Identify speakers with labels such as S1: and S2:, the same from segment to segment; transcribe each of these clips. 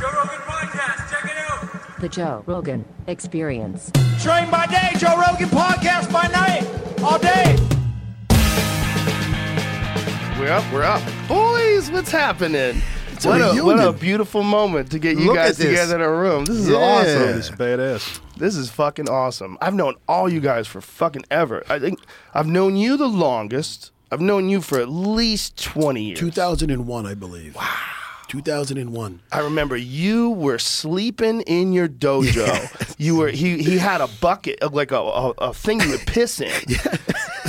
S1: Joe Rogan Podcast. Check it out.
S2: The Joe Rogan Experience.
S3: Train by day, Joe Rogan podcast by night, all day.
S4: We're up, we're up. Boys, what's happening?
S5: a
S4: what, a, what a
S5: reunion.
S4: beautiful moment to get you
S5: Look
S4: guys
S5: at this.
S4: together in a room. This is
S5: Yeah.
S4: awesome.
S6: It's badass.
S4: This is fucking awesome. I've known all you guys for fucking ever. I think I've known you the longest. I've known you for at least 20 years.
S5: 2001, I believe. Wow. 2001.
S4: I remember you were sleeping in your dojo. You were he he had a bucket of like a, a, a thing you would piss in.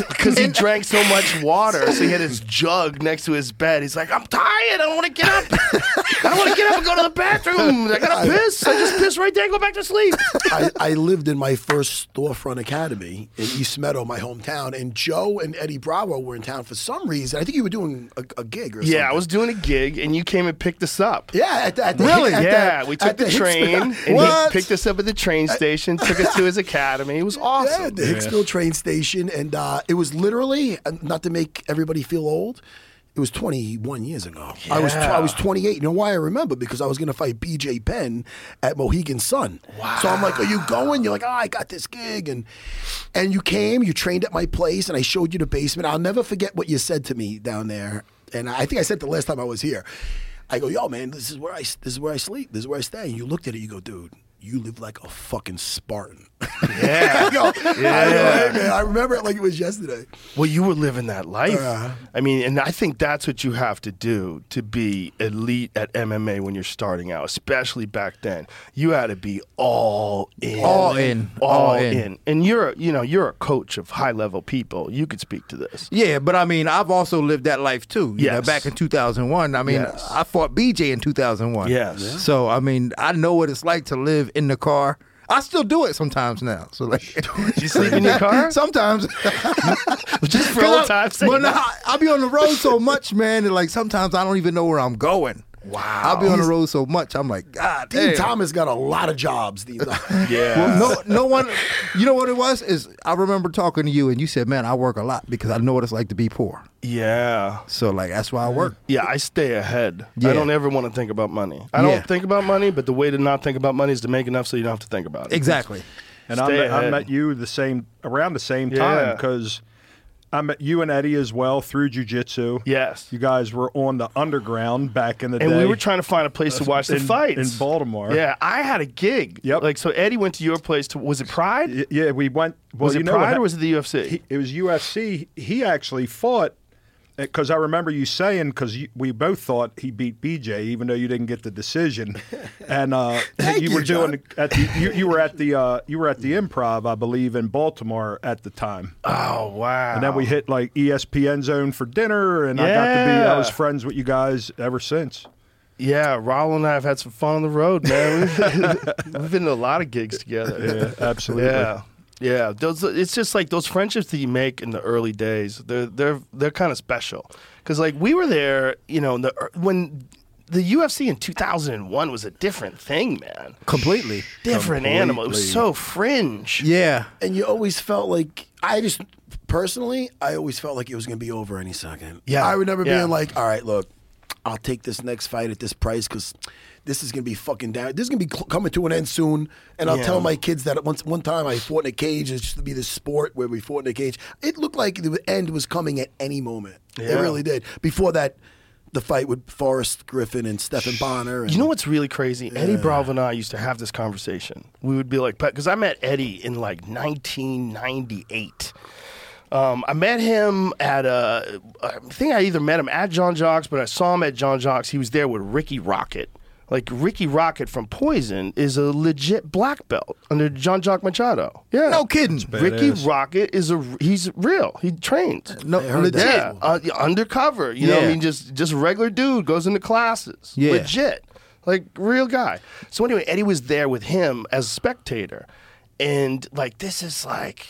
S4: Because he drank so much water, so he had his jug next to his bed. He's like, "I'm tired. I don't want to get up. I don't want to get up and go to the bathroom. I gotta piss. I just piss right there and go back to sleep."
S5: I, I lived in my first storefront academy in East Meadow, my hometown, and Joe and Eddie Bravo were in town for some reason. I think you were doing a, a gig or something.
S4: Yeah, I was doing a gig, and you came and picked us up.
S5: Yeah, at the, at the
S4: Really?
S5: at the-
S4: yeah, we took
S5: at
S4: the,
S5: Hicks-
S4: train and
S5: what?
S4: he picked us up at the train station, took us to his academy. It was awesome.
S5: Yeah, the Hicksville train station, and uh, it was literally uh, not to make everybody feel old. It was 21 years ago. I was I was 28. You know why I remember? Because I was going to fight BJ Penn at Mohegan Sun. Wow. So I'm like, "Are you going?" You're like, "Oh, I got this gig," and and you came. You trained at my place, and I showed you the basement. I'll never forget what you said to me down there. And I think I said the last time I was here. I go, "Yo, man, this is where I this is where I sleep. This is where I stay." And you looked at it. You go, "Dude." You live like a fucking Spartan. I go, I, go, "Hey, man, I remember it like it was yesterday.
S4: Well, you were living that life.
S6: Uh-huh.
S5: Uh.
S4: I mean, and I think that's what you have to do to be elite at MMA when you're starting out, especially back then. You had to be all in,
S6: All in.
S4: all,
S6: All
S4: in.
S6: in.
S4: And you're, a- you know, you're a coach of high level people. You could speak to this.
S6: Yeah, but I mean, I've also lived that life too. Yeah,
S4: Yes.
S6: back in 2001. I mean,
S4: Yes.
S6: I fought BJ in 2001.
S4: Yes. Yeah.
S6: So I mean, I know what it's like to live in the car. I still do it sometimes now. So like,
S4: You sleep in your car
S6: sometimes.
S4: just for
S6: Well,
S4: old times' sake.
S6: Well, no, I, I be on the road so much, man, and like sometimes I don't even know where I'm going. Wow. I'll be on the road so much. I'm like, God
S5: Dean
S6: damn.
S5: Thomas got a lot of jobs. Dean Thomas.
S4: Yeah.
S6: Well, no, no one. You know what it was is I remember talking to you and you said, "Man, I work a lot because I know what it's like to be poor."
S4: yeah.
S6: So like that's why I
S5: Mm.
S6: work.
S4: Yeah, I stay ahead. I
S6: Yeah.
S4: don't ever want to think about money. I
S6: Yeah.
S4: don't think about money, but the way to not think about money is to make enough so you don't have to think about it.
S6: Exactly.
S7: And I
S4: Stay
S7: met, I
S4: ahead.
S7: met you the same around the same
S4: Yeah.
S7: time because I met you and Eddie as well through jujitsu.
S4: Yes.
S7: you guys were on the underground back in the
S4: And
S7: day.
S4: we were trying to find a place to watch the
S7: in-
S4: fights
S7: in Baltimore.
S4: Yeah, I had a gig.
S7: Yep.
S4: Like so, Eddie went to your place to was it Pride?
S7: Y- Yeah, we went. Well,
S4: was
S7: you
S4: it
S7: know what
S4: Pride
S7: hap-
S4: or was it the UFC?
S7: he, it was UFC. He actually fought because I remember you saying because we both thought he beat BJ, even though you didn't get the decision, and uh,
S5: Thank
S7: were
S5: you, John.
S7: doing at the, you, you were at the uh, you were at the Improv, I believe, in Baltimore at the time.
S4: oh wow!
S7: And then we hit like E ESPN zone for dinner, and I got to be,
S4: Yeah.
S7: I was friends with you guys ever since.
S4: yeah, Raul and I have had some fun on the road, man. We've, we've been to a lot of gigs together.
S7: absolutely.
S4: yeah, yeah. Those it's just like those friendships that you make in the early days. They're they're they're kind of special because like we were there, you know, in the, ear- when the UFC in 2001 was a different thing, man.
S6: Completely.
S4: Different animal. It was so fringe.
S6: Yeah.
S5: and you always felt like I just personally, I always felt like it was going to be over any second.
S4: Yeah.
S5: I remember
S4: Yeah.
S5: being like, "All right, look, I'll take this next fight at this price because this is going to be fucking down. This is going to be cl- coming to an end soon." And I'll
S4: Yeah.
S5: tell my kids that once one time I fought in a cage. It used to be this sport where we fought in a cage. It looked like the end was coming at any moment. It
S4: Yeah.
S5: really did. Before that. The fight with Forrest Griffin and Stephen Bonner. And
S4: You know what's really crazy? Eddie Bravo and I used to have this conversation. We would be like, because I met Eddie in like 1998. Um, I met him at a, I think I either met him at John Jocks, but I saw him at John Jocks. He was there with Ricky Rocket. Like Ricky Rocket from Poison is a legit black belt under John Jock Machado. Yeah,
S6: No kidding.
S4: Ricky Rocket is a he's real. He trained.
S6: No,
S5: heard
S6: legit.
S5: that.
S4: Yeah, uh, yeah, undercover. You know, what I
S6: Yeah.
S4: mean, just just regular dude goes into classes.
S6: Yeah.
S4: legit, like real guy. So anyway, Eddie was there with him as a spectator, and like this is like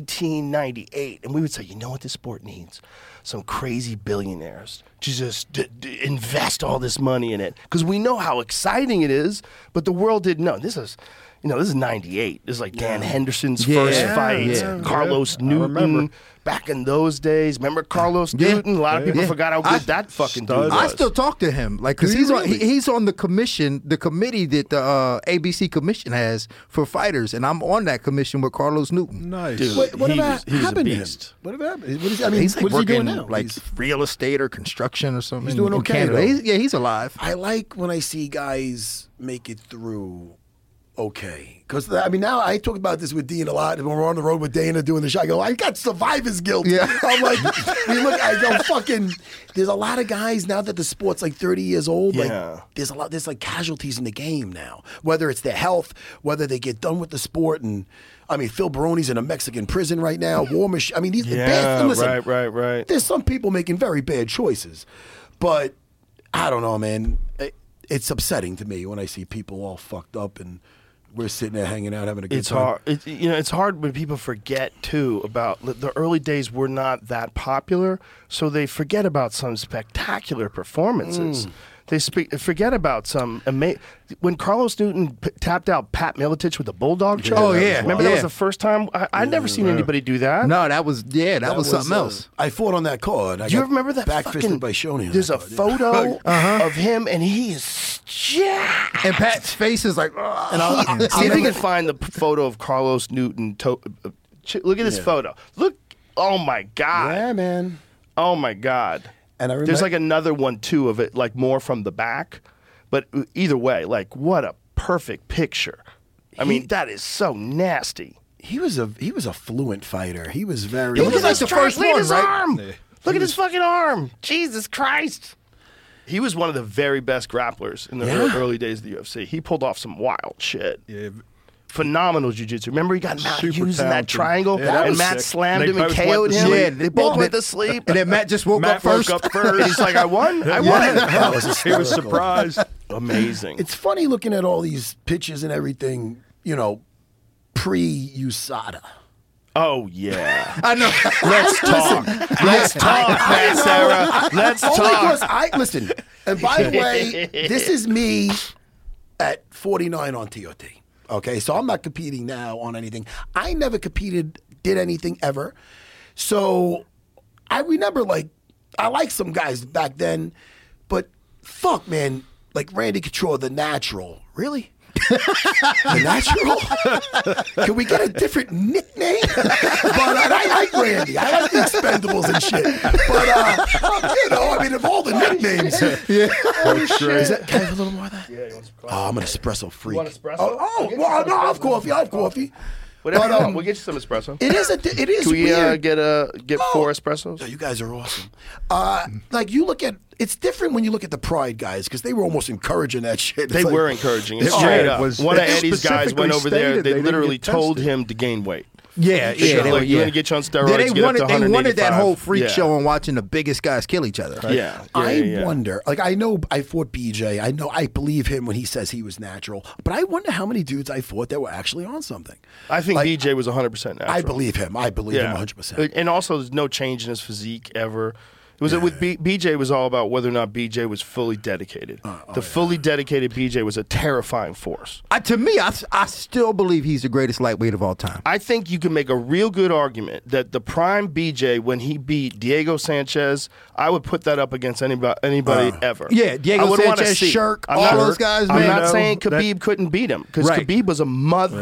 S4: 1998, and we would say, you know what this sport needs? Some crazy billionaires to just d- d- invest all this money in it because we know how exciting it is, but the world didn't know. This is. you know, this is 98. This is like Dan Henderson's
S6: Yeah.
S4: first
S6: Yeah,
S4: fight,
S6: yeah.
S4: Carlos
S7: Yeah, I remember.
S4: Newton. Back in those days, remember Carlos
S6: Yeah.
S4: Newton? A lot of people
S6: Yeah.
S4: forgot how good
S6: I-
S4: that fucking dude
S7: Stud.
S4: was.
S7: I
S6: I still talk to him, like, cause
S4: Do
S6: he's
S4: you
S6: on he,
S4: really?
S6: he's on the commission, the committee that the uh, ABC commission has for fighters, and I'm on that commission with Carlos
S5: Mm.
S6: Newton.
S7: Nice.
S4: Dude.
S5: Wait, what
S4: He
S5: about
S4: was- he was a
S5: happened to him?
S4: beast.
S5: What about happened? What is, I mean,
S6: he's like
S5: what is he
S6: working
S5: doing now?
S6: like
S5: He's-
S6: real estate or construction or something.
S5: He's doing
S6: in
S5: okay,
S6: Canada.
S5: though.
S6: He's- yeah, he's alive.
S5: I like when I see guys make it through okay. Because, I mean, now I talk about this with Dean a lot. When we're on the road with Dana doing the show, I go, I got survivor's guilt.
S6: Yeah.
S5: I'm like, we look, I go, fucking, there's a lot of guys now that the sport's like 30 years old.
S4: Yeah.
S5: Like, there's a lot, there's like casualties in the game now, whether it's their health, whether they get done with the sport. And, I mean, Phil Baroni's in a Mexican prison right now. War machine. I mean, these the bad,
S4: Yeah,
S5: listen,
S4: right, right, right.
S5: there's some people making very bad choices, but I don't know, man. It, it's upsetting to me when I see people all fucked up and we're sitting there hanging out having a good
S4: it's
S5: time.
S4: hard. It, you know, it's hard when people forget too about the- the early days were not that popular, so they forget about some spectacular performances. They speak, forget about some amazing. When Carlos Newton p- tapped out Pat Miletich with the bulldog choke.
S6: Oh, yeah.
S4: remember that
S6: Yeah.
S4: was the first time I, I'd never seen anybody do that.
S6: No, that was yeah, that, was, something
S5: uh,
S6: else.
S5: I fought on that card. I
S4: Do you
S5: got
S4: remember that
S5: back
S4: fucking?
S5: fisted by Shoney. on
S4: there's
S5: that
S4: a
S5: card, yeah.
S4: photo of him, and he is jacked.
S6: And Pat's face is like, "Ugh."
S5: And I'll- I'll-
S4: See if
S5: I'll
S4: we can
S5: never-
S4: find the p- photo of Carlos Newton. To- uh, ch- look at this photo. Look. Oh my God.
S5: Yeah, man.
S4: Oh my God.
S5: And I remember
S4: There's like another one too of it, like more from the back. But e-, either way, like what a perfect picture. I mean, that is so nasty.
S5: he was a he was a fluent fighter. He was very.
S6: He was
S4: Look at
S6: like
S4: his
S6: the
S4: strike-
S6: first
S4: look at
S6: one,
S4: his
S6: right?
S4: arm.
S7: Yeah.
S4: Look at his fucking arm. Jesus Christ. He was one of the very best grapplers in the ear-
S5: Yeah.
S4: early days of the UFC. He pulled off some wild shit.
S7: Yeah,
S4: Phenomenal jujitsu. Remember, he got Matt
S7: Super
S4: Hughes in that
S7: talented.
S4: triangle,
S7: Yeah, that
S4: and
S7: was
S4: Matt
S7: sick.
S4: slammed
S7: They
S4: him and
S7: both went
S4: KO'd
S7: to
S4: him.
S7: sleep.
S6: Yeah, they both
S4: went
S6: went-
S4: to sleep.
S6: and then Matt just woke
S7: Matt
S6: up first.
S7: woke up first.
S4: And he's like, I won. I
S5: Yeah,
S4: won.
S5: that was
S7: he was
S5: hysterical.
S7: surprised.
S4: Amazing.
S5: It's funny looking at all these pictures and everything. You know, pre USADA.
S4: oh yeah.
S6: I know.
S4: Let's talk. Let's talk, Matt Oh, Sarah. Let's
S5: Only because
S4: talk.
S5: I listen. And by the way, this is me at 49 on TOT. Okay, so I'm not competing now on anything. I never competed, did anything ever. So I remember like I liked some guys back then, but fuck man, like Randy Couture, the natural, really. the natural? Can we get a different nickname? but uh, I like Randy. I like the Expendables and shit. But uh, you know, I mean, of all the nicknames, yeah. Is that, can I have a little more of that? Yeah, you want some coffee? Oh, I'm an espresso freak.
S4: want espresso?
S5: Oh,
S4: I'll
S5: oh
S4: get you
S5: well,
S4: some
S5: no, I have
S4: espresso.
S5: coffee. I have coffee.
S4: Whatever.
S5: But,
S4: you want.
S5: um,
S4: we'll get you some espresso.
S5: It is a. di- It is.
S4: Can we
S5: weird.
S4: uh, get a get four
S5: No,
S4: espressos?
S5: you guys are awesome. Uh, like you look at it's different when you look at the Pride guys because they were almost encouraging that shit. It's
S4: They
S5: like-
S4: were encouraging. it
S7: They
S4: straight
S7: were.
S4: up.
S7: It was-
S4: One of
S7: they
S4: Eddie's guys went
S7: specifically
S4: over there.
S7: stated
S4: They
S7: they didn't
S4: literally
S7: get
S4: told
S7: tested.
S4: him to gain weight.
S6: Yeah,
S4: They
S6: yeah,
S4: were
S6: they
S4: like,
S6: were-
S4: "You're
S6: yeah.
S4: gonna get you on
S6: Yeah, they
S4: steroids, get up to
S6: wanted they wanted that
S4: 185."
S6: whole freak
S4: Yeah.
S6: show and watching the biggest guys kill each other.
S4: Yeah. yeah,
S5: I
S4: yeah, yeah.
S5: wonder. Like I know I fought BJ. I know I believe him when he says he was natural. But I wonder how many dudes I fought that were actually on something.
S4: I think
S5: Like,
S4: BJ was 100 percent natural.
S5: I believe him. I believe him 100. percent
S4: And also, there's no change in his physique ever. It was with B- BJ was all about whether or not BJ was fully dedicated. the fully dedicated BJ was a terrifying force.
S6: I, to me, I, s- I still believe he's the greatest lightweight of all time.
S4: I think you can make a real good argument that the prime BJ when he beat Diego Sanchez, I would put that up against anybody, anybody ever.
S6: Uh, yeah, Diego
S4: I would wanna
S6: Sanchez,
S4: see.
S6: Shirk,
S4: I'm
S6: all
S4: not-
S6: those guys,
S4: I'm
S6: man.
S4: not
S6: You know,
S4: saying
S7: that-
S4: Khabib couldn't beat him because
S6: Oh, Right.
S4: Khabib was a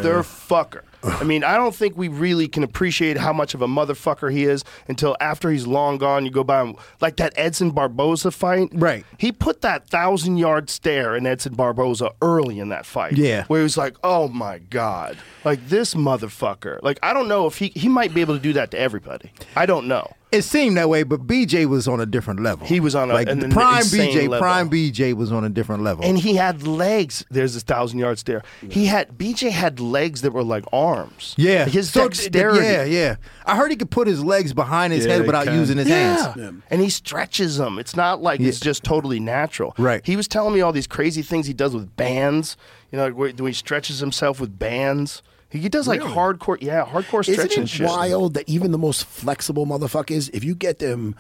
S4: motherfucker. I mean, I don't think we really can appreciate how much of a motherfucker he is until after he's long gone. You go by him like that Edson Barboza fight,
S6: Right.
S4: He put that thousand yard stare in Edson Barboza early in that fight,
S6: Yeah.
S4: where he was like, "Oh my god, like this motherfucker!" Like I don't know if he he might be able to do that to everybody. I don't know.
S6: It seemed that way, but BJ was on a different level.
S4: He was on a-
S6: like
S4: an- an
S6: prime
S4: insane
S6: BJ.
S4: level.
S6: Prime BJ was on a different level.
S4: And he had legs. There's this thousand yard stare. He had BJ had legs that were like arms.
S6: yeah,
S4: his
S6: So,
S4: dexterity.
S6: Yeah, yeah. I heard he could put his legs behind his
S7: Yeah,
S6: head
S7: he
S6: without
S7: can.
S6: using his
S4: Yeah.
S6: hands.
S4: And he stretches them. It's not like it's just totally natural.
S6: Right.
S4: He was telling me all these crazy things he does with bands. You know, like where, when he stretches himself with bands. He does like hardcore, yeah, hardcore
S5: Isn't
S4: stretching
S5: it
S4: shit.
S5: wild that even the most flexible motherfuckers, if you get them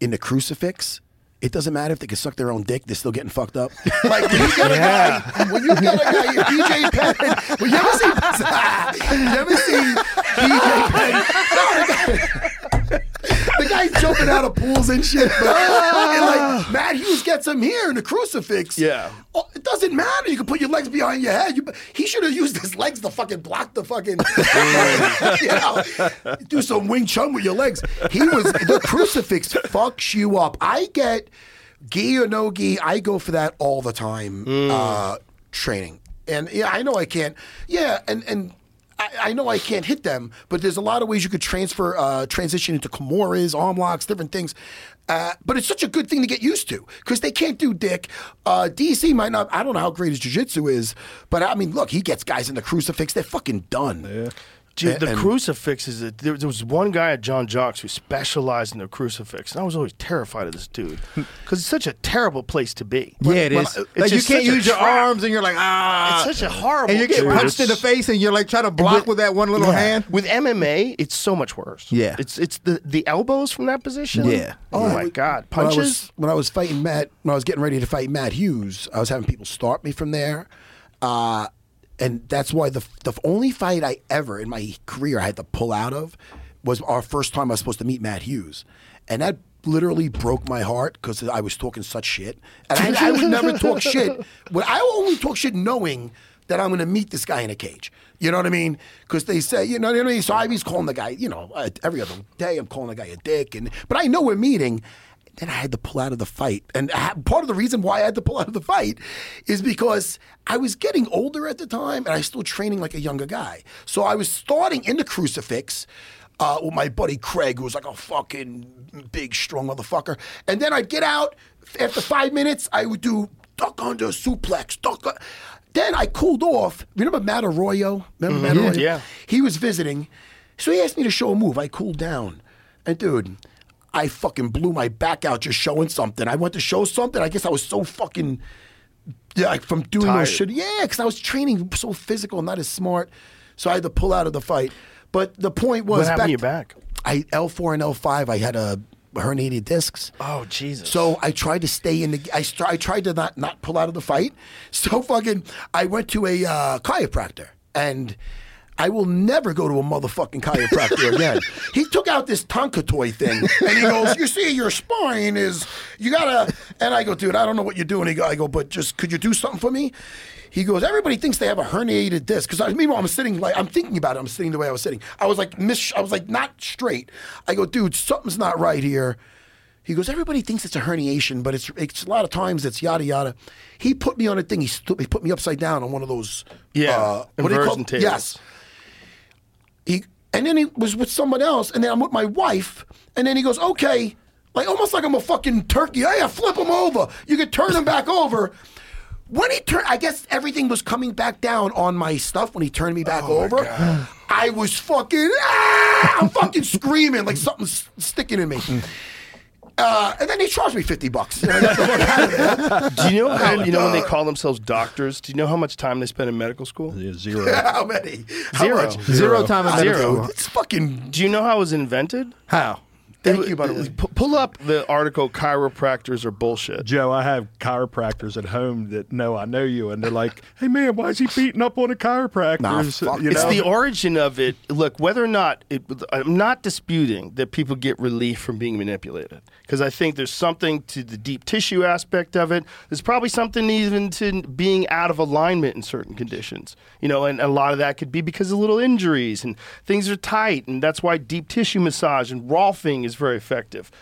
S5: in the crucifix, it doesn't matter if they can suck their own dick; they're still getting fucked up. Like when you got a guy, when you got a guy, your DJ Penn. Well, you ever see? you ever see DJ Penn? the guy's jumping out of pools and shit. But, and like Matt Hughes gets him here in the crucifix.
S4: Yeah.
S5: Oh, it doesn't matter. You can put your legs behind your head. You, he should have used his legs to fucking block the fucking. you know, do some Wing Chun with your legs. He was the crucifix fucks you up. I get gi or no gi. I go for that all the time. Uh, training and yeah, I know I can't. Yeah, and and. I, I know I can't hit them, but there's a lot of ways you could transfer, uh, transition into kimuras, arm locks, different things. Uh, but it's such a good thing to get used to because they can't do dick. Uh, DC might not. I don't know how great his jiu-jitsu is, but I mean, look, he gets guys in the crucifix. They're fucking done.
S4: Dude, the
S5: And-
S4: crucifix is a, there, there was one guy at John Jocks who specialized in the crucifix, and I was always terrified of this dude because it's such a terrible place to be.
S6: yeah, it
S4: When
S6: is.
S4: I- it's
S6: like you
S4: just
S6: can't
S4: such a
S6: use your
S4: trap.
S6: arms, and you're like ah.
S4: It's such a horrible.
S6: and you get
S4: dude,
S6: punched in the
S4: it's-
S6: face, and you're like trying to block with, that one little
S4: Yeah.
S6: hand.
S4: With MMA, it's so much worse.
S6: Yeah.
S4: it's it's the the elbows from that position.
S6: Yeah.
S4: Oh
S5: Yeah.
S4: my god,
S5: When I was-
S4: punches.
S5: When I, was, fighting Matt, when I was getting ready to fight Matt Hughes, I was having people start me from there, uh, and that's why the the only fight I ever in my career I had to pull out of was our first time I was supposed to meet Matt Hughes, and that literally broke my heart because I was talking such shit, and I, I would never talk shit. But I only talk shit knowing. That I'm going to meet this guy in a cage. You know what I mean? Because they say, you know what I mean. So I was calling the guy, you know, uh, every other day I'm calling the guy a dick, and but I know we're meeting, then I had to pull out of the fight. And I, part of the reason why I had to pull out of the fight is because I was getting older at the time and I was still training like a younger guy. So I was starting in the crucifix. Uh, with my buddy Craig, who was like a fucking big, strong motherfucker. And then I'd get out. After five minutes, I would do duck under suplex, duck. u- Then I cooled off. Remember Matt Arroyo? Remember Matt Arroyo?
S4: Yeah.
S5: He was visiting, so he asked me to show a move. I cooled down, and dude, I fucking blew my back out just showing something. I went to show something. I guess I was so fucking yeah, like from doing
S4: Tired.
S5: those shit. Yeah, because I was training so physical, not as smart, so I had to pull out of the fight. But the point was,
S4: What happened to your
S5: to-
S4: back?
S5: I L four and L five. I had a herniated discs.
S4: Oh Jesus.
S5: So I tried to stay in the. I, str- I tried to not not pull out of the fight. So fucking, I went to a uh, chiropractor, and I will never go to a motherfucking chiropractor again. He took out this Tonka toy thing, and he goes, "You see, your spine is you gotta." And I go, "Dude, I don't know what you're doing." He go, "I go, but just could you do something for me?" He goes, everybody thinks they have a herniated disc. Because I, meanwhile, I'm sitting like, I'm thinking about it. I'm sitting the way I was sitting. I was like, miss, I was like, not straight. I go, dude, something's not right here. He goes, everybody thinks it's a herniation, but it's it's a lot of times it's yada yada. He put me on a thing. He, stu- he put me upside down on one of those.
S4: Yeah,
S5: uh, what do you call
S4: inversion tables.
S5: Yes. He and then he was with someone else, and then I'm with my wife, and then he goes, okay, like almost like I'm a fucking turkey. Hey, I flip him over. You could turn him back over. When he turned, I guess everything was coming back down on my stuff when he turned me back
S4: Oh
S5: over. I was fucking, ah! I'm fucking screaming like something's sticking in me.
S4: Mm.
S5: Uh, and then he charged me 50 bucks. And I got the fuck out of there.
S4: do you know how you know when they call themselves doctors? Do you know how much time they spend in medical school?
S7: Yeah, zero.
S5: How many? How
S4: Zero.
S5: much?
S6: Zero time in
S4: Zero.
S6: medical.
S5: It's fucking.
S4: Do you know how it was invented?
S6: How?
S5: Thank you, by the
S4: Uh,
S5: way.
S4: pu- Pull up the article. Chiropractors are bullshit.
S7: Joe, I have chiropractors at home that know I know you, and they're like, "Hey, man, why is he beating up on a chiropractor?"
S5: Nah, fuck
S7: you
S5: it.
S7: know?
S4: It's the origin of it. Look, whether or not it, I'm not disputing that people get relief from being manipulated because I think there's something to the deep tissue aspect of it. There's probably something even to being out of alignment in certain conditions, you know, and a lot of that could be because of little injuries and things are tight, and that's why deep tissue massage and rolfing is very effective.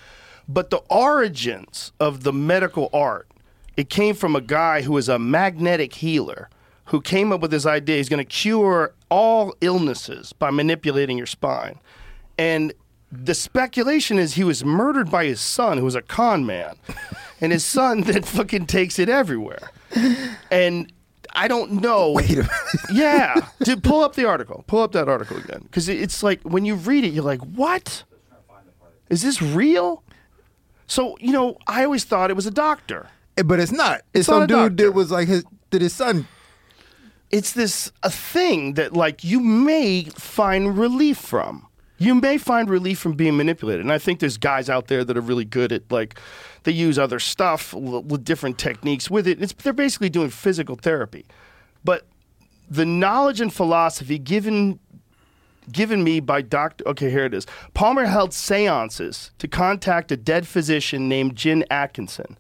S4: But the origins of the medical art, it came from a guy who was a magnetic healer who came up with this idea he's going to cure all illnesses by manipulating your spine. And the speculation is he was murdered by his son, who was a con man, and his son then fucking takes it everywhere. And I don't know. Wait a minute. yeah, to pull up the article, pull up that article again, because it's like when you read it, you're like, what? Is this real? So you know, I always thought it was a doctor.
S6: Eh, But it's not. It's, some
S4: not a
S6: dude
S4: doctor.
S6: that was like his that his son.
S4: it's this a thing that like you may find relief from. you may find relief from being manipulated. And I think there's guys out there that are really good at like they use other stuff l- with different techniques with it. It's, they're basically doing physical therapy, but the knowledge and philosophy given given me by Dr. Okay, here it is. Palmer held seances to contact a dead physician named Jin Atkinson.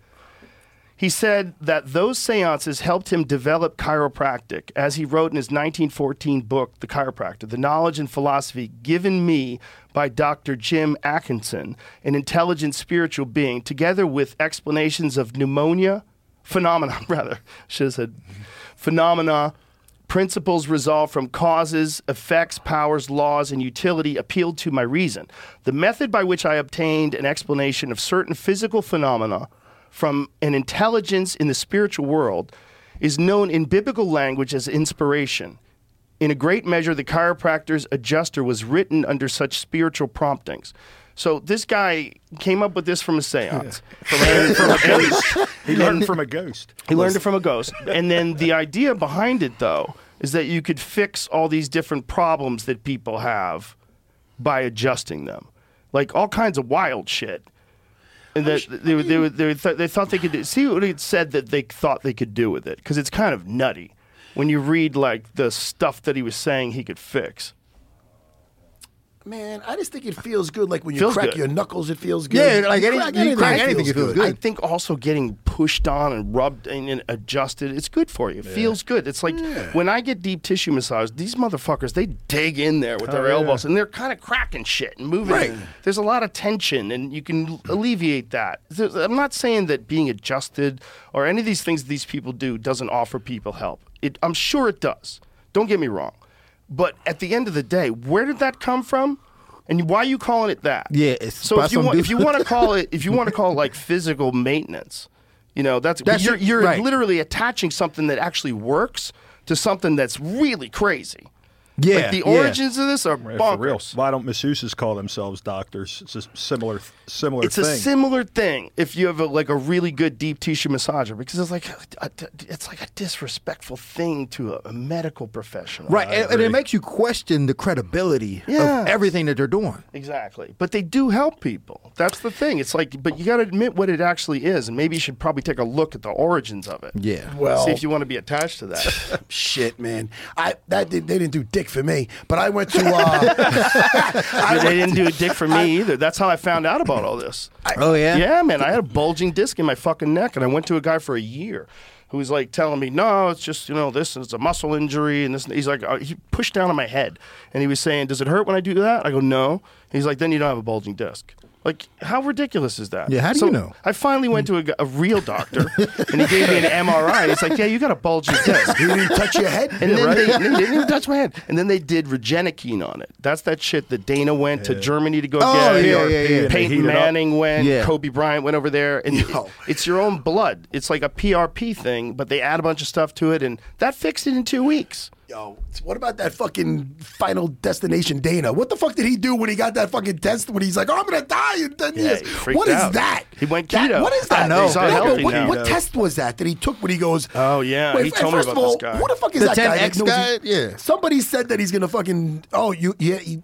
S4: He said that those seances helped him develop chiropractic, as he wrote in his 1914 book, The Chiropractor, the knowledge and philosophy given me by Dr. Jim Atkinson, an intelligent spiritual being, together with explanations of pneumonia, phenomena, rather, should have said, phenomena, Principles resolved from causes, effects, powers, laws, and utility appealed to my reason. The method by which I obtained an explanation of certain physical phenomena from an intelligence in the spiritual world is known in biblical language as inspiration. In a great measure, the chiropractor's adjuster was written under such spiritual promptings. So this guy came up with this from a seance. From- from a-
S7: He learned from a ghost.
S4: he learned it from a ghost. And then the idea behind it, though, is that you could fix all these different problems that people have by adjusting them, like all kinds of wild shit. And that they, were- they, were- they, were th- they thought they could do. See what it said that they thought they could do with it, because it's kind of nutty when you read like the stuff that he was saying he could fix.
S5: Man, I just think it feels good. Like when you
S4: Feels
S5: crack
S4: good.
S5: your knuckles, it feels good.
S6: Yeah, like any- you crack
S5: it
S6: anything, it feels good.
S4: I think also getting pushed on and rubbed and, and adjusted, it's good for you. It feels good. It's like when I get deep tissue massage, these motherfuckers, they dig in there
S6: Oh,
S4: with their elbows and they're kind of cracking shit and moving.
S5: Right.
S4: There's a lot of tension and you can alleviate that. There's- I'm not saying that being adjusted or any of these things these people do doesn't offer people help. It, I'm sure it does. Don't get me wrong. But at the end of the day, where did that come from? And why are you calling it that?
S6: Yeah, it's
S4: so
S6: by
S4: if you,
S6: some
S4: want,
S6: dude.
S4: if you want to call it, if you want to call it like physical maintenance, you know that's,
S6: That's-
S4: you're you're
S6: right.
S4: literally attaching something that actually works to something that's really crazy.
S6: Yeah,
S4: like the
S6: yeah.
S4: origins of this are
S7: Yeah,
S4: bonkers.
S7: for real. Why don't masseuses call themselves doctors? It's a similar, similar
S4: It's
S7: thing.
S4: a similar thing if you have a, like a really good deep tissue massager because it's like a- a- it's like a disrespectful thing to a, a medical professional.
S6: Right, and, and it makes you question the credibility
S4: Oh, Yeah.
S6: of everything that they're doing.
S4: Exactly. But they do help people. That's the thing. It's like, but you got to admit what it actually is, and maybe you should probably take a look at the origins of it.
S6: Yeah.
S5: Well-
S4: see if you want to be attached to that.
S5: Shit, man. I that did, they didn't do dick for me, but I went to. Uh,
S4: I, they didn't do a dick for me either. That's how I found out about all this.
S6: oh yeah,
S4: yeah, man. I had a bulging disc in my fucking neck, and I went to a guy for a year who was like telling me, "No, it's just you know this is a muscle injury," and this. He's like, uh, he pushed down on my head, and he was saying, "Does it hurt when I do that?" I go, "No." He's like, "Then you don't have a bulging disc." Like, how ridiculous is that?
S6: Yeah, how do
S4: So
S6: you know?
S4: I finally went to a, g- a real doctor, and he gave me an MRI. He's like, "Yeah, you got a bulging disc."
S5: you didn't touch your head.
S4: And then they, they didn't even touch my hand. And then they did Regenikine on it. That's that shit that Dana went to Germany to go
S6: Oh,
S4: get.
S6: yeah,
S4: or
S6: yeah, yeah.
S7: And heat
S4: Peyton
S7: it up.
S4: Manning went.
S6: Yeah.
S4: Kobe Bryant went over there. And
S5: Yo.
S4: it- it's your own blood. It's like a PRP thing, but they add a bunch of stuff to it, and that fixed it in two weeks.
S5: Yo, what about that fucking Final Destination Dana? What the fuck did he do when he got that fucking test? When he's like, "Oh, I'm gonna die in ten
S4: Yeah,
S5: years."
S4: he freaked
S5: What is
S4: out.
S5: that?
S4: He went
S5: That-
S4: keto.
S5: what is
S4: I
S5: that?
S4: know. He's
S5: No,
S4: all
S5: but
S4: healthy
S5: what,
S4: now.
S5: what test was that that he took when he goes?
S4: Oh, yeah, he
S5: f-
S4: told me
S5: first
S4: about
S5: of all,
S4: this guy.
S5: Who the fuck is
S6: The
S5: that
S6: 10X
S5: guy? that
S6: guy?
S5: knows
S6: Yeah.
S5: Somebody said that he's gonna fucking. Oh, you yeah. He,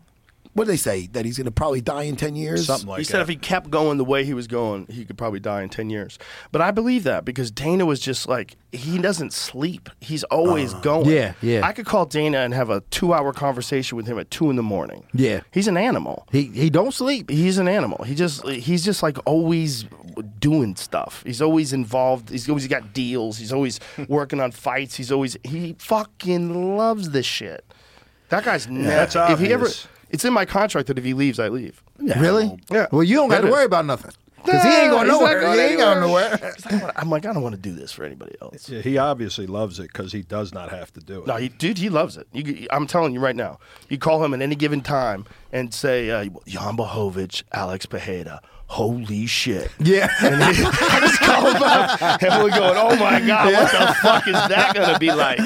S5: what did they say? That he's gonna probably die in ten years.
S6: Oh
S7: Something like
S4: he said
S7: that.
S4: if he kept going the way he was going, he could probably die in 10 years. But I believe that because Dana was just like, he doesn't sleep. He's always going.
S6: Uh, Yeah, yeah.
S4: I could call Dana and have a two hour conversation with him at two in the morning.
S6: Yeah.
S4: He's an animal.
S6: He he don't sleep.
S4: He's an animal. He just he's just like always doing stuff. He's always involved. He's always got deals. He's always working on fights. He's always he fucking loves this shit. That guy's nuts.
S7: that's
S4: if he ever
S7: obvious.
S4: it's in my contract that if he leaves, I leave.
S6: Really?
S4: Yeah.
S6: Well, you don't
S4: That
S6: got to
S4: is-
S6: worry about nothing because he ain't going
S4: He's not
S6: nowhere.
S4: going
S6: he ain't going
S4: anywhere.
S6: nowhere.
S4: He's like, "I wanna-" I'm like, I don't want to do this for anybody else.
S7: Yeah, he obviously loves it because he does not have to do it.
S4: No, he, dude, he loves it. You, I'm telling you right now. You call him at any given time and say, uh, Jan Bohovic, Alex Pajeda. Holy shit.
S6: Yeah.
S4: I just call him up, and we're going, "Oh my god, what the fuck is that going to be like,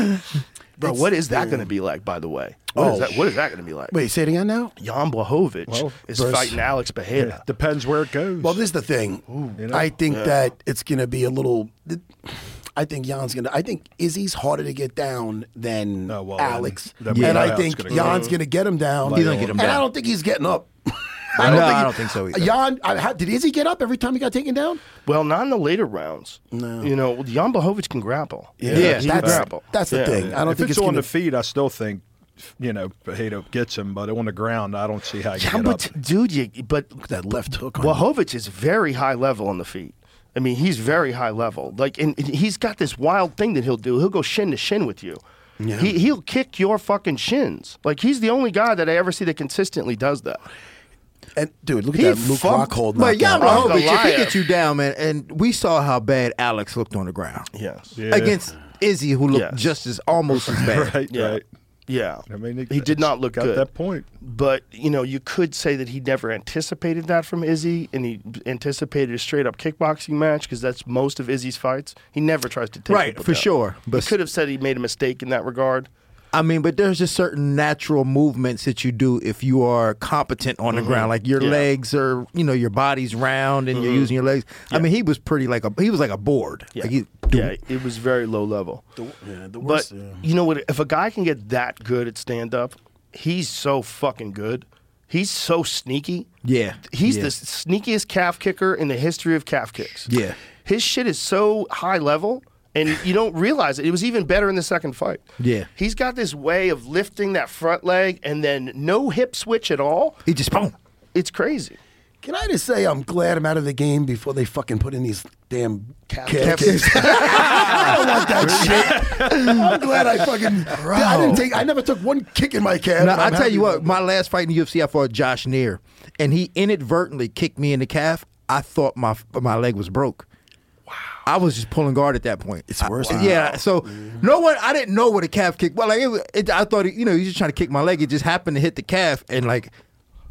S4: bro? what is that going to be like? By the way, What is
S5: Oh,
S4: that? What is that going to be like?
S5: Wait, say it again now.
S4: Jan Blahovic is
S5: versus-
S4: fighting Alex Bejeda.
S7: Depends where it goes.
S5: Well, this is the thing. I think that it's going to be a little. I think Jan's gonna. I think Izzy's harder to get down than
S7: Oh, well, then-
S5: Alex,
S7: then
S5: and I
S7: Lyon's
S5: think
S7: gonna get
S5: Jan's
S7: him.
S5: gonna get him down.
S6: He's gonna get him
S5: And I
S6: down.
S5: don't think he's getting up.
S6: No,
S5: he-
S6: I don't think so either.
S5: Jan, I, how, did Izzy get up every time he got taken down?
S4: Well, not in the later rounds. No. You know, Jan Bohovic can grapple. Yeah, he can
S5: that's,
S4: grapple.
S5: that's the
S4: Yeah.
S5: thing. I don't
S7: if
S5: think
S7: it's, on
S5: gonna-
S7: the feet, I still think, you know, Pejedo gets him, but on the ground, I don't see how he
S4: Yeah,
S7: can get
S4: but
S7: up.
S4: dude, you, but
S5: that left hook on
S4: Wahovic is very high level on the feet. I mean, he's very high level. Like, and, and he's got this wild thing that he'll do. He'll go shin to shin with you. He, he'll kick your fucking shins. Like, he's the only guy that I ever see that consistently does that.
S5: And dude, look at
S4: He
S5: that Luke
S4: fucked-
S5: Rockhold
S6: But Jan
S5: knockout.
S4: Uncle
S6: Blahovic, if he
S4: Liar.
S6: gets you down, man, and we saw how bad Alex looked on the ground
S4: Yes.
S7: Yeah.
S6: against Izzy, who looked
S4: Yes.
S6: just as almost as bad.
S7: Right,
S4: Yeah.
S7: right.
S4: Yeah.
S7: I mean,
S4: he did not look
S7: got
S4: good.
S7: that point.
S4: But you know, you could say that he never anticipated that from Izzy, and he anticipated a straight up kickboxing match because that's most of Izzy's fights. He never tries to take
S6: Right,
S4: people
S6: for
S4: down.
S6: sure.
S4: You
S6: But-
S4: could have said he made a mistake in that regard.
S6: I mean, but there's just certain natural movements that you do if you are competent on the ground, like your
S4: Yeah.
S6: legs are, you know, your body's round and you're using your legs. I mean, he was pretty like a he was like a board.
S4: Yeah,
S6: Like he,
S4: yeah it was very low level.
S5: yeah, the
S4: But
S5: worst. yeah.
S4: you know what? If a guy can get that good at stand up, he's so fucking good. He's so sneaky.
S6: Yeah,
S4: He's
S6: yeah.
S4: the sneakiest calf kicker in the history of calf kicks.
S6: Yeah.
S4: His shit is so high level and you don't realize it. It was even better in the second fight.
S6: Yeah.
S4: He's got this way of lifting that front leg and then no hip switch at all.
S6: he just boom.
S4: It's crazy.
S5: Can I just say I'm glad I'm out of the game before they fucking put in these damn cat
S6: Cap-
S5: kicks. I don't want that shit. I'm glad I fucking. I didn't take. I never took one kick in my calf.
S6: Now,
S5: I'm
S6: I tell
S5: happy
S6: you
S5: about
S6: what, my last fight in the UFC, I fought Josh Neer, and he inadvertently kicked me in the calf. I thought my my leg was broke. I was just pulling guard at that point.
S5: It's worse
S6: I-
S5: than-
S6: yeah. So no one, I didn't know what a calf kick. Well, like it, was- it, I thought, you know, he's just trying to kick my leg. It just happened to hit the calf, and like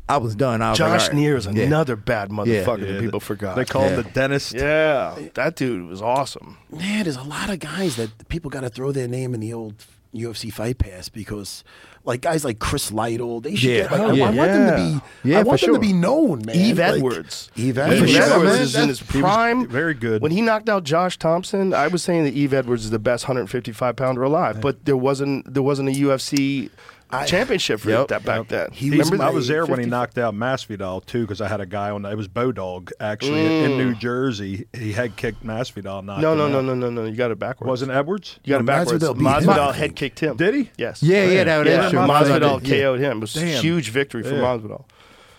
S6: I was done. I was like,
S4: Josh
S6: all right.
S4: Neer is
S6: Yeah.
S4: another bad motherfucker
S7: Yeah,
S4: that
S7: th-
S4: people forgot.
S7: They call him
S6: Yeah.
S7: the dentist.
S4: yeah. That dude was awesome.
S5: man, there's a lot of guys that people got to throw their name in the old UFC fight pass because, like guys like Chris Lytle, they should
S6: Yeah.
S5: get. Like, I- I,
S4: Oh, yeah.
S5: want them to be.
S6: Yeah,
S5: I
S6: for
S5: want them
S6: sure.
S5: to be known, man.
S4: Eve
S5: Like,
S4: Edwards.
S5: Eve
S7: Eve
S5: Edwards.
S4: Eve
S7: sure,
S4: Edwards
S7: man.
S4: is in his
S7: He was
S4: prime.
S7: very good.
S4: When he knocked out Josh Thompson, I was saying that Eve Edwards is the best 155 pounder alive. But there wasn't there wasn't a UFC championship for
S6: Yep.
S4: that back then.
S5: He
S7: Remember,
S5: was
S7: I was
S5: my
S7: there when he
S4: 50
S7: knocked out Masvidal too, because I had a guy on. It was Bodog actually in New Jersey. He had kicked Masvidal. knocked
S4: Mm. No,
S7: him
S4: no,
S7: out.
S4: no, no, no, no. You got it backwards.
S7: Wasn't Edwards?
S4: you got it
S5: No,
S4: backwards?
S5: Masvidal beat him, I
S4: Masvidal
S5: think.
S4: head kicked him.
S7: Did he?
S4: Yes.
S6: Yeah, yeah, that
S4: Yeah,
S6: that's true.
S4: Masvidal
S6: Yeah.
S4: KO'd him. It was a
S7: Damn.
S4: huge victory for
S7: Yeah.
S4: Masvidal.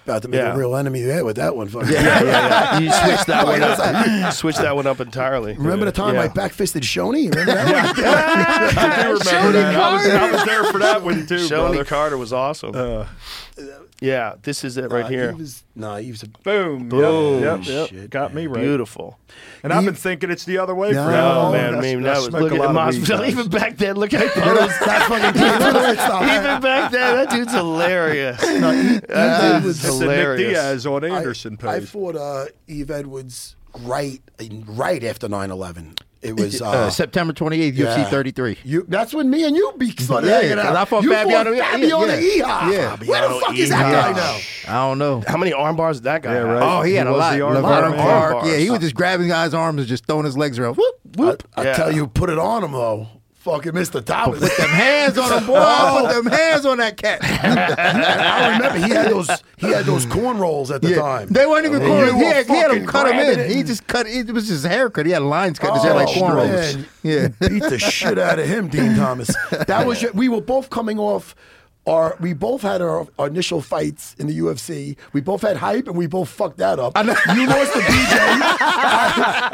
S5: About to make
S4: Yeah.
S5: a real enemy there with that one. Fucking.
S4: Yeah, yeah, yeah. You switched that one up. Switched that one up entirely.
S5: Remember the time
S4: Yeah.
S5: I backfisted Shoney? Remember that? one?
S7: I do remember that. I was, I was there for that one too, brother.
S4: Shoney Carter was awesome. Uh, yeah, this is it right
S5: Nah,
S4: here.
S5: Uh, He was, nah, he was a
S7: Boom.
S4: Boom.
S7: Yep. yep, yep.
S5: Shit,
S7: Got me right.
S4: Beautiful.
S7: And I've been thinking it's the other way
S5: No,
S7: for
S4: Oh,
S7: now.
S4: man, I
S7: That's-
S4: mean,
S7: I
S4: that was
S7: smoke
S4: look
S7: a
S4: at
S7: lot of weed,
S4: Masvidal.
S7: guys.
S4: Even back then, look at photos.
S5: That's fucking
S6: Uh,
S4: Even back then, that dude's hilarious. That dude was
S7: It's the Nick
S4: hilarious.
S7: Diaz on Anderson
S5: I, I
S7: page.
S5: fought uh, Eve Edwards right right after 9-11. It was uh,
S6: Uh, September 28th,
S5: yeah.
S6: UFC 33.
S5: You, that's when me and you be started
S6: Yeah,
S5: hanging out.
S6: and I fought
S5: you
S6: Fabiano
S5: fought
S6: Iha.
S5: Fabiano
S6: Yeah.
S5: Iha.
S6: Yeah.
S5: Where the
S4: Fabiano
S5: fuck is that
S4: Iha.
S5: guy now?
S6: I don't know.
S4: How many arm bars did that guy?
S7: Yeah,
S4: have?
S7: right.
S6: Oh, he had a
S7: was
S6: lot.
S7: the arm
S6: Laverne
S4: bar man.
S6: Clark.
S4: Arm
S6: Yeah, he was
S4: bars.
S6: just grabbing guys' arms and just throwing his legs around. Whoop, whoop.
S5: I
S4: Yeah.
S5: tell you, put it on him though. Fucking Mr. Thomas.
S6: Put them hands on him, boy. Put
S5: Oh.
S6: them hands on that cat.
S5: I remember he had those he had those corn rolls at the
S6: Yeah.
S5: time.
S6: They weren't even
S5: And
S6: corn.
S5: you
S6: He
S5: were
S6: had, he had
S5: fucking
S6: him cut him
S5: grabbing
S6: in.
S5: it
S6: He
S5: and-
S6: just cut. It was his haircut. He had lines cut. his hair
S5: Oh,
S6: like corn rolls.
S5: man.
S6: Yeah.
S5: beat the shit out of him, Dean Thomas. That was your, we were both coming off our we both had our, our initial fights in the UFC. We both had hype and we both fucked that up. I know. You lost the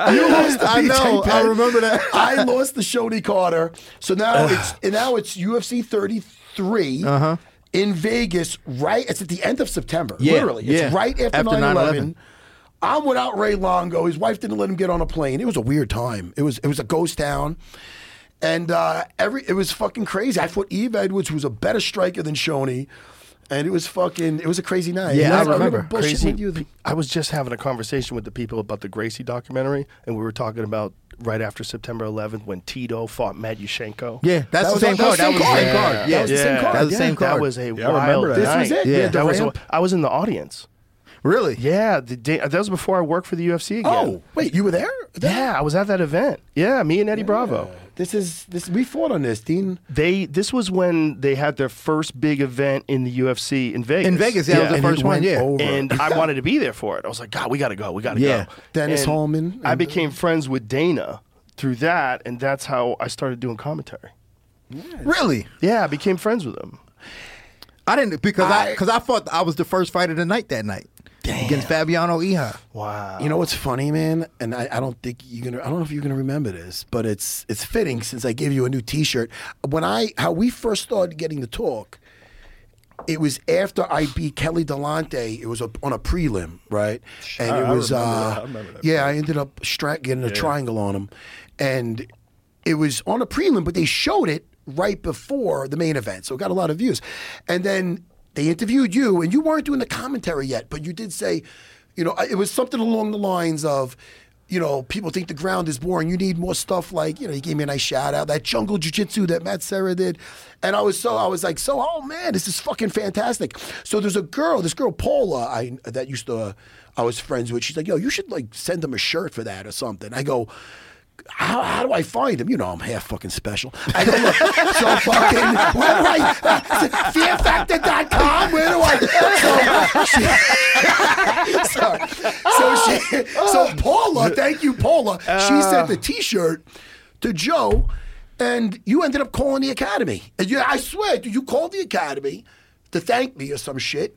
S5: BJ. you lost the
S6: I
S5: BJ.
S6: know. I
S5: pen.
S6: remember that.
S5: I lost the Shoney Carter. So now it's and now it's UFC 33. Uh-huh. In Vegas, right? It's at the end of September.
S6: Yeah,
S5: literally,
S6: yeah.
S5: it's right after,
S6: After
S5: 9/11.
S6: 9/11.
S5: I'm without Ray Longo. His wife didn't let him get on a plane. It was a weird time. It was it was a ghost town, and uh, every it was fucking crazy. I fought Eve Edwards, who was a better striker than Shoney, and it was fucking it was a crazy night.
S6: Yeah,
S5: And
S6: I remember.
S5: bullshitting
S4: Crazy.
S5: with you. the-
S4: I was just having a conversation with the people about the Gracie documentary, and we were talking about right after September 11th when Tito fought Matyushenko.
S6: Yeah, that's
S5: That
S6: the
S5: was
S6: same
S5: on- that
S6: card.
S5: was
S6: That was the same
S5: card.
S6: card.
S5: Yeah.
S6: Yeah,
S5: That was the same
S6: Yeah.
S5: card,
S6: That was the same
S4: That
S6: card.
S4: was a
S7: Yeah, I
S4: wild
S7: remember that.
S5: This was
S4: night.
S5: it. Yeah.
S4: That was.
S5: Durant.
S4: I was in the audience.
S6: Really?
S4: Yeah, the day, that was before I worked for the UFC again.
S5: Oh wait, you were there?
S4: Yeah, I was at that event. Yeah, me and Eddie Bravo.
S5: This is this. We fought on this, Dean.
S4: They this was when they had their first big event in the UFC in Vegas.
S6: In Vegas, that was the
S4: And
S6: first
S5: it
S6: one.
S5: went
S6: Yeah.
S5: over.
S4: and I wanted to be there for it. I was like, God, we got to go. We got to
S6: Yeah.
S4: go.
S5: Dennis
S4: And
S5: Holman
S4: I
S5: and-
S4: became friends with Dana through that, and that's how I started doing commentary.
S6: Really?
S4: Yeah, I became friends with him.
S6: I didn't because I because I, thought I was the first fight of the night that night against Fabiano Iha.
S4: Wow.
S5: You know what's funny, man? And I, I don't think you're gonna. I don't know if you're gonna remember this, but it's it's fitting since I gave you a new T-shirt. When I how we first started getting the talk, it was after I beat Kelly Delante. It was a, on a prelim, right? And
S7: I-
S5: it
S7: I
S5: was
S7: remember
S5: uh,
S7: that. I remember that
S5: yeah. I ended up stra- getting a triangle on him, and it was on a prelim, but they showed it right before the main event, so it got a lot of views. And then they interviewed you, and you weren't doing the commentary yet, but you did say, you know, I- it was something along the lines of. You know, people think the ground is boring. You need more stuff like, you know, he gave me a nice shout out, that jungle jiu-jitsu that Matt Serra did. And I was so, I was like, so, oh man, this is fucking fantastic. So there's a girl, this girl Paula, I that used to, uh, I was friends with. She's like, yo, you should like send him a shirt for that or something. I go, how, how do I find him? You know, I'm half fucking special. I go, look, so fucking, where do I, uh, fearfactor.com, where do I, so, she, so, she, so Paula, thank you, Paula, she sent the t-shirt to Joe, and you ended up calling the academy. And you, I swear, dude, you called the academy to thank me or some shit,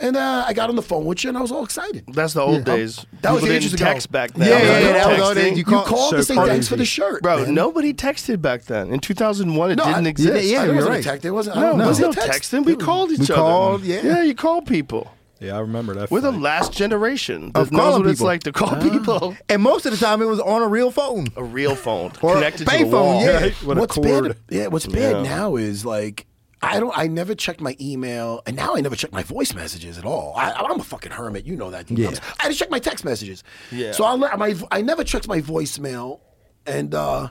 S5: and uh, I got on the phone with you, and I was all excited.
S4: That's the old days.
S6: Oh,
S5: That was
S4: People
S5: ages
S4: didn't
S5: ago.
S4: text back then.
S6: Yeah,
S4: There
S6: yeah,
S4: no
S6: that was all
S4: texting.
S6: days. You
S5: You
S6: call-
S5: called to say
S7: so
S5: thanks for
S7: crazy.
S5: the shirt,
S4: Bro,
S5: man.
S4: nobody texted back then. In 2001, it
S5: No,
S4: didn't
S5: I-
S4: exist.
S6: Yeah,
S5: I
S6: you're
S5: wasn't
S6: right.
S5: It wasn't. I
S4: No,
S5: don't
S4: there was
S5: know.
S4: no
S5: Text.
S4: texting. We called each other.
S6: called, yeah.
S4: Yeah, you called people.
S7: Yeah, I remember that.
S4: We're the
S7: fight.
S4: last generation that
S6: Of
S4: knows
S6: calling
S4: what it's
S6: people.
S4: like to call people.
S6: And most of the time, it was on a real phone.
S4: A real phone
S6: Or a
S4: connected to the
S6: payphone,
S4: wall.
S6: yeah.
S7: Right? What
S5: what's
S7: a cord.
S5: bad? Yeah, what's bad
S4: Yeah.
S5: now is like I don't. I never check my email, and now I never check my voice messages at all. I, I'm a fucking hermit. You know that. dude.
S6: Yeah.
S5: I just check my text messages.
S4: Yeah.
S5: So I let my I never checked my voicemail, and uh,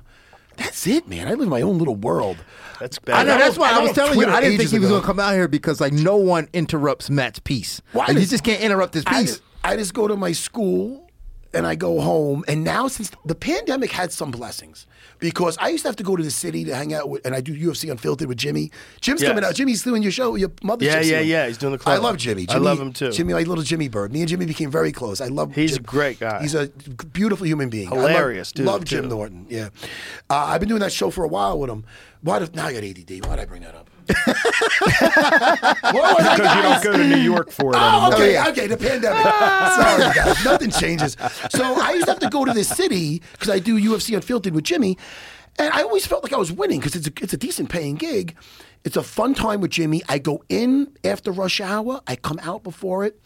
S5: that's it, man. I live in my own little world.
S4: That's
S6: I
S4: bad.
S6: know. That's why
S5: I
S6: I, was
S5: don't
S6: telling
S5: Twitter
S6: you. I didn't think
S5: ages
S6: he was
S5: ago.
S6: gonna come out here because like no one interrupts Matt's piece.
S5: Why
S6: Like, you
S5: does-
S6: just can't interrupt his
S5: I
S6: piece.
S5: just, I just go to my school and I go home. And now, since the pandemic had some blessings, because I used to have to go to the city to hang out with, and I do UFC Unfiltered with Jimmy. Jim's
S4: Yes.
S5: coming out. Jimmy's doing your show, your mother's
S4: Yeah,
S5: show's
S4: yeah,
S5: doing.
S4: yeah. He's doing the club.
S5: I love Jimmy.
S4: I
S5: Jimmy.
S4: love him too.
S5: Jimmy, my little Jimmy Bird. Me and Jimmy became very close. I love
S4: He's
S5: Jim.
S4: a great guy.
S5: He's a beautiful human being. I love-
S4: Hilarious dude,
S5: Love Jim
S4: too.
S5: Norton. Yeah. Uh, I've been doing that show for a while with him. Why did, now I got ADD. Why'd I bring that up? what was I
S7: because you don't go to New York for it.
S5: Oh,
S7: anymore.
S5: okay, okay, the pandemic. Sorry, guys, nothing changes. So I used to have to go to this city because I do UFC Unfiltered with Jimmy, and I always felt like I was winning because it's a, it's a decent paying gig. It's a fun time with Jimmy. I go in after rush hour. I come out before it,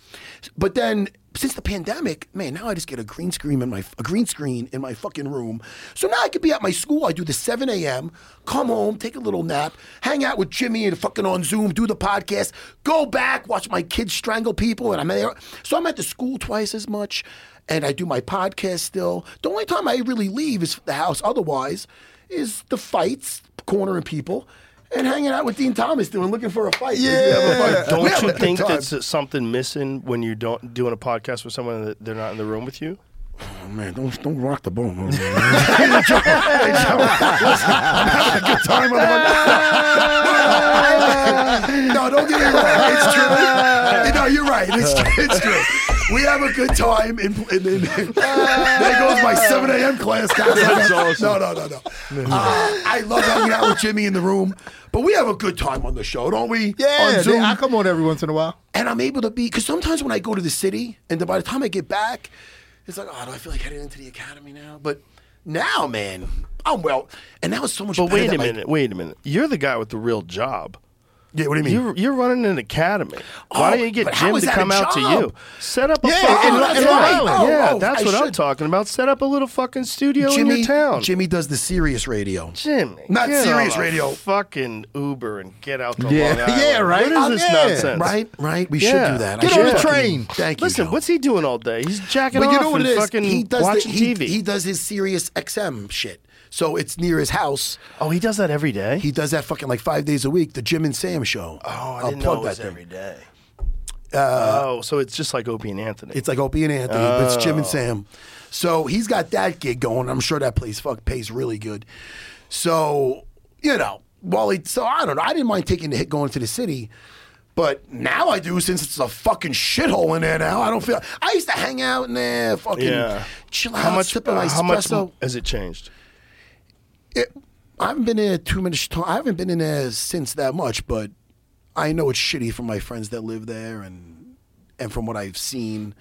S5: but then since the pandemic, man, now I just get a green screen in my a green screen in my fucking room. So now I could be at my school. I do the 7 a.m. Come home, take a little nap, hang out with Jimmy and fucking on Zoom, do the podcast, go back, watch my kids strangle people, and I'm there. So I'm at the school twice as much, and I do my podcast still. The only time I really leave is the house. Otherwise, is the fights, cornering people. And hanging out with Dean Thomas, doing looking for a fight. Yeah,
S4: Don't you think that's something missing when you're don't, doing a podcast with someone that they're not in the room with you?
S5: Oh, man, don't don't rock the boat. man. Hey, Joe, hey, Joe, listen, I'm having a good time. I'm like- no, don't get me wrong. It's true. No, you're right. It's, it's true. We have a good time. In, in, in, there goes my 7 a.m. class. Guys.
S7: That's awesome.
S5: No, no, no, no. Uh, I love hanging out with Jimmy in the room, but we have a good time on the show, don't we?
S6: Yeah,
S5: on
S6: they-
S5: Zoom
S6: I come on every once in a while.
S5: and I'm able to be because sometimes when I go to the city, and then by the time I get back, it's like, oh, do I feel like heading into the academy now? But now, man, I'm well, and now it's so much.
S4: But
S5: better
S4: wait
S5: that
S4: a
S5: my-
S4: minute. Wait a minute. You're the guy with the real job.
S5: yeah, what do you mean?
S4: You're, you're running an academy. Why
S5: Mm. Oh,
S4: don't you get
S5: but how
S4: Jim
S5: is
S4: to
S5: that a
S4: come out to
S5: job?
S4: you? Set up a
S6: Yeah,
S4: fucking
S6: in Lo- in
S4: that's
S6: Long
S4: right.
S6: Island.
S4: Yeah,
S5: Oh, oh,
S4: that's
S5: I
S4: what I'm
S5: should-
S4: talking about. Set up a little fucking studio in your town.
S5: Jimmy does the serious radio.
S4: Jim,
S5: Not
S4: get
S5: serious
S4: on a
S5: radio.
S4: Fucking Uber and get out to
S6: Yeah.
S4: Long Island.
S6: Yeah, right?
S4: What is
S6: Oh,
S4: this
S6: yeah.
S4: nonsense?
S5: Right, right. We
S4: Yeah.
S5: should do that.
S6: Get
S5: I should
S6: on the
S5: fucking-
S6: train.
S5: Thank you.
S4: Listen,
S5: Joe.
S4: what's he doing all day? He's jacking
S5: But
S4: off
S5: you know what
S4: and
S5: it is?
S4: fucking
S5: He does
S4: watching
S5: the, he,
S4: TV.
S5: He does his serious XM shit. So it's near his house.
S4: oh, he does that every day.
S5: He does that fucking like five days a week. The Jim and Sam show. Oh,
S4: I didn't know it was every day. oh, so it's just like Opie and Anthony. Oh.
S5: It's like Opie and Anthony, but it's Jim and Sam. So he's got that gig going. I'm sure that place fuck pays really good. So you know, while he, so I don't know. I didn't mind taking the hit going to the city. But now I do since it's a fucking shithole in there now. I don't feel. I used to hang out in there, fucking
S4: Yeah.
S5: chill out,
S4: How much?
S5: sipping my
S4: uh, how much
S5: espresso.
S4: has it changed?
S5: It, I haven't been in a too much time. I haven't been in there since that much, but I know it's shitty from my friends that live there and and from what I've seen.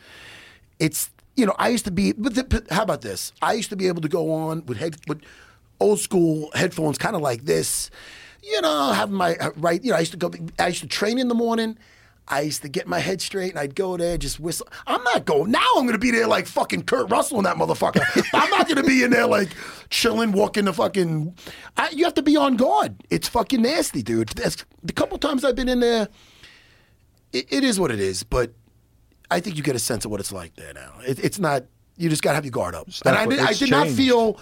S5: It's you know I used to be. But, the, but how about this? I used to be able to go on with head with old school headphones, kind of like this. You know, have my uh, right. You know, I used to go. I used to train in the morning. I used to get my head straight and I'd go there, just whistle. I'm not going. Now I'm going to be there like fucking Kurt Russell and that motherfucker. I'm not going to be in there like chilling, walking the fucking. I, you have to be on guard. It's fucking nasty, dude. That's, the couple times I've been in there, it, it is what it is, but I think you get a sense of what it's like there now. It, it's not. You just got to have your guard up. and I
S7: not-
S5: did, I
S7: it's
S5: did not
S7: changed.
S5: feel.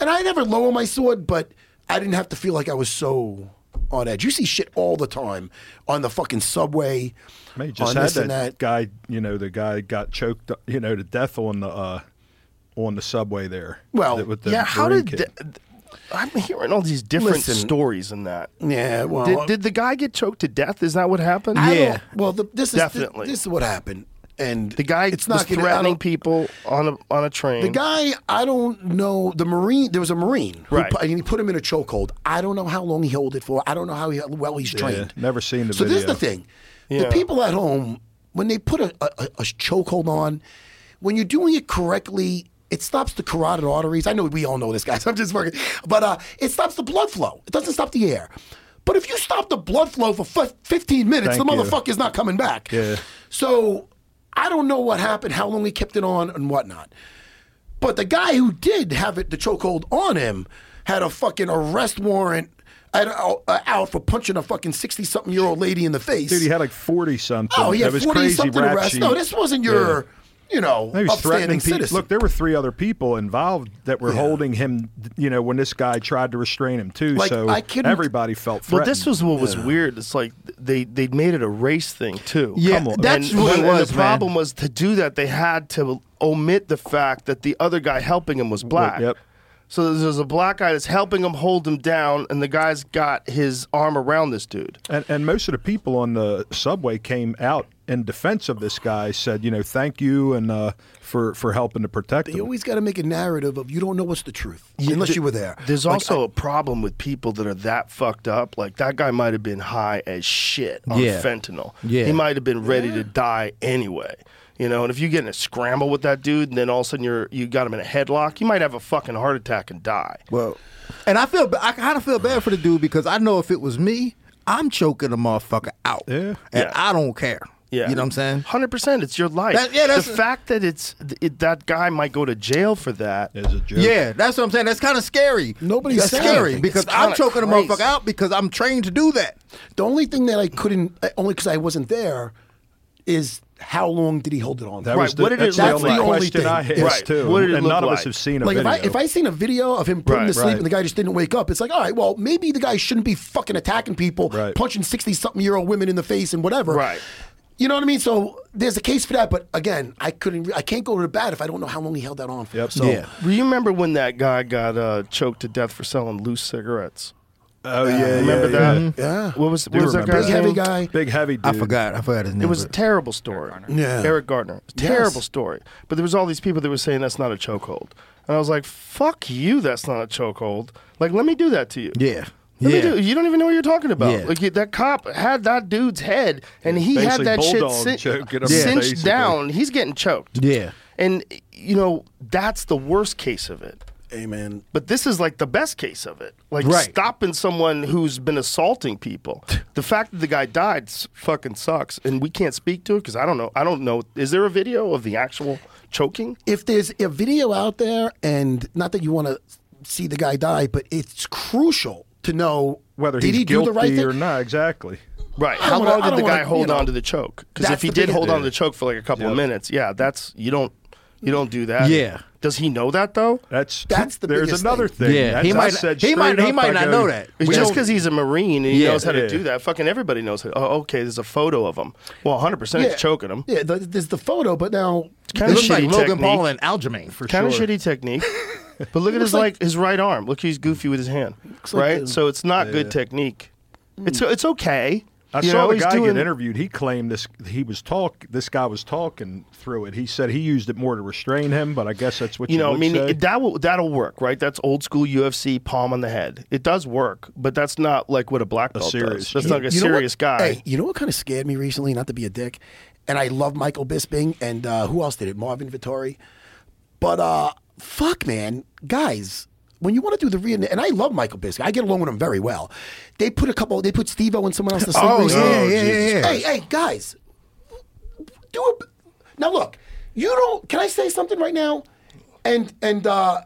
S5: And I never lower my sword, but I didn't have to feel like I was so on edge. You see shit all the time on the fucking subway.
S7: Man, you just
S5: on
S7: had
S5: this
S7: that,
S5: and that.
S7: guy. You know, the guy got choked. You know, to death on the uh, on the subway there.
S5: Well,
S7: with the
S4: yeah. How
S7: Marine
S4: did?
S7: kid.
S4: th- th- I'm hearing all these different
S5: Listen.
S4: stories in that.
S5: Yeah, well,
S4: Did, did the guy get choked to death? Is that what happened?
S5: I don't- Well, the, this is
S4: Definitely.
S5: this is what happened, and
S4: The guy
S5: it's
S4: it's
S5: not
S4: was
S5: gonna- I
S4: threatening
S5: don't-
S4: people on a on a train.
S5: The guy, I don't know. The Marine, there was a Marine, who
S4: Right.
S5: put- and he put him in a chokehold. I don't know how long he held it for. I don't know how he, well he's trained.
S7: never seen the
S5: So this is the
S7: video.
S5: thing: the
S4: Yeah.
S5: people at home, when they put a, a, a- a chokehold on, when you're doing it correctly. It stops the carotid arteries. I know we all know this, guys. I'm just working, but uh, it stops the blood flow. It doesn't stop the air. But if you stop the blood flow for f- 15 minutes,
S7: Thank
S5: the
S7: you.
S5: motherfucker is not coming back.
S7: Yeah.
S5: So I don't know what happened, how long he kept it on, and whatnot. But the guy who did have it, the chokehold on him, had a fucking arrest warrant at, uh, out for punching a fucking sixty-something-year-old lady in the face.
S7: Dude, he had like forty something.
S5: oh, he had
S7: That was
S5: forty
S7: crazy
S5: something
S7: rap
S5: arrests. No,
S7: sheet.
S5: this wasn't your, you know,
S7: He was
S5: upstanding
S7: threatening people.
S5: citizen.
S7: Look, there were three other people involved that were holding him. You know, when this guy tried to restrain him too.
S5: Like,
S7: so
S5: I couldn't-
S7: everybody felt
S4: well,
S7: threatened.
S4: this was what was weird. It's like they they made it a race thing too.
S6: Yeah,
S4: Come on.
S6: that's
S4: and,
S6: what it
S4: and
S6: was,
S4: the
S6: man.
S4: problem was to do that they had to omit the fact that the other guy helping him was black.
S7: yep.
S4: So there's a black guy that's helping him hold him down, and the guy's got his arm around this dude.
S7: And, and most of the people on the subway came out in defense of this guy, said, you know, thank you and uh, for for helping to protect
S5: you
S7: him.
S5: always got to make a narrative of you don't know what's the truth unless you were there.
S4: There's also a problem with people that are that fucked up. Like that guy might have been high as shit on
S6: Yeah.
S4: fentanyl.
S6: Yeah.
S4: He might have been ready to die anyway. You know, and if you get in a scramble with that dude and then all of a sudden you're you got him in a headlock, you might have a fucking heart attack and die.
S6: Well, and I feel ba- I kind of feel bad for the dude because I know if it was me, I'm choking the motherfucker out,
S7: Yeah.
S6: and
S4: Yeah.
S6: I don't care.
S4: Yeah.
S6: you know what I'm saying.
S4: Hundred percent. It's your life.
S6: That- yeah, that's-
S4: the fact that it's it, that guy might go to jail for that.
S7: As a joke.
S6: Yeah, that's what I'm saying. That's kind of scary.
S5: Nobody's
S6: that's
S5: saying
S6: scary
S5: anything.
S6: because
S4: It's
S6: I'm
S4: kinda
S6: choking
S4: crazy.
S6: the motherfucker out because I'm trained to do that.
S5: The only thing that I couldn't, uh, only because I wasn't there, is how long did he hold it on?
S7: That
S5: for?
S7: was
S4: Right,
S7: the,
S4: what did it
S7: that's
S4: look
S7: the only
S5: like?
S7: question I
S5: That's
S7: asked
S5: the
S4: only thing.
S7: too.
S4: Right. What did it
S7: and
S4: look
S7: none of
S4: like?
S7: us have seen a
S5: like
S7: video.
S5: if I if I seen a video of him putting
S4: Right,
S5: to sleep
S7: right.
S5: and the guy just didn't wake up, it's like, all right, well, maybe the guy shouldn't be fucking attacking people,
S7: Right.
S5: punching sixty something year old women in the face and whatever.
S4: Right.
S5: You know what I mean? So there's a case for that, but again, I couldn't. Re- I can't go to the bat if I don't know how long he held that on for.
S7: Yep.
S5: So
S6: Yeah.
S4: Do you remember when that guy got uh, choked to death for selling loose cigarettes?
S7: oh yeah,
S4: Remember
S7: yeah,
S4: that?
S5: yeah,
S6: Mm-hmm.
S4: What was what was that
S7: remember
S4: guy's
S5: big heavy
S4: name?
S5: guy.
S7: yeah. big heavy dude.
S6: I forgot. I forgot his name.
S4: It was a
S6: but-
S4: terrible story.
S5: Yeah.
S4: Eric Gardner. Terrible story. But there was all these people that were saying that's not a chokehold. And I was like, fuck you, that's not a chokehold. Like, let me do that to you.
S6: yeah.
S4: Let
S6: yeah.
S4: me do, you don't even know what you're talking about.
S6: Yeah.
S4: Like that cop had that dude's head, and he
S7: Basically
S4: had that shit
S7: bulldog
S4: cin-
S7: choke it up,
S4: cinched
S7: basically.
S4: down. He's getting choked.
S6: Yeah.
S4: and you know that's the worst case of it.
S5: Amen.
S4: But this is like the best case of it. Like
S6: Right.
S4: stopping someone who's been assaulting people. The fact that the guy died s- fucking sucks, and we can't speak to it because I don't know. I don't know. Is there a video of the actual choking?
S5: if there's a video out there, and not that you want to see the guy die, but it's crucial to know
S7: whether
S5: did
S7: he's
S5: he do
S7: guilty
S5: the right thing
S7: or not. Exactly.
S4: Right.
S5: I
S4: How
S5: don't wanna-
S4: long
S5: I
S4: did the
S5: don't
S4: guy
S5: wanna,
S4: hold
S5: you know,
S4: on to the choke? Because
S5: that's
S4: if he
S5: the
S4: did
S5: big-
S4: hold on to the choke for like a couple of minutes, yeah, that's you don't. You don't do that.
S6: Yeah.
S4: Does he know that though?
S7: That's
S5: That's the
S7: There's
S5: biggest
S7: another
S5: thing.
S7: thing.
S6: Yeah, he
S7: That's- I
S6: might-
S7: said
S6: he might-
S7: straight
S6: he
S7: up,
S6: might
S7: I
S6: not
S7: go,
S6: know that.
S4: It's
S6: We
S4: just
S6: don't-
S4: because he's a Marine and he
S6: Yeah.
S4: knows how to
S7: Yeah.
S4: do that. Fucking everybody knows how. Oh, okay. There's a photo of him. Well, 100 percent it's choking him.
S5: Yeah, th- there's the photo, but now
S4: Kind
S6: It
S4: of
S6: looks like
S4: shitty
S6: Logan
S4: technique.
S6: Paul and Aljamain for
S4: kind
S6: sure.
S4: of shitty technique. But look at his like, his right arm. Look, he's goofy with his hand.
S5: like
S4: Right.
S5: the-
S4: so it's not good technique. It's it's okay.
S7: I
S4: You
S7: saw
S4: know,
S7: the
S4: he's
S7: guy
S4: doing-
S7: get interviewed. He claimed this. He was talk. This guy was talking through it. He said he used it more to restrain him, but I guess that's what you,
S4: You know, I
S7: would
S4: mean,
S7: say.
S4: it, that will that'll work, right? That's old school UFC palm on the head. It does work, but that's not like what a black belt
S7: serious-
S4: does. That's not like a
S5: You know what-
S4: serious guy.
S5: Hey, you know what kind of scared me recently? Not to be a dick, and I love Michael Bisping and uh, who else did it? Marvin Vittori. But uh, fuck, man, guys, when you want to do the re and I love Michael Bisping, I get along with him very well. They put a couple. They put Steve-O and someone else to sleep.
S6: Oh,
S5: recently.
S6: yeah, yeah, yeah, yeah.
S5: Hey, hey, guys, do a, now. Look, you don't. Can I say something right now? And and uh,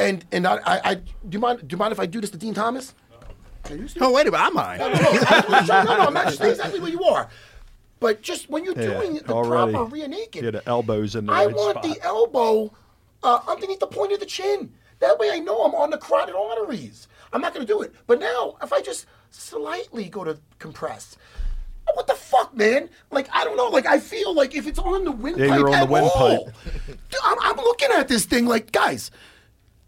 S5: and and I, I, I do you mind? Do you mind if I do this to Dean Thomas?
S6: Oh wait a minute, I mind.
S5: No, no, no, I- no, no, I'm not saying exactly where you are. But just when you're
S7: Yeah,
S5: doing the
S7: already.
S5: proper rear naked,
S7: Yeah, the elbow's in the
S5: I
S7: right
S5: want the
S7: spot.
S5: elbow uh, underneath the point of the chin. That way I know I'm on the carotid arteries. I'm not going to do it. But now, if I just slightly go to compress, what the fuck, man? Like, I don't know. Like, I feel like if it's on the windpipe
S7: you're on
S5: at
S7: the windpipe.
S5: all, Dude, I'm, I'm looking at this thing like, guys,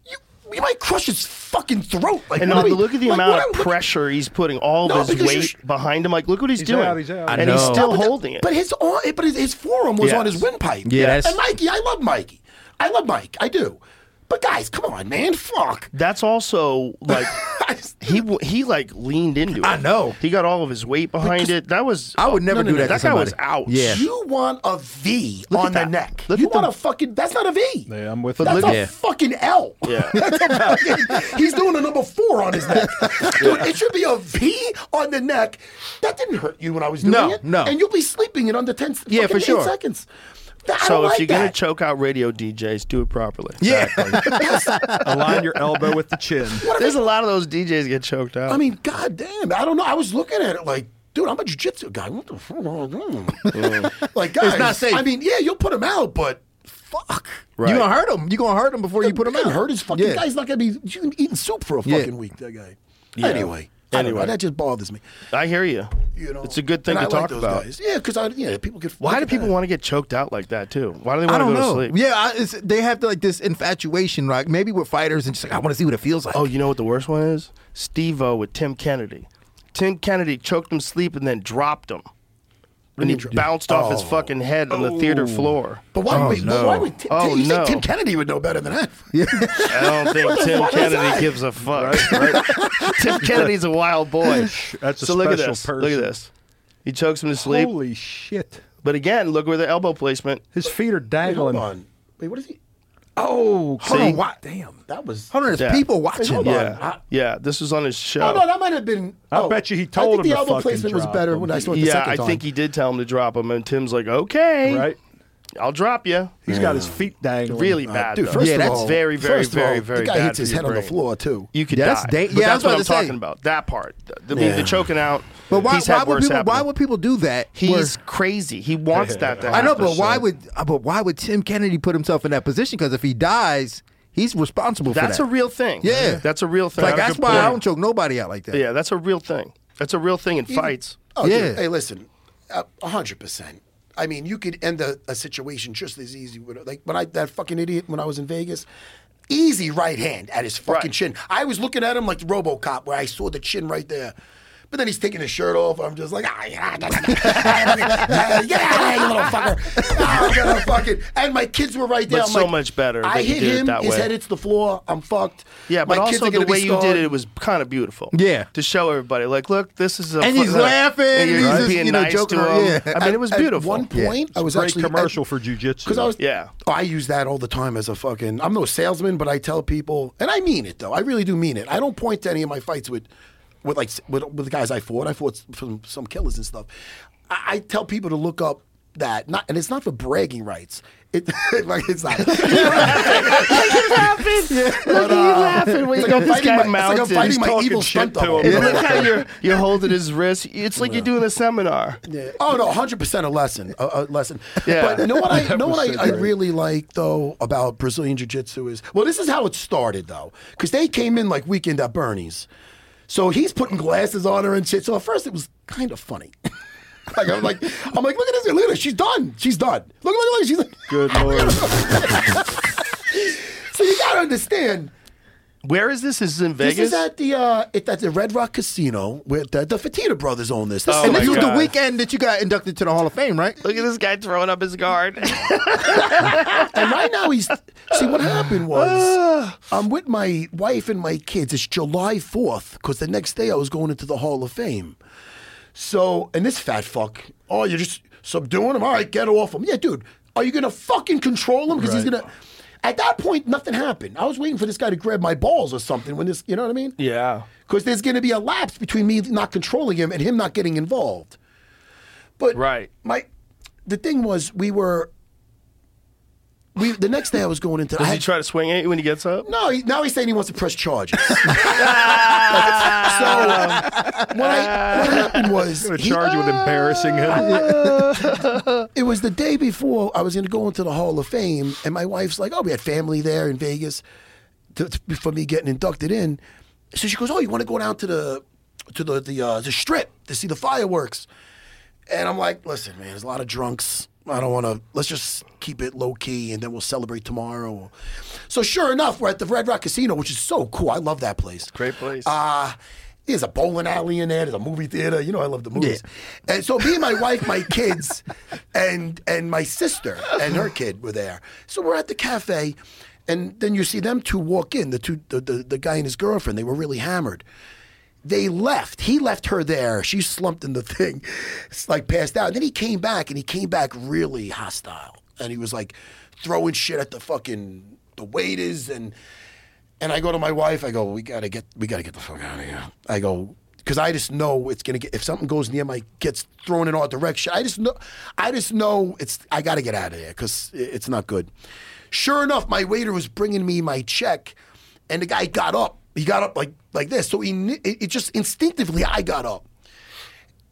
S5: you, you might crush his fucking throat. Like,
S4: And
S5: what
S4: now
S5: are we-
S4: look at the
S5: like,
S4: amount
S5: what
S4: of
S5: are- what-
S4: pressure he's putting all
S5: No,
S4: of his
S5: because you
S4: weight
S5: sh-
S4: behind him. Like, look what he's,
S7: He's
S4: doing.
S7: out, he's out. I
S4: And he's
S6: know.
S4: still
S5: but the-
S4: holding it.
S5: But his arm, but his, his forearm was
S4: Yes.
S5: on his windpipe.
S6: Yeah, that's-
S5: And Mikey, I love Mikey. I love Mike. I do. But guys, come on, man. Fuck.
S4: That's also like
S5: I just-
S4: he w- he like leaned into it.
S6: I know.
S4: He got all of his weight behind it. That was
S6: I would never
S4: No, no,
S6: do
S4: no,
S6: that.
S4: That
S6: to
S4: guy was
S6: somebody.
S4: out.
S6: Yeah.
S5: You want a V
S4: Look at
S5: on the
S4: that.
S5: neck.
S4: Look
S5: you
S4: at
S5: want
S4: the-
S5: a fucking. That's not a V.
S7: Yeah, I'm with
S5: That's
S7: you.
S5: a
S6: Yeah.
S5: fucking L.
S4: Yeah.
S5: That's a fucking, he's doing a number four on his neck. Dude, it should be a V on the neck. That didn't hurt you when I was doing
S6: No,
S5: it.
S6: no.
S5: And you'll be sleeping in under 10
S6: Yeah,
S5: fucking
S6: for sure.
S5: eight seconds. Th- I
S4: So
S5: don't
S4: if
S5: like
S4: you're gonna
S5: that.
S4: choke out radio DJs, do it properly.
S6: Yeah.
S7: Align your elbow with the chin.
S4: There's a lot of those DJs get choked out.
S5: I mean, goddamn, I don't know. I was looking at it like, dude, I'm a jujitsu guy. What the fuck? am I doing?
S4: Mm.
S5: like, guys,
S6: not safe.
S5: I mean, yeah, you'll put him out, but fuck.
S6: You gonna hurt him? You gonna hurt him before you put him
S5: You
S6: out?
S5: can hurt his fucking
S6: Yeah.
S5: guy's not gonna be you eating soup for a
S6: Yeah.
S5: fucking week. That guy. Anyway, anyway,
S4: Anyway.
S5: that just bothers me.
S4: I hear you.
S5: You know,
S4: it's a good thing
S5: And
S4: to
S5: I
S4: talk
S5: like those
S4: about.
S5: Guys. Yeah, because I yeah people get.
S4: Why
S5: look
S4: do
S5: at
S4: people
S5: that.
S4: want to get choked out like that too? Why do they
S6: I don't
S4: want to go
S6: know.
S4: to sleep?
S6: Yeah, I, it's, they have like this infatuation, like maybe with fighters and just like I want to see what it feels like.
S4: Oh, you know what the worst one is? Steve O with Tim Kennedy. Tim Kennedy choked him sleep and then dropped him. And he bounced off
S5: Oh.
S4: his fucking head on the theater floor.
S5: But why? would but why would Tim,
S4: Oh,
S5: you
S4: no.
S5: think Tim Kennedy would know better than that?
S4: I don't think Tim
S5: fuck is
S4: Kennedy
S5: that?
S4: gives a fuck. Tim Kennedy's a wild boy.
S7: That's a
S4: so look at
S7: special
S4: this. Look
S7: person.
S4: at this. He chokes him to sleep.
S7: Holy shit!
S4: But again, look where the elbow placement.
S7: His feet are
S5: Wait, hold
S7: dangling.
S5: on. Wait, what is he?
S7: Oh,
S5: Hold
S4: See?
S5: on, why? Damn, that was.
S6: Hold on, there's
S4: Yeah.
S6: people watching.
S5: Hold on.
S4: Yeah.
S5: I-
S4: yeah, this was on his show.
S5: Oh no, that might have been.
S7: I
S5: oh,
S7: bet you he
S5: I
S7: told
S5: think
S7: him
S5: the
S7: to
S5: elbow
S7: fucking
S5: placement was
S7: drop
S5: better
S7: him.
S5: when I saw it the
S4: yeah,
S5: second
S4: I
S5: time.
S4: think he did tell him to drop him, and Tim's like, okay,
S7: right.
S4: I'll drop you.
S7: He's got his feet dangling.
S4: Really
S5: Uh,
S4: bad.
S5: dude,
S4: though.
S5: first
S6: Yeah,
S5: of
S6: that's
S5: all,
S4: very, very,
S5: first of
S4: very,
S5: all,
S4: very
S5: The guy
S4: bad
S5: hits his
S4: for your
S5: head on the
S4: brain.
S5: floor too.
S4: You could
S6: Yeah,
S4: die.
S6: that's da-
S4: But
S6: yeah, I
S4: that's
S6: was
S4: what
S6: about
S4: I'm
S6: to say.
S4: talking about. That part. The, the- the choking out.
S6: But why?
S4: he's had
S6: Why would
S4: worse
S6: people? Why
S4: happen.
S6: would people do that? Where-
S4: He's crazy. He wants that to happen.
S6: I know, but why
S4: So
S6: would? uh, But why would Tim Kennedy put himself in that position? Because if he dies, he's responsible
S4: That's
S6: for
S4: a
S6: that.
S4: real thing.
S6: Yeah.
S4: That's a real thing.
S6: like that's
S4: Good
S6: why I
S4: point.
S6: don't choke nobody out like that.
S4: Yeah, that's a real thing. That's a real thing in fights.
S5: Oh, dude,
S6: Yeah.
S5: hey, listen, a hundred percent. I mean, you could end a, a situation just as easy. With, like when I that fucking idiot when I was in Vegas, easy right hand at his fucking
S4: Right.
S5: chin. I was looking at him like the RoboCop, where I saw the chin right there. But then he's taking his shirt off. I'm just like, ah, yeah, da, da, da, da, da, da, get out of here, you little fucker. Ah, I'm gonna fucking. And my kids were right there.
S4: But
S5: I'm
S4: so
S5: like,
S4: much better
S5: I
S4: that you
S5: hit
S4: did it
S5: him.
S4: that
S5: his
S4: way.
S5: head hits the floor. I'm fucked.
S4: Yeah, but
S5: my kids
S4: also
S5: are
S4: the
S5: gonna be
S4: way you did
S5: scarred.
S4: it, it was kind of beautiful.
S6: Yeah.
S4: to show everybody, like, look, this is a
S6: And he's
S4: fucking-
S6: laughing,
S4: and you're
S6: and he's
S4: just
S6: just,
S4: being
S6: you know,
S4: nice
S6: joking
S4: to
S6: around.
S4: him.
S6: Yeah.
S4: I mean, it was
S5: At-
S4: beautiful.
S5: At one point, I was
S7: Great
S5: actually
S7: commercial
S5: at-
S7: for jujitsu.
S5: Because I was
S4: Yeah.
S5: Oh, I use that all the time as a fucking. I'm no salesman, but I tell people, and I mean it though. I really do mean it. I don't point to any of my fights with, with like s- with, with the guys I fought. I fought s- from some killers and stuff. I, I tell people to look up that, not, and it's not for bragging rights. It like it's not.
S4: Look at you laughing when you
S5: like
S4: got
S5: I'm
S4: this
S5: fighting
S4: guy
S5: my- it's like I'm
S4: mounted.
S5: fighting
S4: He's
S5: my
S4: talking
S5: evil
S4: shit
S5: stunt
S4: to
S5: double.
S4: him. Look how you're you're holding his wrist. It's like you're doing a seminar.
S5: Oh no, hundred percent a lesson, a, a lesson.
S4: Yeah.
S5: But you know what I
S4: That
S5: know
S4: was
S5: what I,
S4: so
S5: I
S4: great.
S5: really like though about Brazilian Jiu Jitsu is well, this is how it started though, because they came in like weekend at Bernie's, so he's putting glasses on her and shit. So at first it was kind of funny. like I'm like I'm like look at this look at her she's done she's done look look look she's like
S7: Good lord.
S5: so you gotta understand
S4: Where is this? This is in
S5: this
S4: Vegas.
S5: is at the uh it's at the Red Rock Casino where the, the Fatita brothers own this. This
S4: Oh
S5: is
S6: and
S4: my
S6: this was
S4: God.
S6: the weekend that you got inducted to the Hall of Fame, right?
S4: Look at this guy throwing up his guard.
S5: and right now he's see what happened was I'm with my wife and my kids. It's July fourth because the next day I was going into the Hall of Fame. So and this fat fuck, oh you're just subduing him. All right, get off him. Yeah, dude, are you gonna fucking control him? Because he's gonna. At that point, nothing happened. I was waiting for this guy to grab my balls or something. When this, you know what I mean?
S4: yeah.
S5: Because there's going to be a lapse between me not controlling him and him not getting involved. But
S4: Right.
S5: my the thing was we were we the next day I was going into I
S4: Does he
S5: had-
S4: try to swing at you when he gets up?
S5: no, he, now he's saying he wants to press charges. so um, what, I, what happened was
S7: I'm going to
S5: he-
S7: charge you with embarrassing him.
S5: it was the day before I was going to go into the Hall of Fame, and my wife's like, "Oh, we had family there in Vegas to, to- for me getting inducted in." So she goes, "Oh, you want to go down to the to the the, uh, the strip to see the fireworks?" And I'm like, "Listen, man, there's a lot of drunks. I don't want to. Let's just keep it low key, and then we'll celebrate tomorrow." So sure enough, we're at the Red Rock Casino, which is so cool. I love that place.
S4: Great place.
S5: Uh, there's a bowling alley in there. There's a movie theater. You know, I love the movies. And so me and my wife, my kids, and and my sister and her kid were there. So we're at the cafe, and then you see them two walk in. The two, the, the, the guy and his girlfriend. They were really hammered. They left. He left her there. She slumped in the thing, It's like passed out. And then he came back, and he came back really hostile. And he was like throwing shit at the fucking the waiters and. And I go to my wife. I go, we gotta get, we gotta get the fuck out of here. I go, because I just know it's gonna get. If something goes near my, gets thrown in our direction. I just know, I just know it's. I gotta get out of there because it's not good. Sure enough, my waiter was bringing me my check, and the guy got up. He got up like like this. So he, kn- it, it just instinctively, I got up.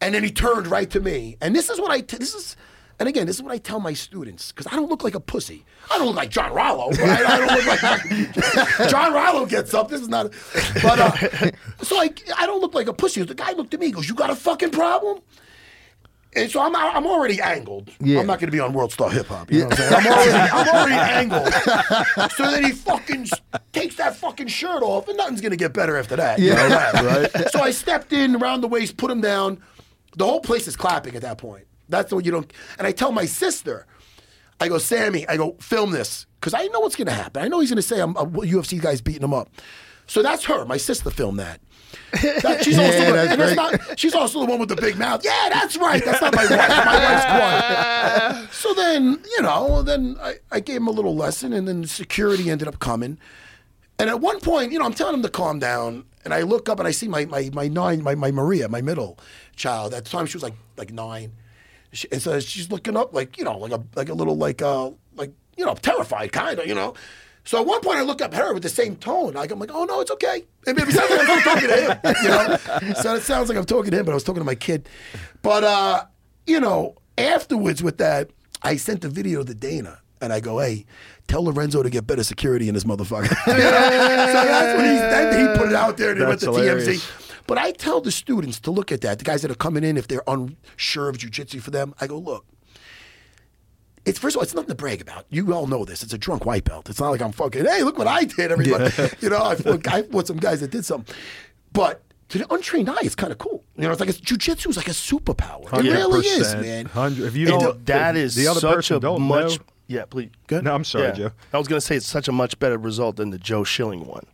S5: And then he turned right to me. And this is what I, t- this is, and again, this is what I tell my students, because I don't look like a pussy. I don't look like John Rollo. but I, I don't look like, John Rollo gets up. This is not, but, uh, so I, I don't look like a pussy. The guy looked at me, he goes, you got a fucking problem? And so I'm, I'm already angled.
S6: Yeah.
S5: I'm not going to be on World Star Hip Hop. You know what I'm, saying? I'm already, I'm already angled. So then he fucking s- takes that fucking shirt off, and nothing's going to get better after that. you know that, right? so I stepped in around the waist, put him down. The whole place is clapping at that point. That's what you don't. And I tell my sister, I go, Sammy, I go, film this. Because I know what's going to happen. I know he's going to say, I'm a UFC guy's beating him up. So that's her. My sister filmed that. That- she's, also
S6: Yeah,
S5: the,
S6: that's
S5: and it's
S6: right.
S5: not- she's also the one with the big mouth. Yeah, that's right. That's not my wife. My wife's quiet. So then, you know, then I, I gave him a little lesson, and then security ended up coming. And at one point, you know, I'm telling him to calm down, and I look up and I see my my my nine, my, my Maria, my middle child. At the time, she was like like nine, she, and so she's looking up like you know like a like a little like uh like you know terrified kind of you know. So at one point, I look up at her with the same tone. Like I'm like, oh no, it's okay. It maybe sounds like I'm talking to him, you know. So it sounds like I'm talking to him, but I was talking to my kid. But uh, you know, afterwards with that, I sent the video to Dana and I go, hey, tell Lorenzo to get better security in this motherfucker. so that's what he's, that, he put it out there and it went
S7: That's
S5: to
S7: hilarious.
S5: TMZ. But I tell the students to look at that. The guys that are coming in, if they're unsure of jujitsu for them, I go, look, it's first of all, it's nothing to brag about. You all know this. It's a drunk white belt. It's not like I'm fucking. Hey, look what I did, everybody. you know, I fought, I fought some guys that did something, but to the untrained eye, it's kind of cool. You know, it's like it's, jujitsu is like a superpower. It really is,
S7: 100%.
S5: man.
S7: Hundred- If you
S4: It-
S7: don't,
S4: that
S7: if
S4: is
S7: the other
S4: such
S7: person
S4: a
S7: don't
S4: much.
S7: know-
S4: Yeah, please.
S7: No, I'm sorry,
S4: Yeah.
S7: Joe.
S4: I was gonna say it's such a much better result than the Joe Schilling one.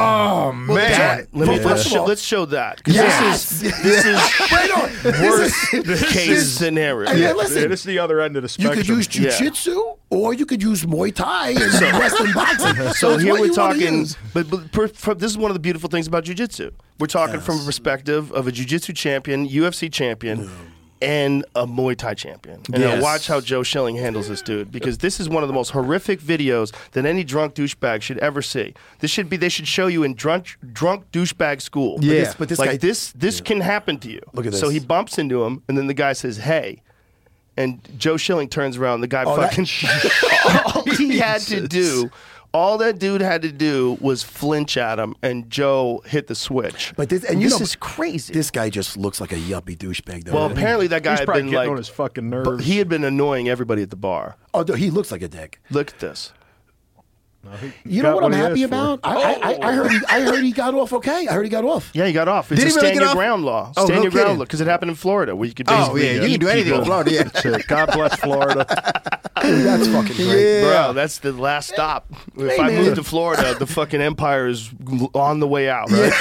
S5: Man,
S4: Let me, let's,
S5: first of
S4: show,
S5: all,
S4: let's show that 'cause
S5: Yes!
S4: this is this is
S5: Right on.
S4: worst case scenario.
S5: And
S4: Yeah.
S5: then listen,
S7: It is the other end of the
S5: you
S7: spectrum.
S5: could use
S4: Yeah.
S5: jujitsu or you could use Muay Thai and Western boxing.
S4: So
S5: it's
S4: here
S5: what
S4: we're
S5: you wanna
S4: talking,
S5: use.
S4: but, but per, from- this is one of the beautiful things about jujitsu. We're talking from a perspective of a jujitsu champion, UFC champion, and a Muay Thai champion. And now
S6: Yes.
S4: watch how Joe Schilling handles this dude because this is one of the most horrific videos that any drunk douchebag should ever see. This should be they should show you in drunk drunk douchebag school.
S6: Yeah.
S5: this- but this
S4: like
S5: guy-
S4: this this can happen to you.
S5: Look at
S4: So
S5: this.
S4: he bumps into him and then the guy says, "Hey." And Joe Schilling turns around. The guy
S6: Oh,
S5: that-
S4: fucking. all he had to do, all that dude had to do was flinch at him, and Joe hit the switch.
S5: But this, and you
S4: this
S5: know,
S4: is crazy.
S5: This guy just looks like a yuppie douchebag. Though.
S4: well, apparently that guy
S7: He's
S4: had
S7: probably
S4: been
S7: getting
S4: like
S7: on his fucking
S4: but
S7: nerves.
S4: He had been annoying everybody at the bar.
S5: oh, no, he looks like a dick.
S4: Look at this.
S5: You
S7: got
S5: know what I'm
S7: he
S5: happy
S7: asked
S5: about?
S7: for.
S5: I, I, I, I heard. He, I heard he got off okay. I heard he got off.
S4: Yeah, he got off. It's
S6: Did
S4: a
S6: he really
S4: stand
S6: get
S4: your
S6: off?
S4: ground law.
S6: Oh,
S4: Stand
S6: no
S4: your
S6: kidding.
S4: ground law because it happened in Florida where you could
S6: Oh
S4: basically uh,
S6: yeah, you
S4: eat
S6: can do anything in
S4: people.
S6: Florida. Yeah.
S7: That's it. God bless Florida.
S5: Dude, that's fucking great.
S4: Bro, that's the last stop. If I
S5: man.
S4: move to Florida, the fucking empire is on the way out, right?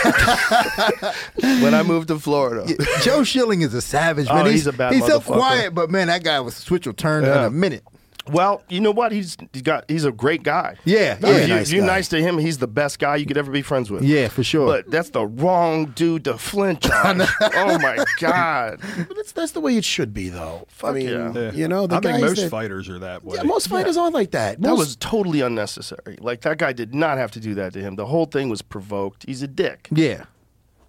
S4: when I moved to Florida.
S6: Joe Schilling is a savage man.
S4: Oh,
S6: he's
S4: he's a bad
S6: He's so
S4: motherfucker.
S6: quiet, but man, that guy was switch or turn in
S4: Yeah.
S6: a minute.
S4: Well, you know what? He's he got he's a great guy.
S6: Yeah,
S4: If
S6: yeah.
S4: you-
S5: Nice
S4: if you're
S5: guy.
S4: nice to him, he's the best guy you could ever be friends with.
S6: Yeah, for sure.
S4: But that's the wrong dude to flinch on. oh my god.
S5: But that's that's the way it should be, though. I mean,
S4: yeah.
S7: Yeah.
S5: you know, the
S7: I
S5: guys
S7: think most
S5: that,
S7: fighters are that way.
S5: Yeah, most fighters aren't like that.
S4: That
S5: Most-
S4: was totally unnecessary. Like that guy did not have to do that to him. The whole thing was provoked. He's a dick.
S6: Yeah,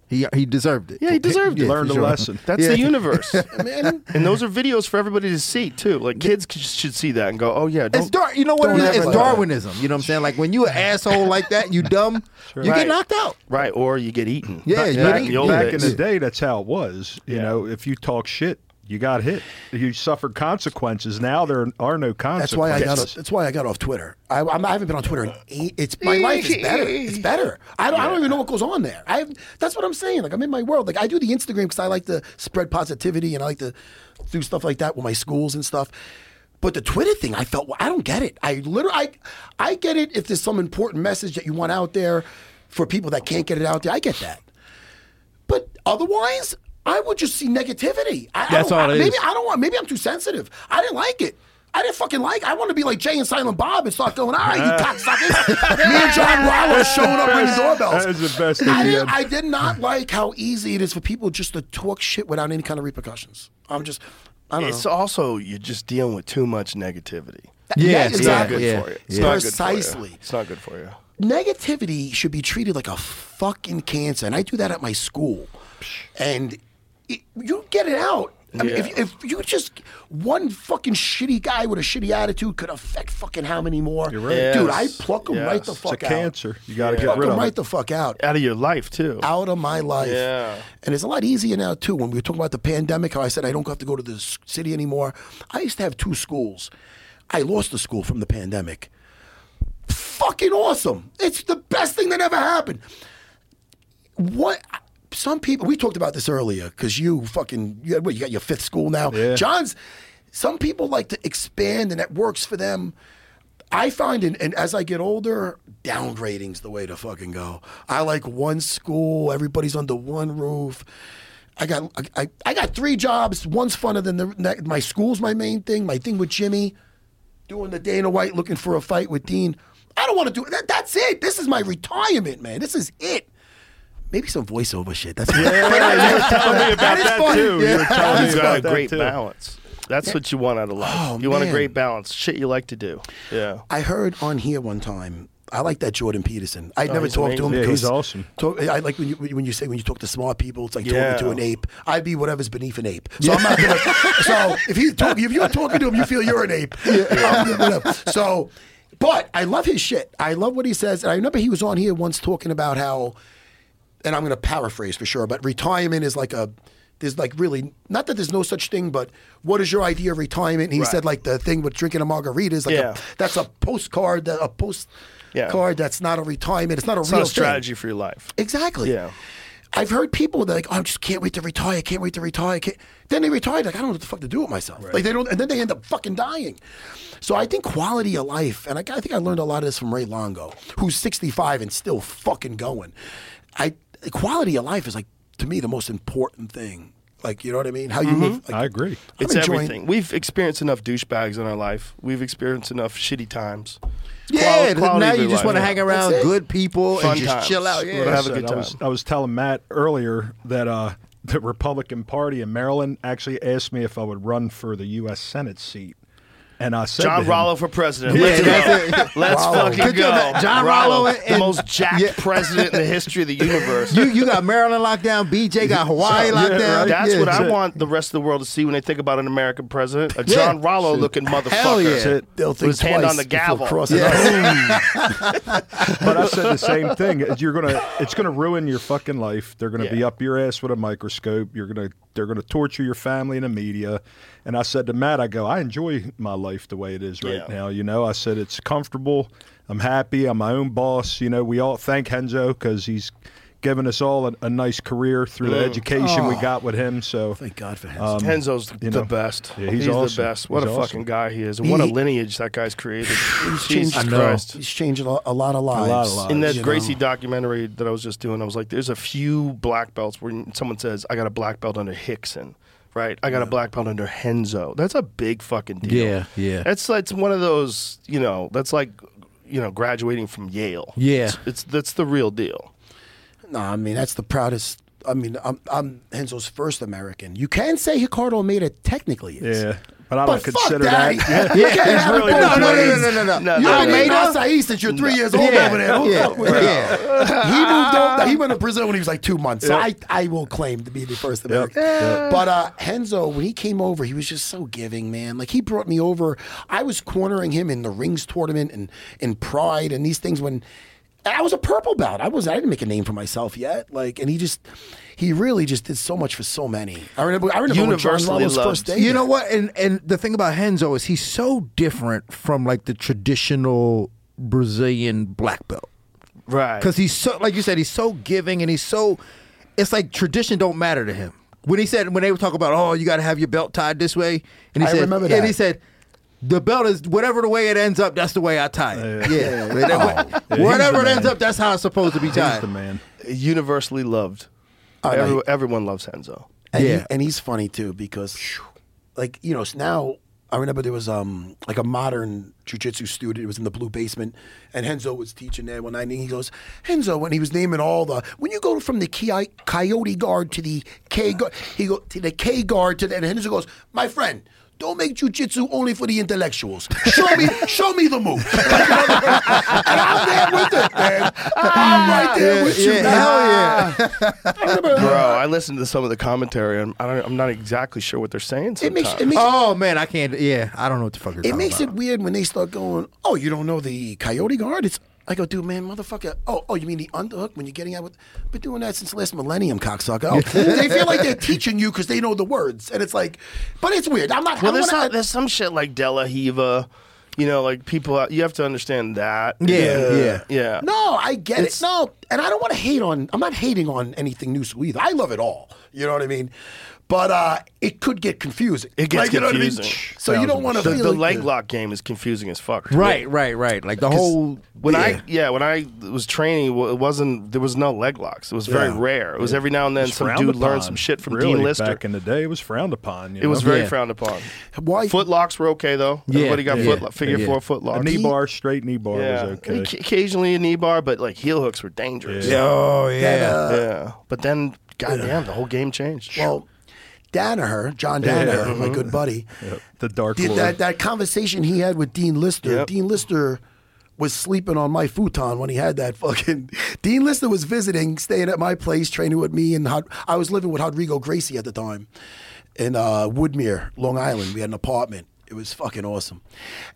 S6: he he deserved it.
S4: Yeah, he deserved
S6: Yeah,
S4: it.
S6: for
S7: Learned a
S6: sure.
S7: lesson.
S4: That's the universe.
S5: man.
S4: and those are videos for everybody to see too. Like kids c- should see that and go, "Oh yeah,
S6: It's
S4: don't-
S6: dar- You know what
S5: don't
S6: it is?
S5: ever
S6: It's
S5: let-
S6: Darwinism. You know what I'm saying? Like when you an asshole like that, and you dumb, you
S4: Right.
S6: get knocked out.
S4: Right, or you get eaten.
S6: Yeah,
S4: back,
S6: you
S4: back
S6: get
S4: in
S6: eaten.
S4: the old
S6: Yeah.
S7: back in
S4: days.
S7: the day, that's how it was. You
S4: Yeah.
S7: know, if you talk shit, you got hit. You suffered consequences. Now there are no consequences.
S5: That's why I got. That's why I got off Twitter. I, I'm, I haven't been on Twitter in eight. It's my life is better. It's better. I don't, I don't even know what goes on there. I. That's what I'm saying. Like I'm in my world. Like I do the Instagram because I like to spread positivity and I like to do stuff like that with my schools and stuff. But the Twitter thing, I felt I don't get it. I literally, I, I get it if there's some important message that you want out there for people that can't get it out there. I get that. But otherwise, I would just see negativity. I,
S6: That's
S5: I
S6: all
S5: don't,
S6: it
S5: maybe
S6: is.
S5: I don't want. Maybe I'm too sensitive. I didn't like it. I didn't fucking like. it. I want to be like Jay and Silent Bob and start going, "All right, you cocksuckers." Me and John Rollo showing up ringing doorbells.
S7: That is the best thing
S5: I,
S7: he
S5: didn't,
S7: had.
S5: I did not like how easy it is for people just to talk shit without any kind of repercussions. I'm just, I don't
S4: It's
S5: know.
S4: also you're just dealing with too much negativity.
S5: That-
S6: Yeah,
S5: that
S6: it's
S5: is
S6: not
S5: not
S6: good
S5: good
S6: yeah,
S5: for you.
S4: It's
S6: yeah.
S4: not good for you.
S5: Precisely.
S4: It's not good for you.
S5: negativity should be treated like a fucking cancer. And I do that at my school. And it, you don't get it out. I mean, if,
S4: Yeah.
S5: if you just one fucking shitty guy with a shitty attitude could affect fucking how many more? You're
S4: right.
S5: Dude,
S4: Yes.
S5: I pluck them
S4: Yes.
S5: right the
S4: It's
S7: It's
S5: fuck
S7: a
S5: out.
S7: cancer. You got to
S5: Pluck
S7: get rid
S5: 'em
S7: of
S5: right
S7: it.
S5: the fuck out.
S4: Out of your life too.
S5: Out of my life.
S4: Yeah.
S5: And it's a lot easier now, too. When we were talking about the pandemic, how I said I don't have to go to the s- city anymore. I used to have two schools. I lost the school from the pandemic. Fucking awesome. It's the best thing that ever happened what some people we talked about this earlier because you fucking you, had- what, you got your fifth school now
S7: Yeah.
S5: john's some people like to expand and that works for them i find and, and as i get older downgrading's the way to fucking go i like one school everybody's under one roof I got I, I, I got three jobs. One's funner than the ne- my school's my main thing. My thing with Jimmy, doing the Dana White looking for a fight with Dean. I don't want to do that. That's it. This is my retirement, man. This is it. Maybe some voiceover shit. That's
S7: you were telling me about
S5: That is
S7: that,
S5: funny.
S7: too. You were telling me
S4: You've got a
S7: about
S4: great
S7: that too.
S4: balance. That's what you want out of life.
S5: Oh,
S4: you want a
S5: man.
S4: great balance. Shit you like to do. Yeah.
S5: I heard on here one time. I like that Jordan Peterson. I never
S4: Oh, he's
S5: talked to him.
S4: amazing.
S7: Yeah, he's
S5: because-
S7: awesome.
S5: Talk, I like when you when you say when you talk to smart people, it's like
S4: Yeah.
S5: talking to an ape. I'd be whatever's beneath an ape. So I'm not gonna. so if he's talking, if you're talking to him, you feel you're an ape. I'm the- whatever. So, but I love his shit. I love what he says, and I remember he was on here once talking about how, and I'm gonna paraphrase for sure, but retirement is like a. There's like really not that there's no such thing, but what is your idea of retirement? And he said like the thing with drinking a margarita is like
S4: Yeah.
S5: a, that's a postcard, that- a postcard
S4: Yeah.
S5: that's not a retirement. It's not a
S4: It's
S5: real
S4: not a
S5: thing.
S4: strategy for your life.
S5: Exactly.
S4: Yeah.
S5: I've heard people that like, oh, I just can't wait to retire. I can't wait to retire. I can't. Then they retire, like I don't know what the fuck to do with myself. Like they don't, and then they end up fucking dying. So I think quality of life, and I, I think I learned a lot of this from Ray Longo, who's 65 and still fucking going. I quality of life is like to me the most important thing. Like you know what I mean? How you live. Like,
S7: Mm-hmm. I agree.
S5: I'm
S4: It's
S5: enjoying-
S4: everything. We've experienced enough douchebags in our life. We've experienced enough shitty times.
S6: Yeah,
S4: Quali- quality
S6: now
S4: of
S6: you
S4: your
S6: just
S4: life.
S6: want to hang around
S5: That's it.
S6: good people
S4: Fun
S6: and just
S4: times.
S6: chill out.
S4: Wanna
S6: Yeah,
S4: have a
S7: said,
S4: good
S7: I was,
S4: time.
S7: I was telling Matt earlier that uh, the Republican Party in Maryland actually asked me if I would run for the U.S. Senate seat, and I said,
S4: John
S7: to him,
S4: Rollo for president. Let's
S6: that's
S4: go. Let's
S5: Rollo.
S4: fucking
S6: Could you
S4: go.
S6: ima- John Rollo
S4: the
S6: and-
S4: most jacked
S6: yeah.
S4: president in the history of the universe.
S6: You you got Maryland locked down. BJ got Hawaii locked down.
S4: That's
S6: Yeah.
S4: what I
S7: it.
S4: want the rest of the world to see when they think about an American president. A
S6: Yeah.
S4: John Rollo looking motherfucker.
S6: Hell yeah. That's it.
S5: They'll
S4: With
S5: think
S4: his hand
S5: twice
S4: on the
S5: before
S4: gavel.
S5: crossing us.
S7: but I said the same thing. You're gonna, it's gonna ruin your fucking life. They're gonna be
S4: Yeah.
S7: up your ass with a microscope. You're gonna, they're gonna torture your family and the media. And I said to Matt, I go, I enjoy my life the way it is right
S4: Yeah.
S7: now. You know, I said it's comfortable. I'm happy. I'm my own boss. You know, we all thank Henzo because he's given us all a, a nice career through the education we got with him. So
S5: Oh. Thank God for him.
S4: Henzo's the,
S7: you
S4: the
S7: know,
S4: best.
S7: yeah,
S4: he's
S7: he's awesome.
S4: the best. What a
S7: He's awesome.
S4: fucking guy he is. And what a
S5: He-
S4: lineage that guy's created.
S5: He's changed-
S4: Jesus
S5: I
S6: know.
S4: Christ.
S5: He's changing a, a lot of lives.
S7: lot of lives.
S4: In that
S5: you know.
S4: Gracie documentary that I was just doing, I was like, there's a few black belts where someone says, I got a black belt under Hickson, right? I got a black belt under Henzo. That's a big fucking deal.
S6: Yeah, yeah.
S4: That's like it's one of those, you know, that's like, you know, graduating from Yale.
S6: Yeah.
S4: It's, it's- That's the real deal.
S5: No, I mean that's the proudest. I mean, I'm, I'm Henzo's first American. You can say Ricardo Almeida technically is.
S7: yeah, but I don't
S5: But fuck
S7: consider
S5: that.
S7: that.
S5: You can't have
S7: really
S5: it both
S7: just
S5: ways.
S7: like-
S6: no, no,
S4: No,
S5: You
S4: no,
S5: ain't
S4: no,
S5: made
S4: no.
S5: acai since you're three years old
S6: Yeah,
S5: over there. Who the
S6: yeah,
S5: fuck with
S6: yeah.
S5: that? He moved over. He went to Brazil when he was like two months. So I, I will claim to be the first American. But uh, Henzo, when he came over, he was just so giving, man. Like he brought me over. I was cornering him in the rings tournament and in Pride and these things when. and I was a purple belt. I was. I didn't make a name for myself yet. Like, and he just, he really just did so much for so many. I remember. I remember when John
S4: Universally
S5: Rollo's
S4: loved.
S5: first day.
S6: You
S5: there.
S6: know what? And and the thing about Henzo is he's so different from like the traditional Brazilian black belt
S4: Right.
S6: because he's so like you said he's so giving and he's so it's like tradition don't matter to him. When he said when they were talking about oh you got to have your belt tied this way and he
S5: I
S6: said
S5: remember
S6: and he
S5: that.
S6: said. The belt is whatever the way it ends up. That's the way I tie it. Yeah,
S7: he's the
S6: whatever it ends
S7: man.
S6: up, that's how it's supposed to be tied.
S7: He's the man.
S4: universally loved.
S5: I know.
S4: Every- everyone loves Henzo.
S5: And,
S6: Yeah.
S5: he, and he's funny too because, like, you know, s- now I remember there was um like a modern jujitsu student. It was in the blue basement, and Henzo was teaching there one night, and he goes, Henzo, when he was naming all the when you go from the ki- coyote guard to the K guard, he go to the K guard to the and Henzo goes, my friend. Don't make jujitsu only for the intellectuals. Show me, show me the move. and I'm there with it, man. I'm right there with you.
S6: yeah,
S5: man.
S6: hell yeah.
S4: Bro, I listened to some of the commentary. and I don't, I'm not exactly sure what they're saying.
S5: It
S4: Sometimes.
S5: makes it makes
S6: Oh man, I can't. Yeah, I don't know what the fuck. You're
S5: It
S6: talking
S5: makes
S6: about.
S5: it weird when they start going, "Oh, you don't know the Coyote Guard?" It's I go, "Dude, man, motherfucker! Oh, oh, you mean the underhook when you're getting out with? Been doing that since the last millennium, cocksucker. Oh, they feel like they're teaching you because they know the words, and it's like, but it's weird. I'm not.
S4: Well,
S5: I
S4: there's,
S5: don't wanna-
S4: not, there's some shit like Della Hiva, you know, like people. You have to understand that.
S6: Yeah, yeah.
S4: yeah.
S5: No, I get
S4: It's-
S5: it. No, and I don't want to hate on. I'm not hating on anything new school either. I love it all. You know what I mean? But uh, it could get confusing.
S4: It gets
S5: Like, you know what I mean?
S4: confusing.
S5: So you don't want to
S4: The,
S5: feel
S4: the
S5: like-
S4: leg lock game is confusing as fuck.
S6: Right, right, right. Like the whole
S4: When I yeah, when I was training, w- it wasn't there was no leg locks. It was very
S5: Yeah.
S4: rare. It was every now and then
S7: It's
S4: some
S7: frowned
S4: dude learned
S7: upon,
S4: some shit from
S7: really,
S4: Dean Lister.
S7: Back in the day, it was frowned upon. You
S4: it
S7: know?
S4: was very
S6: Yeah.
S4: frowned upon.
S5: Why-
S4: Foot locks were okay though.
S6: Yeah,
S4: Everybody got
S6: yeah,
S4: foot
S6: yeah.
S4: lo- figure
S6: Yeah.
S4: four foot
S7: A
S4: locks.
S7: knee bar, straight knee bar
S4: Yeah.
S7: was okay.
S4: Oc- Occasionally a knee bar, but like heel hooks were dangerous.
S6: oh
S5: uh,
S6: yeah,
S4: Yeah. But then, goddamn, the whole game changed.
S5: Well, Danaher, John Danaher, my good buddy,
S7: The dark
S5: did
S7: lord.
S5: that, that conversation he had with Dean Lister.
S4: Yep.
S5: Dean Lister was sleeping on my futon when he had that fucking. Dean Lister was visiting, staying at my place, training with me, and Hod- I was living with Rodrigo Gracie at the time in uh, Woodmere, Long Island. We had an apartment. It was fucking awesome,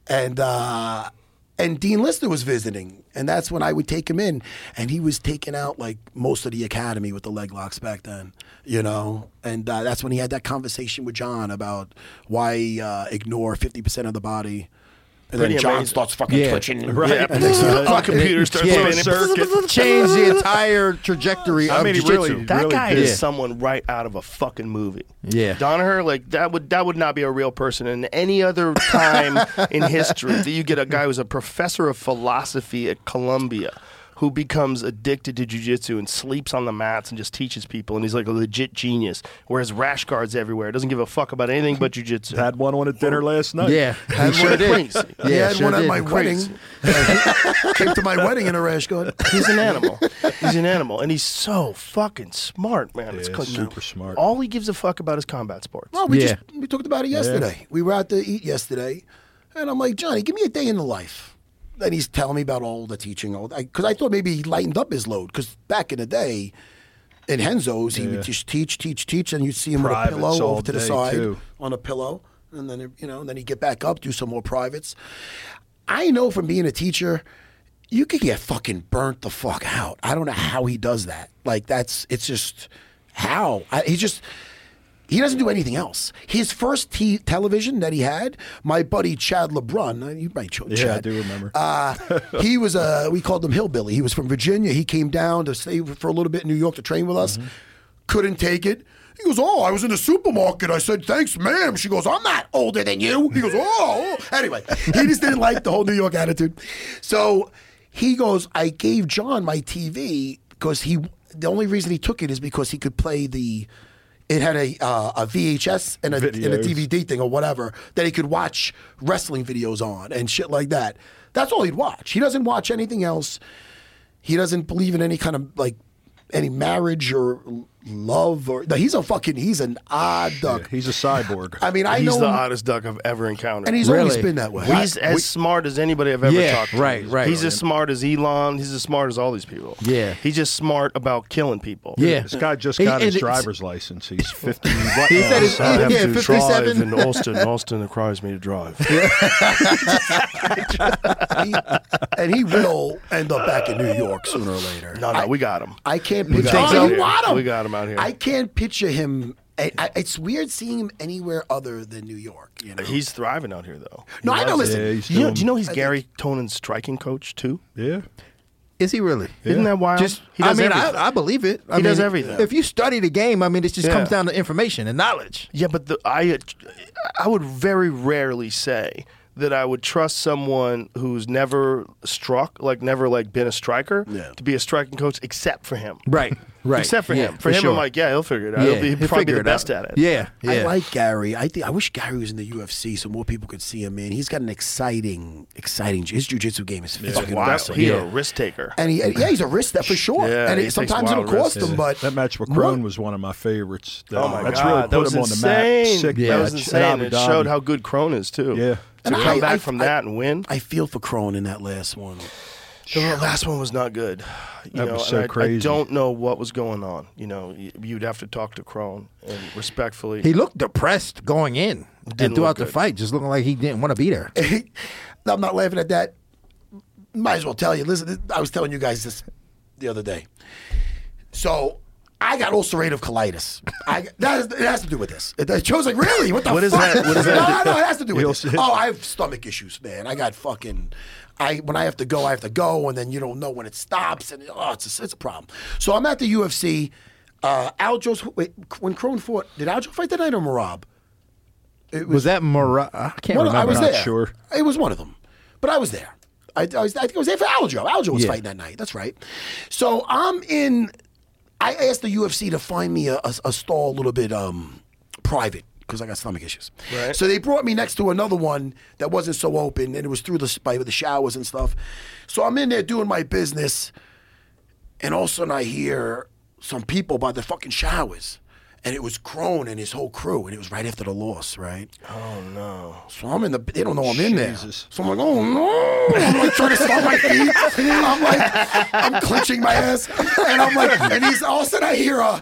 S5: and. uh and Dean Lister was visiting, and that's when I would take him in, and he was taking out like most of the academy with the leg locks back then, you know. And uh, that's when he had that conversation with John about why uh, ignore fifty percent of the body, and
S4: Pretty
S5: then John
S4: amazing.
S5: starts fucking
S6: Yeah.
S5: twitching,
S7: Right.
S5: And they said,
S4: My computer starts
S6: Yeah.
S4: playing it.
S7: circuit.
S6: Changed the entire trajectory
S7: I
S6: of
S7: mean, he
S6: um, jiu-jitsu.
S7: really-
S4: That guy
S6: did.
S4: is
S6: Yeah.
S4: someone right out of a fucking movie.
S6: Yeah.
S4: Donaher, like that would that would not be a real person in any other time in history that you get a guy who's a professor of philosophy at Columbia who becomes addicted to jujitsu and sleeps on the mats and just teaches people. And he's like a legit genius. Wears rash guards everywhere. Doesn't give a fuck about anything but jujitsu.
S7: Had one on at dinner last night.
S6: Yeah,
S4: He
S6: that's
S4: sure
S6: what it is.
S4: crazy.
S6: Yeah,
S5: yeah, I had
S6: sure
S5: one at
S6: did.
S5: my
S4: Crazy.
S5: wedding. Came to my wedding in a rash guard.
S4: He's an animal. He's an animal, and he's so fucking smart, man. it's
S7: Yeah,
S4: cl-
S7: super smart.
S4: All he gives a fuck about is combat sports.
S5: Well, we
S6: Yeah.
S5: just we talked about it yesterday. We were out to eat yesterday, and I'm like, Johnny, give me a day in the life. And he's telling me about all the teaching, all because I, thought maybe he lightened up his load. Because back in the day, in Henzo's, he would just teach, teach, teach, and you'd see him
S7: Privates
S5: with a pillow
S7: all
S5: off to the
S7: day,
S5: side
S7: too.
S5: on a pillow, and then you know, and then he'd get back up, do some more privates. I know from being a teacher, you could get fucking burnt the fuck out. I don't know how he does that. Like that's it's just how I, he just he doesn't do anything else. His first t- television that he had, my buddy Chad LeBrun, uh, you might know
S7: Yeah,
S5: Chad.
S7: I do remember.
S5: Uh, he was a we called him hillbilly. He was from Virginia. He came down to stay for a little bit in New York to train with us. Couldn't take it. He goes, oh, I was in the supermarket. I said, thanks, ma'am. She goes, I'm not older than you. He goes, oh. Anyway, he just didn't like the whole New York attitude. So he goes, I gave John my TV because he. The only reason he took it is because he could play the. It had a uh, a VHS and a, and a
S7: Videos.
S5: DVD. DVD thing or whatever that he could watch wrestling videos on and shit like that. That's all he'd watch. He doesn't watch anything else. He doesn't believe in any kind of like any marriage or l- love or no, he's a fucking he's an odd duck.
S7: He's a cyborg.
S5: I mean, I
S4: he's
S5: know
S4: the
S5: him,
S4: oddest duck I've ever encountered.
S5: and he's always
S6: Really?
S5: been that way.
S4: He's
S5: I-
S4: as smart as anybody I've ever
S6: Yeah,
S4: talked to.
S6: right, right.
S4: He's as smart as Elon. He's as smart as all these people.
S6: Yeah.
S4: He's just smart about killing people.
S6: Yeah,
S7: This guy just
S6: He-
S7: got
S6: and
S7: his
S6: it's-
S7: driver's license. He's 15. right
S6: He
S7: now.
S4: Uh,
S6: said it's-
S7: I have
S6: yeah,
S7: to-
S6: 57.
S4: Austin. Austin requires me to drive.
S5: he- and he will end up back in New York sooner or later.
S4: No, no, we got him.
S5: I can't picture.
S4: got him out
S5: Oh, you
S4: here.
S5: want him?
S4: We got him out here.
S5: I can't picture him. I, I, it's weird seeing him anywhere other than New York. You know,
S4: He's thriving out here though.
S5: no, I know.
S7: loves
S5: Listen,
S7: it. Yeah, he's
S4: You know,
S7: doing-
S4: do you know he's Gary Tonin's striking coach too?
S7: Yeah.
S6: is he really?
S4: Isn't that wild?
S6: Just,
S4: he does
S6: I mean,
S4: everything.
S6: I, I believe it. I
S4: He
S6: mean,
S4: does everything.
S6: If you study the game, I mean, it just
S4: Yeah.
S6: comes down to information and knowledge.
S4: Yeah, but the, I I would very rarely say that I would trust someone who's never struck, like never like been a striker,
S5: Yeah.
S4: to be a striking coach, except for him.
S6: Right, right.
S4: Except for
S6: Yeah,
S4: him. For, him,
S6: sure.
S4: I'm like, yeah, he'll figure it out.
S6: yeah,
S4: he'll be, he'll
S6: he'll
S4: probably be
S6: figure
S4: the
S6: it
S4: best
S6: out.
S4: at it.
S6: Yeah, yeah.
S5: I like Gary. I think I wish Gary was in the UFC so more people could see him. Man, he's got an exciting, exciting. His jujitsu game is fucking
S4: Wow,
S5: wild.
S4: he's
S6: Yeah.
S4: a risk taker.
S5: And he, yeah, he's a risk that for sure.
S4: Yeah,
S5: and
S4: he
S5: it,
S4: takes
S5: sometimes it'll
S4: wild risks.
S5: cost him, but
S7: That match with
S5: What-
S7: Crone was one of my favorites. That,
S4: Oh my
S7: that's
S4: god,
S7: really
S4: that
S7: put
S4: was
S7: him
S4: insane.
S7: on the map. Sick
S4: That was
S7: match at
S4: insane.
S7: Abu
S4: It
S7: Dhabi.
S4: showed how good Crone is too.
S7: Yeah.
S4: to
S5: And
S4: come
S5: I-
S4: back
S5: I-
S4: from
S5: I-
S4: that and win.
S5: I feel for Crone in that last one.
S4: The last one was not good. You
S7: That
S4: know,
S7: was
S4: and
S7: so
S4: I- I,
S7: crazy.
S4: don't know what was going on. You know, y- you'd have to talk to Crone and respectfully.
S6: He looked depressed going in
S4: Didn't
S6: and throughout
S4: look
S6: the
S4: good.
S6: fight, just looking like he didn't want to be there.
S5: I'm not laughing at that. Might as well tell you. Listen, I was telling you guys this the other day. So I got ulcerative colitis. I, that, is, it has to do with this. It, Joe's like, really? What the
S4: What is
S5: fuck?
S4: that? What is that?
S5: No, no, no, it has to do with
S7: You
S5: this.
S7: also-
S5: Oh, I have stomach issues, man. I got fucking. I when I have to go, I have to go, and then you don't know when it stops, and oh, it's a, it's a problem. So I'm at the UFC. Uh, Aljo's wait, when Crone fought. Did Aljo fight that night or Marab?
S6: was, that Mara? I can't
S5: One-
S6: remember.
S5: I was
S7: Not
S5: there.
S7: sure.
S5: It was one of them, but I was there. I, I was. I think I was there for Aljo. Aljo was
S6: Yeah.
S5: fighting that night. That's right. So I'm in. I asked the UFC to find me a, a, a stall a little bit um, private because I got stomach issues.
S4: Right.
S5: So they brought me next to another one that wasn't so open, and it was through the by the showers and stuff. So I'm in there doing my business, and all of a sudden I hear some people by the fucking showers. And it was Crone and his whole crew, and it was right after the loss, right? So I'm in the. They don't know I'm in there.
S7: Jesus.
S5: So I'm like, oh no! I'm like trying to stop my feet. I'm like, I'm clenching my ass, and I'm like, and he's all of a sudden I hear a,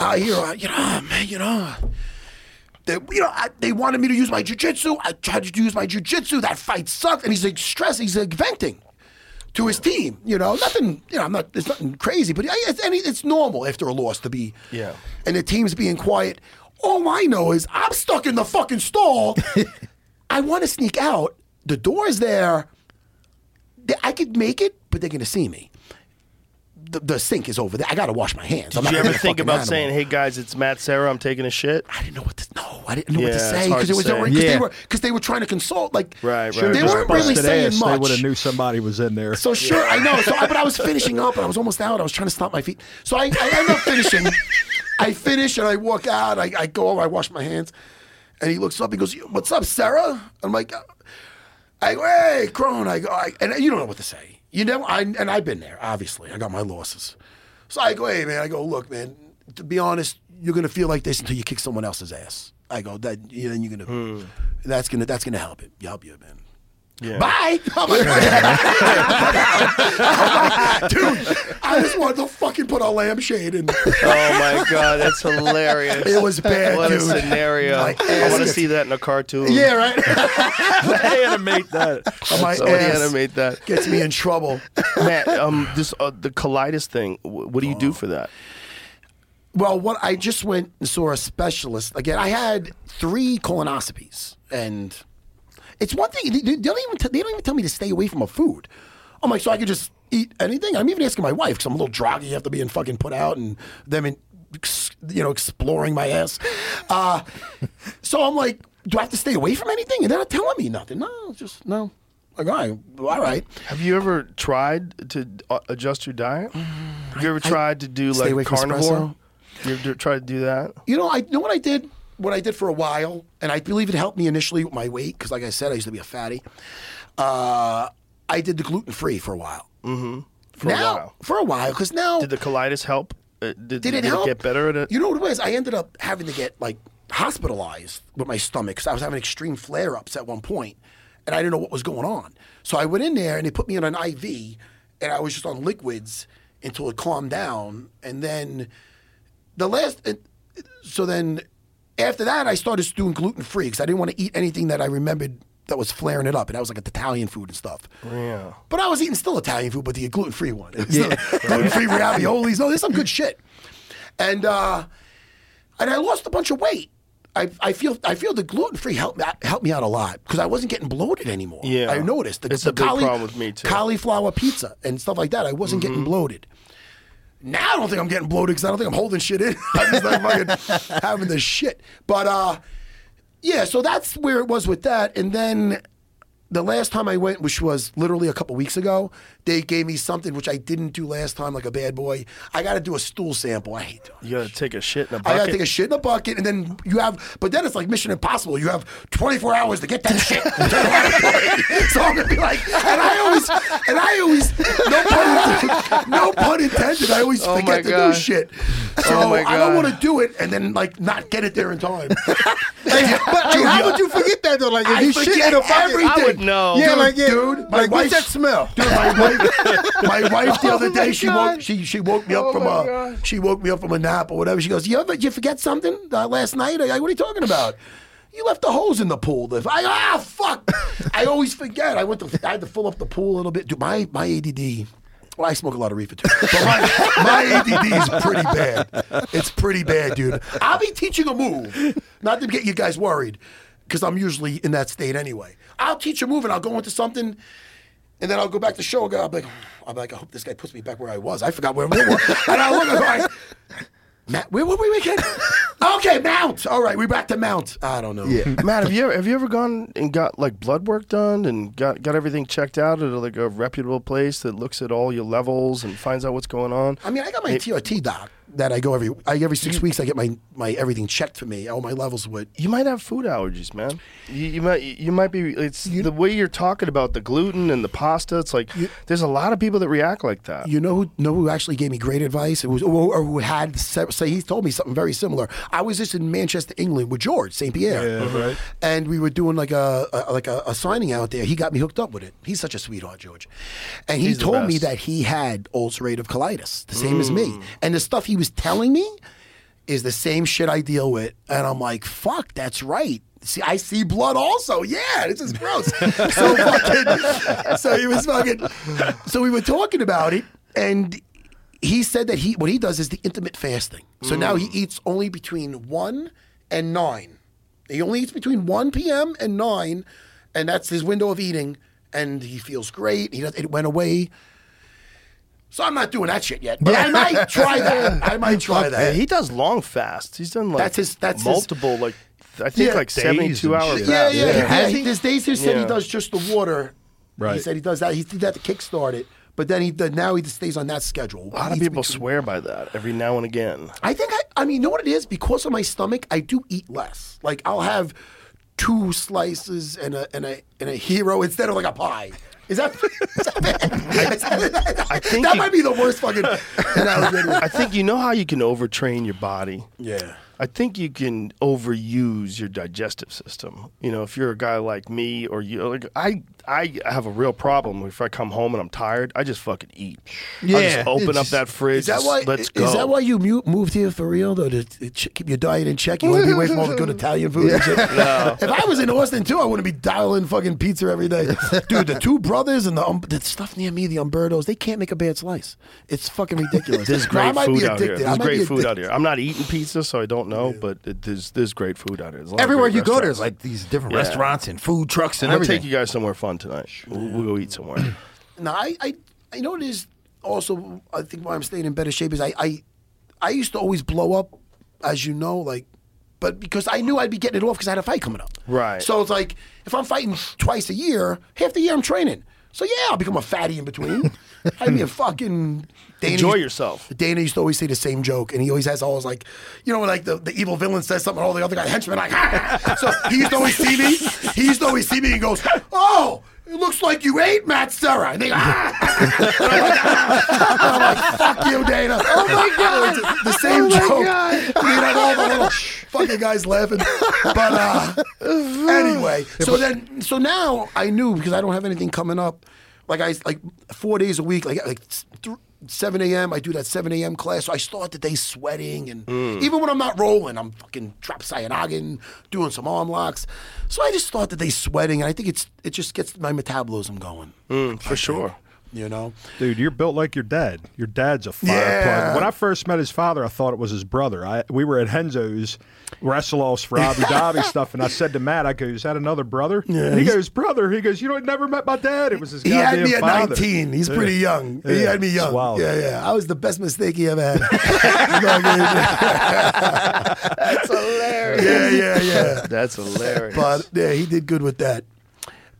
S5: I hear a, you know, "Ah, man, you know. They, you know, I, they wanted me to use my jujitsu. I tried to use my jujitsu. That fight sucked. And he's like stressed. He's like venting to his team. You know, nothing. You know, I'm not. It's nothing crazy, but I, it's, any, it's normal after a loss to be.
S4: Yeah.
S5: And the team's being quiet. All I know is I'm stuck in the fucking stall. I want to sneak out. The door's there. They- I could make it, but they're gonna see me. the, the sink is over there. I got to wash my hands. I'm
S4: Did
S5: not
S4: you
S5: gonna
S4: ever
S5: be a
S4: think
S5: fucking
S4: about
S5: animal.
S4: saying, "Hey guys, it's Matt Sarah. I'm taking a shit."
S5: I didn't know what to no, I didn't know what
S4: Yeah,
S5: to
S4: it's hard
S5: say because
S4: to
S5: it
S4: say.
S5: was because
S6: Yeah.
S5: they were because they were trying to consult like
S4: Right, right,
S5: they
S4: right.
S5: weren't really
S7: Busted
S5: saying
S7: ass, They
S5: much.
S7: would have knew somebody was in there.
S5: So sure, I know. So I, but I was finishing up, and I was almost out. I was trying to stop my feet. So I, I end up finishing. I finish and I walk out. I, I go over. I wash my hands, and he looks up. He goes, "What's up, Sarah?" I'm like, uh, "I go, hey, Crone." I go, I, and you don't know what to say. You know, I and I've been there. Obviously, I got my losses. So I go, "Hey, man." I go, "Look, man. To be honest, you're gonna feel like this until you kick someone else's ass." I go, "That yeah, then you're gonna that's gonna that's gonna help it. Help you, man."
S4: Yeah. Oh
S5: Bye. I'm like, Dude, I just wanted to fucking put a lampshade in.
S4: Oh my god, that's hilarious.
S5: It was bad,
S4: What
S5: dude.
S4: a scenario.
S5: My
S4: I want to
S5: ass-
S4: see that in a cartoon.
S5: Yeah, right.
S7: animate that.
S5: My
S4: Somebody
S5: ass
S4: animate that.
S5: Gets me in trouble.
S4: Matt, um, this uh, the colitis thing. wh- What do you do for that?
S5: Well, what I just went and saw a specialist again. I had three colonoscopies, and it's one thing they, they don't even t- they don't even tell me to stay away from a food. I'm like, so I could just eat anything. I'm even asking my wife because I'm a little droggy after being fucking put out and them, in, ex- you know, exploring my ass. Uh, so I'm like, do I have to stay away from anything? And they're not telling me nothing. No, just no. Like, all right, all right.
S4: Have you ever tried to uh, adjust your diet? Have you ever tried to do
S5: Mm-hmm. stay
S4: like
S5: away from
S4: carnivore?
S5: espresso.
S4: You ever do- tried to do that?
S5: You know, I you know what I did. What I did for a while, and I believe it helped me initially with my weight because, like I said, I used to be a fatty. Uh, I did the gluten free for a while. Mm-hmm. For
S4: a
S5: now,
S4: while.
S5: for a while, because now
S4: Did the colitis help? Uh, did,
S5: did it
S4: did
S5: help?
S4: get better at it?
S5: You know what it was? I ended up having to get like hospitalized with my stomach because I was having extreme flare ups at one point, and I didn't know what was going on. So I went in there and they put me on an IV, and I was just on liquids until it calmed down, and then the last. It, so then, after that, I started doing gluten free because I didn't want to eat anything that I remembered that was flaring it up, and that was like Italian food and stuff.
S4: Yeah.
S5: But I was eating still Italian food, but the gluten free one. gluten free raviolis. Oh, there's some good shit. And uh, and I lost a bunch of weight. I, I feel I feel the gluten free helped me helped me out a lot because I wasn't getting bloated anymore.
S4: Yeah.
S5: I noticed the,
S4: It's
S5: the
S4: a big problem with me, too. Mm-hmm.
S5: cauliflower pizza and stuff like that. I wasn't getting bloated. Now I don't think I'm getting bloated because I don't think I'm holding shit in. I'm just like fucking having the shit. But uh, yeah, so that's where it was with that. And then the last time I went, which was literally a couple weeks ago, they gave me something which I didn't do last time, like a bad boy. I got to do a stool sample. I hate doing.
S4: You gotta take a shit in a
S5: I
S4: bucket.
S5: gotta take a shit in a bucket, and then you have. But then it's like Mission Impossible. You have 24 hours to get that shit. so I'm gonna be like, and I always, and I always, no pun intended. No pun intended. I always
S4: Oh my
S5: forget to
S4: God.
S5: do shit. So
S4: Oh my
S5: I
S4: God.
S5: don't want to do it, and then like not get it there in time.
S6: Like, but like, how would you forget that though? Like, if
S5: I
S6: you shit
S5: forget
S6: in a bucket,
S5: everything.
S4: I would know.
S6: Yeah,
S5: Dude,
S6: like, yeah,
S5: dude, my
S6: like, what's
S5: wife's-
S6: that smell?
S5: Dude, my wife, my wife the other
S6: Oh
S5: day,
S6: my
S5: she
S6: God.
S5: woke she she woke me up
S4: Oh
S5: from
S4: my
S5: a
S4: God.
S5: she woke me up from a nap or whatever. She goes, "You ever you forget something uh, last night? I, go, what are you talking about? You left the hose in the pool." The- I ah fuck. I always forget. I went to I had to fill up the pool a little bit. Dude, my my ADD. Well, I smoke a lot of reefer too, but my, my ADD is pretty bad. It's pretty bad, dude. I'll be teaching a move, not to get you guys worried, because I'm usually in that state anyway. I'll teach a move and I'll go into something. And then I'll go back to show guy. I'm like, I'm like, I hope this guy puts me back where I was. I forgot where we were. and I look, I'm like, Matt, where were we again? okay, Mount. All right, we're back to Mount. I don't know. Yeah.
S4: Matt, have you ever, have you ever gone and got like blood work done and got, got everything checked out at like a reputable place that looks at all your levels and finds out what's going on?
S5: I mean, I got my TRT doc that I go every I, every six weeks. I get my, my everything checked for me. All my levels would.
S4: You might have food allergies, man. You, you might you might be. It's the way you're talking about the gluten and the pasta. It's like there's a lot of people that react like that.
S5: You know who know who actually gave me great advice? It was or who had se- say he told me something very similar. I was just in Manchester, England, with George St. Pierre,
S7: Yeah, right.
S5: and we were doing like a, a like a, a signing out there. He got me hooked up with it. He's such a sweetheart, George, and he
S4: He's the
S5: told me
S4: best.
S5: that he had ulcerative colitis, the same as me, and the stuff he was telling me is the same shit I deal with, and I'm like, fuck, that's right. See, I see blood also. Yeah, this is gross. so fucking. So he was fucking. So we were talking about it, and he said that he what he does is the intermittent fasting. So now he eats only between one and nine. He only eats between one p.m. and nine, and that's his window of eating. And he feels great. He does, it went away. So I'm not doing that shit yet. But I might try that. I might try
S4: Yeah,
S5: that.
S4: he does long fasts. He's done like
S5: That's his- that's his-
S4: multiple like I think
S5: Yeah,
S4: like
S5: days
S4: seventy two
S7: and
S4: hour
S7: shit.
S5: Yeah,
S4: fasts.
S5: yeah.
S6: Yeah.
S5: yeah.
S6: Has
S5: He,
S6: he?
S5: there's days he said
S4: Yeah.
S5: he does just the water. He
S7: Right.
S5: said he does that. He did that to kickstart it, but then he did, now he just stays on that schedule.
S4: A lot of people swear by that every now and again.
S5: I think I, I mean, you know what it is? Because of my stomach, I do eat less. Like I'll have two slices and a and a and a hero instead of like a pie. Is that, is that bad?
S4: I think
S5: that
S4: you-
S5: might be the worst fucking analogy.
S4: I think you know how you can overtrain your body.
S5: Yeah.
S4: I think you can overuse your digestive system. You know, if you're a guy like me or you like I I have a real problem if I come home and I'm tired, I just fucking eat. I
S6: Yeah.
S4: just open up
S6: It's-
S4: that fridge.
S5: Is that why?
S4: let's
S5: is
S4: go.
S5: that why you mu- moved here for real though? To, to ch- keep your diet in check? You want to be away from all the good Italian food? And shit? If I was in Austin too, I wouldn't be dialing fucking pizza every day, dude. The two brothers and the, um, the stuff near me, the Umbertos, they can't make a bad slice. It's fucking ridiculous.
S4: There's
S5: Now, I
S4: great
S5: might
S4: food
S5: be
S4: out here.
S5: addicted. I
S4: There's
S5: might be
S4: great food
S5: addicted.
S4: out here. I'm not eating pizza, so I don't know, but it, there's there's great food out here. There's a lot of
S6: Everywhere
S4: great
S6: you go,
S4: restaurants.
S6: there's like these different
S4: Yeah.
S6: restaurants and food trucks and
S4: I'm gonna
S6: everything.
S4: take you guys somewhere fun tonight. We'll, we'll go eat somewhere.
S5: No, I, I, I know it is. Also, I think why I'm staying in better shape is I, I, I used to always blow up, as you know, like, but because I knew I'd be getting it off because I had a fight coming up.
S4: Right.
S5: So it's like if I'm fighting twice a year, half the year I'm training. So yeah, I'll become a fatty in between. I'd be a fucking. Dana
S4: Enjoy yourself.
S5: Dana used to always say the same joke, and he always has always like, you know, when like the, the evil villain says something, all the other guy henchmen like, "Ah!" so he used to always see me. He used to always see me and goes, "Oh, it looks like you ate Matt Serra." And they, ah! And I'm, like, "Ah!" And I'm like, "Fuck you, Dana!" Oh my god, Oh the same joke. And he'd have all the little fucking guys laughing, but uh, anyway. So then, so now I knew because I don't have anything coming up. Like I like four days a week, like like th- seven a.m. I do that seven a.m. class. So I start the day sweating, and
S4: Mm.
S5: even when I'm not rolling, I'm fucking drop cyanogen, doing some arm locks. So I just start the day sweating, and I think it's it just gets my metabolism going.
S4: Mm, For sure.
S5: You know,
S7: Dude, you're built like your dad. Your dad's a
S5: Yeah.
S7: fireplug. When I first met his father, I thought it was his brother. I we were at Henzo's wrestle offs for Abu Dhabi stuff, and I said to Matt, I go, "Is that another brother?" And he goes, "Brother." He goes, "You know, I never met my dad. It was his
S5: he had
S7: goddamn
S5: me at
S7: father."
S5: nineteen. He's
S7: Yeah.
S5: pretty young. He
S7: Yeah.
S5: had me
S7: It's
S5: young.
S7: wild.
S5: Yeah, yeah. I was the best mistake he ever had.
S4: That's hilarious.
S5: yeah, yeah, yeah.
S4: That's hilarious.
S5: But yeah, he did good with that.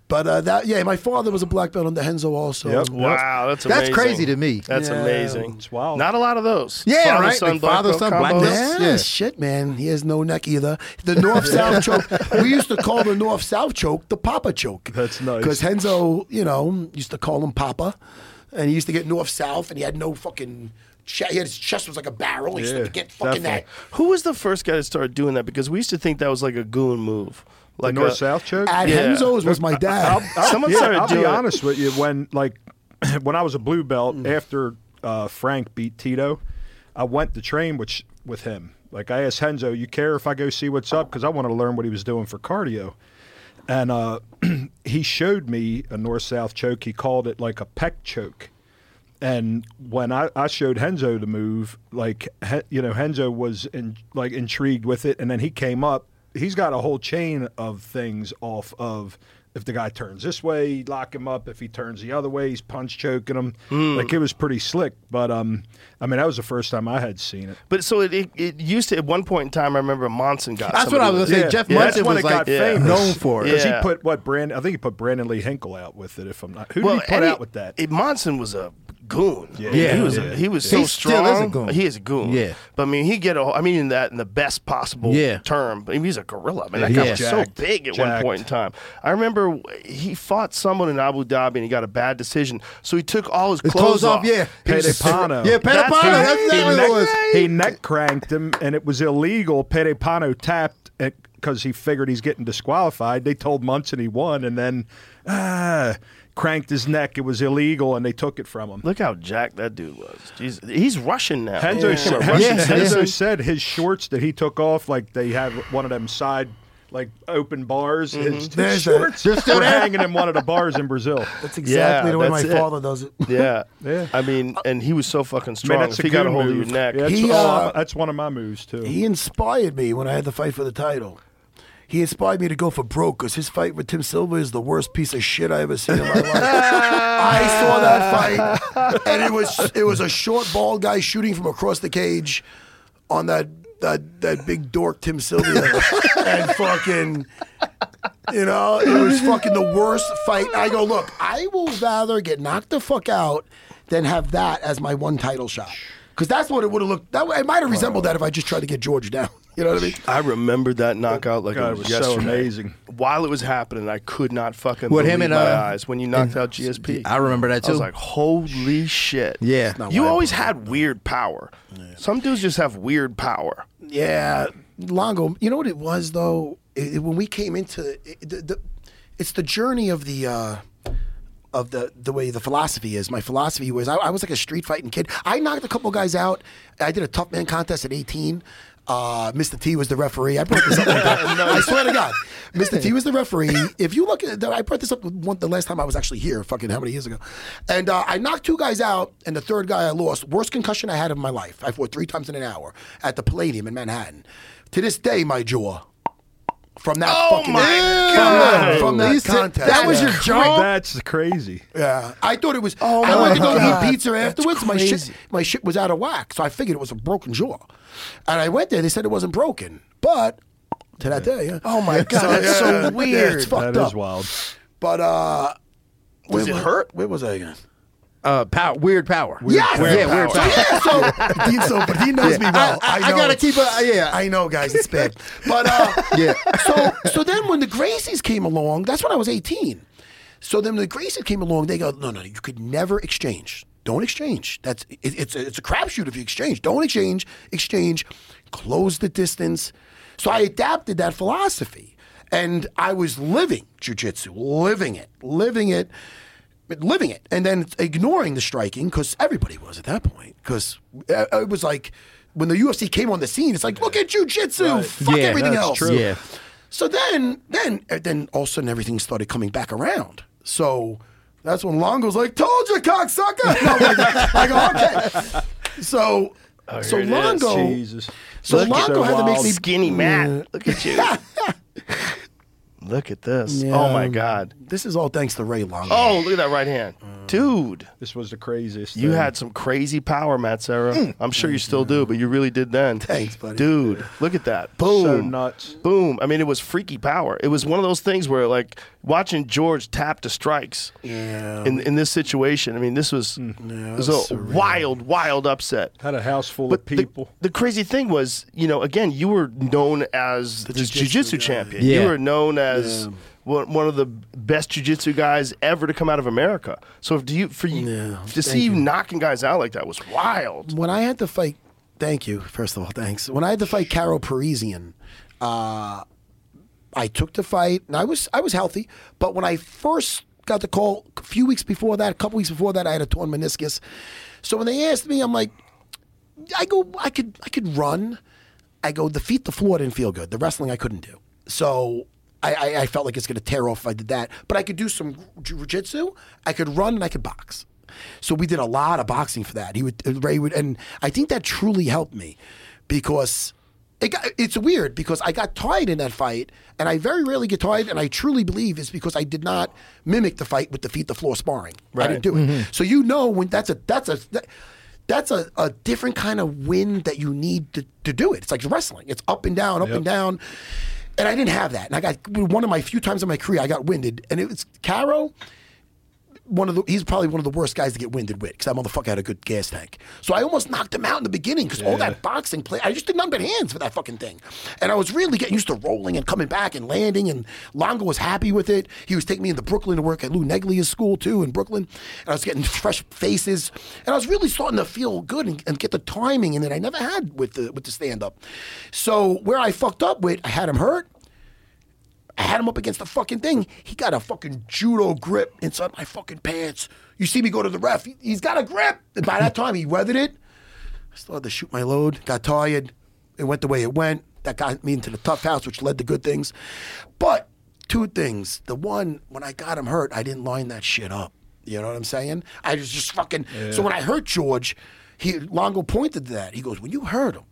S5: But uh, that yeah, my father was a black belt under Henzo also.
S7: Yep.
S4: wow, that's
S6: That's
S4: amazing.
S6: crazy to me.
S4: That's
S5: Yeah.
S4: amazing.
S7: It's wild.
S4: Not a lot of those.
S6: Yeah,
S4: father,
S6: right?
S4: Son,
S6: Like
S4: black
S6: father,
S4: belt
S6: son, black
S4: combos.
S6: belt.
S5: Oh, Yeah,
S6: Yeah.
S5: shit, man. He has no neck either. The north south choke. We used to call the north south choke the Papa choke.
S7: That's nice.
S5: Because Henzo, you know, used to call him Papa, and he used to get north south, and he had no fucking. Che- he had his chest was like a barrel. He used
S7: Yeah,
S5: to get fucking
S7: definitely.
S4: Who was the first guy to start doing that? Because we used to think that was like a goon move,
S7: The
S4: like
S7: North
S4: a-
S7: South chick.
S5: that. At
S4: Yeah.
S5: Henzo's was my dad.
S4: Someone
S7: yeah,
S4: started
S7: I'll
S4: doing
S7: be
S4: it.
S7: honest with you. When like when I was a blue belt after uh, Frank beat Tito, I went to train with with him. Like I asked Henzo, "You care if I go see what's up?" Because I wanted to learn what he was doing for cardio. And uh, he showed me a north south choke. He called it like a pec choke. And when I, I showed Henzo the move, like he, you know, Henzo was in, like intrigued with it, and then he came up. He's got a whole chain of things off of if the guy turns this way, lock him up. If he turns the other way, he's punch choking him.
S4: Hmm.
S7: Like it was pretty slick. But um, I mean, that was the first time I had seen it.
S4: But so it, it, it used to at one point in time. I remember Monson got.
S6: That's what
S4: somebody
S6: I was gonna
S4: with-
S6: say. Jeff Munson
S7: that's when
S6: was
S7: it
S6: like
S7: got famous.
S6: known for it.
S4: Yeah.
S7: because he put what Brandon. I think he put Brandon Lee Hinkle out with it. If I'm not, who
S4: Well,
S7: did he put
S4: Eddie-
S7: out with that?
S4: it- Monson was a goon.
S7: Yeah.
S4: he
S6: Yeah.
S4: was.
S7: Yeah.
S4: He was
S6: He
S4: so
S6: still
S4: strong.
S6: is a goon.
S4: He is a goon.
S6: Yeah.
S4: but I mean, he get. A, I mean, in that in the best possible
S6: Yeah.
S4: term. But I mean, he's a gorilla. I mean, that
S6: Yeah,
S4: guy
S6: he's
S4: was
S7: jacked.
S4: so big at one
S7: Jacked.
S4: point in time. I remember he fought someone in Abu Dhabi and he got a bad decision, so he took all his,
S6: His clothes off, yeah.
S4: He was
S7: Pedipano.
S6: Yeah,
S4: That's
S6: Pedipano.
S4: right.
S6: That's
S4: He
S6: exactly what
S4: neck-
S6: it was.
S7: He neck cranked him, and it was illegal. Pedipano tapped because he figured he's getting disqualified. They told Munson he won, and then ah, cranked his neck. It was illegal, and they took it from him.
S4: Look how jacked that dude was. Jesus. He's Russian now.
S7: Henzo,
S4: He
S7: said,
S4: became a
S7: Henzo-
S4: Russian
S6: Yeah.
S4: citizen.
S7: Henzo said his shorts that he took off, like they have one of them side. Like open bars,
S4: Mm-hmm.
S7: his, his
S5: There's that.
S7: shorts were hanging in one of the bars in Brazil.
S5: That's exactly
S4: Yeah,
S5: the way
S4: that's
S5: my
S4: it.
S5: father does it.
S4: Yeah.
S7: Yeah.
S4: I mean, and he was so fucking
S7: Man,
S4: strong.
S7: that's
S4: if
S7: a
S4: he got a
S7: good
S4: hold
S7: move.
S4: of your neck,
S7: Yeah, that's,
S5: He,
S7: all
S5: uh,
S7: I- that's one of my moves too.
S5: He inspired me when I had the fight for the title. He inspired me to go for broke because his fight with Tim Silva is the worst piece of shit I ever seen in my life. I saw that fight, and it was it was a short, bald guy shooting from across the cage on that that that big dork Tim Sylvia, and fucking. You know, it was fucking the worst fight. I go, look, I will rather get knocked the fuck out than have that as my one title shot. Because that's what it would have looked. That it might have resembled that if I just tried to get George down. You know what I mean?
S4: I remembered that knockout like
S7: God,
S4: it was,
S7: it was so
S4: yesterday.
S7: amazing.
S4: While it was happening, I could not fucking
S6: With
S4: believe
S6: him and,
S4: my
S6: uh,
S4: eyes when you knocked out GSP.
S6: I remember that
S4: I was
S6: too.
S4: like, holy shit!
S6: Yeah. That's not
S4: you
S5: why I
S4: always had weird power. Some dudes just have weird power.
S5: Yeah, Longo. You know what it was though? It, it- when we came into it, the, the, it's the journey of the. Uh, of the, the way the philosophy is. My philosophy was I, I was like a street fighting kid. I knocked a couple guys out. I did a tough man contest at 18. Uh, Mr. T was the referee. I brought this up. One time. I swear to God, Mr. T was the referee. If you look at, the, I brought this up one, the last time I was actually here, fucking how many years ago, and uh, I knocked two guys out, and the third guy I lost. Worst concussion I had of my life. I fought three times in an hour at the Palladium in Manhattan. To this day, my jaw from that fucking
S4: my
S5: from that, from that contest.
S6: That was your
S5: Yeah.
S6: job.
S7: That's crazy.
S5: Yeah, I thought it was.
S4: Oh
S5: I went to go eat pizza afterwards. My shit,
S4: crazy.
S5: my shit was out of whack, so I figured it was a broken jaw. And I went there. They said it wasn't broken, but to that day, yeah.
S4: Oh my God, that's so
S5: Yeah,
S4: weird.
S5: it's fucked
S7: That is
S5: up.
S7: wild.
S5: But uh,
S4: Was it
S5: where-
S4: hurt?
S5: Where was I again?
S6: uh, power, weird power.
S5: Yes!
S6: Weird
S5: Yeah,
S6: yeah, weird
S5: so,
S6: power.
S5: yeah, so, Dean, so but he knows me well.
S6: I-
S5: I,
S6: I-
S5: know.
S6: I gotta keep a- yeah.
S5: I know, guys. It's bad. But uh,
S6: Yeah.
S5: So so then when the Gracies came along, that's when I was eighteen. So then the Gracies came along. They go, no, no, you could never exchange. Don't exchange. That's it, it's a, it's a crapshoot if you exchange. Don't exchange. Exchange. Close the distance. So I adapted that philosophy, and I was living jujitsu, living it, living it living it and then ignoring the striking because everybody was at that point because it was like when the UFC came on the scene, it's like look at jujitsu, fuck
S6: Yeah,
S5: everything
S6: that's
S5: else.
S6: true. Yeah.
S5: So then, then, uh, then all of a sudden everything started coming back around. So that's when Longo's like, "Told you, cocksucker." No, I'm like, I go, okay. So, so
S4: here it is.
S5: Longo,
S7: Jesus.
S5: so
S7: Look,
S5: Longo
S7: so
S5: had to make
S7: wild.
S5: me
S4: Skinny Matt, look at you. look at this. Oh my
S5: Yeah.
S4: God.
S5: This is all thanks to Ray Longo.
S4: Oh, look at that right hand,
S7: Uh,
S4: dude.
S7: This was the craziest.
S4: You
S7: thing.
S4: had some crazy power, Matt Sarah.
S6: Mm.
S4: I'm sure you still do, but you really did then.
S5: Thanks, buddy.
S4: Dude, look at that. Boom.
S7: so nuts.
S4: Boom. I mean, it was freaky power. It was one of those things where, like, watching George tap to strikes
S5: Yeah.
S4: in, in this situation, I mean, this was, it was, a wild, wild upset.
S7: Hmm. Had a house full of
S4: But the,
S7: people.
S4: the crazy thing was, you know, again, you were known as the, jiu jitsu champion.
S6: Yeah.
S4: You were known as. One one of the best jiu-jitsu guys ever to come out of America. So do you for you to see you knocking guys out like that was wild.
S5: When I had to fight, thank you, first of all, thanks. When I had to fight Carol Parisian, uh, I took the fight and I was I was healthy. But when I first got the call a few weeks before that, a couple weeks before that, I had a torn meniscus. So when they asked me, I'm like, I go, I could, I could run. I go, the feet, the floor didn't feel good. The wrestling I couldn't do. So I, I, I felt like it's going to tear off if I did that. But I could do some jujitsu. I could run and I could box. So we did a lot of boxing for that. He would, uh, Ray would, and I think that truly helped me because it got, it's weird because I got tired in that fight, and I very rarely get tired, and I truly believe it's because I did not mimic the fight with the feet, the floor sparring. I didn't do it. So you know when that's a that's a that- that's a, a different kind of win that you need to, to do it. It's like wrestling. It's up and down, up and down. And I didn't have that. And I got one of my few times in my career I got winded, and it was Caro one of the he's probably one of the worst guys to get winded with because that motherfucker had a good gas tank. So I almost knocked him out in the beginning because all that boxing play, I just did nothing but hands for that fucking thing, and I was really getting used to rolling and coming back and landing. And Longo was happy with it. He was taking me into Brooklyn to work at Lou Neglia's school too in Brooklyn, and I was getting fresh faces, and I was really starting to feel good and, and get the timing in that I never had with the with the stand up. So where I fucked up with, I had him hurt. I had him up against the fucking thing. He got a fucking judo grip inside my fucking pants. You see me go to the ref. He, has got a grip. And by that time, he weathered it. I started to shoot my load. Got tired. It went the way it went. That got me into the tough house, which led to good things. But two things. The one, when I got him hurt, I didn't line that shit up. You know what I'm saying? I was just fucking. So when I hurt George, he Longo pointed to that. He goes, "When you hurt him,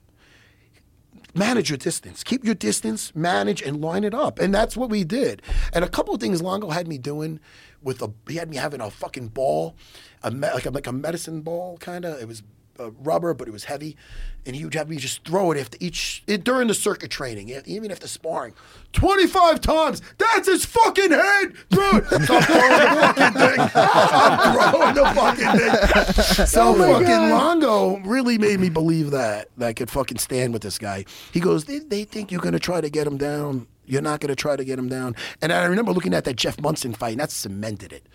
S5: manage your distance. Keep your distance, manage, and line it up. And that's what we did. And a couple of things Longo had me doing with a, he had me having a fucking ball, a me, like, a, like a medicine ball, kind of. It was uh, rubber, but it was heavy. And he would have me just throw it after each, it, during the circuit training, e- even after sparring, 25 times. That's his fucking head, dude. So I'm throwing the fucking thing. I'm throwing the fucking thing. So fucking Longo really made me believe that, that I could fucking stand with this guy. He goes, they, they think you're going to try to get him down. You're not going to try to get him down. And I remember looking at that Jeff Munson fight, and that cemented it.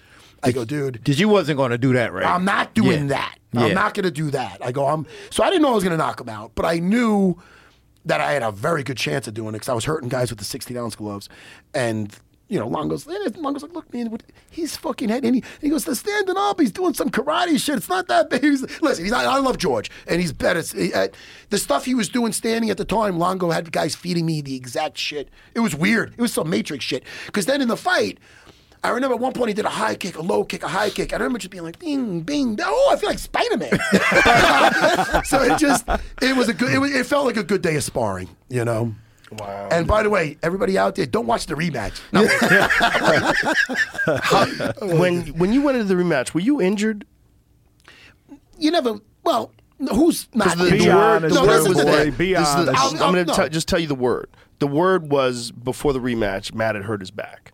S5: I go, dude.
S6: Because you wasn't going to do that, right?
S5: I'm not doing
S6: Yeah.
S5: that.
S6: Yeah.
S5: I'm not going to do that. I go, I'm. So I didn't know I was going to knock him out, but I knew that I had a very good chance of doing it because I was hurting guys with the 16 ounce gloves. And, you know, Longo's, and Longo's like, look, man, what- he's fucking head. And he, and he goes, they're standing up. He's doing some karate shit. It's not that big. He's, listen, he's not, I love George, and he's better. He- at- the stuff he was doing standing at the time, Longo had guys feeding me the exact shit. It was weird. It was some Matrix shit. Because then in the fight, I remember at one point he did a high kick, a low kick, a high kick. I remember just being like, bing, bing, bing. oh, I feel like Spider Man. so it just, it was a good, it, was, it felt like a good day of sparring, you know? Wow. And by the way, everybody out there, don't watch the rematch. No,
S4: when when you went into the rematch, were you injured?
S5: you never, well, who's not?
S4: The,
S7: Be
S4: the word,
S7: honest,
S4: the word
S7: boy,
S4: was that.
S7: be
S4: this is the- I'm,
S7: honest.
S5: I'll-
S4: going to
S5: I'll- Oh, no.
S4: just tell you the word. The word was before the rematch. Matt had hurt his back,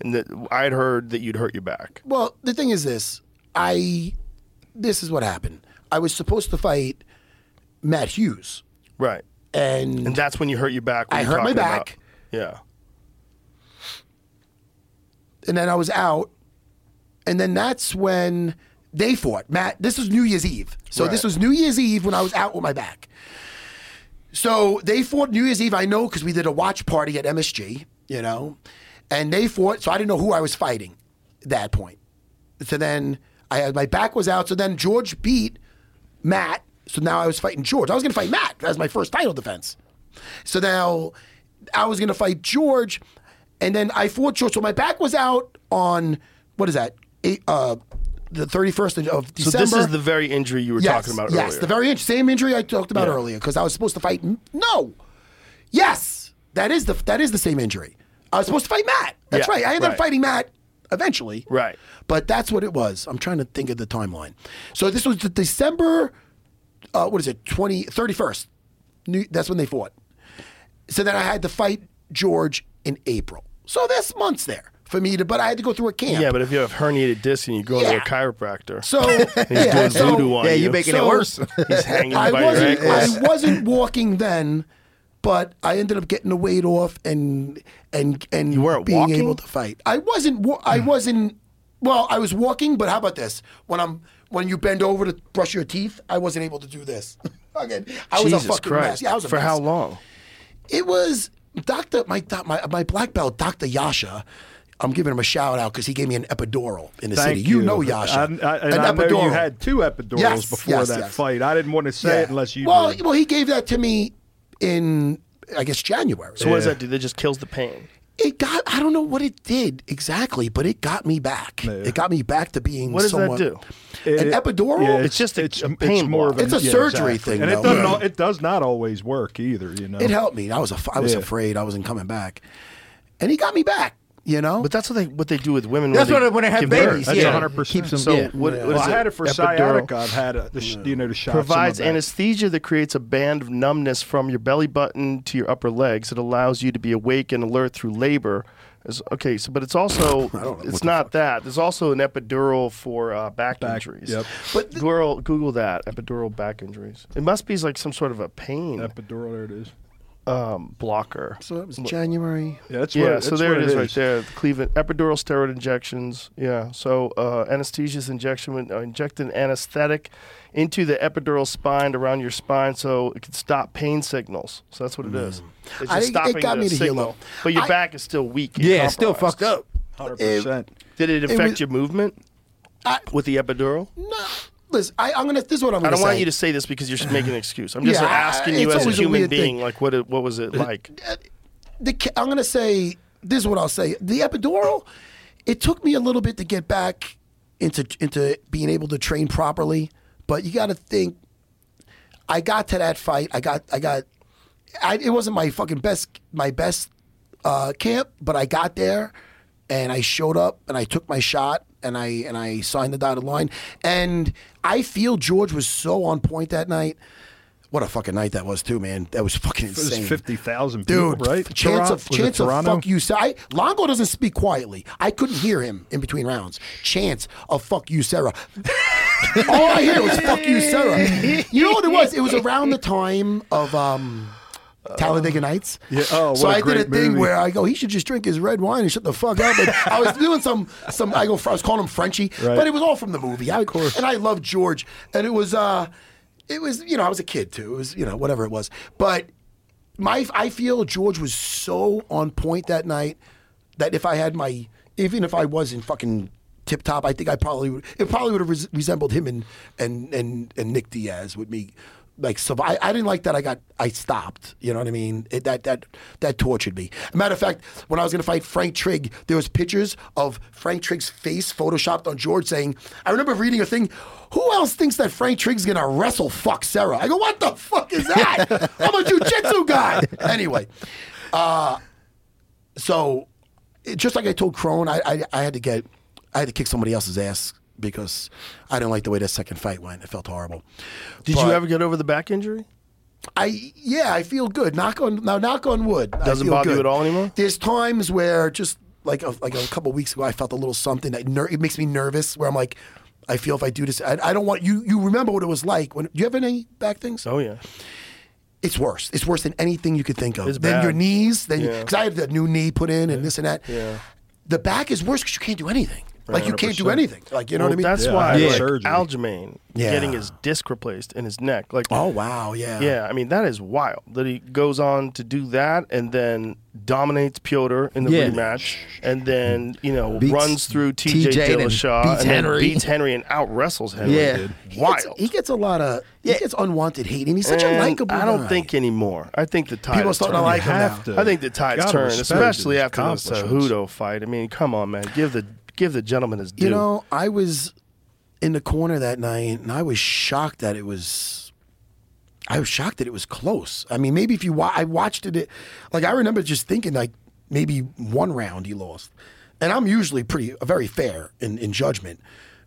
S4: and that I had heard that you'd hurt your back.
S5: Well, the thing is this. I this is what happened. I was supposed to fight Matt Hughes
S4: Right,
S5: and,
S4: and that's when you hurt your back.
S5: I
S4: you're
S5: hurt my
S4: talking about.
S5: back.
S4: Yeah,
S5: and then I was out. And then that's when they fought. Matt, this was New Year's Eve. So this
S4: Right.
S5: was New Year's Eve when I was out with my back. So they fought New Year's Eve. I know because we did a watch party at MSG, you know, and they fought. So I didn't know who I was fighting at that point. So then I had my back was out. So then George beat Matt. So now I was fighting George. I was going to fight Matt as my first title defense. So now I was going to fight George, and then I fought George. So my back was out on what is that? Eight, uh, the thirty first of
S4: so
S5: December.
S4: this is the very injury you were talking about
S5: yes,
S4: earlier.
S5: the very inj- same injury I talked about
S4: Yeah.
S5: earlier because I was supposed to fight. No, yes, that is the that is the same injury. I was supposed to fight Matt. That's
S4: Yeah,
S5: right. I ended
S4: right.
S5: up fighting Matt eventually.
S4: Right.
S5: But that's what it was. I'm trying to think of the timeline. So this was the December, uh, what is it, 20, 31st. New, that's when they fought. So then I had to fight George in April. So that's months there for me to, but I had to go through a camp.
S4: yeah, but if you have herniated disc and you go to a
S5: Yeah.
S4: chiropractor,
S5: so
S4: and he's
S5: yeah,
S4: doing
S5: so-
S4: voodoo on
S6: yeah,
S4: you.
S6: you're making it
S5: So-
S6: worse.
S4: He's hanging
S5: I
S4: by your
S5: wasn't,
S4: ankles.
S5: I wasn't walking then, but I ended up getting the weight off and and and you
S4: weren't
S5: being
S4: walking?
S5: able to fight. I wasn't. wa- I wasn't. Well, I was walking, but how about this? When I'm when you bend over to brush your teeth, I wasn't able to do this. Fucking- I was a
S4: Jesus
S5: fucking
S4: Christ!
S5: mess. Yeah, I was a
S4: For
S5: mess.
S4: how long?
S5: It was Doctor my doc- my my black belt, Doctor Yasha. I'm giving him a shout out because he gave me an epidural in the
S7: Thank
S5: city. You, know Yasha.
S7: I, I, and
S5: an
S7: I know you
S5: epidural.
S7: had two epidurals
S5: Yes,
S7: before
S5: yes,
S7: that
S5: yes.
S7: fight. I didn't want to say it unless you.
S5: Well,
S7: did.
S5: well, he gave that to me in I guess January.
S4: So what does that do? That just kills the pain.
S5: it got I don't know what it did exactly, but it got me back. It got me back to being
S4: What does that
S5: somewhat-
S4: do?
S5: An
S7: It-
S5: epidural?
S7: yeah,
S4: It's just a- a pain block.
S5: It's a surgery thing,
S7: and
S5: though.
S7: it doesn't.
S5: Yeah.
S7: al- It does not always work either. You know,
S5: it helped me. I was af- I was
S7: Yeah.
S5: afraid I wasn't coming back, and he got me back. You know,
S4: But that's what they what they do with women.
S6: That's
S4: when
S6: what when they have
S4: give birth.
S6: babies.
S7: That's
S6: yeah,
S7: 100%.
S6: Keeps them.
S4: So
S6: yeah.
S4: what, what
S7: well,
S4: is
S7: I
S4: it?
S7: had it for
S4: Epidural.
S7: sciatica. I've had a, the, sh you know the shots. in my
S4: provides
S7: back.
S4: anesthesia that creates a band of numbness from your belly button to your upper legs. It allows you to be awake and alert through labor. As- okay, so but it's also it's not that. There's also an epidural for uh, back, injuries.
S7: yep.
S4: But Google, Google that epidural back injuries. It must be like some sort of a pain
S7: Epidural. There it is.
S4: um, blocker.
S5: so that was January.
S7: Yeah, that's
S4: yeah,
S7: What,
S4: so
S7: that's
S4: there
S7: what
S4: it is, right there. The Cleveland epidural steroid injections. Yeah, so uh, anesthesia is injection when uh, inject an anesthetic into the epidural spine around your spine, so it can stop pain signals. So that's what it is. It's just
S5: Mm. I- it
S4: stopping
S5: got
S4: the
S5: me to heal
S4: signal,
S5: up.
S4: but your
S5: I-
S4: back is still weak. and
S6: yeah, it's still
S4: compromised.
S6: fucked up.
S7: Hundred percent.
S4: Did it affect
S5: was-
S4: your movement
S5: I-
S4: with the epidural?
S5: No, listen, I, I'm gonna. This is what
S4: I
S5: I'm gonna
S4: don't
S5: say.
S4: want you to say this because you're making an excuse. I'm just
S5: Yeah, I-
S4: asking you
S5: it's
S4: as a
S5: always a
S4: human
S5: weird thing.
S4: being, like what it, what was it like?
S5: the ca- I'm gonna say this is what I'll say. The epidural, it took me a little bit to get back into into being able to train properly, but you got to think. I got to that fight. I got I got I, it wasn't my fucking best my best uh, camp, but I got there and I showed up and I took my shot and I and I signed the dotted line. And I feel George was so on point that night. What a fucking night that was too, man. That was fucking
S7: was
S5: insane.
S7: 50,000 people,
S5: dude.
S7: right?
S5: f- Chance
S7: Toron-
S5: of
S7: was it
S5: chance of
S7: Toronto?
S5: fuck you. Sarah. I, Longo doesn't speak quietly. I couldn't hear him in between rounds. Chance of fuck you, Sarah. All I hear was fuck you, Sarah. You know what it was? It was around the time of um, Talladega Nights.
S7: yeah, oh,
S5: so
S7: what a
S5: I did a
S7: great
S5: thing
S7: movie.
S5: where I go, he should just drink his red wine and shut the fuck up. And I was doing some, some. I go, I was calling him Frenchie,
S7: Right.
S5: but it was all from the movie. I, of course. And I loved George, and it was, uh, it was, you know, I was a kid too. It was, you know, whatever it was. But my, I feel George was so on point that night that if I had my, even if I wasn't fucking tip top, I think I probably would. It probably would have res- resembled him and and and and Nick Diaz with me. Like so, I, I didn't like that. I got I stopped. You know what I mean? It, that that that tortured me. Matter of fact, when I was gonna fight Frank Trigg, there was pictures of Frank Trigg's face photoshopped on George saying, "I remember reading a thing. Who else thinks that Frank Trigg's gonna wrestle fuck Sarah?" I go, "What the fuck is that? I'm a jujitsu guy." Anyway, uh, so it, just like I told Crone, I, I I had to get I had to kick somebody else's ass because I didn't like the way that second fight went. It felt horrible.
S4: Did you
S5: But
S4: ever get over the back injury?
S5: I yeah, I feel good. Knock on now, knock on wood. I
S4: Doesn't
S5: feel
S4: bother you at
S5: good.
S4: all anymore?
S5: There's times where just like a, like a couple weeks ago, I felt a little something that ner- it makes me nervous. Where I'm like, I feel if I do this, I, I don't want you. You remember what it was like when? Do you have any back things?
S4: Oh yeah.
S5: it's worse. It's worse than anything you could think of.
S4: It's
S5: then your
S4: bad.
S5: knees, then
S4: Yeah.
S5: because I had the new knee put in and this and that.
S4: Yeah.
S5: The back is worse because you can't do anything. Like you can't do
S7: 100%.
S5: anything. Like you know
S4: Well,
S5: what I mean?
S4: That's
S7: Yeah,
S4: why
S7: I had
S4: like,
S7: surgery.
S4: Aljamain
S5: Yeah.
S4: getting his disc replaced in his neck. Like
S5: oh wow, yeah,
S4: Yeah, I mean that is wild that he goes on to do that and then dominates Piotr in the
S6: Yeah.
S4: rematch, and then you know
S6: Beats
S4: runs through T.J.
S6: TJ and
S4: Dillashaw
S6: beats
S4: and then
S6: Henry.
S4: beats Henry and out wrestles Henry.
S6: Yeah.
S4: dude.
S5: He
S4: wild.
S5: gets, he gets a lot of
S6: Yeah.
S5: he gets unwanted hate, and he's such
S4: And
S5: a likable.
S4: I don't
S5: guy.
S4: think anymore. I think the tide
S5: People are
S4: is
S5: starting to
S4: turning.
S5: like him
S7: have
S5: now.
S7: to.
S4: I think the tide's
S7: Gotta
S4: turned,
S7: respect
S4: especially
S7: his
S4: after the
S7: accomplishments.
S4: Cejudo fight. I mean, come on, man, give the give the gentleman his due.
S5: You know, I was in the corner that night, and I was shocked that it was. I was shocked that it was close. I mean, maybe if you wa- I watched it, like I remember just thinking like maybe one round he lost, and I'm usually pretty uh, very fair in in judgment,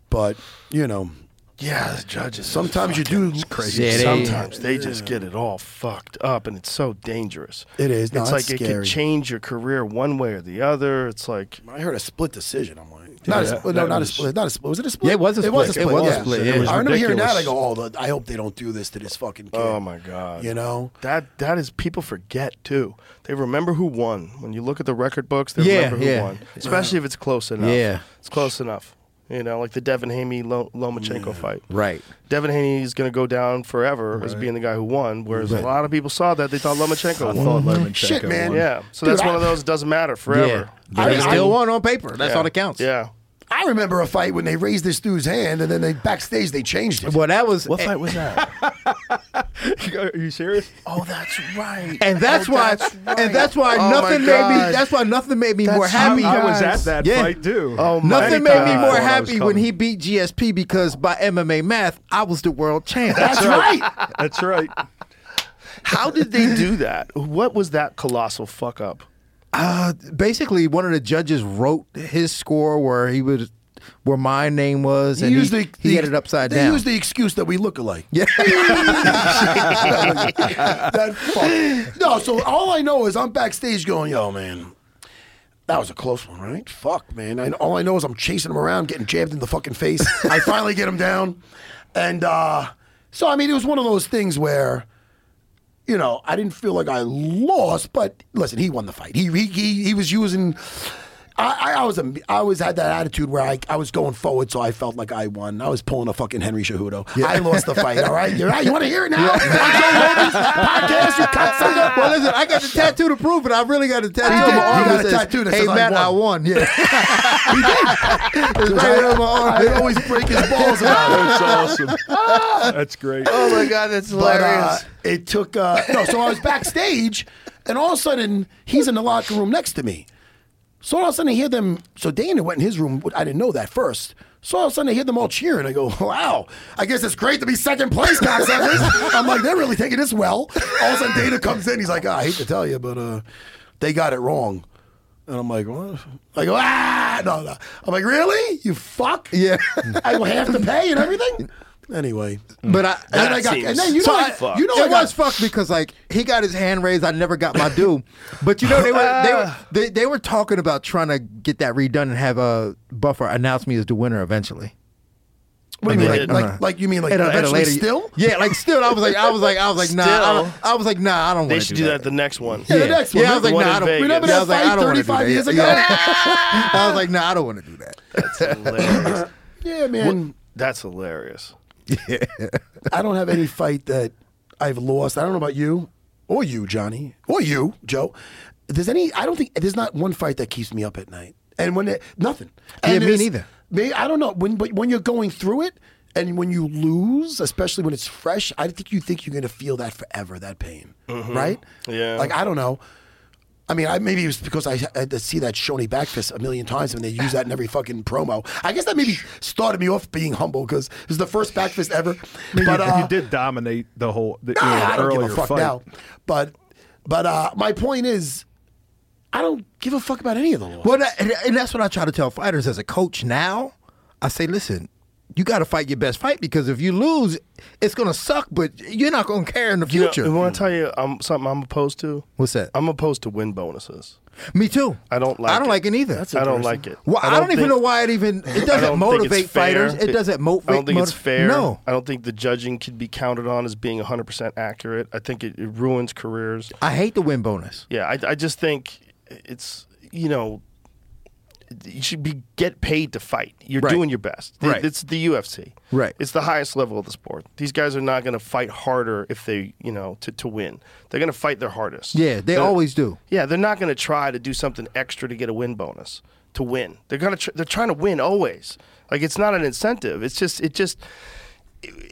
S5: but you know
S4: yeah, the judges. are
S5: sometimes you do
S7: crazy.
S6: Yeah, they-
S4: Sometimes they just get it all fucked up, and it's so dangerous.
S5: It is. No,
S4: it's like
S5: that's
S4: it
S5: scary.
S4: could change your career one way or the other. It's like
S5: I heard a split decision. I'm like, not a
S7: Yeah,
S5: split, no,
S7: that
S5: not
S7: was-
S5: a split. Not a split. Was it a split?
S6: Yeah, it was a
S5: It was a
S6: split. It
S5: split.
S6: was a
S5: yeah.
S6: split, yeah. It was
S5: I remember hearing that. I go,
S7: ridiculous.
S5: oh, the, I hope they don't do this to this fucking kid.
S4: oh my god,
S5: You know?
S4: that that is people forget too. They remember who won when you look at the record books. They
S6: Yeah,
S4: remember who
S6: yeah.
S4: won, especially if it's close enough.
S6: Yeah.
S4: it's close enough. You know, like the Devin Haney Lo- Lomachenko fight.
S6: Right.
S4: Devin Haney is going to go down forever as being the guy who won, whereas a lot of people saw that they thought Lomachenko won.
S7: Thought Lomachenko
S5: Shit, man.
S7: won.
S4: Yeah, so
S5: Dude,
S4: that's one
S5: I-
S4: of those doesn't matter forever.
S6: Yeah. But
S5: I-
S6: he
S5: I-
S6: still won on paper. That's
S4: Yeah.
S6: all that counts.
S4: Yeah.
S5: I remember a fight when they raised this dude's hand, and then they backstage they changed it.
S6: Well, that was
S4: What fight was that?
S7: Are you serious?
S4: Oh, that's right.
S6: and that's
S4: Oh,
S6: why
S4: right.
S6: and that's why
S4: Oh, my
S6: nothing made me
S4: God.
S6: that's why nothing made me
S4: That's
S6: more
S4: how
S6: happy.
S4: I
S7: I was at
S4: Guys.
S7: that
S6: Yeah.
S7: fight too.
S4: Oh, my
S6: Nothing
S4: God.
S6: made me more
S4: Thought I
S6: happy when he beat GSP because by MMA math, I was the world champ.
S5: That's right.
S7: That's right.
S4: How did they do that? What was that colossal fuck up?
S6: Uh, basically, one of the judges wrote his score where he would, where my name was, and he,
S5: used
S6: he had it upside
S5: they
S6: down.
S5: used the excuse that we look alike.
S6: Yeah.
S5: that fuck. No, so all I know is I'm backstage going, yo, man. That was a close one, right? Fuck, man. And all I know is I'm chasing him around, getting jabbed in the fucking face. I finally get him down. And uh, so, I mean, it was one of those things where, you know, I didn't feel like I lost, but listen, he won the fight. He he he, he was using. I, I, I was a, I always had that attitude where I, I was going forward, so I felt like I won. I was pulling a fucking Henry Cejudo. I lost the fight. All right, you're right. You want to hear it now? On Joe Rogan's podcast, you cocksucker.
S6: well, listen, I got the tattoo to prove it. I really got a tattoo
S5: You
S6: on
S5: did.
S6: my arm.
S5: You got
S6: that
S5: a
S6: says,
S5: tattoo that
S6: hey,
S5: says, "I
S6: man, I won. Yeah. It's right on my arm.
S5: I always break his balls about it.
S7: That's awesome. That's great.
S4: Oh my god, that's
S5: But uh, it took uh, no. So I was backstage, and all of a sudden he's in the locker room next to me. So all of a sudden I hear them. So Dana went in his room. I didn't know that first. So all of a sudden, I hear them all cheering. I go, wow, I guess it's great to be second place, cocksuckers. I'm like, they're really taking this well. All of a sudden, Dana comes in. He's like, "Ah, I hate to tell you, but uh, they got it wrong. And I'm like, what? I go, ah, no, no. I'm like, really? You fuck?
S6: Yeah.
S5: I will have to pay and everything? Anyway.
S6: But I,
S5: And then
S4: That
S5: I got,
S4: seems
S5: and then you know,
S4: so
S5: I,
S4: fucked.
S5: you know, I
S6: it
S5: got-
S6: was fucked because like he got his hand raised. I never got my due, but you know they were they were, they, they were talking about trying to get that redone and have a buffer announce me as the winner eventually.
S5: What do
S6: I
S5: you
S6: mean,
S5: mean? Like,
S6: like,
S5: like,
S6: uh,
S5: like you mean like
S6: At a- at a
S5: eventually
S6: later-
S5: still?
S6: yeah, like still. I was like, I was like, I was like, nah, I, don't,
S4: Still.
S6: I was like, nah, I don't want to.
S4: They should do that the next one.
S5: Yeah, the next one.
S6: Yeah, I was like,
S4: One
S6: nah,
S4: in
S6: I don't.
S4: Vegas.
S5: Remember
S6: yeah, I
S5: that
S6: was like, I
S5: fight
S6: don't wanna do
S5: 35
S6: that.
S5: years ago?
S6: Yeah. I was like, nah, I don't want to do that.
S4: That's hilarious.
S5: Yeah, man.
S4: That's hilarious.
S5: I don't have any fight that I've lost. I don't know about you or you, Johnny, or you, Joe. There's any. I don't think there's not one fight that keeps me up at night. And when it, nothing. And
S6: Yeah, me
S5: there's-
S6: neither.
S5: Me, I don't know when, but when you're going through it, and when you lose, especially when it's fresh, I think you think you're gonna feel that forever, that pain, right?
S4: Yeah.
S5: Like I don't know. I mean, I, maybe it was because I had to see that Shoney back fist a million times, and they use that in every fucking promo. I guess that maybe started me off being humble because it was the first back fist ever.
S7: but,
S5: but uh,
S7: you did dominate the whole the, you know,
S5: Nah,
S7: the
S5: I don't
S7: earlier
S5: give a fuck
S7: fight.
S5: now. But but uh, my point is, I don't give a fuck about any of the laws.
S6: Well, that, and, and that's what I try to tell fighters as a coach now. I say, listen, you got to fight your best fight because if you lose, it's gonna suck, but you're not gonna care in the
S4: You know,
S6: future.
S4: I want to tell you um, something I'm opposed to.
S6: What's that?
S4: I'm opposed to win bonuses.
S6: Me too.
S4: I don't like.
S6: I don't
S4: it.
S6: like it either.
S4: I don't like it.
S6: well, I don't, even
S4: think-
S6: know why it even. It
S4: I
S6: doesn't
S4: don't think it's
S6: motivate
S4: fair.
S6: fighters. It doesn't motivate.
S4: I don't think it's
S6: motiv-
S4: fair.
S6: No,
S4: I don't think the judging can be counted on as being 100 percent accurate. I think it, it ruins careers.
S6: I hate the win bonus.
S4: Yeah, I, I just think it's you know you should be get paid to fight. You're
S6: Right.
S4: doing your best. Th-
S6: Right.
S4: It's the UFC.
S6: Right.
S4: It's the highest level of the sport. These guys are not going to fight harder if they you know to, to win. They're going to fight their hardest.
S6: Yeah, they
S4: They're-
S6: always do.
S4: Yeah, they're not going to try to do something extra to get a win bonus to win. They're going to tr- they're trying to win always. Like it's not an incentive. It's just it just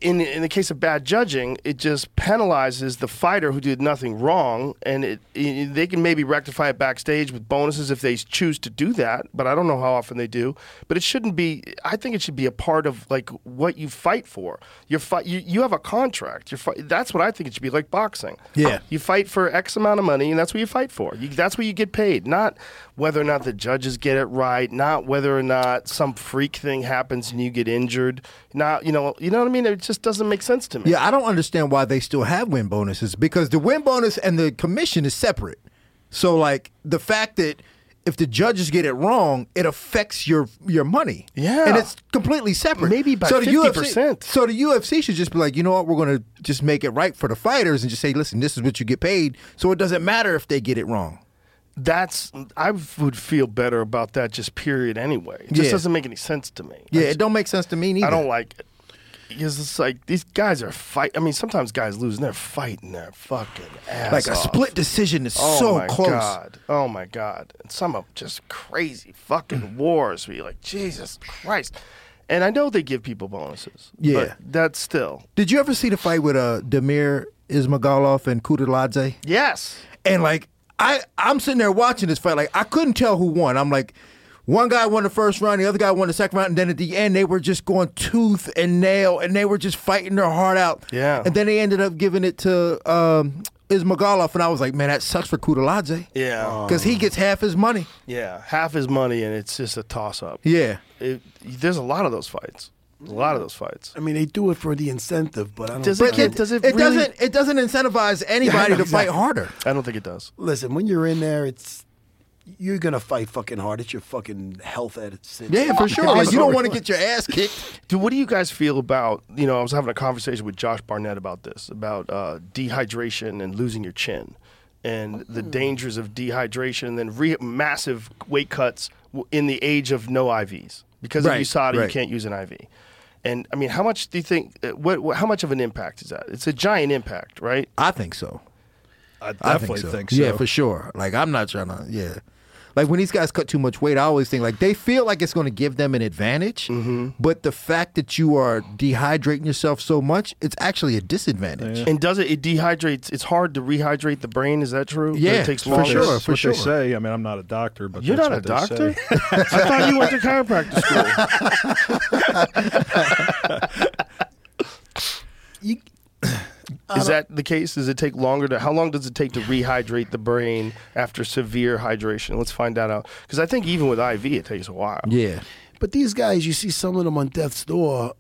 S4: in in the case of bad judging, it just penalizes the fighter who did nothing wrong, and it, it- they can maybe rectify it backstage with bonuses if they choose to do that. But I don't know how often they do. But it shouldn't be. I think it should be a part of like what you fight for. Your fight, you, you have a contract. Your fight, that's what I think it should be like boxing.
S6: Yeah.
S4: you fight for X amount of money, and that's what you fight for. You, that's what you get paid. Not whether or not the judges get it right. Not whether or not some freak thing happens and you get injured. Not you know you know what I mean. It just doesn't make sense to me.
S6: Yeah, I don't understand why they still have win bonuses because the win bonus and the commission is separate. So like the fact that if the judges get it wrong, it affects your your money.
S4: Yeah.
S6: and it's completely separate.
S4: Maybe by
S6: so the UFC,
S4: 50%.
S6: so the UFC should just be like, you know what, we're going to just make it right for the fighters and just say, listen, this is what you get paid. So it doesn't matter if they get it wrong.
S4: That's I would feel better about that just period anyway. It just
S6: Yeah.
S4: doesn't make any sense to me.
S6: Yeah,
S4: I,
S6: it
S4: just-
S6: don't make sense to me neither.
S4: I don't like it. Because it's like these guys are fight. I mean, sometimes guys lose and they're fighting their fucking ass
S6: like a
S4: off.
S6: split decision is
S4: Oh
S6: so
S4: my
S6: close.
S4: god! Oh my god! And some of just crazy fucking wars where you're like, Jesus Christ! And I know they give people bonuses.
S6: Yeah.
S4: but that's still
S6: Did you ever see the fight with uh, Demir Ismagulov and Kudaladze?
S4: yes.
S6: and like I I'm sitting there watching this fight, like I couldn't tell who won. I'm like, one guy won the first round, the other guy won the second round, and then at the end they were just going tooth and nail, and they were just fighting their heart out.
S4: Yeah.
S6: and then they ended up giving it to um, Ismagulov, and I was like, man, that sucks for Kudaladze.
S4: Yeah,
S6: because he gets half his money.
S4: Um, yeah, half his money and it's just a toss up.
S6: Yeah.
S4: it, there's a lot of those fights. A lot of those fights.
S5: I mean, they do it for the incentive, but I don't.
S4: Does it
S5: think-
S4: get- does it
S6: it
S4: really-
S6: doesn't. It doesn't incentivize anybody to fight harder.
S4: I don't think it does.
S5: Listen, when you're in there, it's you're gonna fight fucking hard. It's your fucking health at stake.
S6: Yeah, for sure. Like you don't want to get your ass kicked.
S4: Dude, what do you guys feel about? You know, I was having a conversation with Josh Barnett about this, about uh, dehydration and losing your chin, and the
S6: Mm.
S4: dangers of dehydration, and then re- massive weight cuts w- in the age of no IVs because
S6: Right,
S4: of USADA,
S6: right.
S4: you can't use an IV. And I mean, how much do you think? uh, What, what? How much of an impact is that? It's a giant impact, right?
S6: I think so.
S7: I
S6: I
S7: definitely think so.
S6: Yeah, for sure. Like I'm not trying to. Yeah, Like when these guys cut too much weight, I always think like they feel like it's going to give them an advantage,
S4: Mm-hmm.
S6: but the fact that you are dehydrating yourself so much, it's actually a disadvantage.
S4: And does it? It dehydrates. It's hard to rehydrate the brain. Is that true? That
S6: Yeah,
S4: it takes
S6: for
S4: longer.
S6: sure,
S7: That's
S6: for
S7: what
S6: sure.
S7: they say. I mean, I'm not a doctor, but
S4: You're
S7: that's
S4: not a
S7: what they
S4: doctor.
S7: say.
S4: I thought you went to chiropractor school. Is that the case? Does it take longer to? How long does it take to rehydrate the brain after severe hydration? Let's find that out. Because I think even with IV, it takes a while.
S6: Yeah.
S5: But these guys, you see some of them on death's door.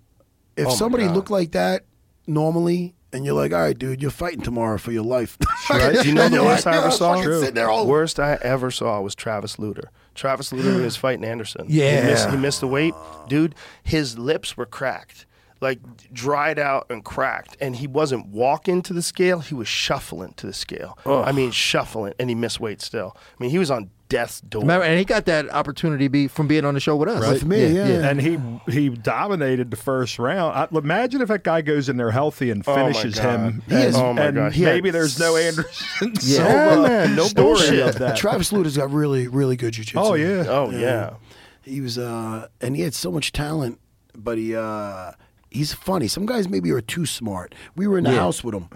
S5: If
S4: Oh my
S5: somebody
S4: God.
S5: looked like that normally, and you're like, all right, dude, you're fighting tomorrow for your life.
S4: Right? Do you know
S5: And
S4: the
S5: you're
S4: worst
S5: like,
S4: I ever
S5: "No,
S4: saw?
S5: fucking sitting there all-
S4: worst I ever saw was Travis Luter. Travis Luter when he was fighting Anderson.
S6: Yeah.
S4: He missed, he missed the weight. Dude, his lips were cracked, like dried out and cracked. And he wasn't walking to the scale, he was shuffling to the scale. I mean, shuffling. And he missed weight still. I mean, he was on death's door.
S6: Remember, and he got that opportunity be from being on the show with us.
S5: With me, yeah.
S7: And he he dominated the first round. I, imagine if that guy goes in there healthy and
S4: Oh my
S7: finishes
S4: God.
S7: him.
S4: He
S7: and,
S4: is- oh my
S7: and
S4: God. He had-
S7: maybe there's no Anderson. uh,
S6: Yeah.
S7: Silva
S4: man, no
S7: story
S4: bullshit.
S7: of that.
S5: Travis Luter's got really, really good jiu-jitsu.
S7: oh yeah.
S4: Oh, yeah.
S5: He was, uh, and he had so much talent, but he, uh, he's funny. Some guys maybe are too smart. We were in the house with him,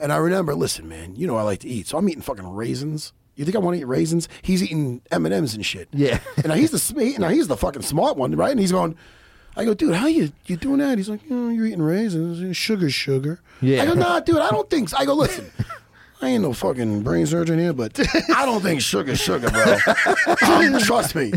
S5: and I remember, listen, man, you know I like to eat, so I'm eating fucking raisins. You think I want to eat raisins? He's eating M and M's and shit.
S6: Yeah.
S5: and now he's the sm- now he's the fucking smart one, right? And he's going. I go, dude, how you you doing that? He's like, oh, you're eating raisins, sugar, sugar.
S6: Yeah.
S5: I go, nah, dude, I don't think. So. I go, listen, I ain't no fucking brain surgeon here, but I don't think sugar, sugar, bro. Um, trust me.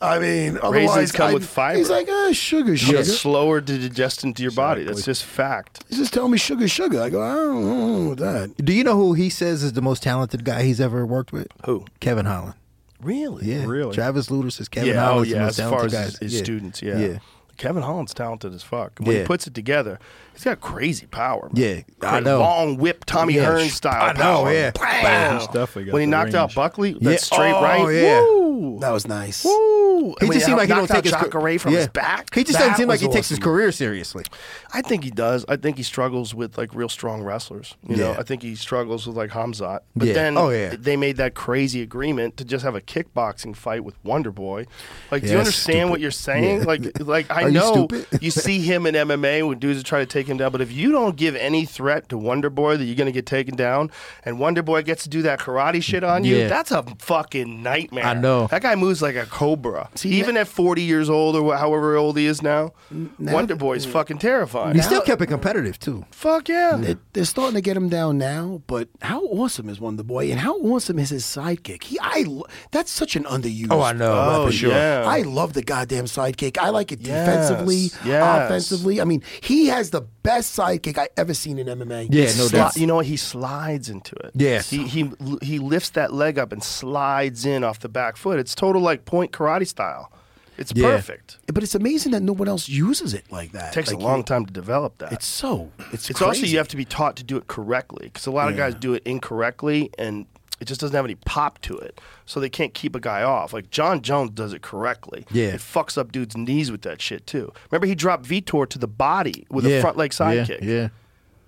S5: I mean, otherwise,
S4: come
S5: I-
S4: with fiber.
S5: He's like, ah, sugar, sugar.
S4: It's slower to digest into your body. That's just fact.
S5: He's just telling me sugar, sugar. I go, I don't know about that.
S6: Do you know who he says is the most talented guy he's ever worked with?
S4: Who?
S6: Kevin Holland.
S4: Really?
S6: Yeah.
S7: Really?
S6: Travis Luter says Kevin
S4: yeah, oh
S6: Holland's the
S4: yeah, as
S6: most
S4: far
S6: talented
S4: as
S6: guy.
S4: his, his
S6: Yeah.
S4: students, yeah.
S6: Yeah.
S4: Kevin Holland's talented as fuck. When he
S6: Yeah.
S4: puts it together, he's got crazy power. man.
S6: Yeah, I
S4: Crazy
S6: know.
S4: long whip, Tommy
S6: Yeah,
S4: Hearns
S6: sh-
S4: style.
S6: I know,
S4: power.
S6: yeah.
S4: Bam!
S7: He's definitely got
S4: when he
S7: the
S4: knocked out
S7: range.
S4: Buckley, that
S6: Yeah.
S4: straight
S6: Oh,
S4: right.
S6: yeah.
S4: Woo!
S5: That was nice.
S4: Woo!
S6: He just seemed like he don't
S4: knocked out
S6: take his
S4: Jacare from his back.
S6: He just
S4: That
S6: doesn't seem like
S4: was
S6: he takes his
S4: awesome.
S6: career seriously.
S4: I think he does. I think he struggles with like real strong wrestlers. You know,
S6: Yeah.
S4: I think he struggles with like Hamzat. But
S6: Yeah.
S4: then
S6: Oh, yeah.
S4: they made that crazy agreement to just have a kickboxing fight with Wonder Boy. Like, do
S6: Yeah,
S4: you
S6: that's
S4: understand what
S6: stupid.
S4: you're saying?
S6: Yeah.
S4: Like, like I
S6: Are you
S4: know you,
S6: stupid?
S4: see him in MMA when dudes are trying to take him down, but if you don't give any threat to Wonder Boy that you're going to get taken down, and Wonder Boy gets to do that karate shit on you,
S6: Yeah.
S4: that's a fucking nightmare.
S6: I know.
S4: that guy moves like a cobra. Even at 40 years old or wh- however old he is now, Wonder
S6: mm.
S4: Boy's fucking terrifying.
S6: He still kept it competitive too.
S4: Fuck yeah.
S5: They- They're starting to get him down now, but how awesome is Wonder Boy, and how awesome is his sidekick? He, I, lo- that's such an underused.
S6: Oh, I know.
S5: uh,
S6: Oh,
S5: weapon.
S4: sure. yeah.
S5: I love the goddamn sidekick. I like it
S4: Yes,
S5: defensively,
S4: yes.
S5: offensively. I mean, he has the best sidekick I ever seen in MMA.
S6: Yeah, no
S5: Sly-
S6: doubt.
S4: you know what? He slides into it.
S6: Yes.
S4: He, he he lifts that leg up and slides in off the back foot. It's total like point karate style. It's
S6: Yeah.
S4: perfect.
S5: But it's amazing that no one else uses it like that.
S4: It takes
S5: Like,
S4: a long time to develop that.
S5: It's so. It's,
S4: it's
S5: crazy.
S4: also you have to be taught to do it correctly because a lot of guys do it incorrectly and it just doesn't have any pop to it, so they can't keep a guy off. Like John Jones does it correctly.
S6: Yeah.
S4: it fucks up dudes' knees with that shit too. Remember he dropped Vitor to the body with a front leg
S6: yeah,
S4: sidekick.
S6: Yeah,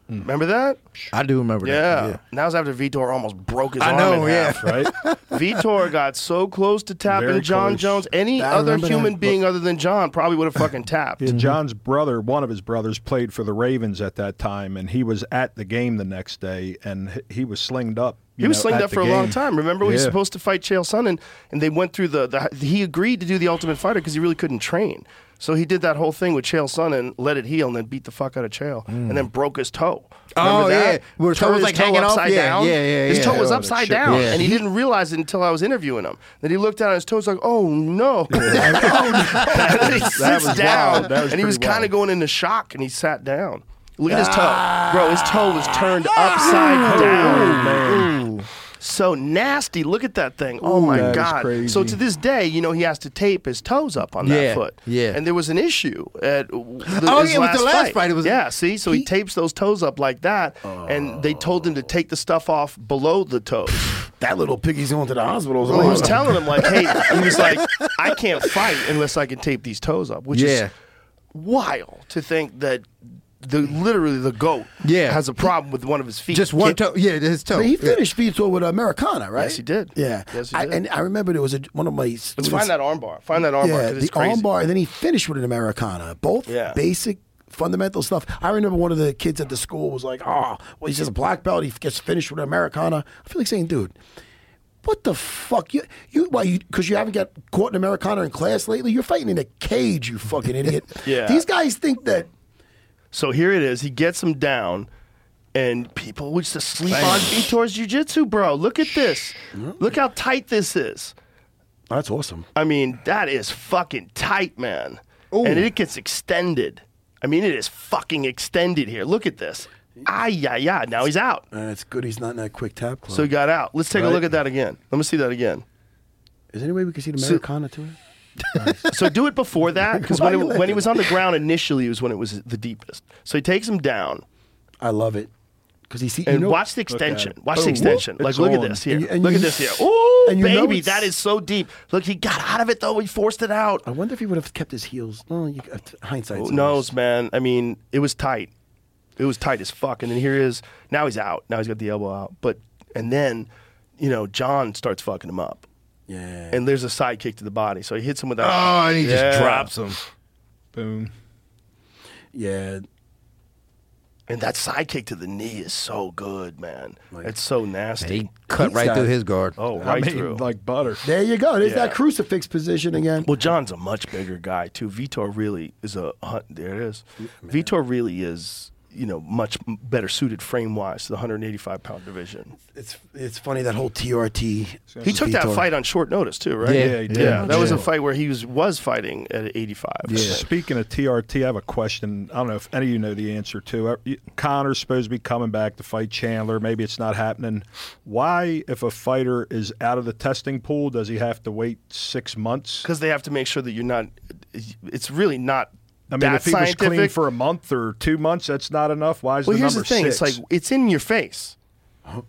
S4: remember that?
S6: I do remember
S4: Yeah.
S6: that. Yeah.
S4: That was after Vitor almost broke his
S6: I
S4: arm
S6: know,
S4: in
S6: yeah.
S4: half.
S7: Right.
S4: Vitor got so close to tapping
S7: Very
S4: John
S7: close.
S4: Jones. Any
S5: I
S4: other
S5: remember
S4: human
S5: that.
S4: being other than John probably would have fucking tapped.
S7: Yeah, John's brother, one of his brothers, played for the Ravens at that time, and he was at the game the next day, and h- he was slinged up. you
S4: He was
S7: know,
S4: slinged
S7: at
S4: up
S7: the
S4: for a long
S7: game.
S4: time. Remember, when he was
S7: Yeah.
S4: supposed to fight Chael Sonnen, and they went through the, the. He agreed to do the Ultimate Fighter because he really couldn't train. So he did that whole thing with Chael Sonnen, let it heal, and then beat the fuck out of Chael, and
S7: Mm.
S4: then broke his toe. Remember
S6: Oh,
S4: that?
S6: yeah. Where his toe was,
S4: Turned his
S6: like, hanging off?
S4: upside
S6: Yeah,
S4: down.
S6: yeah, yeah,
S4: His
S6: yeah.
S4: toe was
S7: Oh, that
S4: upside
S7: shit.
S4: down,
S6: Yeah.
S4: and he didn't realize it until I was interviewing him. Then he looked down at his toe, was like, "Oh no!" and then he
S7: That
S4: sits
S7: was
S4: down,
S7: wild. That was
S4: and he was
S7: pretty
S4: kind of
S7: wild. Ah.
S4: going into shock, and he sat down. Look at his toe, bro. His toe was turned upside down. Ooh. So nasty. Look at that thing. Oh my
S7: that is
S4: god. So
S7: crazy.
S4: to this day, you know, he has to tape his toes up on that
S6: Yeah,
S4: foot.
S6: yeah.
S4: And there was an issue at w- the,
S6: Oh,
S4: his
S6: yeah, with the last fight, it was-
S4: yeah. See, so he, tapes those toes up like that, and they told him to take the stuff off below the toes.
S5: that little piggy's going to the hospital.
S4: Well, he was telling him like, hey, he was like, I can't fight unless I can tape these toes up, which
S6: Yeah.
S4: is wild to think that the literally the goat
S6: Yeah.
S4: has a problem with one of his feet.
S6: Just one toe.
S4: Can't-
S6: Yeah, his toe.
S5: But he
S6: Yeah.
S5: finished Vitor with Americana, right?
S4: Yes, he did.
S5: Yeah,
S4: Yes, he
S5: I,
S4: did.
S5: and I remember there was a, one of my
S4: Let's
S5: students-
S4: find that armbar. Find that armbar.
S5: yeah,
S4: 'cause
S5: the
S4: it's crazy.
S5: armbar, and then he finished with an Americana. Both
S4: Yeah.
S5: basic fundamental stuff. I remember one of the kids at the school was like, "Oh, well, he's just a black belt. He gets finished with an Americana." I feel like saying, "Dude, what the fuck? You you why you because you haven't got caught in Americana in class lately? You're fighting in a cage, you fucking idiot."
S4: Yeah.
S5: these guys think that.
S4: So here it is. He gets him down, and people used to sleep on Vitor's jiu-jitsu, bro. Look at this. Look how tight this is.
S5: That's awesome.
S4: I mean, that is fucking tight, man. And it gets extended. I mean, it is fucking extended here. Look at this. Ah, yeah, yeah. Now he's out.
S5: Uh, it's good he's not in that quick tap club.
S4: So he got out. Let's take a
S5: Right.
S4: look at that again. Let me see that again.
S5: is there any way we can see the Americana to it?
S4: So do it before that, because when,
S5: Why you
S4: it- when he
S5: laughing?
S4: was on the ground initially was when it was the deepest. So he takes him down
S5: I love it because he see you
S4: and
S5: know,
S4: watch the extension.
S7: at it.
S4: Watch
S7: Oh,
S4: the
S7: whoop.
S4: extension. Like
S7: It's
S4: look at
S7: on.
S4: this here.
S5: And you- and
S4: look
S5: you-
S4: at this here. Ooh,
S5: and you know
S4: baby,
S5: it's-
S4: that is so deep. Look, he got out of it though. He forced it out.
S5: I wonder if he would have kept his heels. No, you, uh, hindsight.
S4: Who knows, man? I mean, it was tight. It was tight as fuck. And then here he is. Now he's out. Now he's got the elbow out. But and then, you know, John starts fucking him up.
S5: Yeah.
S4: And there's a side kick to the body. So he hits him with that.
S6: Oh, and he
S4: Yeah.
S6: just drops him.
S7: Boom.
S5: Yeah.
S4: And that side kick to the knee is so good, man. it's so nasty.
S6: He cut right
S5: got-
S6: through his guard.
S4: oh,
S7: I
S4: right
S7: made
S4: through.
S7: like butter.
S5: There you go. There's
S4: Yeah.
S5: that crucifix position again.
S4: Well, John's a much bigger guy too. Vitor really is a hun- there it is. Vitor really is you know much m- better suited frame wise to the 185 pound division.
S5: It's it's funny that whole TRT.
S4: He took that fight on short notice too, right?
S6: Yeah.
S7: Yeah, he did.
S4: Yeah, that was a
S7: Yeah.
S4: fight where he was was fighting at 85.
S7: Speaking of TRT, I have a question. I don't know if any of you know the answer to. Uh, you- Connor's supposed to be coming back to fight Chandler. Maybe it's not happening. Why, if a fighter is out of the testing pool, does he have to wait six months?
S4: Because they have to make sure that you're not. It's really not.
S7: I mean,
S4: that
S7: if he
S4: scientific.
S7: was clean for a month or two months, that's not enough. Why is
S4: well,
S7: the
S4: here's
S7: number
S4: the thing.
S7: six?
S4: It's like it's in your face.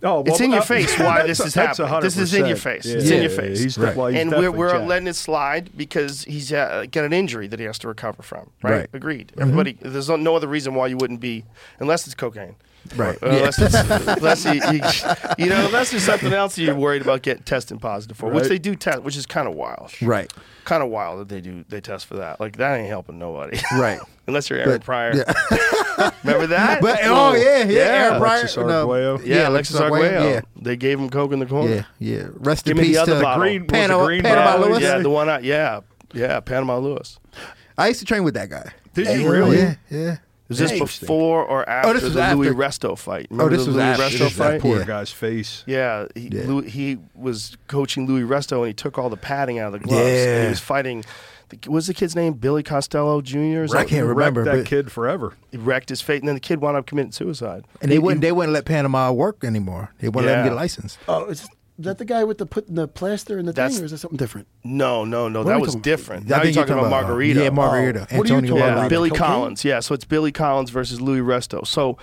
S7: oh,
S4: it's in your
S7: uh,
S4: face why this
S7: that's-
S4: is
S7: that's
S4: happening. This is in your
S7: 100%.
S4: face. It's in your
S7: Yeah,
S4: face.
S7: He's, right.
S6: Oh,
S4: and we're, we're letting it slide because he's uh, got an injury that he has to recover from. Right?
S6: Right. Mm-hmm.
S4: Agreed. Everybody, there's no, no other reason why you wouldn't be, unless it's cocaine.
S6: Right.
S4: Or Unless, it's, unless you, you, you know, unless there's something else that you're worried about getting tested positive for, which
S7: Right.
S4: they do test, which is kind of wild.
S6: Right.
S4: Kind of wild that they do they test for that. Like that ain't helping nobody.
S6: Right.
S4: unless you're Aaron
S6: But-
S4: Pryor. Remember that?
S6: But oh yeah, yeah, Aaron
S7: Alexis
S6: Pryor, no.
S7: Arguello.
S4: Yeah, Alexis Arguello.
S6: Yeah,
S4: They gave him coke in the corner.
S6: yeah, yeah. Rest
S4: Give
S6: in
S4: me the
S6: peace
S4: other
S6: to
S4: bottle.
S7: Green- was it
S6: Panama,
S7: green
S6: Panama
S7: bottle?
S6: Lewis.
S4: Uh, Yeah, the one. I, yeah, yeah, Panama Lewis.
S6: I used to train with that guy.
S7: Did you really?
S6: Yeah, yeah. Oh,
S4: Is this
S7: Interesting.
S4: before or after
S6: this was
S4: the Louis
S6: after. Oh,
S4: Resto fight? Remember
S6: this
S4: the
S6: was
S4: Louis
S6: after.
S4: Resto
S6: It is
S7: That
S4: fight.
S7: poor
S6: Yeah.
S7: guy's face.
S4: Yeah, he, Louis, he was coaching Louis Resto, and he took all the padding out of the gloves. And he
S6: Yeah.
S4: was fighting. the- What was the kid's name? Billy Costello Jr. Is
S6: I
S4: that-
S6: can't
S4: he
S7: Wrecked
S6: remember.
S7: that
S6: But,
S7: kid forever.
S4: He wrecked his fate, and then the kid wound up committing suicide.
S6: and they wouldn't. They wouldn't let Panama work anymore. They wouldn't let
S4: Yeah.
S6: him get licensed.
S5: Oh, is, is that the guy with the putting the plaster in the
S4: That's-
S5: thing, or is that something different?
S4: No, no, no.
S5: are
S4: that
S5: we
S4: was
S5: talking about?
S4: different.
S6: I
S4: Now you're
S6: think
S4: talking about
S6: uh,
S4: Margarita.
S6: Yeah, Margarita.
S5: Oh, what are you
S6: Antonio
S5: talking
S4: Yeah,
S5: about?
S6: Margarita.
S4: Billy
S5: Cocaine?
S4: Collins. Yeah, so it's Billy Collins versus Louis Resto. So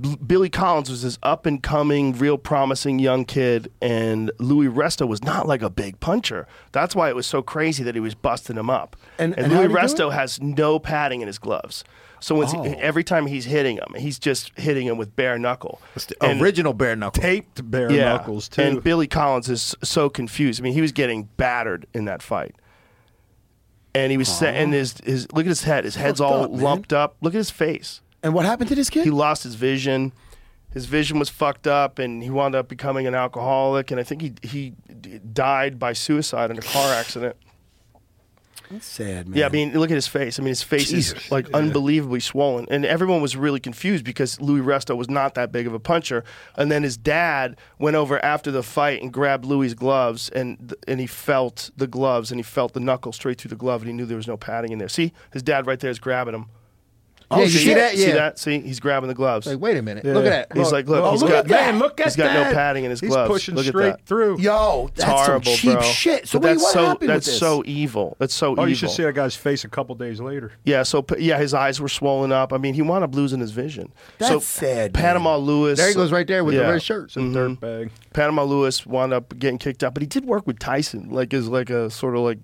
S4: B- Billy Collins was this up and coming, real promising young kid, and Louis Resto was not like a big puncher. That's why it was so crazy that he was busting him up.
S5: And- and
S4: Louis
S5: how'd he do Oh.
S4: Resto has no padding in his gloves. So once he, every time he's hitting him, he's just hitting him with bare knuckle. And-
S6: Original bare knuckle.
S7: Taped bare knuckles too.
S4: and Billy Collins is so confused. I mean, he was getting battered in that fight. And he was sa- and his his look at his head. His head's
S5: fucked
S4: all
S5: up, man.
S4: lumped up. Look at his face.
S5: And what happened to this kid?
S4: He lost his vision. His vision was fucked up, and he wound up becoming an alcoholic. And I think he he d- died by suicide in a car accident.
S5: That's sad, man.
S4: Yeah, I mean, look at his face. I mean, his face is like unbelievably swollen, and everyone was really confused because Louis Resto was not that big of a puncher. And then his dad went over after the fight and grabbed Louis's gloves, and th- and he felt the gloves, and he felt the knuckle straight through the glove, and he knew there was no padding in there. See, his dad right there is grabbing him.
S6: Yeah, you see that?
S4: See
S6: Yeah.
S4: that? See, he's grabbing the gloves.
S6: Like, wait a minute. Look at that.
S4: He's
S6: Look.
S4: like, look,
S7: Oh,
S4: he's
S7: look
S4: got
S7: at that. Look at
S4: he's got
S7: that.
S4: no padding in his
S7: He's
S4: gloves.
S7: pushing
S4: look at
S7: straight
S4: that.
S7: through.
S5: yo,
S4: It's
S5: that's
S4: horrible,
S5: some cheap
S4: bro.
S5: shit. So
S4: But
S5: wait,
S4: that's
S5: what
S4: so
S5: happened
S4: that's
S5: with this?
S4: so evil. That's so evil.
S7: Oh, you should see that guy's face a couple days later.
S4: Yeah, so p- yeah, his eyes were swollen up. I mean, he wound up losing his vision. so
S5: That's sad,
S4: Panama Lewis.
S6: There he goes right there with
S4: Yeah.
S6: the red shirt.
S7: Some dirtbag.
S4: Panama Lewis wound up getting kicked out, but he did work with Tyson, like as like a sort of like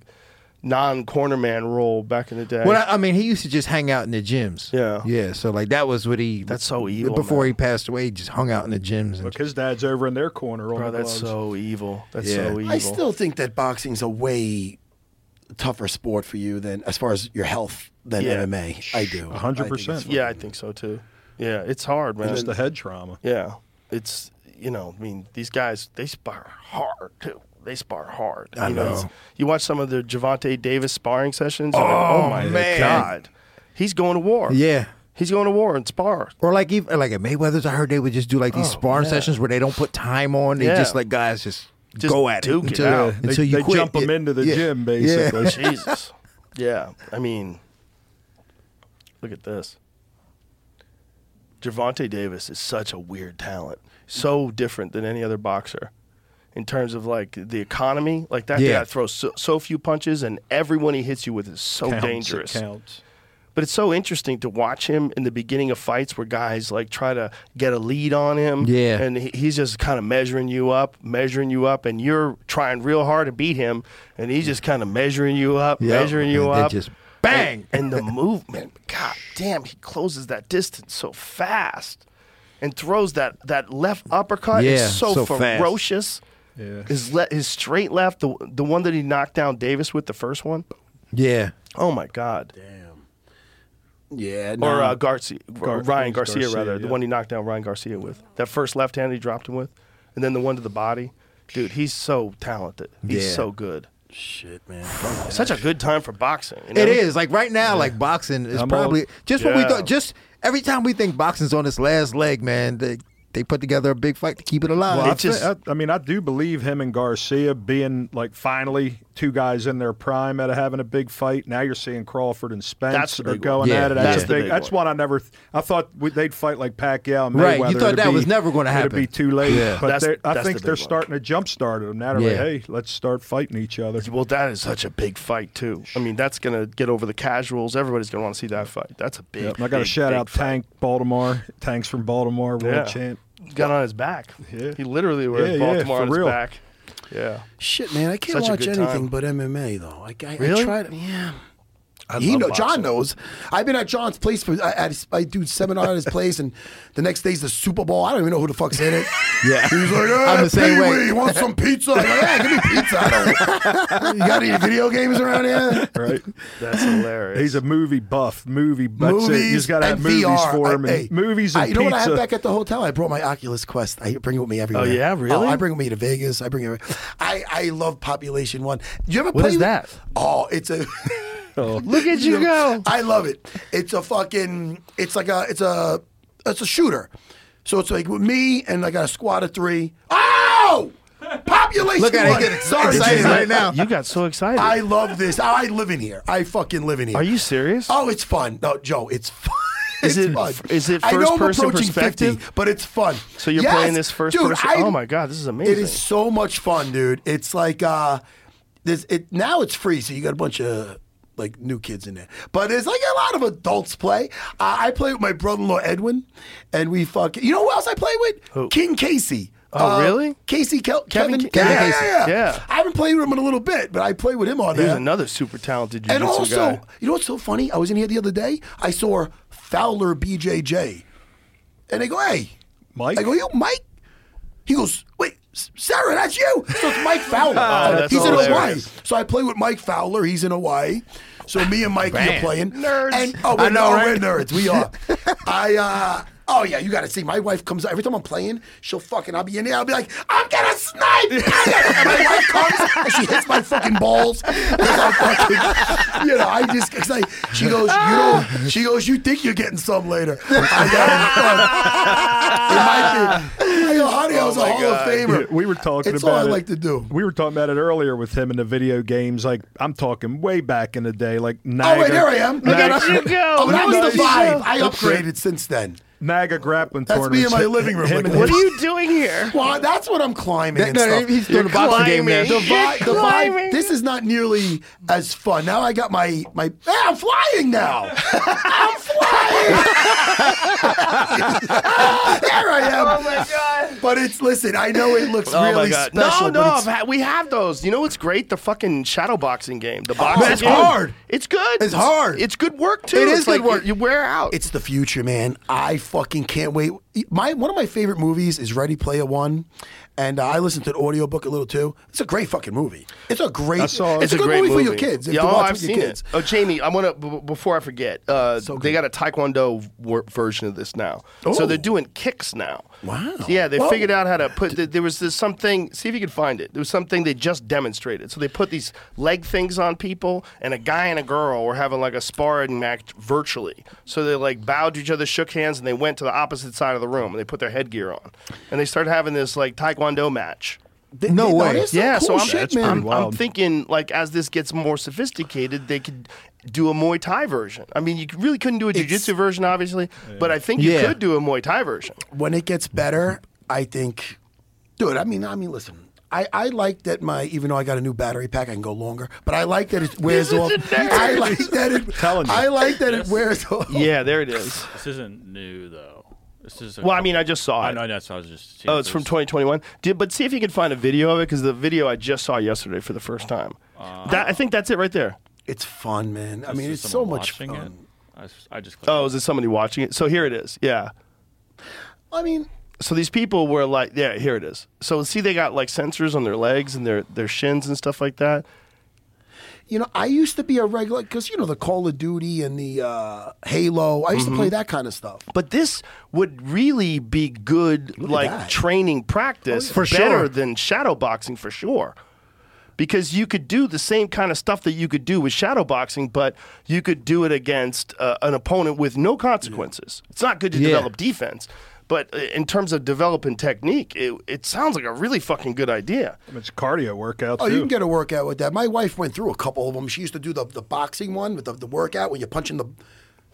S4: non-cornerman role back in the day.
S6: Well, I, I mean, he used to just hang out in the gyms.
S4: Yeah.
S6: yeah. So like that was what he.
S4: That's so evil,
S6: Before
S4: man.
S6: he passed away, he just hung out in the gyms. And,
S7: Look, his dad's over in their corner. on
S4: Bro,
S7: the
S4: that's
S7: gloves.
S4: so evil. That's
S6: Yeah.
S4: so evil.
S5: I still think that boxing's a way tougher sport for you than as far as your health than
S4: Yeah.
S5: MMA. I do.
S7: A hundred
S5: I think it's
S7: percent.
S4: yeah, I think so too. Yeah, it's hard, man.
S7: Just the head trauma.
S4: Yeah, it's you know, I mean, these guys they spar hard too. They spar hard. I you know. it's- You watch some of the Javante Davis sparring sessions. Oh, oh my
S6: man.
S4: god, he's going to war.
S6: yeah.
S4: he's going to war and spar.
S6: Or like even like at Mayweather's, I heard they would just do like these sparring sessions where they don't put time on. They
S4: Oh, Yeah.
S6: just let guys just,
S4: Just
S6: go at
S4: duke
S6: it
S4: it
S6: until,
S4: out.
S7: They,
S6: Oh, until you
S7: they
S6: quit.
S7: jump them
S6: Yeah.
S7: into the
S6: Yeah.
S7: gym,
S6: Yeah.
S7: basically.
S4: Jesus. Yeah, I mean, look at this. Javante Davis is such a weird talent. So different than any other boxer in terms of like the economy. Like that
S6: Yeah.
S4: guy throws so, so few punches, and everyone he hits you with is so
S7: Counts, it
S4: dangerous.
S7: counts.
S4: But it's so interesting to watch him in the beginning of fights where guys like try to get a lead on him.
S6: Yeah.
S4: And he, he's just kind of measuring you up, measuring you up, and you're trying real hard to beat him. And he's just kind of measuring you up,
S6: Yep.
S4: measuring you
S6: And then
S4: up.
S6: just bang!
S4: And, and the movement, god damn, he closes that distance so fast and throws that, that left uppercut.
S6: Yeah,
S4: it's so,
S6: so fast.
S4: ferocious.
S7: Yeah.
S4: His, le- his straight left, the, the one that he knocked down Davis with, the first one.
S6: Yeah.
S4: Oh my God
S5: Yeah. No.
S4: or uh, Garcia, Ryan
S7: Gar- it was
S4: Garcia,
S7: Garcia,
S4: rather, the
S7: yeah.
S4: one he knocked down Ryan Garcia with. That first left hand he dropped him with, and then the one to the body. Dude, he's so talented. He's
S6: Yeah.
S4: so good.
S5: shit, man.
S4: Such a good time for boxing. you know?
S6: It is like right now, like boxing is
S7: I'm
S6: probably
S7: all-
S6: just what we
S4: Yeah.
S6: thought. Just every time we think boxing's on its last leg, man, they they put together a big fight to keep it alive.
S7: Well, I,
S4: It just-
S7: thi- I, I mean, I do believe him and Garcia being like finally two guys in their prime out of having a big fight. Now you're seeing Crawford and Spence
S4: That's the
S7: are
S4: big
S7: going
S6: one. Yeah,
S7: at it. That's
S6: that's
S7: a
S4: the
S7: big.
S4: big
S7: that's
S4: one.
S7: one I never. th- I thought we, they'd fight like Pacquiao. And
S6: Right, you
S7: Mayweather.
S6: thought
S7: It'd
S6: that
S7: be-
S6: was never gonna
S7: It'd be
S6: happen.
S7: too late.
S6: Yeah.
S7: But
S4: That's-
S7: they're- I
S4: that's
S7: think
S4: the
S7: they're
S4: big one.
S7: starting to jump start them now. They're
S6: Yeah.
S7: like, hey, let's start fighting each other.
S4: Well, that is such a big fight too. I mean, that's gonna get over the casuals. Everybody's gonna want to see that fight. That's a big.
S7: Yep, and I got to
S4: big,
S7: shout
S4: big
S7: out
S4: fight.
S7: Tank Baltimore. Tanks from Baltimore, world
S4: Yeah.
S7: champ.
S4: Got on his back.
S7: Yeah.
S4: He literally wears
S7: Yeah, yeah,
S4: Baltimore
S7: for
S4: on his
S7: real.
S4: back. Yeah.
S5: Shit, man. I can't
S4: Such a
S5: watch
S4: good
S5: anything
S4: time.
S5: but MMA though. Like I, I
S4: Really?
S5: tried. Yeah.
S4: I
S5: he
S4: love
S5: know, John
S4: boxing.
S5: knows. I've been at John's place for I, at his- I do seminar at his place, and the next day's the Super Bowl. I don't even know who the fuck's in it.
S6: Yeah.
S5: he's like, ah,
S6: I'm the same way.
S5: Pee-wee, You want some pizza? I'm like, yeah, give me pizza. I don't. you got any video games around here?
S7: Right.
S4: That's hilarious.
S7: He's a movie buff. Movie. That's it.
S5: movies.
S7: He's got to have
S5: and
S7: movies
S5: VR.
S7: for
S5: I-
S7: him. and
S5: hey,
S7: movies and
S5: I, you know what I have
S7: pizza.
S5: back at the hotel? I brought my Oculus Quest. I bring it with me everywhere. Oh,
S4: yeah? Really?
S5: I bring it with me to Vegas. I bring it. I I love Population One. Do you ever
S4: What
S5: play
S4: is that?
S5: Oh, it's a.
S4: Look at you go.
S5: I love it. It's a fucking. It's like a. It's a. It's a shooter. So it's like with me and I got a squad of three. Oh, population.
S6: Look at it,
S5: one.
S6: get ex-
S5: Sorry,
S6: excited
S5: man.
S6: right now.
S4: You got so excited.
S5: I love this. I live in here. I fucking live in here.
S4: Are you serious?
S5: Oh, it's fun. No, Joe, it's fun.
S4: Is
S5: it's
S4: it-
S5: fun.
S4: is it
S5: I know
S4: first
S5: I'm
S4: person
S5: approaching 50,
S4: perspective?
S5: but it's fun.
S4: So you're
S5: Yes,
S4: playing this first
S5: dude,
S4: person?
S5: I-
S4: oh my god, this is amazing.
S5: It is so much fun, dude. It's like uh, there's it now. It's free, so you got a bunch of like new kids in there. But there's like a lot of adults play. Uh, I play with my brother-in-law Edwin, and we fuck. You know who else I play with? King Casey. Uh,
S4: Oh, really?
S5: Casey Kel- Kevin,
S4: Ke-
S5: yeah,
S4: Kevin
S5: yeah,
S4: Casey.
S5: yeah,
S4: Yeah.
S5: I haven't played with him in a little bit, but I play with him on
S4: He
S5: there.
S4: was another super talented jiu-jitsu
S5: And also,
S4: guy.
S5: you know what's so funny? I was in here the other day. I saw Fowler BJJ, and they go, "Hey,
S7: Mike?
S5: I go, "You, Mike." He goes, "Wait, S- Sarah, that's you." So it's Mike Fowler. So
S4: that's
S5: he's in Hawaii.
S4: hilarious.
S5: So I play with Mike Fowler. He's in Hawaii. So me and Mike are playing
S6: Nerds.
S5: And, oh, we're,
S6: I know,
S5: oh,
S6: right?
S5: we're nerds. We are. I. uh Oh yeah, you gotta see. My wife comes every time I'm playing. She'll fucking. I'll be in there. I'll be like, I'm gonna snipe. I'm gonna-" and my wife comes and she hits my fucking balls. 'Cause I'm fucking- you know, I just because I. She goes, you don't. She goes, you think you're getting some later. I got
S4: Ah.
S5: it. It might be. I go, honey, I
S4: Oh
S7: Oh
S5: was a Hall of
S7: Yeah,
S5: Famer.
S7: we were talking
S5: It's
S7: about
S5: all I
S7: it.
S5: like to do.
S7: We were talking about it earlier with him in the video games. Like I'm talking way back in the day, like
S5: Oh
S7: Niagara.
S5: wait, there I am. Look at
S7: Niagara-
S5: us. Oh, but I was
S7: Niagara-
S5: the five. I upgraded since then.
S7: MAGA grappling
S5: That's me
S7: tournament.
S5: in my living room,
S7: Him
S5: like,
S7: and
S4: What are you doing here?
S5: Well, that's what I'm climbing. and
S6: no,
S5: stuff.
S6: he's doing the boxing game now.
S5: The
S4: You're
S5: vibe, the vibe.
S4: climbing.
S5: This is not nearly as fun. Now I got my my. Hey, I'm flying now. I'm flying. there I am. Oh my god. But it's listen. I know it looks
S4: Oh
S5: really
S4: my god!
S5: special.
S4: no, no,
S5: but
S4: I've
S5: it's-
S4: ha- we have those. You know what's great? The fucking shadow boxing game.
S5: Oh,
S4: The boxing
S6: that's
S4: game.
S6: hard.
S4: It's good.
S6: It's hard.
S4: It's good work too.
S6: It is
S4: It's
S6: good
S4: like
S6: work.
S4: You, you wear out.
S5: It's the future, man. I fucking can't wait. My one of my favorite movies is Ready Player One, and I listened to the audiobook a little too. It's a great fucking movie. It's a great.
S7: I saw it.
S5: it's, a, good
S4: great
S5: movie, for your kids. if
S4: Yeah,
S5: to
S4: oh,
S5: watch
S4: I've
S5: with
S4: seen
S5: your kids.
S4: it. Oh, Jamie, I want to b- b- before I forget. Uh,
S5: So
S4: they
S5: good. Oh.
S4: got a Taekwondo wor- version of this now, so they're doing kicks now.
S5: Wow.
S4: Yeah, they
S5: Whoa.
S4: figured out how to put. th- There was this something. See if you can find it. There was something they just demonstrated. So they put these leg things on people, and a guy and a girl were having like a sparring match virtually. So they like bowed to each other, shook hands, and they went to the opposite side of the room and they put their headgear on, and they started having this like Taekwondo match.
S5: They-
S6: No
S5: they-
S6: way.
S5: there's some
S4: Yeah,
S5: cool
S4: so I'm,
S5: shit,
S4: that's
S5: man.
S4: I'm, I'm
S7: wild.
S4: thinking like as this gets more sophisticated, they could do a Muay Thai version. I mean, you really couldn't do a jiu-jitsu version, obviously, but I think you
S6: Yeah.
S4: could do a Muay Thai version.
S5: Um, when it gets better, I think, dude. I mean, I mean, listen. I, I like that my even though I got a new battery pack, I can go longer. But I like that it wears
S4: He's
S5: off.
S4: such a nerd.
S5: I like that it.
S7: Telling you.
S5: I like that it wears off.
S4: Yeah, there it is.
S8: This isn't new though. This is. A,
S4: Well, I mean, I just saw
S8: I
S4: it.
S8: know that's. what I was just. seeing
S4: Oh,
S8: if
S4: it's from
S8: there's-
S4: 2021. Did, but see if you can find a video of it because the video I just saw yesterday for the first time. that I think that's it right there.
S5: It's fun, man. I
S8: this
S5: mean,
S8: is
S5: it's so
S8: someone
S5: much
S8: watching it.
S5: fun.
S8: I, s- I just. clicked
S4: Oh,
S8: it.
S4: is it somebody watching it? So here it is. Yeah.
S5: I mean,
S4: so these people were like, yeah, here it is. So see, they got like sensors on their legs and their their shins and stuff like that.
S5: you know, I used to be a regular because you know the Call of Duty and the uh, Halo. I used to
S4: Mm-hmm.
S5: play that kind of stuff.
S4: But this would really be good,
S5: at
S4: like
S5: that.
S4: training practice,
S6: Oh, For
S4: better
S6: sure.
S4: than shadow boxing for sure. Because you could do the same kind of stuff that you could do with shadow boxing, but you could do it against uh, an opponent with no consequences. It's not good to
S6: Yeah.
S4: develop defense, but uh, in terms of developing technique, it, it sounds like a really fucking good idea.
S7: It's cardio workout.
S5: Oh,
S7: too.
S5: you can get a workout with that. My wife went through a couple of them. She used to do the, the boxing one with the, the workout when you're punching the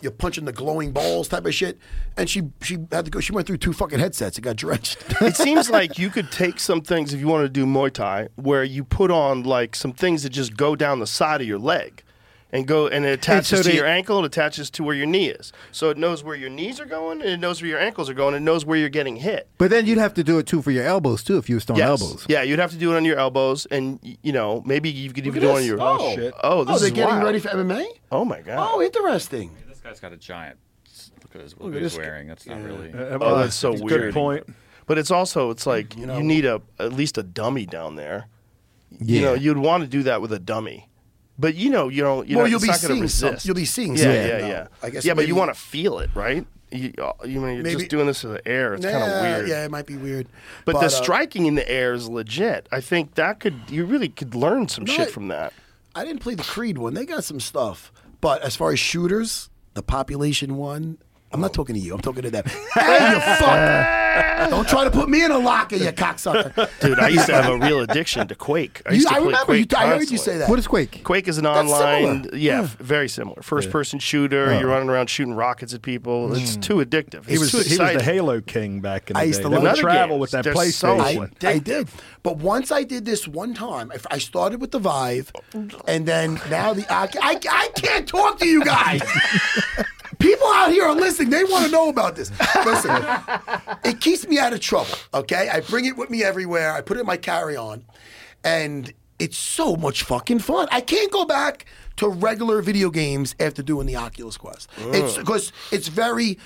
S5: you're punching the glowing balls type of shit. And she she had to go. She went through two fucking headsets. It got drenched.
S4: it seems like you could take some things if you want to do Muay Thai, where you put on like some things that just go down the side of your leg, and go and it attaches
S6: so
S4: to
S6: they-
S4: your ankle, it attaches to where your knee is, so it knows where your knees are going, and it knows where your ankles are going, and it knows where you're getting hit.
S6: But then you'd have to do it too for your elbows too if you was throwing
S4: Yes.
S6: elbows.
S4: Yeah, you'd have to do it on your elbows, and y- you know maybe you could even
S5: at
S4: do it on
S5: this.
S4: your.
S5: Oh,
S4: oh
S7: shit.
S4: Oh, this
S5: oh, they're
S4: is
S5: getting
S4: wild.
S5: ready for MMA.
S4: Oh my god.
S5: Oh, interesting.
S8: This guy's got a giant. Look at his, what he's wearing. That's not really.
S7: uh,
S4: Oh, that's so
S7: Good
S4: weird.
S7: point.
S4: But it's also it's like you, need a at least a dummy down there. You
S6: Yeah.
S4: know, you'd want to do that with a dummy. But you know, you don't. You
S5: Well,
S4: know,
S5: you'll
S4: it's
S5: be
S4: not gonna
S5: seeing some-
S4: resist.
S5: you'll be seeing
S4: Yeah,
S5: something,
S4: yeah,
S5: though.
S4: yeah.
S5: I guess
S4: Yeah, but you
S5: maybe-
S4: want to feel it, right? You, uh, you mean you're
S5: Maybe-
S4: just doing this in the air. It's kind of
S5: yeah,
S4: weird.
S5: yeah, it might be weird.
S4: But, the
S5: uh,
S4: striking in the air is legit. I think that could you really could learn some
S5: No,
S4: shit
S5: I-
S4: from that.
S5: I didn't play the Creed one. They got some stuff. But as far as shooters, the population one, I'm
S4: Oh.
S5: not talking to you. I'm talking to them. hey, you fuck! Don't try to put me in a locker, you cocksucker.
S4: Dude, I used to have a real addiction to Quake. I
S5: You-
S4: used to
S5: I
S4: play
S5: remember you-
S4: Quake.
S5: I heard you
S4: constantly.
S5: say that.
S6: What is Quake?
S4: Quake is an online, yeah, f- very similar. First person shooter. You're
S6: Oh.
S4: running around shooting rockets at people. It's
S6: Mm.
S4: too addictive.
S7: He
S4: It's
S7: was
S4: too
S7: he was
S4: exciting.
S7: the Halo king back in the
S5: I used
S7: day.
S5: to
S7: They
S5: love
S7: would
S4: other
S7: travel
S4: games.
S7: with that
S4: They're so-
S5: Oh, I,
S7: PlayStation.
S5: I did. But once I did this one time, I, I started with the Vive, and then now the Ocu- I, I can't talk to you guys. People out here are listening. They want to know about this. Listen, it keeps me out of trouble, okay? I bring it with me everywhere. I put it in my carry on, and it's so much fucking fun. I can't go back to regular video games after doing the Oculus Quest. It's because it's very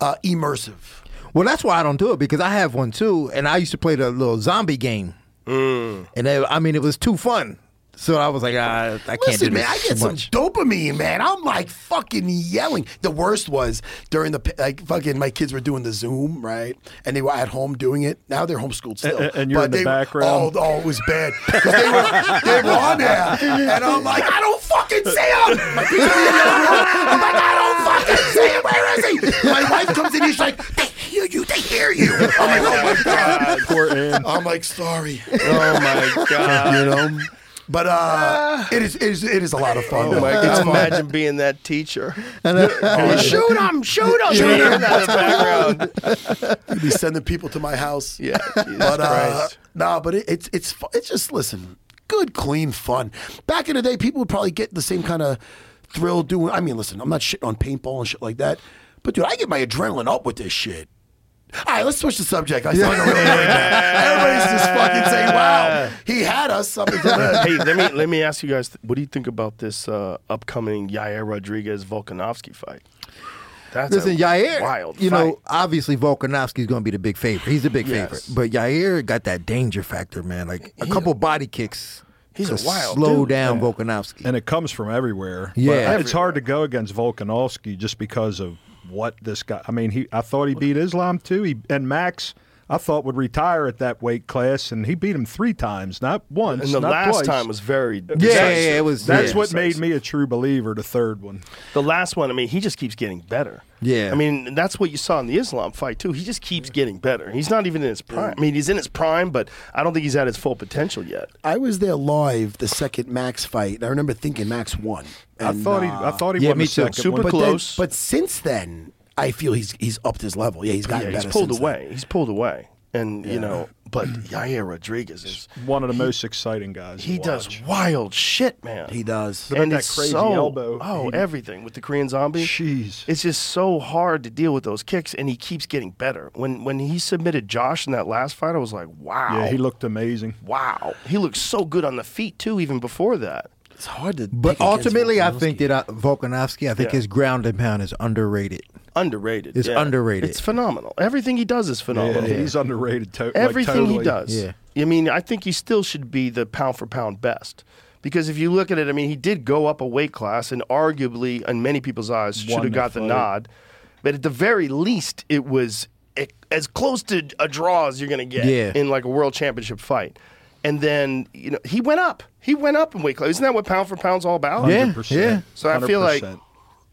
S5: uh, immersive.
S6: Well, that's why I don't do it because I have one too, and I used to play the little zombie game, and I, I mean it was too fun. So I was like, "Ah, I, I can't
S5: Listen,
S6: do this
S5: man, I get
S6: too
S5: some
S6: much.
S5: dopamine, man. I'm like fucking yelling. The worst was during the pa- like fucking my kids were doing the Zoom right, and they were at home doing it. Now they're homeschooled still,
S7: A- a- and you're in the
S5: they-
S7: background?
S5: Oh, oh, it was bad 'Cause they were they were on there, and I'm like, I don't fucking see him. My kids are in the room. I'm like, I don't fucking see him. Where is he? My wife comes in, she's like, they hear you, they hear you. I'm like, oh my god.
S7: Poor Ann.
S5: I'm like, sorry.
S4: oh my god!
S5: You know, But uh, it is it is it is a lot of fun.
S4: Oh my God! Imagine being that teacher.
S6: uh,
S4: Oh, shoot him! Shoot him!
S5: Shoot
S4: You hear
S5: 'em.
S4: that in the background.
S5: You'd be sending people to my house.
S4: Yeah, Jesus
S5: but uh,
S4: Christ.
S5: nah, but it, it's it's fu- it's just listen, good clean fun. Back in the day, people would probably get the same kind of thrill doing. I mean, listen, I'm not shitting on paintball and shit like that, but dude, I get my adrenaline up with this shit. All right, let's switch the subject. I started really like that. Everybody's just fucking saying, "Wow, he had us." Something to that.
S4: hey, let me let me ask you guys. What do you think about this uh, upcoming Yair Rodriguez Volkanovski fight? That's
S6: Listen,
S4: a
S6: Yair,
S4: wild.
S6: you
S4: fight.
S6: know, obviously Volkanovski's going to be the big favorite. He's the big favorite.
S4: Yes.
S6: But Yair got that danger factor, man. Like a couple body kicks.
S4: he's a
S6: to
S4: wild
S6: Slow
S4: dude.
S6: down Volkanovski.
S7: and it comes from everywhere.
S6: Yeah.
S7: but it's hard to go against Volkanovski just because of what this guy. I mean, he I thought he beat Islam too. He and Max. I thought would retire at that weight class, and he beat him three times, not once.
S4: and the
S7: not
S4: last
S7: twice.
S4: time was very.
S6: yeah, yeah,
S4: decisive.
S6: it was.
S7: That's
S6: yeah.
S7: what made
S4: Precisely.
S7: me a true believer. The third one,
S4: The last one, I mean, he just keeps getting better.
S6: Yeah.
S4: I mean, and that's what you saw in the Islam fight, too. He just keeps getting better. He's not even in his prime. I mean, he's in his prime, but I don't think he's at his full potential yet.
S5: I was there live the second Max fight. And I remember thinking Max won.
S7: I
S5: And,
S7: thought he.
S5: uh,
S7: I thought he
S6: yeah,
S7: won
S6: me
S7: the
S6: too.
S7: second
S4: Super
S7: one.
S5: But then-
S4: close.
S5: but since then, I feel he's he's upped his level. Yeah, he's gotten
S4: Yeah,
S5: better.
S4: he's pulled
S5: since
S4: away. He's pulled away. And, you know, but Yair Rodriguez is.
S7: one of the most exciting guys. to
S4: He does
S7: watch.
S4: wild shit, man.
S5: Then. He does.
S7: Look at
S4: and
S7: that
S4: it's
S7: crazy
S4: so,
S7: elbow.
S4: Oh,
S7: He-
S4: everything with the Korean zombie.
S7: Jeez.
S4: It's just so hard to deal with those kicks, and he keeps getting better. When when he submitted Josh in that last fight, I was like, wow.
S7: Yeah, he looked amazing.
S4: Wow. He looked so good on the feet, too, even before that.
S5: It's hard to.
S6: But
S5: pick against
S6: ultimately, I
S5: Volkanovski.
S6: think that uh, Volkanovski, I think
S4: Yeah.
S6: his ground and pound is underrated.
S4: Underrated.
S6: It's underrated.
S4: It's phenomenal. Everything he does is
S7: Yeah,
S4: phenomenal.
S7: he's underrated. To- like,
S4: Everything
S7: totally.
S4: he does.
S6: Yeah.
S4: I mean, I think he still should be the pound for pound best. Because if you look at it, I mean, he did go up a weight class and arguably, in many people's eyes, should
S7: Won
S4: have
S7: the
S4: got the
S7: fight.
S4: nod. But at the very least, it was e- as close to a draw as you're going to get
S6: Yeah.
S4: in like a world championship fight. And then, you know, he went up. He went up in weight class. Isn't that what pound for pound's all about?
S6: Yeah,
S7: 100%.
S6: yeah.
S4: So I feel like,
S7: 100%.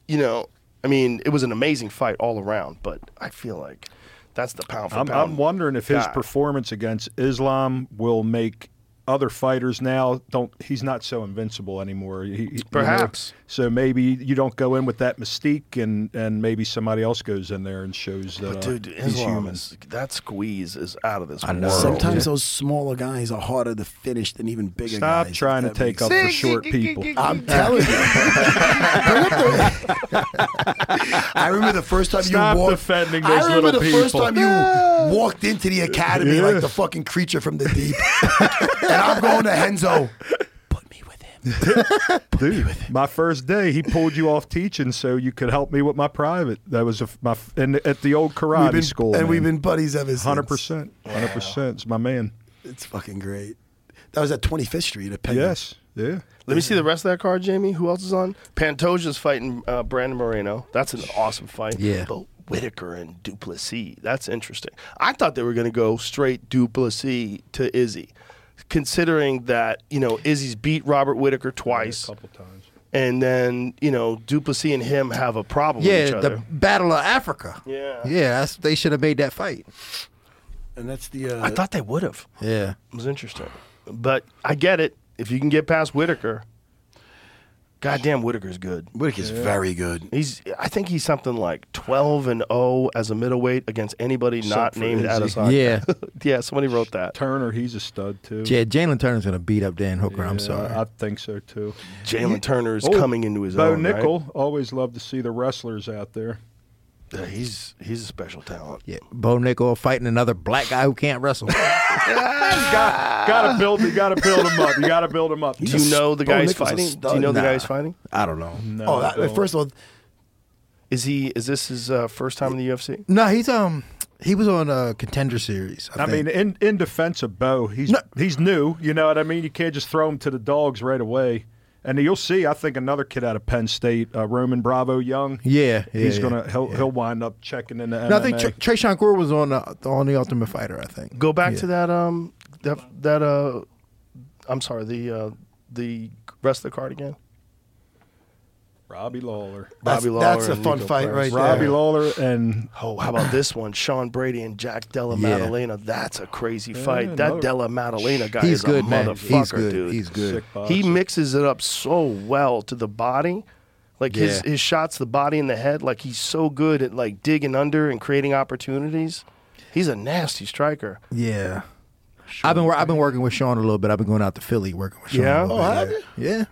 S4: you know, I mean, it was an amazing fight all around, but I feel like that's the pound for
S7: I'm,
S4: pound.
S7: I'm wondering if his
S4: guy.
S7: performance against Islam will make other fighters now don't. He's not so invincible anymore. He- he- you know,
S4: Perhaps.
S7: so maybe you don't go in with that mystique, and and maybe somebody else goes in there and shows that
S4: But
S7: uh,
S4: dude,
S7: he's
S4: Islam
S7: human.
S4: is, that squeeze is out of this
S6: know.
S4: world.
S5: sometimes those smaller guys are harder to finish than even bigger guys.
S7: Stop
S5: if
S7: trying to
S5: that
S7: take
S5: makes
S7: up for short people.
S5: I'm telling you. I remember the first time
S7: Stop
S5: you walked.
S7: defending
S5: I
S7: those
S5: remember
S7: little
S5: the first
S7: people.
S5: time you walked into the academy like the fucking creature from the deep, and I'm going to Henzo. Put me with him.
S7: Dude, my first day, he pulled you off teaching so you could help me with my private. That was a, f- my f- and at the old karate
S5: We've been-
S7: school,
S5: and
S7: man.
S5: we've been buddies ever since.
S7: hundred percent, hundred percent. It's my man.
S5: It's fucking great. That was at 25th Street at Penn.
S7: Yes, yeah.
S4: Let me see the rest of that card, Jamie. Who else is on? Pantoja's fighting uh, Brandon Moreno. That's an awesome fight.
S6: Yeah.
S4: But Whitaker and Duplessis, that's interesting. I thought they were going to go straight Duplessis to Izzy, considering that, you know, Izzy's beat Robert Whitaker twice.
S7: times.
S4: And then, you know, Duplessis and him have a problem with each
S6: Yeah,
S4: other.
S6: the Battle of Africa.
S4: Yeah.
S6: Yeah, that's, they should have made that fight.
S5: and that's the. Uh,
S4: I thought they would have.
S6: Yeah.
S4: It was interesting. But I get it. If you can get past Whitaker, goddamn Whitaker's good.
S5: Whitaker's very good.
S4: He's I think he's something like 12 and 0 as a middleweight against anybody not
S7: for
S4: named
S7: Izzy.
S4: Adesanya.
S6: Yeah.
S4: yeah, somebody wrote that.
S7: Turner, he's a stud too.
S6: Yeah, Jalen Turner's going to beat up Dan Hooker. I'm
S7: Yeah,
S6: sorry.
S7: I think so too.
S4: Jalen Turner is
S7: Oh,
S4: coming into his
S7: Bo
S4: own. right?
S7: Nickel, always love to see the wrestlers out there.
S4: Yeah, he's he's a special talent.
S6: yeah, Bo Nickel fighting another black guy who can't wrestle.
S7: got, gotta build, you gotta build them up. You gotta build them up.
S4: Do you know the
S5: Bo
S4: guy he's
S5: Nickel's a
S4: fighting? Do you
S5: stud.
S4: know the
S5: Nah.
S4: guy he's fighting?
S6: I don't know.
S7: No,
S5: oh, that,
S7: don't.
S5: first of all,
S4: Is he is this his uh, first time in the UFC?
S6: No, he's um he was on a contender series. I,
S7: I mean,
S6: think.
S7: in in defense of Bo, he's he's new. You know what I mean? You can't just throw him to the dogs right away. And you'll see. I think another kid out of Penn State, uh, Roman Bravo Young.
S6: Yeah, yeah,
S7: he's
S6: yeah,
S7: gonna he'll, he'll wind up checking in the MMA.
S6: no, I think Tr- Trey Shankor was on uh, the, on the Ultimate Fighter. I think.
S4: Go back
S6: Yeah.
S4: to that um that that uh I'm sorry, the uh the rest of the card again.
S7: Robbie Lawler.
S5: That's-
S4: Bobby Lawler.
S5: that's a
S4: and
S5: fun
S4: Lucha
S5: fight
S4: Bros.
S5: right
S7: Robbie
S5: there.
S7: Lawler and
S4: Oh, how about this one? Sean Brady and Jack Della
S6: Yeah.
S4: Maddalena. That's a crazy
S7: Yeah,
S4: fight. That
S7: no.
S4: Della Maddalena guy
S6: He's
S4: is
S6: good,
S4: a
S6: man.
S4: motherfucker,
S6: He's good.
S4: dude.
S6: He's good.
S7: sick box.
S4: he mixes it up so well to the body. Like his,
S6: Yeah.
S4: his shots, the body and the head, like he's so good at like digging under and creating opportunities. He's a nasty striker.
S6: Yeah. I've been wor- I've been working with Sean a little bit. I've been going out to Philly working with Sean.
S4: Yeah?
S6: a little
S4: Oh,
S6: bit.
S5: have you?
S6: Yeah.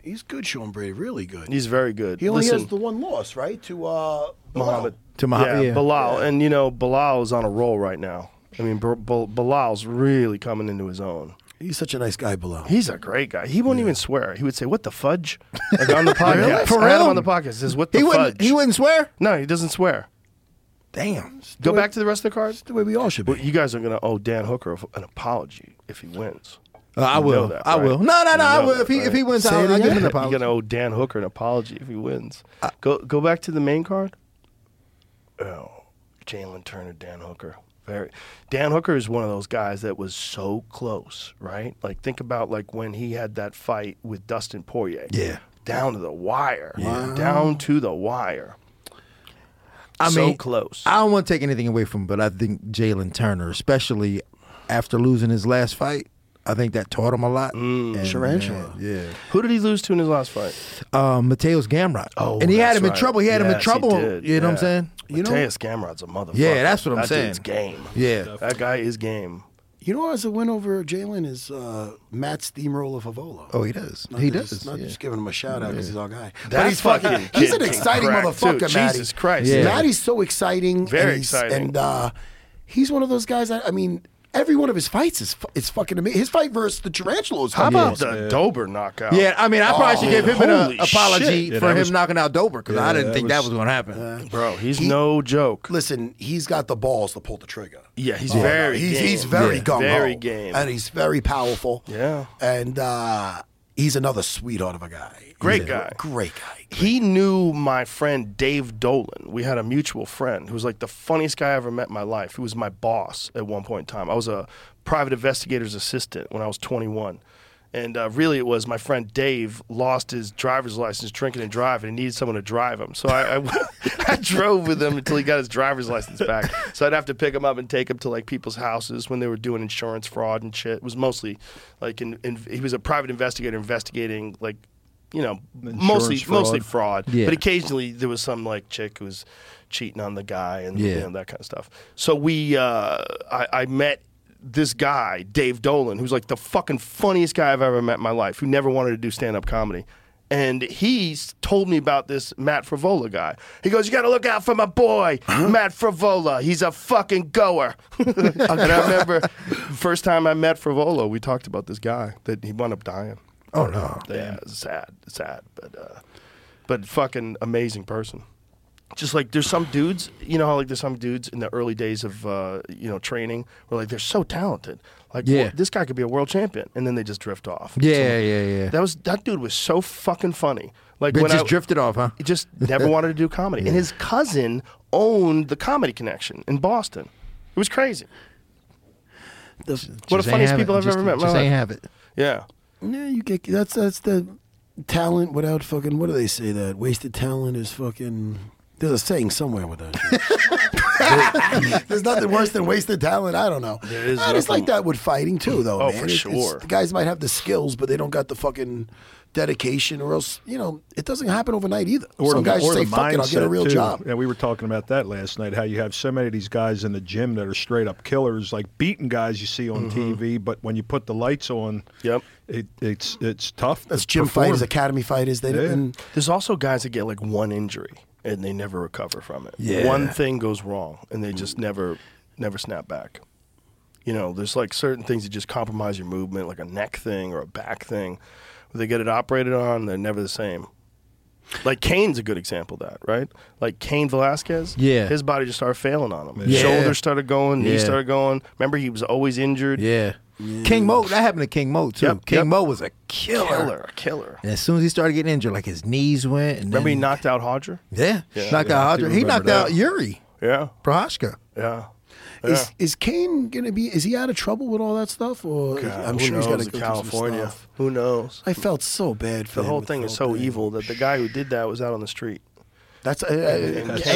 S5: He's good, Sean Brady. Really good.
S4: He's very good.
S5: He only
S4: Listen,
S5: has the one loss, right? To uh,
S4: Muhammad.
S6: To my
S4: yeah,
S6: yeah.
S4: Bilal. And you know, Bilal is on a roll right now. I mean, Bil- Bil- Bilal's really coming into his own.
S5: He's such a nice guy, below.
S4: He's a great guy. He wouldn't even swear. He would say, "What the fudge?" Like on the podcast.
S6: For
S4: I had him
S6: real?
S4: on the podcast. Says, "What the
S6: He wouldn't
S4: fudge?"
S6: he wouldn't swear?
S4: no, he doesn't swear.
S6: Damn.
S4: Go back to the rest of the cards.
S5: the way we all should
S4: Well,
S5: be.
S4: you guys are gonna owe Dan Hooker an apology if he wins.
S6: Uh, I
S4: You know
S6: will.
S4: that,
S6: I
S4: right?
S6: will. No, no,
S4: You
S6: no. I
S4: know
S6: will.
S4: that,
S6: If he if
S4: right?
S6: he wins,
S5: Say it
S6: I'll, I'll give him
S5: again.
S6: an
S5: You're
S4: You're
S6: apology. Uh,
S4: gonna owe Dan Hooker an apology if he wins. go go back to the main card. Oh, Jalen Turner, Dan Hooker. Very. Dan Hooker is one of those guys that was so close, right? Like think about like when he had that fight with Dustin Poirier.
S6: Yeah.
S4: Down to the wire. Down to the wire.
S6: I
S4: so
S6: mean,
S4: close.
S6: I don't want to take anything away from, him, but I think Jalen Turner, especially after losing his last fight, I think that taught him a lot.
S4: Mm.
S6: And,
S5: Tarantula.
S6: uh, yeah.
S4: Who did he lose to in his last fight?
S6: Um, Mateus Gamrot.
S4: Oh,
S6: and he had
S4: that's
S6: him in
S4: right.
S6: trouble. He had him in
S4: Yes, he
S6: trouble.
S4: did.
S6: You know what I'm
S4: Yeah.
S6: saying?
S5: You know-
S4: Mateus Gamrod's a motherfucker.
S6: Yeah, that's what I'm
S4: That
S6: saying.
S4: dude's game.
S6: Yeah.
S4: That guy is game.
S5: You know, as a win over Jalen is uh, Matt Steamroller Favola.
S6: Oh, he does.
S5: Not
S6: he
S5: that
S6: does.
S5: he's- Not
S6: yeah.
S5: just giving him a shout out because he's our guy. But
S4: That
S5: he's fucking.
S4: fucking
S5: He's
S4: kid can
S5: an exciting
S4: crack,
S5: motherfucker,
S4: too.
S5: Matty.
S4: Jesus Christ.
S6: Yeah.
S5: Matty's so exciting. and
S4: Very
S5: he's-
S4: exciting.
S5: And uh, he's one of those guys. That, I mean, every one of his fights is fu- is fucking amazing. His fight versus the tarantula is.
S4: How
S5: fucking
S4: about
S5: awesome.
S4: the Dober knockout?
S6: Yeah, I mean, I probably should give him an
S4: Holy
S6: uh, apology
S4: shit.
S7: Yeah,
S6: for
S7: that
S6: him
S7: was-
S6: knocking out Dober because I
S7: Yeah,
S6: didn't
S7: that
S6: think that
S7: was-
S6: was going to happen.
S4: Bro, he's no joke.
S5: Listen, he's got the balls to pull the trigger.
S4: Yeah, he's
S5: Oh, no,
S4: very
S5: he's,
S4: game.
S5: he's very
S4: Yeah.
S5: gung ho,
S4: Very game.
S5: and he's very powerful.
S4: Yeah.
S5: and uh, he's another sweetheart of a guy.
S4: Great
S5: He's a
S4: guy.
S5: great guy.
S4: he knew my friend Dave Dolan. We had a mutual friend who was like the funniest guy I ever met in my life. He was my boss at one point in time. I was a private investigator's assistant when I was 21. And uh, really, it was my friend Dave lost his driver's license drinking and driving and needed someone to drive him. So I, I, I drove with him until he got his driver's license back. So I'd have to pick him up and take him to like people's houses when they were doing insurance fraud and shit. It was mostly like in, in, he was a private investigator investigating like, you know, mostly
S7: Insurance fraud.
S4: mostly fraud.
S6: Yeah.
S4: But occasionally there was some like chick who was cheating on the guy and
S6: Yeah.
S4: you know, that kind of stuff. So we, uh, I, I met this guy, Dave Dolan, who's like the fucking funniest guy I've ever met in my life, who never wanted to do stand up comedy. And he s- told me about this Matt Fravola guy. He goes, "You got to look out for my boy, Matt Fravola. He's a fucking goer." and I remember first time I met Fravola, we talked about this guy that he wound up dying.
S6: Oh, no.
S4: Yeah, it's sad, it's sad, but uh, but fucking amazing person. Just like there's some dudes, you know how like there's some dudes in the early days of uh, you know training where like they're so talented, like
S6: Yeah.
S4: well, this guy could be a world champion, and then they just drift off.
S6: Yeah, yeah, yeah.
S4: That was that dude was so fucking funny. Like
S6: But
S4: when
S6: just
S4: I,
S6: drifted off, huh?
S4: he just never wanted to do comedy, and his cousin owned the Comedy Connection in Boston. It was crazy. One of the
S6: Just ain't
S4: funniest
S6: have it.
S4: people I've
S6: Just-
S4: ever met in my
S6: Just ain't
S4: life.
S6: have it.
S4: Yeah.
S5: Yeah, you get that's that's the talent without fucking. What do they say that wasted talent is fucking. There's a saying somewhere with that. shit. There's nothing worse than wasted talent. I don't know. There
S4: is
S5: I just
S4: nothing-
S5: like that with fighting too, though.
S4: Oh,
S5: man.
S4: for
S5: It's- it's-
S4: sure.
S5: the guys might have the skills, but they don't got the fucking dedication, or else you know it doesn't happen overnight either. Some guys just say, "Fuck it, I'll get a
S7: mindset,
S5: real
S7: too.
S5: job."
S7: Yeah, we were talking about that last night. How you have so many of these guys in the gym that are straight up killers, like beating guys you see on
S5: Mm-hmm.
S7: TV. But when you put the lights on,
S4: Yep.
S7: it, it's it's tough.
S5: That's
S7: to
S5: gym
S7: perform.
S5: fighters, academy fighters. They didn't.
S4: There's also guys that get like one injury and they never recover from it.
S6: Yeah.
S4: One thing goes wrong and they just never never snap back. You know, there's like certain things that just compromise your movement, like a neck thing or a back thing. They get it operated on, they're never the same. Like Kane's a good example of that, right? Like Kane Velasquez,
S6: Yeah.
S4: his body just started failing on him.
S6: Yeah.
S4: Shoulders started going, knees
S6: Yeah.
S4: started going. Remember, he was always injured.
S6: Yeah. King Mo, that happened to King Mo too.
S4: Yep,
S6: King
S4: yep.
S6: Mo was a killer.
S4: Killer, killer.
S6: And as soon as he started getting injured, like his knees went. And
S4: Remember, he
S6: then-
S4: knocked out Hodger.
S6: Yeah,
S4: Yeah.
S6: knocked
S7: Yeah, I
S6: out
S7: do
S6: Hodger. He
S7: remember
S6: knocked
S7: that.
S6: out Yuri
S4: Yeah,
S6: Prohashka.
S4: yeah.
S5: Is is Kane gonna be? Is he out of trouble with all that stuff? Or
S4: God,
S5: I'm
S4: Uh, who
S5: sure he's
S4: knows
S5: got to
S4: in
S5: go Through
S4: California.
S5: some stuff.
S4: Who knows?
S5: I felt so bad for
S4: The
S5: him
S4: whole
S5: with
S4: thing
S5: the
S4: is so
S5: whole thing.
S4: evil that the guy who did that was out on the street.
S5: That's I, I,
S4: Kane
S5: every-
S4: was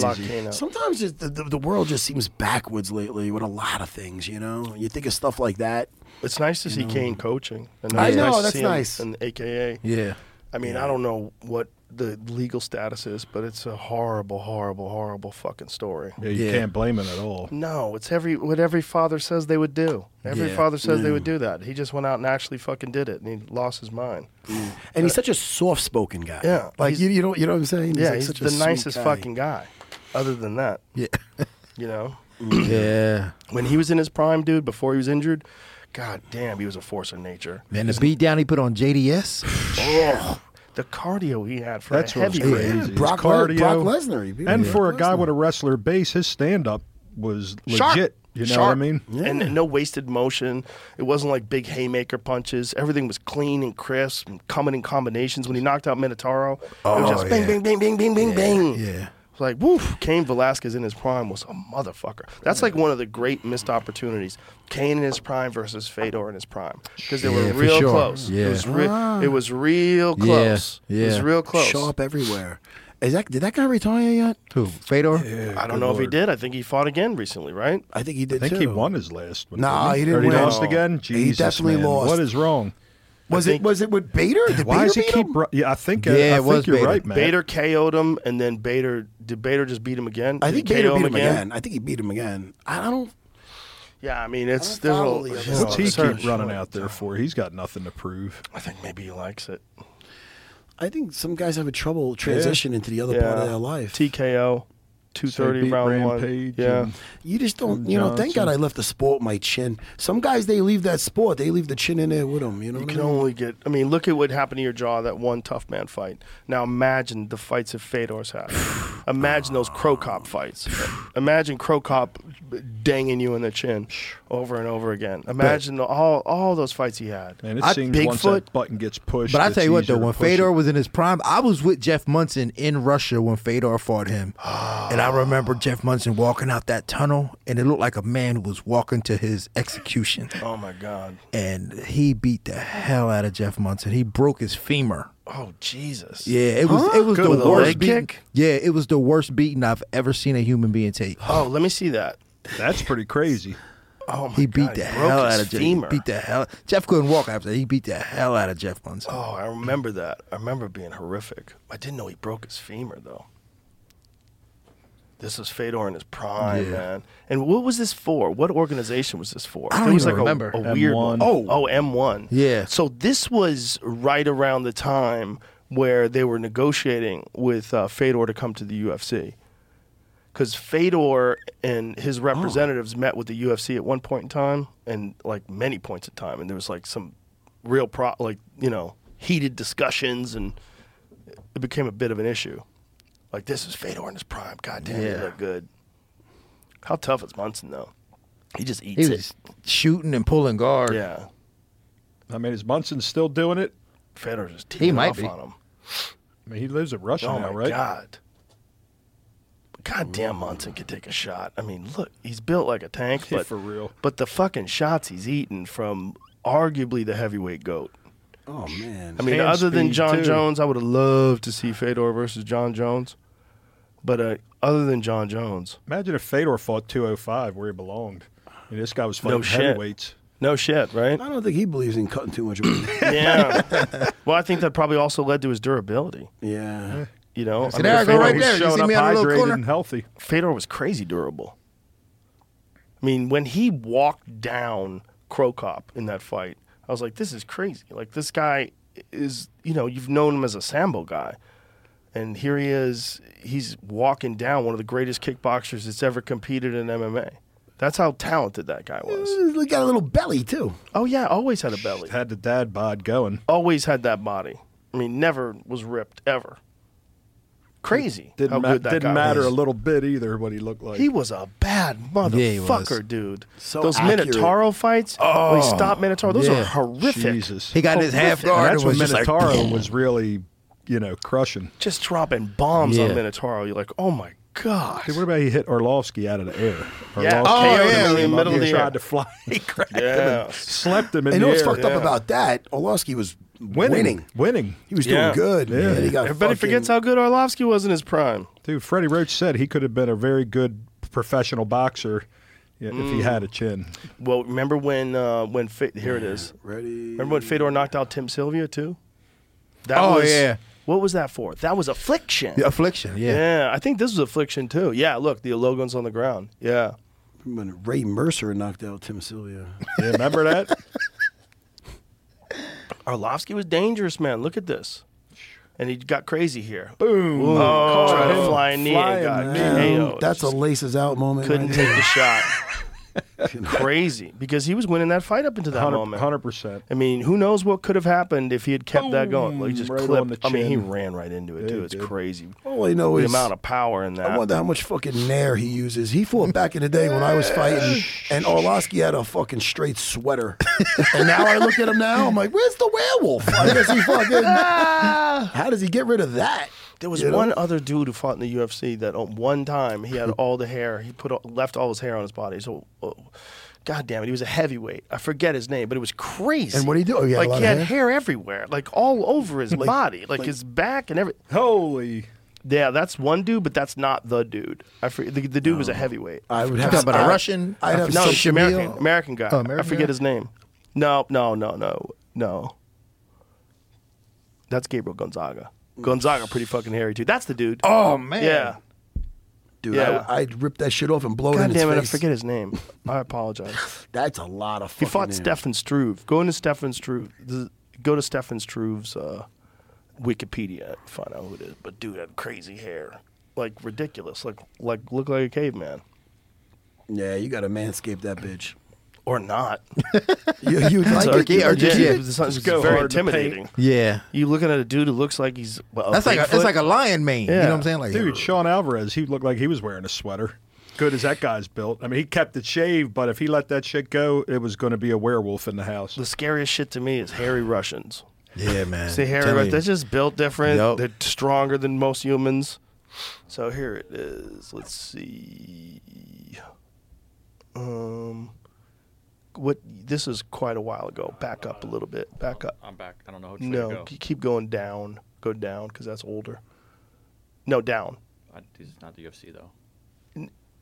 S5: everything's.
S4: crazy. Kane out.
S5: Sometimes it, the, the the world just seems backwards lately with a lot of things. You know, you think of stuff like that.
S4: It's nice to see Kane coaching. And
S5: I
S4: it's
S5: know,
S4: to
S5: that's
S4: see him
S5: nice.
S4: in the AKA.
S6: Yeah.
S4: I mean, I don't know what the legal status is, but it's a horrible, horrible, horrible fucking story.
S7: Yeah, you
S6: Yeah.
S7: can't blame it at all.
S4: No, it's every what every father says they would do. Every
S6: Yeah.
S4: father says they
S5: Mm.
S4: would do that. He just went out and actually fucking did it, and he lost his mind.
S5: And he's such a soft-spoken guy.
S4: Yeah,
S5: like
S4: he's-
S5: you, you know, you know what I'm saying.
S4: yeah,
S5: like
S4: he's
S5: such a
S4: the
S5: sweet
S4: nicest
S5: guy.
S4: fucking guy. Other than that,
S6: Yeah.
S4: you know,
S6: yeah.
S4: when he was in his prime, dude, before he was injured, god damn, he was a force of nature.
S6: Man, the beat down he put on JDS.
S4: Oh, the cardio he had for
S7: That's
S4: a
S7: what's
S4: heavyweight.
S7: crazy.
S5: Yeah,
S7: His
S5: Brock Le-
S7: cardio,
S5: Brock Lesnar, he beat
S7: and
S5: him.
S7: for a
S5: Brock
S7: guy
S5: Lesnar.
S7: with a wrestler base, his stand up was legit.
S4: Sharp.
S7: You know
S4: Sharp.
S7: what I mean?
S4: And, and no wasted motion. It wasn't like big haymaker punches. Everything was clean and crisp and coming in combinations. When he knocked out Minotauro, it was
S6: Oh,
S4: just bang,
S6: yeah.
S4: bang, bang, bang, bang, bang, bang.
S6: yeah.
S4: It's like, woof, Kane Velasquez in his prime was a motherfucker. That's like one of the great missed opportunities. Kane in his prime versus Fedor in his prime. Because they
S6: Yeah,
S4: were
S6: for
S4: real
S6: sure.
S4: close. It,
S6: Yeah.
S4: was re- it was real close. It was
S6: yeah.
S4: real close.
S5: Sharp everywhere. Is that did that guy retire yet?
S6: Who? Fedor?
S4: I don't know if he did. I think he fought again recently, right?
S5: I think he did.
S7: I think
S5: too.
S7: he won his last one.
S5: Nah, he didn't
S7: Or he
S5: win.
S7: lost
S4: No.
S7: again?
S5: He
S7: Jesus,
S5: definitely
S7: man.
S5: lost.
S7: What is wrong?
S5: Was it
S4: think-
S5: was it with Bader? Did
S7: Why
S5: Bader
S7: does he
S5: beat
S7: keep.
S5: him?
S7: ru- Yeah, I think,
S6: Yeah, it
S7: I,
S6: was
S7: think you're
S6: Bader.
S7: right, man.
S4: Bader KO'd him, and then Bader did Bader just beat him again?
S5: I
S4: Did
S5: think
S4: he
S5: Bader
S4: KO
S5: beat him again. I think he beat him again. I don't.
S4: Yeah, I mean it's there's
S5: I don't
S4: a
S5: follow the other
S4: you know,
S5: side.
S7: What's he
S4: it's hard.
S7: keep running out there for? He's got nothing to prove.
S4: I think maybe he likes it.
S5: I think some guys have a trouble transition into the other part of their life.
S4: TKO, two
S7: So
S4: thirty
S7: he beat
S4: round
S7: Rampage
S4: one. Yeah,
S7: and-
S5: you just don't. You know. Thank God I left the sport. My chin. Some guys they leave that sport. They leave the chin in there with them. You know.
S4: you
S5: what
S4: can
S5: I mean?
S4: only get. I mean, look at what happened to your jaw that one tough man fight. Now imagine the fights that Fedor's had. imagine those Crow Cop fights. imagine Crow Cop danging you in the chin over and over again. Imagine all all those fights he had.
S7: Man, it
S6: I-
S7: seems once
S4: Bigfoot-
S7: that button gets pushed.
S6: But I
S7: it's
S6: tell you what,
S7: easier
S6: though,
S7: to
S6: when
S7: push
S6: Fedor
S7: it.
S6: was in his prime, I was with Jeff Munson in Russia when Fedor fought him, and I remember Jeff Munson walking out that tunnel, and it looked like a man who was walking to his execution,
S4: Oh my God.
S6: and he beat the hell out of Jeff Munson. He broke his femur.
S4: Oh Jesus.
S6: Yeah, it was it was
S4: Good with
S6: the
S4: a
S6: worst
S4: leg
S6: beating.
S4: kick?
S6: Yeah, it was the worst beating I've ever seen a human being take.
S4: Oh, let me see that.
S7: That's pretty crazy.
S4: Oh my
S6: He beat
S4: God,
S6: the
S4: he broke
S6: hell
S4: his
S6: out of Jeff. He
S4: femur.
S6: beat the hell. Jeff couldn't walk after. that. He beat the hell out of Jeff Munson.
S4: Oh, I remember that. I remember it being horrific. I didn't know he broke his femur though. This was Fedor in his prime,
S6: Yeah.
S4: man. And what was this for? What organization was this for?
S6: I don't
S4: It was
S6: even
S4: like
S6: remember.
S4: A, a weird
S7: M1.
S4: one. Oh, oh, M1.
S6: Yeah.
S4: So this was right around the time where they were negotiating with uh, Fedor to come to the UFC. Because Fedor and his
S6: Oh.
S4: representatives met with the UFC at one point in time, and like many points in time, and there was like some real pro, like you know, heated discussions, and it became a bit of an issue. Like this is Fedor in his prime. God damn,
S6: Yeah.
S4: he look good. How tough is Munson though? He just eats
S6: he
S4: it.
S6: was shooting and pulling guard.
S4: yeah,
S7: I mean, is Munson still doing it?
S4: Fedor's just teeing
S6: might
S4: off
S6: be.
S4: on him.
S7: I mean, he lives in Russia
S4: Oh
S7: now,
S4: my
S7: right?
S4: god. God damn, Munson could take a shot. I mean, look, he's built like a tank,
S7: Yeah,
S4: but
S7: for real.
S4: But the fucking shots he's eaten from arguably the heavyweight goat.
S5: Oh man.
S4: I mean,
S7: Hand
S4: other than
S7: speed,
S4: John
S7: too.
S4: Jones, I would have loved to see Fedor versus John Jones. But uh, other than John Jones,
S7: Imagine if Fedor fought 205 where he belonged. And this guy was fighting
S4: no shit.
S7: heavyweights.
S4: No shit, right?
S5: I don't think he believes in cutting too much weight.
S4: yeah. well, I think that probably also led to his durability.
S5: yeah.
S4: You know, I
S6: So there I go
S4: Fedor
S6: right
S4: was-
S6: there. You
S7: showing
S6: see
S7: up
S6: me on the little
S7: hydrated
S6: corner?
S7: and healthy.
S4: Fedor was crazy durable. I mean, when he walked down Crow Cop in that fight, I was like, this is crazy. Like, this guy is, you know, you've known him as a Sambo guy. And here he is. He's walking down one of the greatest kickboxers that's ever competed in MMA. That's how talented that guy was.
S7: Mm.
S5: He got a little belly too.
S4: Oh, yeah, always had a belly.
S7: Had the dad bod going.
S4: Always had that body. I mean, never was ripped, ever. Crazy. how
S7: Didn't, ma-
S4: good that
S7: didn't
S4: guy
S7: matter
S4: was.
S7: a little bit either what he looked like.
S4: He was a bad
S6: Yeah, he was.
S4: motherfucker, dude.
S5: So
S4: those
S5: accurate.
S4: Minotauro fights, oh, when he stopped Minotauro, those
S6: yeah.
S4: are horrific.
S7: Jesus.
S6: He got in his half
S4: Horrific.
S7: and
S6: guard.
S7: that's
S6: and
S7: when
S6: was just like,
S7: Minotauro was really, you know, crushing.
S4: Just dropping bombs
S6: Yeah.
S4: on Minotauro. You're like, oh my God.
S7: Dude, what about he hit Orlovsky out of the air?
S4: Yeah.
S7: Orlovsky
S6: Oh,
S4: KO'd him
S6: yeah,
S4: in the
S6: he
S4: middle of the
S7: he tried
S4: air.
S7: to fly. He cracked him
S4: Yeah.
S7: and slept him
S5: And
S7: in
S5: you
S7: the
S5: know what's
S7: air.
S5: fucked up about that? Orlovsky was winning.
S7: Winning. Winning.
S5: He was
S4: Yeah.
S5: doing good. Yeah. Man. He got
S4: Everybody
S5: fucking-
S4: forgets how good Orlovsky was in his prime.
S7: Dude, Freddie Roach said he could have been a very good professional boxer yeah, if
S4: Mm.
S7: he had a chin.
S4: Well, remember when uh, when Fe- here it is.
S5: Ready.
S4: Remember when Fedor knocked out Tim Sylvia too? That
S6: Oh, yeah.
S4: What was that for? That was affliction.
S6: The affliction, yeah.
S4: Yeah, I think this was affliction too. Yeah, look, the logo's on the ground. Yeah.
S5: When Ray Mercer knocked out Tim Sylvia.
S7: Yeah, remember that?
S4: Arlovsky was dangerous, man. Look at this. And he got crazy here. Boom. Oh, tried to fly a knee and got KO'd.
S5: That's a laces out moment.
S4: couldn't
S5: right
S4: take
S5: there.
S4: the shot. crazy. Because he was winning that fight up into that
S7: 100%.
S4: moment. I mean, who knows what could have happened if he had kept that going? Like he just
S7: Boom, right on
S4: clipped.
S7: the
S4: I mean, he
S7: chin.
S4: ran right into it
S7: Yeah,
S4: too.
S7: he
S4: It's
S7: did.
S4: crazy.
S5: All I know
S4: The
S5: is
S4: amount of power in that.
S5: I wonder how much fucking nair he uses. He fought back in the day when I was fighting, and Orlovsky had a fucking straight sweater. and now I look at him now, I'm like, where's the werewolf? I guess he fucking. how does he get rid of that?
S4: There was
S5: You know?
S4: one other dude who fought in the UFC that on one time he had all the hair. He put all, left all his hair on his body. So, oh, god damn it, he was a heavyweight. I forget his name, but it was crazy.
S5: And what'd he do? Oh, he had a
S4: like
S5: lot
S4: he
S5: of
S4: had
S5: hair?
S4: hair? everywhere, like all over his body, like, his back and everything.
S7: Holy.
S4: Yeah, that's one dude, but that's not the dude. I forget, the, the dude was a heavyweight.
S5: I would have
S6: Talking about a
S5: I-
S6: Russian?
S5: I'd have
S4: no,
S5: some
S4: it's American,
S5: Shamil.
S4: American guy.
S6: Oh, American
S4: I forget
S6: guy?
S4: his name. No, no, no, no, no. That's Gabriel Gonzaga. Gonzaga, pretty fucking hairy too. That's the dude.
S6: Oh man.
S4: yeah.
S5: Dude,
S4: Yeah.
S5: I, would rip that shit off and blow it
S4: God
S5: in his
S4: damn it, I
S5: face.
S4: forget his name. I apologize.
S5: That's a lot of
S4: He
S5: fucking
S4: fought
S5: nair.
S4: Stefan Struve. Go into Stefan Struve. th- Go to Stefan Struve's uh, Wikipedia and find out who it is. But dude had crazy hair. Like ridiculous. Like like look like a caveman.
S5: Yeah, you got to manscape that bitch.
S4: Or not.
S5: You, you'd like
S4: So-
S5: it?
S6: yeah, or just-
S4: yeah,
S6: yeah,
S4: it's, it's
S7: go
S4: very
S7: hard to paint.
S4: intimidating.
S6: Yeah.
S4: You looking at a dude who looks like he's well,
S6: That's like a, that's
S4: Bigfoot.
S6: like a lion mane. You know
S4: Yeah.
S6: what I'm saying? Like
S7: Dude, Sean Alvarez, he looked like he was wearing a sweater. Good as that guy's built. I mean, he kept it shaved, but if he let that shit go, it was going to be a werewolf in the house.
S4: the scariest shit to me is hairy Russians.
S6: Yeah, man.
S4: See, hairy
S6: Tell
S4: Russians.
S6: you.
S4: They're just built different.
S6: Yup.
S4: They're stronger than most humans. So here it is. Let's see. Um, what? This is quite a while ago. Back up a little bit. Back up.
S8: I'm back. I don't know which way Oh, to
S4: No,
S8: go.
S4: you keep going down. Go down because that's older. No, down.
S8: I, this is not the UFC though.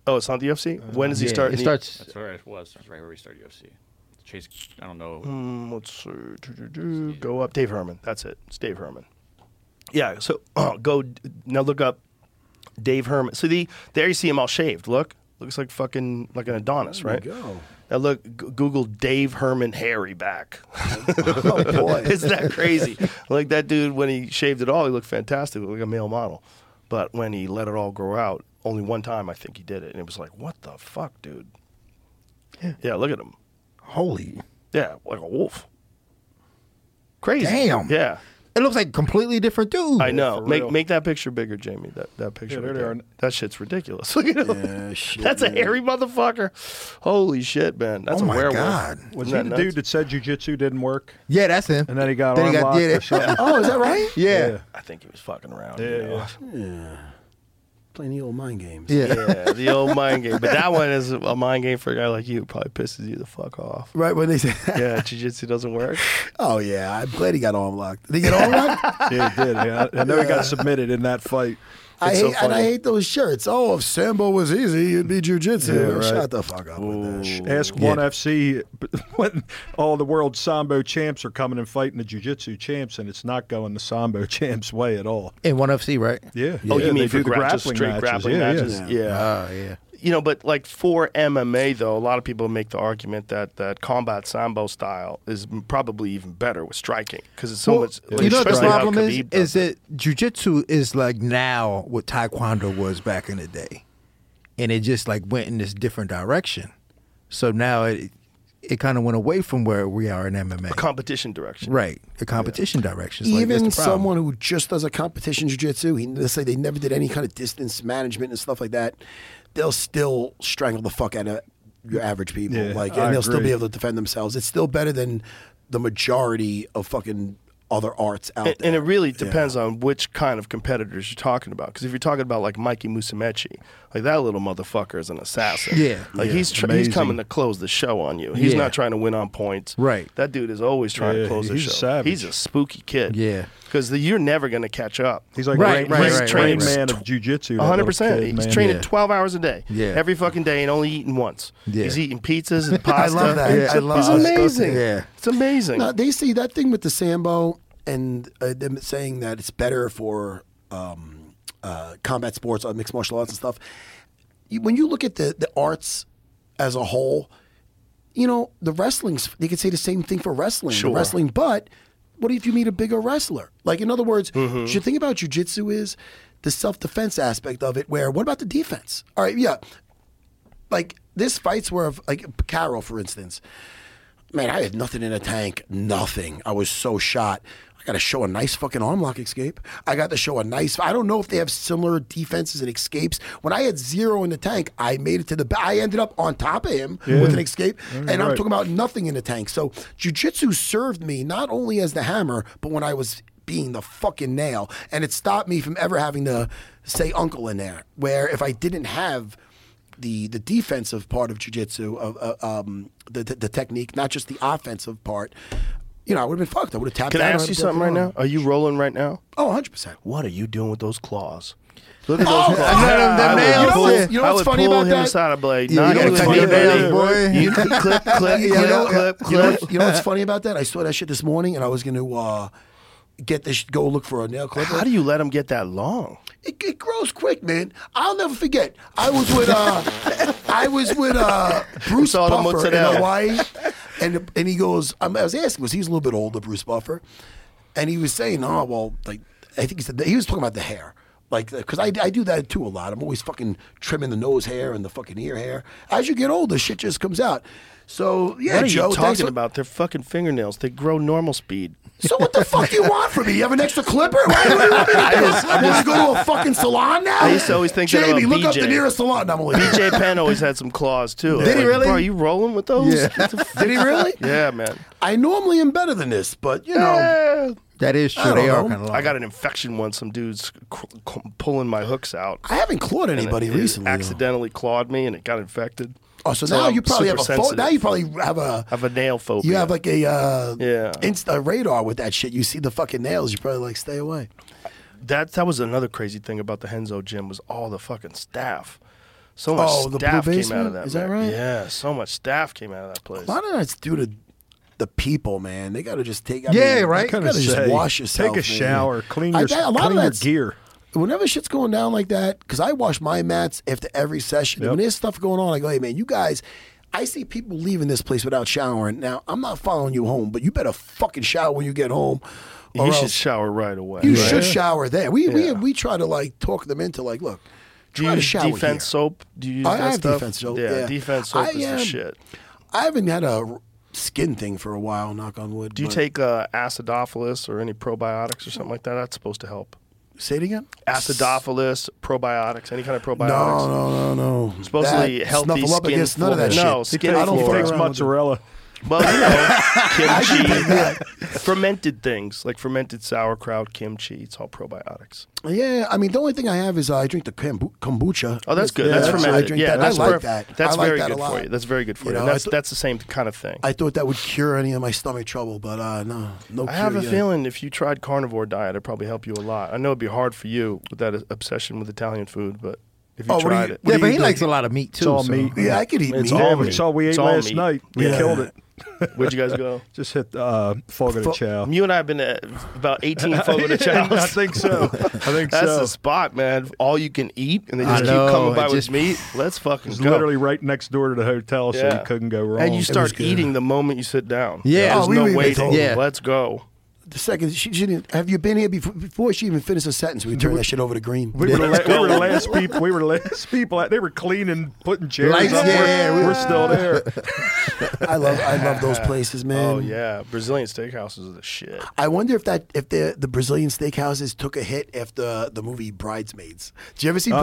S4: Oh, it's not the UFC.
S8: Uh,
S4: when does he
S6: Yeah,
S4: start?
S6: It
S4: in the-
S6: starts.
S8: That's where it was. That's right where we started UFC. Chase. I don't know.
S4: Mm, let's see. Do, do, do. Go up. Dave Herman. That's it. It's Dave Herman. Yeah. So uh, go now. Look up Dave Herman. So the there you see him all shaved. Look, looks like fucking like an Adonis, right?
S5: go.
S4: Now look, g- Google Dave Herman hairy back.
S5: Oh, boy.
S4: Isn't that crazy? like that dude when he shaved it all, he looked fantastic, looked like a male model. But when he let it all grow out, only one time I think he did it, and it was like, what the fuck, dude? Yeah, look at him.
S6: Holy.
S4: Yeah, like a wolf. Crazy.
S6: Damn.
S4: Yeah,
S6: It looks like a completely different dude.
S4: I know.
S7: for
S4: Make
S7: real.
S4: make that picture bigger, Jamie. That that picture.
S7: there
S4: right
S7: they
S4: there.
S7: are.
S4: That shit's ridiculous. Look at him.
S5: Yeah, shit,
S4: That's
S5: man.
S4: a hairy motherfucker. Holy shit, man. That's
S6: Oh
S4: a
S6: my
S4: werewolf.
S6: God.
S7: Was he
S4: Isn't
S7: the
S4: that nuts?
S7: dude that said jujitsu didn't work?
S6: Yeah, that's him.
S7: And then he got
S6: Then he got-
S7: arm locked
S6: yeah,
S7: or
S6: that-
S7: something.
S5: Oh, is that right?
S6: Yeah.
S7: Yeah.
S4: I think he was fucking around.
S7: Yeah,
S4: you know?
S7: yeah.
S5: Playing the old mind games.
S6: Yeah.
S4: Yeah, the old mind game. But that one is a mind game for a guy like you. It Probably pisses you the fuck off.
S5: Right when they say,
S4: Yeah, jujitsu doesn't work.
S5: "Oh yeah, I'm glad he got arm locked." Did he get arm locked?
S7: Yeah, he did. Yeah. I know he got submitted in that fight.
S5: I
S4: It's so
S5: hate and I
S4: funny.
S5: hate those shirts. Oh, if sambo was easy, it'd be jujitsu.
S7: Yeah, right.
S5: Shut the fuck up with that shit.
S7: Ask One FC when all the world sambo champs are coming and fighting the jiu-jitsu champs, and it's not going the sambo champs' way at all.
S6: In one FC, right?
S7: Yeah.
S4: oh,
S7: Yeah,
S4: you mean
S7: they
S4: for
S7: do the
S4: gra- just
S7: grappling
S4: straight
S7: matches.
S4: grappling
S7: yeah,
S4: matches?
S7: Yeah.
S4: yeah.
S6: Oh yeah.
S4: you know, but like for MMA though, a lot of people make the argument that that combat sambo style is m- probably even better with striking because it's so
S6: Well,
S4: much.
S6: you know the
S4: especially how
S6: problem is
S4: Khabib does
S6: is that jujitsu is like now what taekwondo was back in the day, and it just like went in this different direction. So now it it kind of went away from where we are in MMA,
S4: it. competition direction.
S6: right? The competition direction. It's like, that's
S5: Even
S6: the problem.
S5: someone who just does a competition jujitsu, he- let's say they never did any kind of distance management and stuff like that, they'll still strangle the fuck out of your average people.
S7: Yeah,
S5: like,
S7: I
S5: and they'll still
S7: agree.
S5: be able to defend themselves. It's still better than the majority of fucking other arts out
S4: And,
S5: there.
S4: and it really depends on which kind of competitors you're talking about. Because if you're talking about like Mikey Musumeci, like that little motherfucker is an assassin.
S6: Yeah.
S4: like
S6: Yeah.
S4: he's tr- he's
S7: Amazing.
S4: coming to close the show on you. He's
S6: Yeah.
S4: not trying to win on points.
S6: Right.
S4: That dude is always trying
S7: Yeah,
S4: to close the
S7: he's a
S4: show.
S7: savage.
S4: He's a spooky kid.
S6: Yeah.
S4: because you're never gonna catch up.
S7: He's like
S6: Right,
S7: right,
S6: right,
S7: right,
S6: right,
S7: train
S6: right.
S7: man of jujitsu. that
S4: A hundred
S7: little
S4: percent.
S7: kid,
S4: He's
S7: man.
S4: training
S6: Yeah.
S4: twelve hours a day.
S6: Yeah.
S4: Every fucking day and only eating once.
S6: Yeah.
S4: He's eating pizzas and pasta.
S5: love that.
S4: It's,
S5: I love
S4: it's
S5: that.
S4: amazing.
S6: Yeah.
S4: It's amazing.
S5: No, they see that thing with the Sambo and uh, them saying that it's better for um, uh, combat sports, uh, mixed martial arts and stuff. You, when you look at the, the arts as a whole, you know, the wrestling's, they could say the same thing for wrestling, the
S4: Sure.
S5: wrestling, but what if you meet a bigger wrestler? Like, in other words, the thing about jujitsu is the self defense aspect of it, where what about the defense? All right, yeah. Like, this fight's where, like, Carol, for instance, Man, I had nothing in the tank. Nothing. I was so shot. I got to show a nice fucking arm lock escape. I got to show a nice. I don't know if they have similar defenses and escapes. When I had zero in the tank, I made it to the. ba- I ended up on top of him with an escape, and I'm
S7: right.
S5: talking about nothing in the tank. So jujitsu served me not only as the hammer, but when I was being the fucking nail, and it stopped me from ever having to say uncle in there. Where if I didn't have the the defensive part of jujitsu, of uh, um, the, the the technique, not just the offensive part. You know, I would have been fucked. I would have tapped.
S4: Can I
S5: out,
S4: ask you
S5: would've
S4: something right
S5: broken
S4: now?
S5: my
S4: Are you rolling right now?
S5: arm. Oh, 100 percent.
S4: What are you doing with those claws? Look at
S5: Oh,
S4: those claws.
S5: I know them- them
S4: I would
S6: nails,
S4: pull-
S6: yeah.
S5: You know what's
S4: I would
S5: funny
S4: pull
S5: about
S4: him
S5: that?
S4: aside. I'd be like,
S6: Yeah,
S4: nah,
S6: you
S4: you
S6: know
S4: gotta
S6: what's
S4: cut
S6: funny
S4: your
S6: about that,
S4: nails, boy.
S6: boy?
S4: You clip, clip, clip,
S5: You know, uh,
S4: clip,
S5: you know
S4: clip.
S5: what- you know what's funny about that? I saw that shit this morning, and I was going to uh, get this. Go look for a nail clipper.
S4: How do you let them get that long?
S5: it, it grows quick, man. I'll never forget. I was with uh, I was with uh, Bruce
S4: all the
S5: Buffer in
S4: mozzarella.
S5: Hawaii, and and he goes. I'm, I was asking, was he's a little bit older, Bruce Buffer, and he was saying, oh well, like I think he said he was talking about the hair. Like, because I, I do that too a lot. I'm always fucking trimming the nose hair and the fucking ear hair. As you get older, shit just comes out. So, yeah,
S4: What are
S5: Joe,
S4: you
S5: thanks
S4: talking
S5: for-
S4: about? They're fucking fingernails. They grow normal speed.
S5: so what the fuck do you want from me? You have an extra clipper? Why do you want me to do? I want to go to a fucking salon now?
S4: I used to always think that
S5: Jamie,
S4: about
S5: look up
S4: BJ.
S5: the nearest salon. No, I'm only
S4: BJ Penn always had some claws too.
S6: Did he
S4: Like,
S6: really?
S4: Bro, are you rolling with those?
S6: Yeah.
S4: What the fuck?
S5: Did he really?
S4: Yeah, man.
S5: I normally am better than this, but you know.
S6: That is
S5: I
S6: true.
S5: don't
S6: They are
S5: know.
S6: kind of.
S4: I got an infection once. Some dudes cr- cr- pulling my hooks out.
S5: I haven't clawed anybody
S4: It
S5: recently. though.
S4: Accidentally clawed me and it got infected.
S5: Oh, so, now
S4: I'm
S5: you probably have
S4: super
S5: a pho-
S4: sensitive.
S5: now you probably have a
S4: I have a nail phobia.
S5: you have like a uh,
S4: Yeah.
S5: insta radar with that shit. You see the fucking nails. You probably like stay away.
S4: that that was another crazy thing about the Henzo gym was all the fucking staff. So much
S5: Oh, the Blue
S4: staff came out
S5: Basement?
S4: of that.
S5: Is that
S4: ma-
S5: right?
S4: Yeah, so much staff came out of that place.
S5: A lot of that's due to the people, man. They got to just take. I
S6: Yeah,
S5: mean,
S6: right.
S5: You
S7: Kinda
S5: gotta just
S7: say,
S5: wash yourself.
S7: Take a
S5: man.
S7: shower. Clean
S5: I-
S7: your,
S5: that- a lot of
S7: clean your
S5: that's-
S7: gear.
S5: whenever shit's going down like that, because I wash my mats after every session. and When there's stuff going on, I go, hey, man, you guys, I see people leaving this place without showering. Now, I'm not following you home, but you better fucking shower when you get home. or
S4: you should
S5: else-
S4: shower right away.
S5: Oh, you
S4: right?
S5: should shower there. We,
S4: Yeah.
S5: we, we try to like talk them into like, look,
S4: Do you
S5: try to
S4: use
S5: shower
S4: defense
S5: here.
S4: soap? Do you use
S5: I
S4: that
S5: have
S4: stuff?
S5: defense soap.
S4: Yeah,
S5: yeah.
S4: defense soap
S5: I,
S4: is
S5: um,
S4: the shit.
S5: I haven't had a skin thing for a while, knock on wood.
S4: Do you
S5: but-
S4: take uh, acidophilus or any probiotics or something like that? That's supposed to help.
S5: Say it again?
S4: Acidophilus, probiotics, any kind of probiotics.
S5: No, no, no, no.
S4: Supposedly
S5: That,
S4: healthy
S5: snuffleupagus,
S4: skin
S5: none of that
S4: flora. No,
S5: shit.
S4: skin
S5: I don't
S4: flora.
S5: fuck
S7: Takes
S5: around with it.
S7: mozzarella.
S4: Well, you know, kimchi, fermented things like fermented sauerkraut, kimchi. It's all probiotics.
S5: Yeah, I mean, the only thing I have is uh, I drink the kombu- kombucha.
S4: Oh, that's good. that's
S5: yeah,
S4: fermented.
S5: I drink
S4: yeah,
S5: that.
S4: that's
S5: I like
S4: perfect.
S5: that.
S4: That's
S5: I like
S4: very
S5: that a
S4: good for
S5: lot.
S4: you. That's very good for you.
S5: You know, I
S4: that's
S5: th-
S4: that's the same kind of thing. I,
S5: I thought that would cure any of my stomach trouble, but uh, no, no. cure
S4: have a
S5: yet.
S4: feeling if you tried carnivore diet, it'd probably help you a lot. I know it'd be hard for you with that obsession with Italian food, but if you
S5: Oh, what do
S4: tried
S5: you-
S4: it,
S5: what
S6: yeah,
S5: do
S6: but
S5: you
S6: he
S5: do?
S6: likes a lot of meat too.
S7: It's all
S6: so-
S7: meat.
S5: Yeah, I could eat
S4: It's
S5: meat.
S4: all
S7: Yeah,
S4: meat.
S7: it's all we ate
S4: It's all
S7: last
S4: meat.
S7: night. We
S5: Yeah.
S7: killed it.
S4: where'd you guys go?
S7: Just hit uh, Fogo de
S5: Fo-
S7: Chao.
S4: You and I have been at about 18 Fogo de Chao.
S7: I think so. I think
S4: That's
S7: so.
S4: the spot, man. All you can eat, and they
S6: I
S4: just
S6: know,
S4: keep coming
S6: it
S4: by with
S6: just-
S4: meat. Let's fucking
S7: It's
S4: go.
S7: literally right next door to the hotel, so
S4: Yeah.
S7: you couldn't go wrong.
S4: and you start
S5: good.
S4: eating the moment you sit down.
S6: Yeah.
S4: there's
S5: Oh, we
S4: no
S5: were even
S4: waiting.
S5: told.
S6: Yeah.
S4: Let's go.
S5: The second she, she didn't. Have you been here before, before she even finished her sentence? We turned that shit over to Green.
S7: We were, the la- we were the last people. We were the last people. out- They were cleaning, putting chairs
S6: Lights,
S7: up.
S6: yeah,
S7: we're,
S6: we-
S7: we're still there.
S5: I love, I love those places, man.
S4: Oh yeah, Brazilian steakhouses are the shit.
S5: I wonder if that if the the Brazilian steakhouses took a hit after the movie Bridesmaids. Did you ever see
S7: Uh, yeah,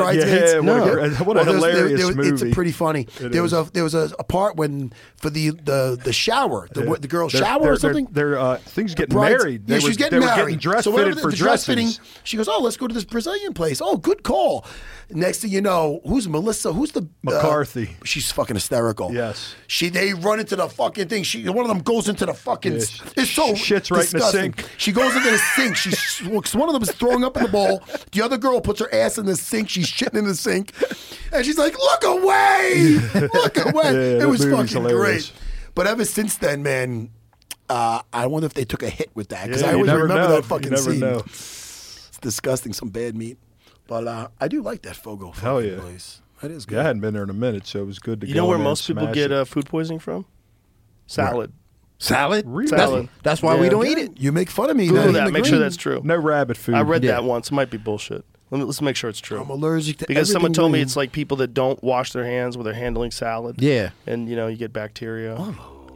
S5: Bridesmaids?
S7: what a gra- what a
S5: there's-
S7: hilarious
S5: was- It's
S7: movie.
S5: pretty funny.
S7: It
S5: there was
S7: is.
S5: a there was a, a part when for the the the shower the, the girl shower
S7: they're,
S5: or something.
S7: They're, they're, uh, things
S5: The
S7: getting
S5: brides-
S7: married. married. They
S5: yeah,
S7: were-
S5: she's getting
S7: they were
S5: married.
S7: getting dress
S5: so whenever
S7: fitted
S5: the,
S7: for
S5: the dress
S7: dresses.
S5: fitting, she goes, "Oh, let's go to this Brazilian place. Oh, good call." Next thing you know, who's Melissa? Who's the uh,
S7: McCarthy.
S5: she's fucking hysterical.
S7: Yes.
S5: She they run into the fucking thing. She one of them goes into the fucking.
S7: Yeah, she-
S5: it's so
S7: shits right in the
S5: disgusting.
S7: sink.
S5: She goes into the sink. She looks. One of them is throwing up in the bowl. The other girl puts her ass in the sink. She's shitting in the sink, and she's like, "Look away! Look away!"
S7: Yeah,
S5: it
S7: that
S5: was
S7: movie's
S5: fucking
S7: hilarious.
S5: great. But ever since then, man, uh, I wonder if they took a hit with that because
S7: Yeah,
S5: I
S7: you
S5: always
S7: never
S5: remember
S7: know.
S5: that fucking
S7: you never
S5: scene.
S7: Know.
S5: It's disgusting, some bad meat. But uh, I do like that Fogo.
S7: Hell
S5: fucking
S7: yeah.
S5: place. That is good.
S7: Yeah, I hadn't been there in a minute, so it was good to
S4: You
S7: go.
S4: know where
S7: in there
S4: most
S7: and
S4: people
S7: smash
S4: get
S7: it.
S4: uh, food poisoning from? Salad.
S6: Salad?
S7: Really?
S6: That's,
S4: Salad.
S6: that's why we
S4: Yeah.
S6: don't eat it.
S5: You make fun of me. now.
S4: Google
S5: You're
S4: that.
S5: the
S4: Make sure
S5: green.
S4: that's true.
S7: no rabbit food.
S4: uh, I read
S6: Yeah.
S4: that once. It might be bullshit. Let me, let's make sure it's true.
S5: I'm allergic to
S4: because someone
S5: everything
S4: told me
S5: green.
S4: it's like people that don't wash their hands when they're handling salad.
S6: Yeah.
S4: and you know you get bacteria,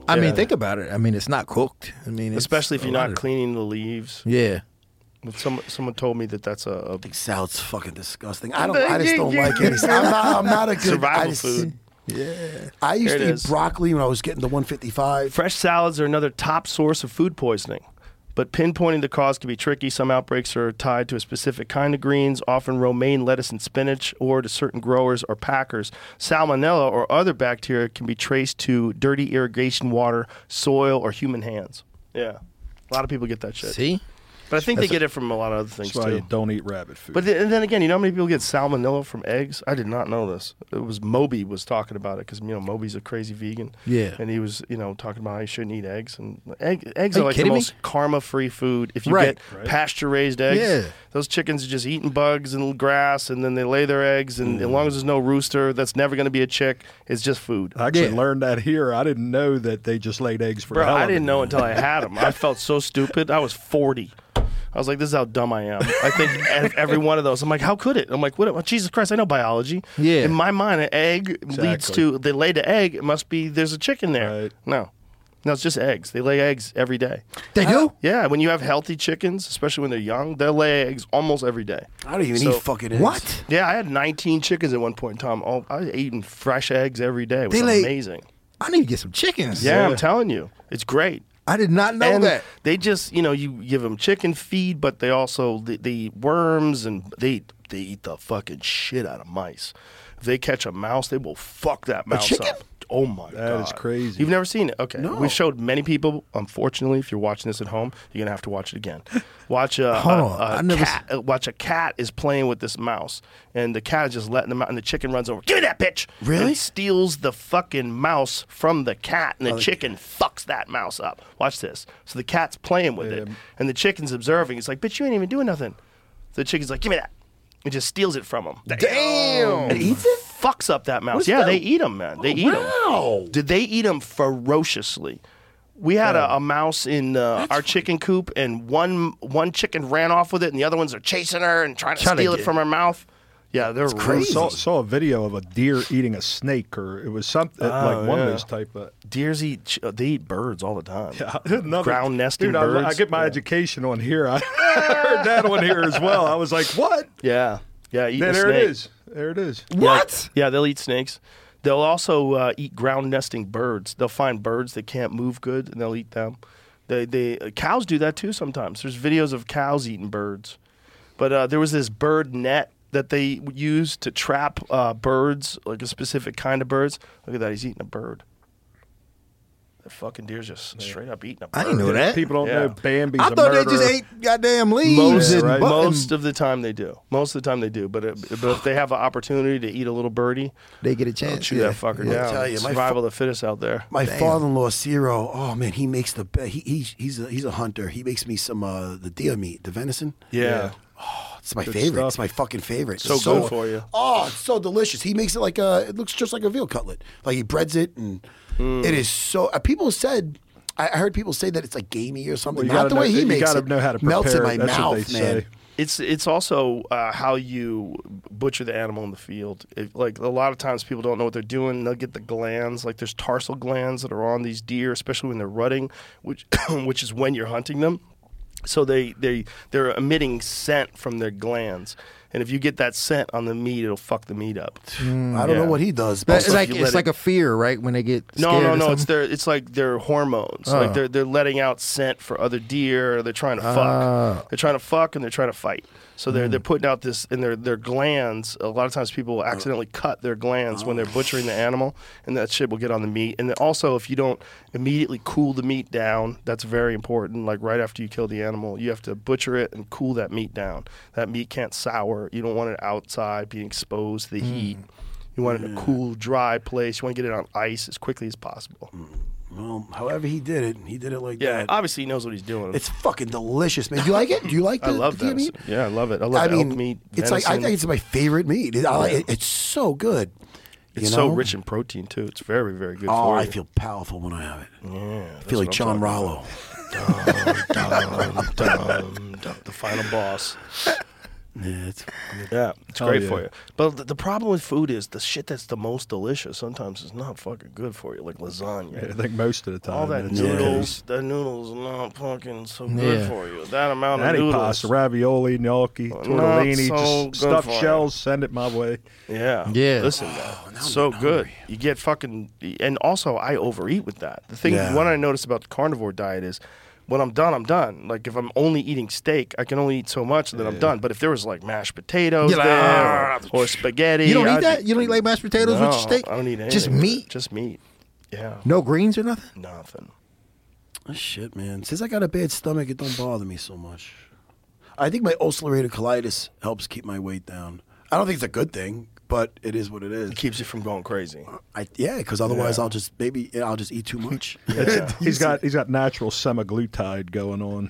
S6: I
S4: Yeah.
S6: mean, think about it. I mean, it's not cooked. I mean, it's
S4: especially if
S6: a
S4: you're
S6: lot
S4: not
S6: of-
S4: cleaning the leaves.
S6: Yeah.
S4: Some, someone told me that that's a,
S5: Like, Salad's fucking disgusting. I don't. I just don't like it. I'm not, I'm not a good
S4: Survival
S5: I just-
S4: food.
S5: Yeah. I used
S4: There it
S5: to eat
S4: is.
S5: broccoli when I was getting to 155.
S4: Fresh salads are another top source of food poisoning, but pinpointing the cause can be tricky. Some outbreaks are tied to a specific kind of greens, often romaine lettuce and spinach, or to certain growers or packers. Salmonella or other bacteria can be traced to dirty irrigation water, soil, or human hands. Yeah. A lot of people get that shit.
S6: See?
S4: But I think they get it from a lot of other things
S7: That's why
S4: too.
S7: you don't eat rabbit food.
S4: But then, and then again, you know how many people get salmonella from eggs? I did not know this. It was Moby was talking about it because you know Moby's a crazy vegan.
S6: Yeah.
S4: and he was you know talking about how you shouldn't eat eggs and egg, eggs
S6: Are
S4: are,
S6: you
S4: like the
S6: kidding me?
S4: most karma-free food. If you
S6: Right.
S4: get
S7: Right.
S4: pasture-raised eggs,
S6: Yeah.
S4: those chickens are just eating bugs and grass, and then they lay their eggs. And as
S6: Mm.
S4: long as there's no rooster, that's never going to be a chick. It's just food.
S7: I actually
S6: Yeah.
S7: learned that here. I didn't know that they just laid eggs for the
S4: Bro,
S7: hell
S4: I
S7: of it.
S4: didn't know until I had them. I felt so stupid. I was 40. I was like, this is how dumb I am. I think ev- every one of those. I'm like, how could it? I'm like, what? Jesus Christ, I know biology.
S6: Yeah.
S4: In my mind, an egg leads
S7: Exactly.
S4: to, they lay the egg, it must be, there's a chicken there.
S7: Right.
S4: No. No, it's just eggs. They lay eggs every day.
S6: They do?
S4: Yeah, when you have healthy chickens, especially when they're young, they lay eggs almost every day.
S5: I don't even
S4: So-
S5: eat fucking eggs.
S6: What?
S4: Yeah, I had 19 chickens at one point in time. All, I was eating fresh eggs every day. It was
S6: They lay-
S4: amazing.
S6: I need to get some chickens.
S4: Yeah, I'm telling you. It's great.
S6: I did not know
S4: and
S6: that.
S4: They just, you know, you give them chicken feed, but they also they, they eat worms and they they eat the fucking shit out of mice. If they catch a mouse, they will fuck that mouse
S5: chicken?
S4: up. Oh my god,
S7: That is crazy.
S4: You've never seen it? Okay,
S5: No.
S4: we showed many people. Unfortunately, if you're watching this at home, you're gonna have to watch it again. Watch a,
S6: Hold
S4: a-
S6: on,
S4: a
S6: I never
S4: cat. uh, Watch a cat is playing with this mouse, and the cat is just letting them out, and the chicken runs over. Give me that bitch!
S5: Really?
S4: And steals the fucking mouse from the cat, and the chicken fucks that mouse up. Watch this. So the cat's playing with it, and the chicken's observing. It's like, bitch, you ain't even doing nothing. The chicken's like, give me that. It just steals it from him.
S6: Damn.
S4: And eats it? Fucks up that mouse. yeah, they eat them, man. They
S7: Oh,
S4: eat them.
S5: wow.
S4: Did they eat them ferociously? We had a, a mouse in uh, our chicken coop, and one one chicken ran off with it, and the other ones are chasing her and trying to
S6: Trying to
S4: steal it
S6: get-
S4: from her mouth. Yeah, they're
S7: I
S4: crazy.
S7: saw, saw a video of a deer eating a snake, or it was something
S4: Oh,
S7: like one of those type of.
S4: Deers eat ch- uh, they eat birds all the time.
S7: Another-
S4: Ground nesting
S7: Dude, I-
S4: birds.
S7: I, get my education on here. I heard that on here as well. I was like, what?
S4: yeah, yeah. Eat
S7: Yeah,
S4: a
S7: there
S4: snake.
S7: it is. There it is.
S6: What?
S4: Yeah, they'll eat snakes. They'll also uh, eat ground nesting birds. They'll find birds that can't move good, and they'll eat them. They, they uh, cows do that too sometimes. There's videos of cows eating birds. But uh, there was this bird net that they used to trap uh, birds, like a specific kind of birds. Look at that, he's eating a bird. That fucking deer's just straight up eating a bird.
S6: I didn't know that.
S7: People don't
S4: Yeah.
S7: know Bambi's
S6: I
S7: a
S6: thought they
S7: murderer.
S6: just ate goddamn leaves
S4: Most,
S6: and,
S7: right.
S6: bu- and-
S4: most of the time they do. Most of the time they do. But, it, but if they have an opportunity to eat a little birdie,
S6: They get a chance.
S4: Chew
S6: yeah.
S4: that fucker
S5: I'll
S4: down.
S5: tell you, my
S4: Survival of the fittest out there.
S5: My father-in-law Ciro, oh man, he makes the best. He, he he's a, he's a hunter. He makes me some uh, the deer meat, the venison.
S4: Yeah.
S5: It's my favorite.
S7: stuff.
S5: It's my fucking favorite.
S4: So good for you.
S5: Oh, it's so delicious. He makes it like a. It looks just like a veal cutlet. Like he breads it, and it is so. Uh, people said. I I heard people say that it's like gamey or something.
S7: you
S5: Not
S7: gotta
S5: the way
S7: know-
S5: he
S7: you
S5: makes
S7: gotta
S5: it.
S7: know how to
S5: Melts in
S7: prepare
S5: my
S7: it. That's what
S5: mouth,
S7: they
S5: man.
S7: say.
S4: It's it's also uh, how you butcher the animal in the field. If like a lot of times people don't know what they're doing. They'll get the glands. Like there's tarsal glands that are on these deer, especially when they're rutting, which which is when you're hunting them. So they they they're emitting scent from their glands. And if you get that scent on the meat, it'll fuck the meat up.
S6: Hmm.
S5: I don't know
S4: Yeah.
S5: what he does.
S6: That's
S4: Also,
S6: like
S4: you
S6: it's
S4: let
S6: like
S4: it-
S6: a fear, right? When they get
S4: No,
S6: scared
S4: no,
S6: or
S4: no. It's
S6: something? Oh.
S4: their it's like their hormones. Like they're they're letting out scent for other deer. Or they're trying to fuck.
S6: Oh.
S4: They're trying to fuck and they're trying to fight. So they're
S6: Hmm.
S4: they're putting out this and their their glands. A lot of times people will accidentally cut their glands when they're butchering the animal, and that shit will get on the meat. And then also, if you don't immediately cool the meat down, that's very important. Like right after you kill the animal, you have to butcher it and cool that meat down. That meat can't sour. You don't want it outside being exposed to the
S6: Hmm.
S4: heat. You want it in a cool, dry place. You want to get it on ice as quickly as possible.
S5: Well, however he did it, he did it like
S4: Yeah,
S5: that.
S4: obviously he knows what he's doing.
S5: it's fucking delicious, man. Do you like it? Do you like? The,
S4: I love
S5: the
S4: that.
S5: meat?
S4: Yeah, I love it. I love
S5: I
S4: elk
S5: mean,
S4: meat.
S5: it's like I
S4: venison.
S5: think it's my favorite meat. It, I like, it, it's so good.
S4: It's
S5: you
S4: so
S5: know?
S4: rich in protein too. It's very, very good
S5: Oh,
S4: for
S5: I
S4: you.
S5: feel powerful when I have it. I feel like John Rollo.
S4: Um, Dum, dum, the final boss.
S5: Yeah, it's-
S4: Yeah, it's
S7: Hell
S4: great
S7: yeah.
S4: for you. But the, the problem with food is the shit that's the most delicious sometimes is not fucking good for you, like lasagna.
S7: I think most of the time.
S4: All that
S7: it's-
S4: noodles, that noodles are not fucking so good
S6: Yeah.
S4: for you. That amount of
S7: Any
S4: noodles. Oh,
S7: pasta, ravioli, gnocchi, tortellini,
S4: so good
S7: just stuffed
S4: for you.
S7: shells. Send it my way.
S4: Yeah.
S6: Yeah.
S4: Listen, man, it's so good. You get fucking, and also I overeat with that. The thing,
S5: Yeah.
S4: one I noticed about the carnivore diet is, when I'm done, I'm done. Like if I'm only eating steak, I can only eat so much, and then I'm done. But if there was like mashed potatoes
S6: You're like,
S4: there,
S6: "Ah."
S4: or, or spaghetti,
S6: You don't
S4: I'd
S6: eat that?
S4: be-
S6: You don't eat like mashed potatoes with
S4: No,
S6: your steak?
S4: I don't eat anything.
S6: Just meat?
S4: Just meat. Yeah.
S6: No greens or nothing?
S4: Nothing.
S5: oh, Shit, man. Since I got a bad stomach, it don't bother me so much. I think my ulcerative colitis helps keep my weight down. I don't think it's a good thing, but it is what it is.
S4: It keeps you from going crazy.
S5: I, yeah, because otherwise I'll just maybe I'll just eat too much.
S7: He's got he's got natural semaglutide going on.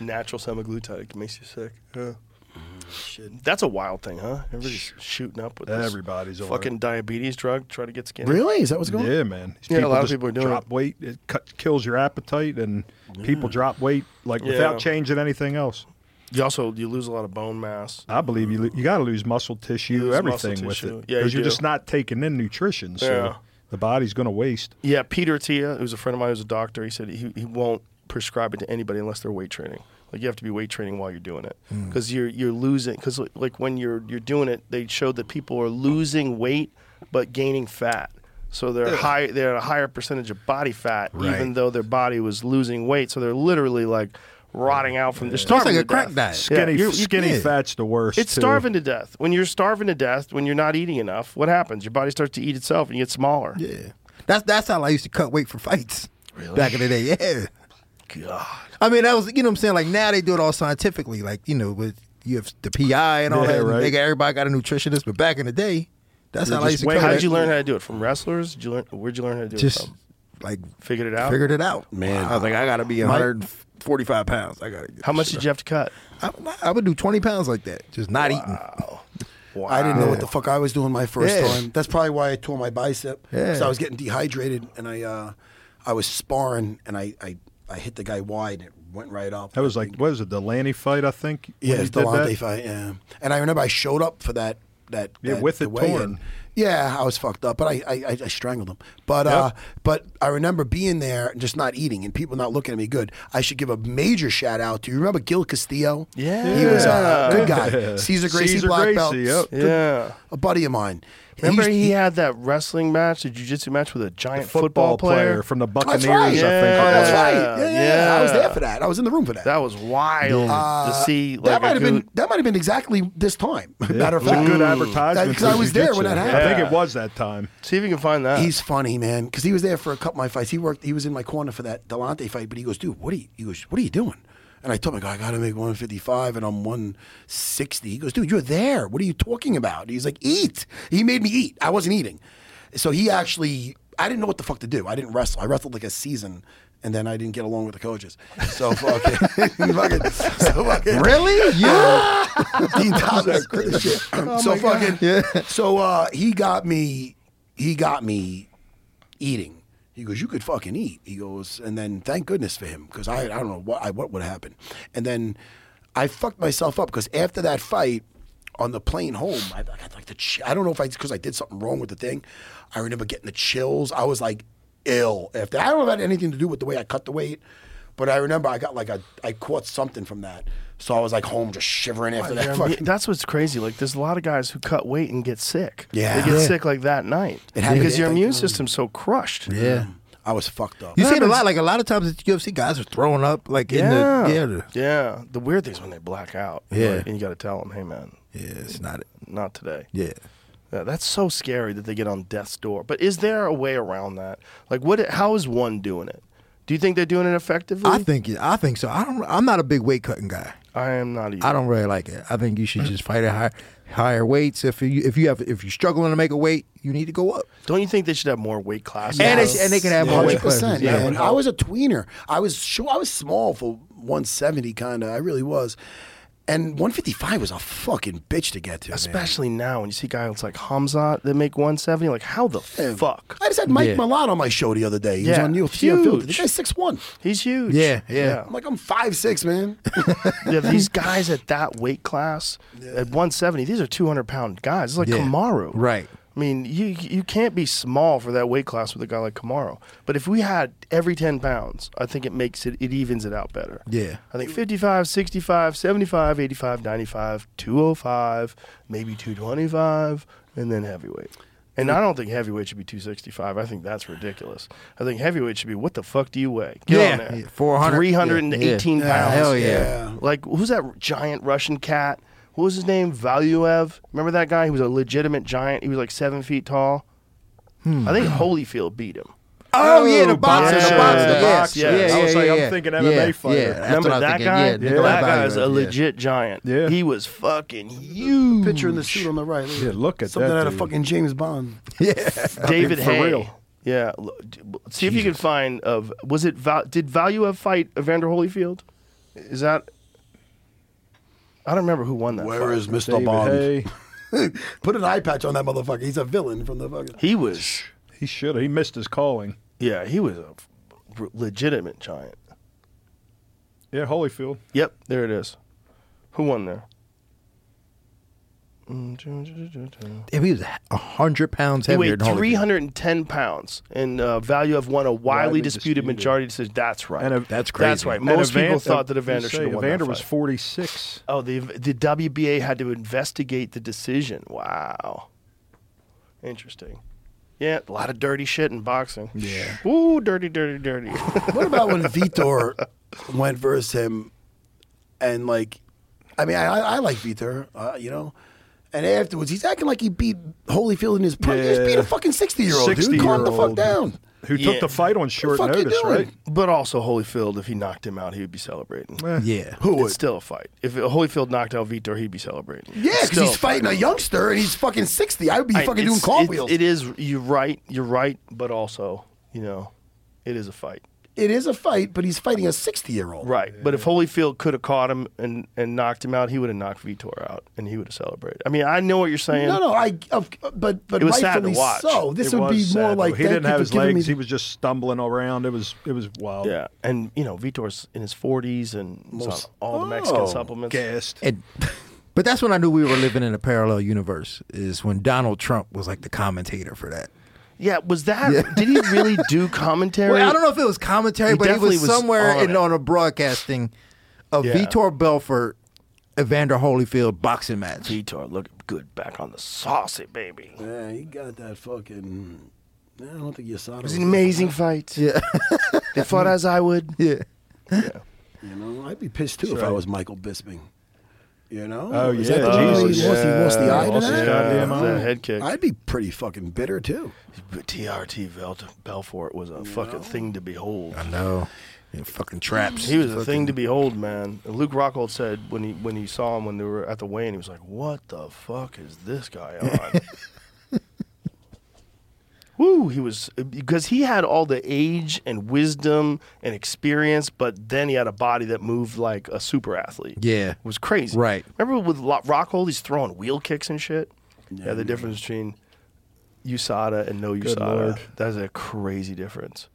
S4: Natural semaglutide it makes you sick. Yeah. That's a wild thing, huh? Everybody's shooting up with this
S7: Everybody's on it.
S4: fucking diabetes drug. Try to get skinny.
S5: really? Is that what's going? on?
S7: Yeah, man. These
S4: Yeah, a lot of
S7: just
S4: people are doing
S7: drop
S4: it.
S7: weight. It cut, kills your appetite, and people drop weight like
S4: Yeah.
S7: without changing anything else.
S4: You also you lose a lot of bone mass.
S7: I believe you. lo- You got to lose muscle tissue,
S4: Lose muscle
S7: everything with
S4: tissue.
S7: it,
S4: Yeah, you
S7: because are
S4: do.
S7: just not taking in nutrition. So
S4: Yeah.
S7: the body's going to waste.
S4: Yeah, Peter Tia, who's a friend of mine who's a doctor, he said he, he won't prescribe it to anybody unless they're weight training. Like you have to be weight training while you're doing it
S6: Hmm.
S4: because you're you're losing because like when you're you're doing it, they showed that people are losing weight but gaining fat. So they're high they're at a higher percentage of body fat even
S6: Right.
S4: though their body was losing weight. So they're literally like rotting out from they're
S6: It's
S4: starving
S6: like a
S4: to
S6: crack
S4: death.
S6: diet.
S7: Skinny,
S4: you're- you
S7: skinny
S6: can't.
S7: fat's the worst.
S4: It's
S7: too.
S4: starving to death. When you're starving to death, when you're not eating enough, what happens? Your body starts to eat itself and you get smaller.
S6: Yeah. That's that's how I used to cut weight for fights. Back in the day, yeah. God. I mean, that was you know what I'm saying. Like now they do it all scientifically, like you know with you have the PI and all
S7: Yeah,
S6: that. and
S7: right.
S6: They got, everybody got a nutritionist, but back in the day, that's how I
S7: just
S6: used to
S7: weighing-
S6: cut
S4: How
S6: it.
S4: did you learn how to do it? From wrestlers? Did you learn? Where'd you learn how to do it
S6: Just
S4: from?
S6: like
S4: Figured it out.
S6: figured it out,
S5: Man.
S6: I was like, I gotta be 145 pounds. I gotta. Get
S4: how much did you have to cut?
S6: I, I would do 20 pounds like that, just not eating.
S4: Wow.
S5: I didn't know what the fuck I was doing my first
S6: Yeah.
S5: time. That's probably why I tore my bicep. Because
S6: Yeah.
S5: I was getting dehydrated and I uh, I was sparring and I, I, I hit the guy wide and it went right up.
S7: That was like what was it, Delaney fight? I think. when
S5: Yeah,
S7: you
S5: it's
S7: did that?
S5: Delonte fight. Yeah, and I remember I showed up for that. That
S7: Yeah,
S5: that-
S7: with
S5: the
S7: it
S5: weigh-in.
S7: torn.
S5: Yeah, I was fucked up, but I I, I, I strangled him. But uh, but I remember being there, and just not eating, and people not looking at me good. I should give a major shout out to you. Remember Gil Castillo?
S4: Yeah.
S5: he was a good guy. Caesar Gracie,
S7: Cesar
S5: black
S7: Gracie,
S5: belt.
S7: yep.
S5: good-
S4: Yeah.
S5: a buddy of mine.
S4: Remember,
S5: used-
S4: he had that wrestling match, the jiu-jitsu match with a giant football, player.
S7: from the
S5: That's
S7: Buccaneers.
S5: right.
S7: I
S5: Oh,
S7: think.
S5: that's
S4: Yeah.
S5: right. Yeah, yeah, yeah. I was
S4: Yeah.
S5: there for that. I was in the room for that.
S4: that was wild
S6: Uh,
S4: to see. Like,
S5: that might
S4: a
S5: have been
S4: dude-
S5: that might have been exactly this time. Matter of
S7: It's a
S5: fact,
S7: good advertisement.
S5: Because I
S7: for
S5: was there when
S7: jujitsu.
S5: that happened.
S7: I think
S4: Yeah.
S7: it was that time.
S4: See if you can find that.
S5: He's funny, man, because he was there for a couple of my fights. He worked. He was in my corner for that Delonte fight, but he goes, "Dude, what are you?" He goes, "What are you doing?" And I told him, "I got to make 155, and I'm 160." He goes, "Dude, you're there. What are you talking about?" He's like, "Eat." He made me eat. I wasn't eating, so he actually. I didn't know what the fuck to do. I didn't wrestle. I wrestled like a season, and then I didn't get along with the coaches. So fucking, fucking so fucking
S6: Really? Yeah.
S5: Dean Thomas. Shit. so fucking. So uh, he got me. He got me eating. He goes, you could fucking eat. He goes, and then thank goodness for him because I, I don't know what I, what would happen. And then I fucked myself up because after that fight on the plane home, I, I got like the chi- I don't know if I because I did something wrong with the thing. I remember getting the chills. I was like ill after. I don't know if it had anything to do with the way I cut the weight, but I remember I got like a I caught something from that. So I was like home just shivering after that.
S4: Yeah,
S5: Fucking,
S4: that's what's crazy. Like, there's a lot of guys who cut weight and get sick.
S5: Yeah.
S4: they get
S5: Yeah.
S4: sick like that night
S5: It happened
S4: because
S5: to
S4: your
S5: Anthony
S4: immune
S5: Johnson.
S4: system's so crushed.
S6: Yeah.
S5: I was fucked up.
S6: You see it a lot. Like a lot of times at UFC, guys are throwing up. Like
S4: Yeah.
S6: in the yeah, the,
S4: Yeah. The weird thing is when they black out.
S6: Yeah.
S4: Like, and you got to tell them, hey, man,
S6: yeah. It's not it.
S4: not today.
S6: Yeah.
S4: Yeah, that's so scary that they get on death's door. But is there a way around that? Like, what? How is one doing it? Do you think they're doing it effectively?
S6: I think I think so. I don't. I'm not a big weight cutting guy.
S4: I am not. Either.
S6: I don't really like it. I think you should just fight at higher higher weights. If you if you have if you're struggling to make a weight, you need to go up.
S4: Don't you think they should have more weight classes?
S6: And they, and they can have more weight
S5: hundred
S6: classes.
S5: percent.
S4: Yeah,
S5: Yeah,
S4: it would
S5: and I was a tweener. I was sure I was small for 170, kind of. I really was, and 155 was a fucking bitch to get to. man.
S4: Especially now when you see guys like Hamzat that make 170, like how the
S5: Yeah.
S4: fuck?
S5: I just had Mike
S6: Yeah.
S5: Malott on my show the other day. He was
S4: Yeah,
S5: on UFC Unfiltered.
S4: huge.
S5: The guy's six one.
S4: He's huge.
S6: Yeah, yeah.
S5: I'm like, I'm five six, man.
S4: Yeah, these guys at that weight class at 170, these are 200 pound guys. It's like
S6: Yeah.
S4: Kamaru.
S6: Right.
S4: I mean, you you can't be small for that weight class with a guy like Kamaru. But if we had every 10 pounds, I think it makes it, it evens it out better.
S6: Yeah.
S4: I think 55, 65, 75, 85, 95, 205, maybe 225, and then heavyweight. And I don't think heavyweight should be 265. I think that's ridiculous. I think heavyweight should be what the fuck do you weigh? Get on
S6: Yeah.
S4: there.
S6: Yeah, 400.
S4: 318
S6: Yeah.
S4: pounds.
S6: Hell yeah.
S4: Like, who's that giant Russian cat? What was his name? Valuev. Remember that guy? He was a legitimate giant. He was like seven feet tall.
S6: Hmm.
S4: I think Holyfield beat him.
S6: Oh, yeah, the
S7: Oh,
S6: boxer,
S4: yeah,
S6: the boxer,
S4: the
S6: yeah,
S4: boxer.
S6: yeah, yeah,
S7: I was like,
S6: yeah,
S7: I'm
S6: yeah.
S7: thinking
S6: Yeah,
S7: MMA fighter.
S6: Yeah, that's
S4: Remember
S6: what I'm
S4: that
S6: thinking.
S4: guy?
S6: Yeah, Nikolai
S4: That guy's a
S6: Valuev, yeah.
S4: legit giant.
S7: Yeah.
S4: He was fucking huge.
S5: Picture in the suit on the right.
S7: Yeah, look at
S5: something
S7: that
S5: out of
S7: dude.
S5: fucking James Bond.
S4: David
S7: for
S4: Hay.
S7: real.
S4: Yeah. l- d- b- See if you can find of was it Val- did Valuev fight Evander Holyfield? Is that I don't remember who won that.
S5: Where
S4: fight.
S5: is Mr.
S7: David
S5: Bond?
S7: Hay.
S5: Put an eye patch on that motherfucker. He's a villain from the fucking.
S4: He was
S7: He should have. He missed his calling.
S4: Yeah, he was a f- r- legitimate giant.
S7: Yeah, Holyfield.
S4: Yep, there it is. Who won there?
S6: If he was a hundred pounds
S4: He
S6: heavier
S4: weighed
S6: than Holyfield.
S4: 310 pounds, and uh, value of one a widely,
S7: Widely
S4: disputed,
S7: disputed.
S4: majority decision. That's right.
S7: And a-
S6: That's
S4: That's
S6: crazy.
S4: right.
S7: And
S4: Most
S7: Evan-
S4: people thought
S7: uh,
S4: that Evander
S7: you
S4: should
S7: say
S4: have won.
S7: Evander
S4: that
S7: was
S4: fight.
S7: 46.
S4: Oh, the the WBA had to investigate the decision. Wow. Interesting. Yeah, a lot of dirty shit in boxing. Yeah. Ooh, dirty, dirty, dirty.
S5: What about when Vitor went versus him, and like, I mean, I, I I like Vitor, uh, you know. And afterwards, he's acting like he beat Holyfield in his prime. He just
S7: Yeah.
S5: beat a fucking sixty-year-old dude. Calm the fuck
S7: 60-year-old.
S5: down.
S7: Who
S4: Yeah.
S7: took the fight on short
S5: fuck you
S7: notice,
S5: doing?
S7: right?
S4: but also Holyfield, if he knocked him out, he would be celebrating.
S6: Yeah.
S5: Eh, Who
S4: It's
S5: would?
S4: still a fight. If Holyfield knocked out Vitor, he'd be celebrating.
S5: Yeah,
S4: It's
S5: because
S4: still
S5: he's fighting a youngster and he's fucking sixty. I would be
S4: I-
S5: fucking
S4: it's-
S5: doing cartwheels.
S4: It, it is. You're right. You're right. But also, you know, it is a fight.
S5: it is a fight, but he's fighting a sixty-year-old.
S4: Right. But if Holyfield could have caught him and, and knocked him out, he would have knocked Vitor out, and he would have celebrated. I mean, I know what you're saying.
S5: No, no, I. Of, but but
S4: It was sad to
S5: rightfully
S4: watch.
S5: so. This
S7: It
S5: would
S7: was
S5: be
S7: sad,
S5: more
S7: though.
S5: like
S7: he
S5: thank
S7: didn't
S5: you
S7: have
S5: for
S7: his
S5: giving me
S7: legs.
S5: the-
S7: He was just stumbling around. It was it was wild.
S4: Yeah, and you know Vitor's in his 40s and he's on
S5: Most-
S4: all the Mexican
S5: Oh,
S4: supplements.
S7: Gassed.
S6: And- but that's when I knew we were living in a parallel universe. Is when Donald Trump was like the commentator for that.
S4: Yeah, was that? Did he really do commentary?
S6: Well, I don't know if it was commentary,
S4: He
S6: but he
S4: definitely
S6: was,
S4: was
S6: somewhere
S4: on
S6: on,
S4: it.
S6: in, on a broadcasting of
S4: Yeah.
S6: Vitor Belfort, Evander Holyfield boxing match.
S4: Vitor looking good back on the saucy baby. It
S5: Yeah, he got that fucking. I don't think you saw it.
S4: was an amazing fight. Yeah, they fought as I would.
S6: yeah,
S5: You know, I'd be pissed too if I was Michael Bisping. You know?
S7: Oh,
S5: Is
S7: yeah.
S5: that the
S7: Oh,
S5: reason he lost- he lost the
S7: yeah.
S5: eye to
S7: Lost his
S5: that? Oh.
S7: goddamn
S4: Yeah,
S7: eye.
S4: that head kick.
S5: I'd be pretty fucking bitter too.
S4: But TRT Vel- Belfort was a fucking thing to behold.
S6: I know. Yeah, fucking traps.
S4: He was a thing to behold, man. And Luke Rockhold said when he when he saw him when they were at the weigh-in, he was like, "What the fuck is this guy on?" Woo! He was because he had all the age and wisdom and experience, but then he had a body that moved like a super athlete.
S6: Yeah.
S4: it was crazy.
S6: Right.
S4: Remember with Lo- Rockhold, he's throwing wheel kicks and shit. Yeah, the difference between USADA and no USADA.
S7: Lord.
S4: That's a crazy difference.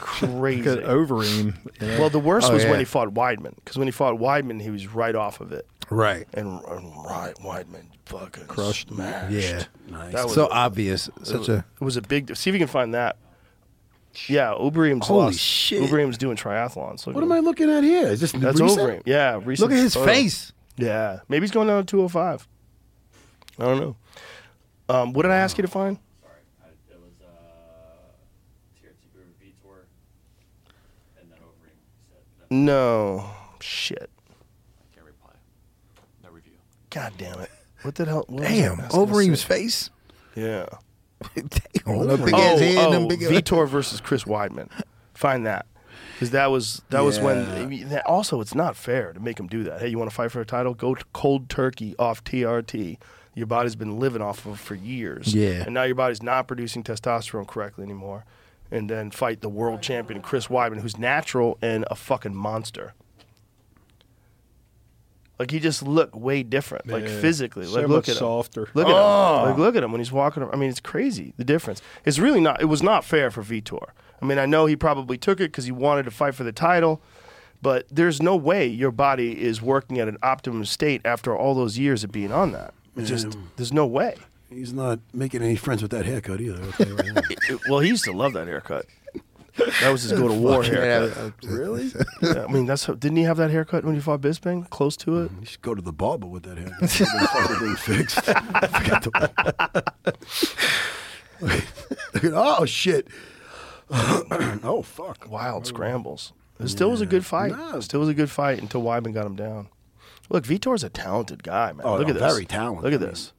S4: Crazy.
S7: Look at Overeem. you know?
S4: Well, the worst
S6: Oh,
S4: was when
S6: yeah.
S4: he fought Weidman because when he fought Weidman, he was right off of it,
S6: right.
S4: and, and right Weidman fucking crushed, smashed.
S6: Yeah,
S4: That was
S6: so obvious. Such a
S4: it was a big. See if you can find that.
S6: much.
S4: Yeah, Ubrim's
S5: Holy
S4: lost.
S5: shit.
S4: Ubrim's doing triathlons. Look
S5: What
S4: at
S5: am I
S4: him.
S5: looking at here? Is this
S4: That's
S5: recent?
S4: Ubrim. Yeah, recent
S6: Look at his
S4: photo.
S6: face.
S4: Yeah, maybe he's going down to 205. I don't know. Um, what did I ask you to find?
S9: Sorry, I, it was uh, TRT Brewer V Tour, and then over in- he said no,
S4: No, shit.
S9: can't reply, no review.
S4: God damn it. What the hell? What was I
S6: Damn,
S4: asking to
S6: Overeem's
S4: say?
S6: face.
S4: Yeah.
S6: Damn, them big
S4: oh,
S6: ass head,
S4: oh,
S6: them big
S4: Vitor versus Chris Weidman. Find that because that was that was when. I mean, that- also, it's not fair to make him do that. Hey, you want to fight for a title? Go t- cold turkey off TRT. Your body's been living off of for years.
S6: Yeah.
S4: and now your body's not producing testosterone correctly anymore. And then fight the world champion Chris Weidman, who's natural and a fucking monster. Like he just looked way different, like
S7: Yeah.
S4: physically.
S7: So
S4: Like
S7: much
S4: look at
S7: softer.
S4: him. Look at him. Like look at him when he's walking. ar- I mean, it's crazy the difference. It's really not. It was not fair for Vitor. I mean, I know he probably took it because he wanted to fight for the title, but there's no way your body is working at an optimum state after all those years of being on that. It just there's no way.
S5: He's not making any friends with that haircut either. I'll tell you right now.
S4: It- well, he used to love that haircut. That was his go to war haircut.
S6: ass.
S5: really?
S4: Yeah, I mean, that's how, didn't he have that haircut when he fought Bisping? Close to
S7: Mm-hmm.
S4: it.
S5: You should go to the barber with that haircut. Get the fucking thing fixed. Forget the- oh shit! oh fuck!
S4: wild scrambles. It still was a good fight.
S5: No.
S4: Still was a good fight until Wyman got him down. Look, Vitor's a talented guy, man.
S5: Oh,
S4: Look
S5: no,
S4: at this.
S5: very talented.
S4: Look at
S5: I mean-
S4: this.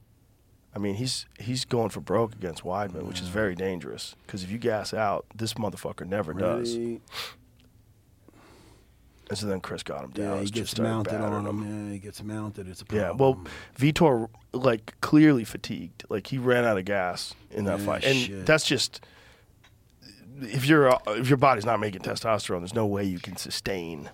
S4: I mean, he's he's going for broke against Weidman, which is very dangerous. Because if you gas out, this motherfucker never does.
S5: Ready?
S4: And so then Chris got him down.
S5: Yeah, he
S4: Just
S5: gets
S4: started
S5: mounted
S4: battering
S5: on him. Yeah, he gets mounted. It's a problem.
S4: Yeah,
S7: Um,
S4: well, Vitor like clearly fatigued. Like he ran out of gas in that
S5: Yeah,
S4: fight, and
S5: shit.
S4: that's just if you're uh, if your body's not making testosterone, there's no way you can sustain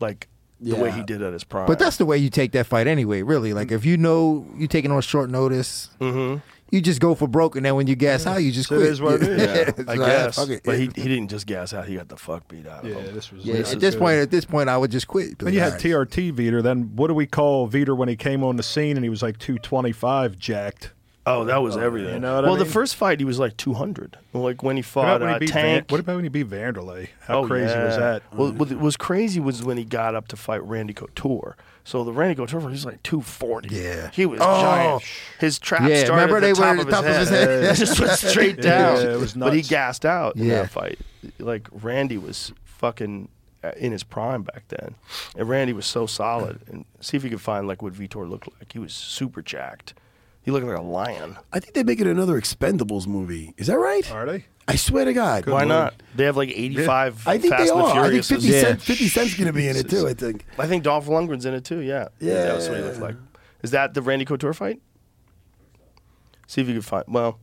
S4: like the way
S5: Yeah.
S4: he did at his prime.
S6: But that's the way you take that fight anyway, really. Like if you know you're taking on short notice,
S4: Mm-hmm.
S6: you just go for broke, and then when you gas out, you just
S7: So it
S6: quit.
S7: is what it is.
S6: It's
S4: I
S6: like,
S4: guess.
S6: fuck it.
S4: But he, he didn't just gas out; he got the fuck beat out of
S7: Yeah,
S4: him.
S7: this was.
S6: Yeah,
S7: this
S6: at
S7: is
S6: this
S7: good.
S6: point, at this point, I would just quit.
S7: Then you had
S6: Alright.
S7: TRT Veter. Then what do we call Veter when he came on the scene and he was like 225 jacked?
S4: Oh, that was everything.
S7: you know what I
S4: well, the
S7: mean?
S4: first fight he was like 200. Like when he
S7: What
S4: fought
S7: about, when he
S4: uh,
S7: beat Van-
S4: Tank.
S7: what about when he beat Vanderlei? How
S4: Oh,
S7: crazy was
S4: yeah.
S7: that?
S4: Well, what was crazy was when he got up to fight Randy Couture. So the Randy Couture, he was like 240.
S6: Yeah.
S4: He was giant. His trap
S6: Yeah,
S4: started
S6: remember
S4: at
S6: they
S4: the top,
S6: were
S4: of, his head. It just went straight down.
S7: Yeah, it was
S4: But he
S7: nuts.
S4: gassed out in
S6: Yeah.
S4: that fight. Like, Randy was fucking uh, in his prime back then. And Randy was so solid. And see if you could find, like, what Vitor looked like. He was super jacked. He looked like a lion.
S5: I think they're making another Expendables movie. Is that right?
S7: Are they?
S5: I swear to God.
S4: Why not? They have, like, 85
S5: I think
S4: Fast
S5: they
S4: and the
S5: are. I think
S4: Furious.
S5: 50,
S6: Yeah.
S5: Cent, 50 Cent's going to be in it too, I think.
S4: I think Dolph Lundgren's in it too. Yeah.
S5: Yeah.
S4: That's what he looked like. Is that the Randy Couture fight? See if you can find. Well,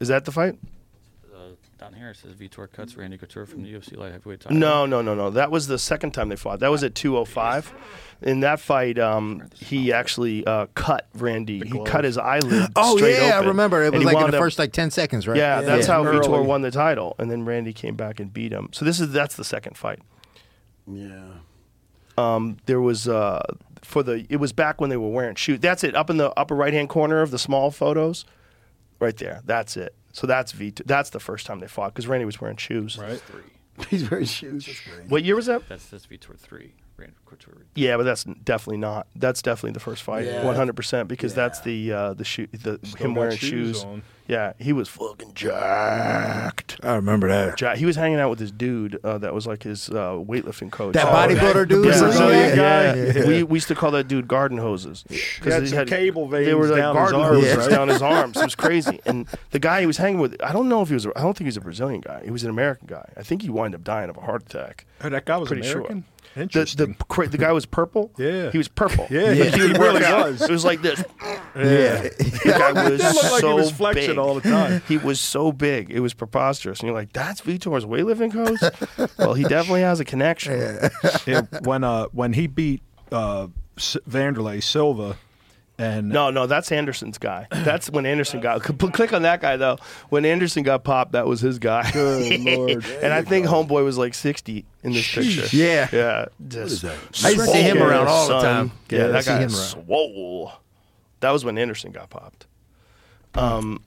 S4: is that the fight?
S9: Uh, down here it says Vitor cuts Randy Couture from the UFC light heavyweight title.
S4: No, no, no, no. That was the second time they fought. That was at 205. In that fight, um, he actually uh, cut Randy. He cut his eyelid.
S6: Oh
S4: straight
S6: yeah,
S4: open,
S6: I remember. It
S4: and
S6: was
S4: he
S6: like in
S4: wound
S6: the
S4: up-
S6: first like ten seconds, right?
S4: Yeah, that's how
S7: Early.
S4: Vitor won the title, and then Randy came back and beat him. So this is that's the second fight.
S5: Yeah.
S4: there was uh, for the it was back when they were wearing shoes. That's it, up in the upper right hand corner of the small photos, right there. That's it. So that's V. That's the first time they fought because Randy was wearing shoes.
S7: Right.
S9: three.
S5: He's wearing shoes. That's great.
S4: What year was that?
S9: That's this Vitor three. Randy Couture.
S4: Yeah, but that's definitely not. That's definitely the first fight,
S5: Yeah.
S4: one hundred percent, because that's the uh, the shoe, the him
S7: got
S4: wearing
S7: shoes
S4: shoes.
S7: on.
S4: Yeah, he was fucking jacked.
S6: I remember that.
S4: Jack, he was hanging out with this dude uh, that was like his uh, weightlifting coach.
S6: That
S4: Oh,
S6: bodybuilder
S4: the
S6: dude? Yeah.
S4: Brazilian guy.
S6: Yeah. Yeah.
S4: We, we used to call that dude garden hoses
S7: He had some cable
S4: They were
S7: veins
S4: like
S7: down his
S4: garden
S7: arms,
S4: hoses
S7: right?
S4: down his arms. It was crazy. And the guy he was hanging with, I don't know if he was. I don't think he was a Brazilian guy. He was an American guy. I think he wound up dying of a heart attack.
S7: Oh, that guy was
S4: Pretty
S7: American?
S4: sure.
S7: Interesting.
S4: The, the cra- the guy was purple.
S7: Yeah.
S4: he was purple.
S7: Yeah,
S4: Like,
S7: he
S4: would
S7: really
S4: work out.
S7: was.
S4: It was like this.
S6: Yeah,
S4: The guy was
S7: It looked like he
S4: so
S7: was flexing
S4: big.
S7: all the time.
S4: He was so big, it was preposterous. And you're like, that's Vitor's weightlifting coach. well, he definitely has a connection.
S7: It- when uh when he beat uh S- Vanderlei Silva, and uh,
S4: No, no, that's Anderson's guy. That's when Anderson got. cl- Click on that guy though. When Anderson got popped, that was his guy.
S7: Good Lord.
S4: and I think Homeboy was like sixty in this picture.
S6: Yeah.
S4: yeah. Just
S5: that?
S6: I used to see him around all the time.
S4: Yeah,
S6: Yeah, I
S4: that
S6: see
S4: guy
S6: him
S4: is
S6: around.
S4: swole. That was when Anderson got popped. Um,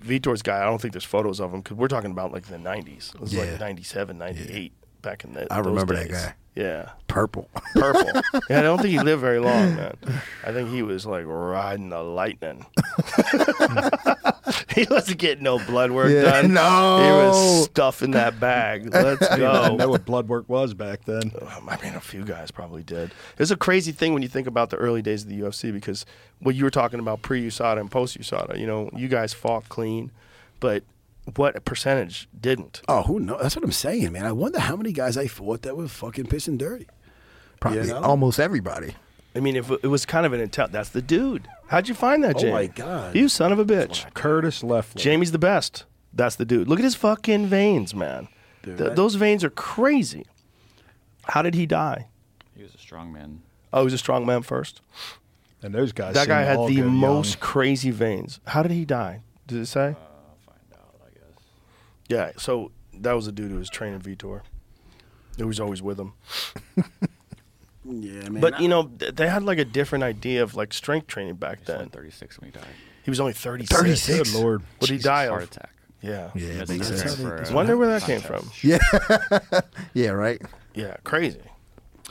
S4: Vitor's guy, I don't think there's photos of him because we're talking about like the 90s. It was
S6: Yeah.
S4: like 97, 98 back in the.
S6: I
S4: those
S6: remember that
S4: days.
S6: guy.
S4: Yeah,
S6: Purple.
S4: purple. yeah, I don't think he lived very long, man. I think he was like riding the lightning. he wasn't getting no blood work
S6: Yeah,
S4: done.
S6: no.
S4: he was stuffing that bag. Let's
S7: I didn't even know
S4: go.
S7: what blood work was back then.
S4: Um, I mean, a few guys probably did. It's a crazy thing when you think about the early days of the UFC because what you were talking about pre-USADA and post-USADA. You know, you guys fought clean, but what percentage didn't?
S5: Oh, who knows? That's what I'm saying, man. I wonder how many guys I fought that were fucking pissing dirty.
S6: Probably
S5: know?
S6: almost everybody.
S4: I mean, if it was kind of an intel. That's the dude. How'd you find that,
S5: Oh
S4: Jamie?
S5: my God.
S4: You son of a bitch.
S7: Curtis Leffler.
S4: Jamie's the best. That's the dude. Look at his fucking veins, man. Th- those veins are crazy. How did he die?
S9: He was a strong man.
S4: Oh, he was a strong man first.
S7: and those guys.
S4: that guy
S7: seemed
S4: had
S7: all
S4: the
S7: go young.
S4: most crazy veins. How did he die? Did it say? Yeah, so that was a dude who was training Vitor. Who was always with him.
S5: Yeah, man.
S4: But, you know, th- they had like a different idea of like strength training back
S9: He was
S4: then.
S9: only 36 when he died.
S4: He was only 36.
S6: 36?
S4: Good lord. What did he
S9: Jesus,
S4: die
S9: Heart
S4: of?
S9: attack.
S4: Yeah.
S6: Yeah,
S9: That's
S6: makes
S9: there
S6: sense.
S9: for, uh,
S4: Wonder where that came from.
S9: contest.
S6: Yeah, right.
S4: Yeah, crazy.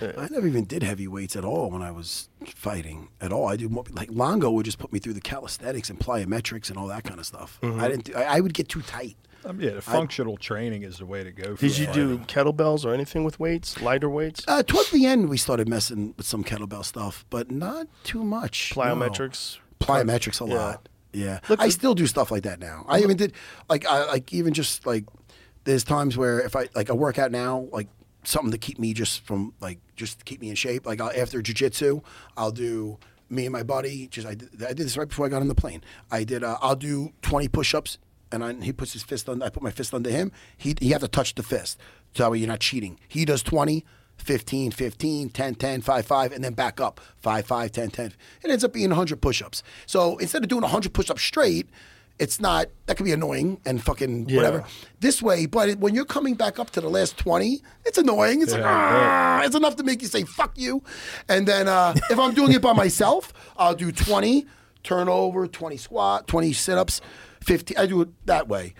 S5: I never even did heavyweights at all when I was fighting at all. I do more, like Longo would just put me through the calisthenics and plyometrics and all that kind of stuff.
S4: Mm-hmm.
S5: I didn't. Do, I, I would get too tight.
S7: Um, yeah, the functional training is the way to go. For
S4: Did you do
S7: fighting.
S4: kettlebells or anything with weights, lighter weights,
S5: Uh, towards the end, we started messing with some kettlebell stuff, but not too much. no.
S4: plyometrics?
S5: plyometrics a
S4: Yeah.
S5: lot. Yeah,
S4: Look,
S5: I
S4: the-
S5: still do stuff like that now. I even did like I like even just like there's times where if I like I work out now like something to keep me just from like just to keep me in shape. Like I'll, after jujitsu, I'll do me and my buddy. Just I did, I did this right before I got on the plane. I did uh, I'll do 20 push-ups and I, he puts his fist on. I put my fist under him. He you have to touch the fist so that way you're not cheating. He does 20. 15, 15, 10, 10, 5, 5, and then back up 5, 5, 10, 10. It ends up being 100 push ups. So instead of doing 100 push ups straight, it's not, that could be annoying and fucking whatever. This way, but it, when you're coming back up to the last 20, it's annoying. It's like, ah, it's enough to make you say, fuck you. And then uh, if I'm doing it by myself, I'll do 20 turnover, 20 squat, 20 sit ups, 50. I do it that way.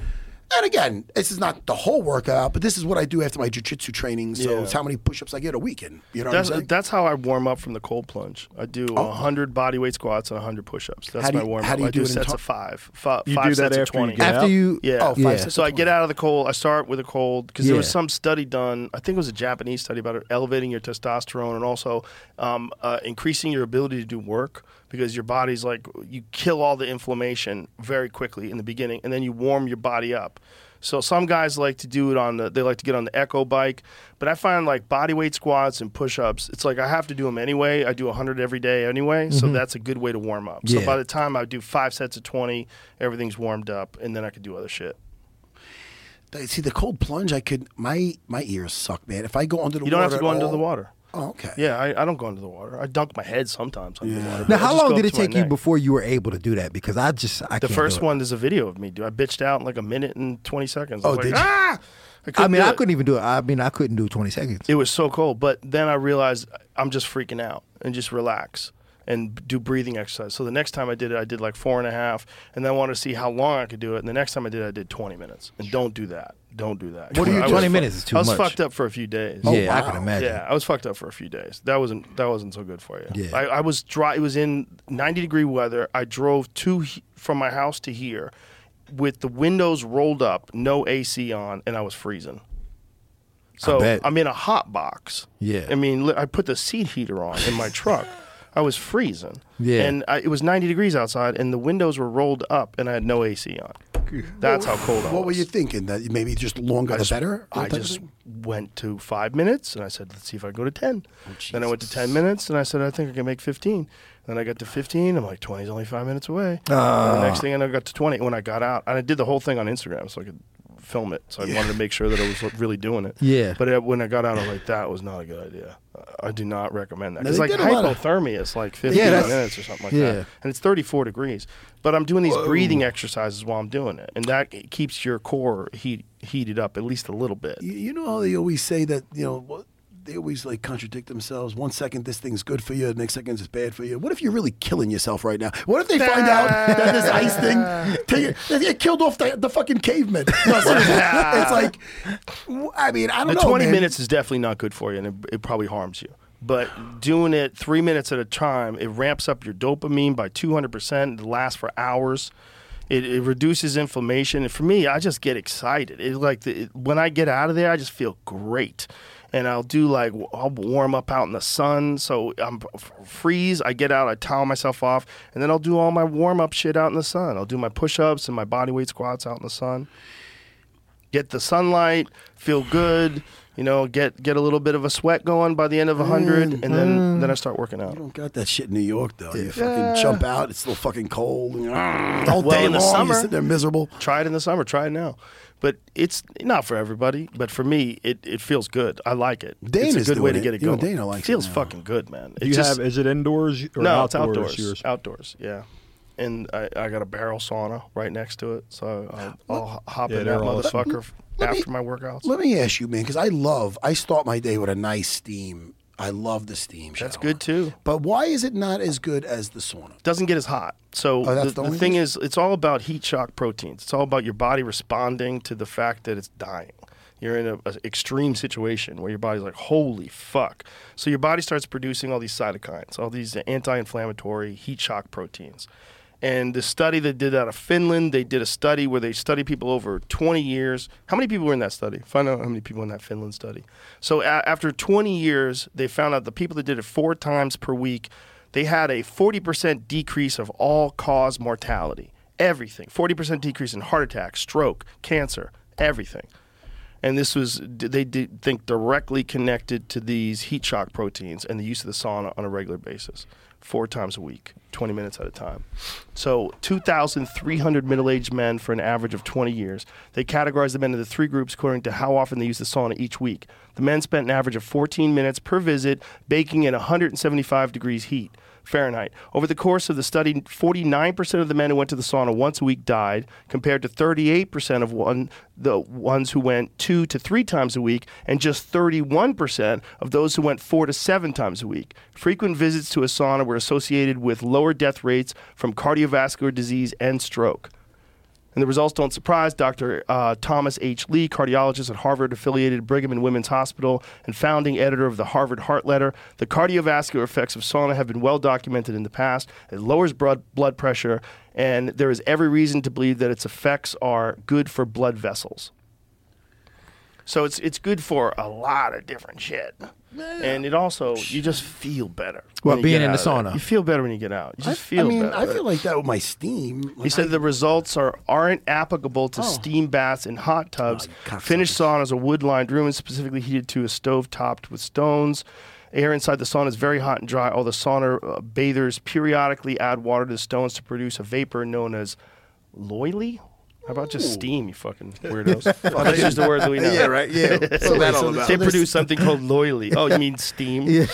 S5: And again, this is not the whole workout, but this is what I do after my jujitsu training. So
S4: Yeah.
S5: it's how many push-ups I get a weekend. You know
S4: That's
S5: what I'm saying?
S4: that's how I warm up from the cold plunge. I do a 100 body weight squats and 100 push-ups. That's
S5: Oh. How do
S4: my
S5: you-
S4: warm up.
S5: how do you
S4: I
S5: do
S4: do
S5: it in
S4: sets
S5: to-
S4: of 5. fi-
S7: You
S4: 5
S7: do that
S4: sets of
S7: after you
S4: 20.
S7: get
S6: After
S7: out?
S6: you,
S4: Yeah.
S5: Oh, five
S6: yeah.
S5: sets.
S4: So I get out of the cold. I start with the cold because there was
S6: Yeah.
S4: some study done. I think it was a Japanese study about it, elevating your testosterone and also um, uh, increasing your ability to do work because your body's like you kill all the inflammation very quickly in the beginning, and then you warm your body up. So some guys like to do it on the they like to get on the echo bike, but I find like body weight squats and push ups. It's like I have to do them anyway. I do 100 every day anyway, so that's a good way to warm up. So
S6: Mm-hmm. Yeah.
S4: by the time I do five sets of 20, everything's warmed up, and then I could do other shit.
S5: They- See the cold plunge. I could my my ears suck, man. If I go under
S4: You
S5: the water
S4: don't have to
S5: at
S4: go under
S5: all-
S4: the water.
S5: Oh, okay.
S4: Yeah, I, I don't go under the water. I dunk my head sometimes under the water.
S6: Now,
S4: but I
S6: how
S4: just
S6: long
S4: go
S6: did
S4: up
S6: it
S4: to my
S6: take you
S4: neck.
S6: before you were able to do that? Because I just, I
S4: The
S6: can't
S4: first
S6: do it.
S4: one is a video of me, dude. I bitched out in like a minute and 20 seconds. I
S5: Oh,
S4: was like,
S5: did you?
S4: "Ah!" couldn't
S6: I mean,
S4: do
S6: I
S4: it.
S6: couldn't even do it. I mean, I couldn't do 20 seconds.
S4: It was so cold. But then I realized I'm just freaking out and just relax and do breathing exercise. So the next time I did it, I did like four and a half. And then I wanted to see how long I could do it. And the next time I did it, I did 20 minutes. And don't do that. Don't do that.
S6: What do you do?
S4: I was
S6: 20
S4: fu-
S6: minutes is too
S4: I was
S6: much.
S4: fucked up for a few days.
S6: Oh, yeah, I
S5: wow.
S6: can imagine.
S4: Yeah, I was fucked up for a few days. That wasn't that wasn't so good for you.
S6: Yeah.
S4: I, I was dry. It was in ninety degree weather. I drove to he- from my house to here, with the windows rolled up, no AC on, and I was freezing. So
S6: bet.
S4: I'm in a hot box.
S6: Yeah.
S4: I mean, li- I put the seat heater on in my truck. I was freezing.
S6: Yeah.
S4: And I, it was 90 degrees outside, and the windows were rolled up, and I had no AC on. That's how cold I was.
S5: What were you thinking? That maybe just longer the better.
S4: I
S5: Type of
S4: just
S5: thing?
S4: went to five minutes and I said, let's see if I can go to 10.
S5: Oh,
S4: then I went to 10 minutes and I said, I think I can make 15. Then I got to 15. I'm like, 20 is only five minutes away.
S5: Ah.
S4: And the next thing I know, I got to 20. When I got out, and I did the whole thing on Instagram so I could film it. So I wanted to make sure that I was like, really doing it.
S6: Yeah.
S4: But uh, when I got out, I was like, that was not a good idea. I- I do not recommend that.
S5: No,
S4: It's
S5: they
S4: like
S5: did a lot of-
S4: hypothermia is like 15
S6: Yeah, that's-
S4: minutes or something like
S6: Yeah.
S4: that. And it's 34 degrees. But I'm doing these breathing exercises while I'm doing it. And that keeps your core heat, heated up at least a little bit.
S5: You, you know how they always say that you know what- they always like contradict themselves. One second this thing's good for you, the next second it's bad for you. What if you're really killing yourself right now? What if they find out that this ice thing take, they get killed off the, the fucking cavemen? No, seriously. it's like, w- I mean, I don't
S4: The
S5: know.
S4: 20
S5: man.
S4: minutes is definitely not good for you, and it, it probably harms you. But doing it three minutes at a time, it ramps up your dopamine by 200%. It lasts for hours. It, it reduces inflammation. And for me, I just get excited. It like the, it- when I get out of there, I just feel great. And I'll do like w- I'll warm up out in the sun, so I'm f- freeze. I get out, I towel myself off, and then I'll do all my warm up shit out in the sun. I'll do my push ups and my body weight squats out in the sun get the sunlight, feel good, you know, get get a little bit of a sweat going by the end of 100 and
S7: Mm-hmm.
S4: then then I start working out.
S5: You got that shit in New York though. You fucking jump out, it's still fucking cold. And, all
S4: Well,
S5: day
S4: in the
S5: long,
S4: summer-
S5: you're sitting there miserable.
S4: Try it in the summer, try it now. But it's not for everybody, but for me it, it feels good. I like it.
S5: Dana's
S4: it's a good way
S5: doing
S4: to
S5: it.
S4: get it
S5: You know,
S4: going.
S5: Dana likes it
S4: feels
S5: now.
S4: fucking good, man. It
S7: Do you
S4: just-
S7: have? Is it indoors or
S4: no, it's
S7: outdoors?
S4: outdoors. Uh.
S7: Yours?
S4: Outdoors, yeah. And I, I got a barrel sauna right next to it, so I'll, I'll hop
S7: Yeah,
S4: in
S7: they're
S4: that
S7: all-
S4: motherfucker
S5: Let me-
S4: after my workouts.
S5: Let me ask you, man, because I love. I start my day with a nice steam. I love the steam.
S4: That's
S5: shower.
S4: good too.
S5: But why is it not as good as the sauna?
S4: doesn't get as hot. So
S5: Oh, that's
S4: the,
S5: the
S4: the
S5: only
S4: thing
S5: reason?
S4: is, it's all about heat shock proteins. It's all about your body responding to the fact that it's dying. You're in an extreme situation where your body's like, holy fuck. So your body starts producing all these cytokines, all these anti inflammatory heat shock proteins. And the study they did out of Finland, they did a study where they studied people over 20 years. How many people were in that study? Find out how many people in that Finland study. So a- after 20 years, they found out the people that did it four times per week, they had a 40% decrease of all cause mortality. Everything. 40% decrease in heart attack, stroke, cancer, everything. And this was, d- they did think directly connected to these heat shock proteins and the use of the sauna on a regular basis, four times a week, 20 minutes at a time. So 2,300 middle aged men for an average of 20 years. They categorized the men into three groups according to how often they use the sauna each week. The men spent an average of 14 minutes per visit baking in 175 degrees heat. Fahrenheit. Over the course of the study, 49% of the men who went to the sauna once a week died, compared to 38% of one, the ones who went two to three times a week, and just 31% of those who went four to seven times a week. Frequent visits to a sauna were associated with lower death rates from cardiovascular disease and stroke. And the results don't surprise. Dr. Uh, Thomas H. Lee, cardiologist at Harvard affiliated Brigham and Women's Hospital and founding editor of the Harvard Heart Letter, the cardiovascular effects of sauna have been well documented in the past. It lowers blood, blood pressure, and there is every reason to believe that its effects are good for blood vessels. So it's, it's good for a lot of different shit. And it also, you just feel better.
S6: Well,
S4: when you
S6: being
S4: get
S6: in
S4: out
S6: the
S4: of there.
S6: sauna.
S4: You feel better when you get out. You
S5: I,
S4: just feel
S5: I mean,
S4: better.
S5: I feel like that with my steam.
S4: He
S5: Like,
S4: said the results are aren't applicable to steam baths and hot tubs.
S5: Oh, you
S4: Finnish saunas are wood-lined rooms specifically heated to a stove topped with stones. Air inside the sauna is very hot and dry. All the sauna uh, bathers periodically add water to the stones to produce a vapor known as loily. How about just steam, you fucking weirdos? oh, that's just the word that we know.
S6: Yeah, right. Yeah. What's that all about?
S4: They produce something called loily. Oh, you mean steam?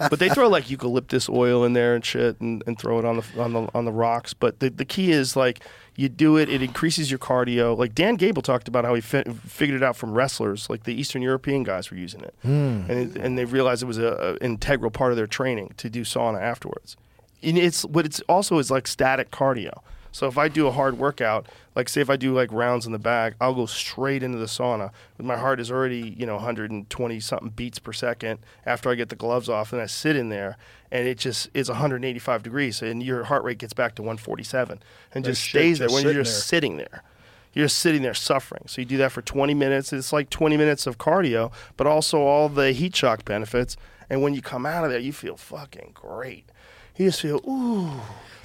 S4: but they throw like eucalyptus oil in there and shit, and, and throw it on the on the on the rocks. But the, the key is like you do it; it increases your cardio. Like Dan Gable talked about how he fi- figured it out from wrestlers, like the Eastern European guys were using it, and it, and they realized it was a, a integral part of their training to do sauna afterwards. And it's what it's also is like static cardio. So if I do a hard workout, like say if I do like rounds in the bag, I'll go straight into the sauna. My heart is already, you know, 120 something beats per second after I get the gloves off and I sit in there and it just is 185 degrees and your heart rate gets back to 147 and
S7: That
S4: just
S7: shit
S4: stays there
S7: just
S4: when you're
S7: sitting
S4: just
S7: there.
S4: sitting there. You're just sitting there suffering. So you do that for 20 minutes. It's like 20 minutes of cardio, but also all the heat shock benefits. And when you come out of there, you feel fucking great. You just feel, ooh,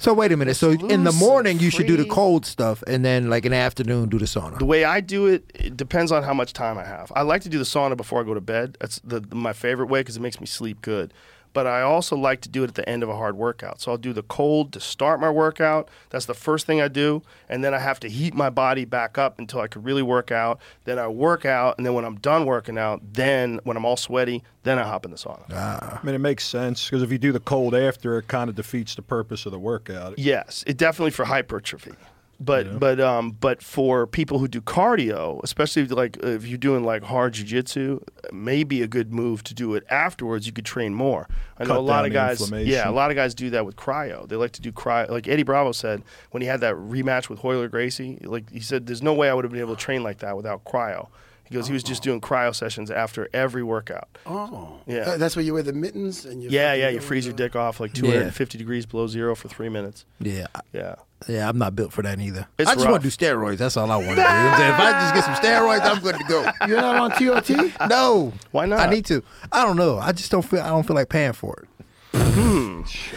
S6: So wait a minute. So in the
S4: loose
S6: morning
S4: and
S6: you should do the
S4: free.
S6: cold stuff, and then like in the afternoon do the sauna.
S4: The way I do it, it depends on how much time I have. I like to do the sauna before I go to bed. That's the, the- my favorite way because it makes me sleep good. But I also like to do it at the end of a hard workout. So I'll do the cold to start my workout. That's the first thing I do. And then I have to heat my body back up until I can really work out. Then I work out. And then when I'm done working out, then when I'm all sweaty, then I hop in the sauna.
S7: I mean, it makes sense because if you do the cold after, it kind of defeats the purpose of the workout.
S4: Yes, it definitely for hypertrophy. But but um but for people who do cardio, especially if, like if you're doing like hard jujitsu, maybe a good move to do it afterwards. You could train more. I know
S7: Cut
S4: a lot
S7: down
S4: of guys.
S7: the
S4: Yeah, a
S7: inflammation.
S4: lot of guys do that with cryo. They like to do cryo. Like Eddie Bravo said when he had that rematch with Hoyler Gracie, like he said, "There's no way I would have been able to train like that without cryo." He goes, he was just doing cryo sessions after every workout.
S5: Oh,
S4: Yeah.
S5: That- that's where you wear the mittens and you.
S4: Yeah,
S5: fucking
S4: yeah,
S5: go
S4: you freeze your
S5: with
S4: dick off like 250 degrees below zero for three minutes.
S6: Yeah, I-
S4: Yeah.
S6: yeah, I'm not built for that either.
S4: It's
S6: I just want to
S4: rough.
S6: do steroids. That's all I want to do. You know what I'm saying? If I just get some steroids, I'm good to go.
S5: the- You're not on TRT.
S6: No,
S4: Why not?
S6: I need to. I don't know. I just don't feel. I don't feel like paying for it.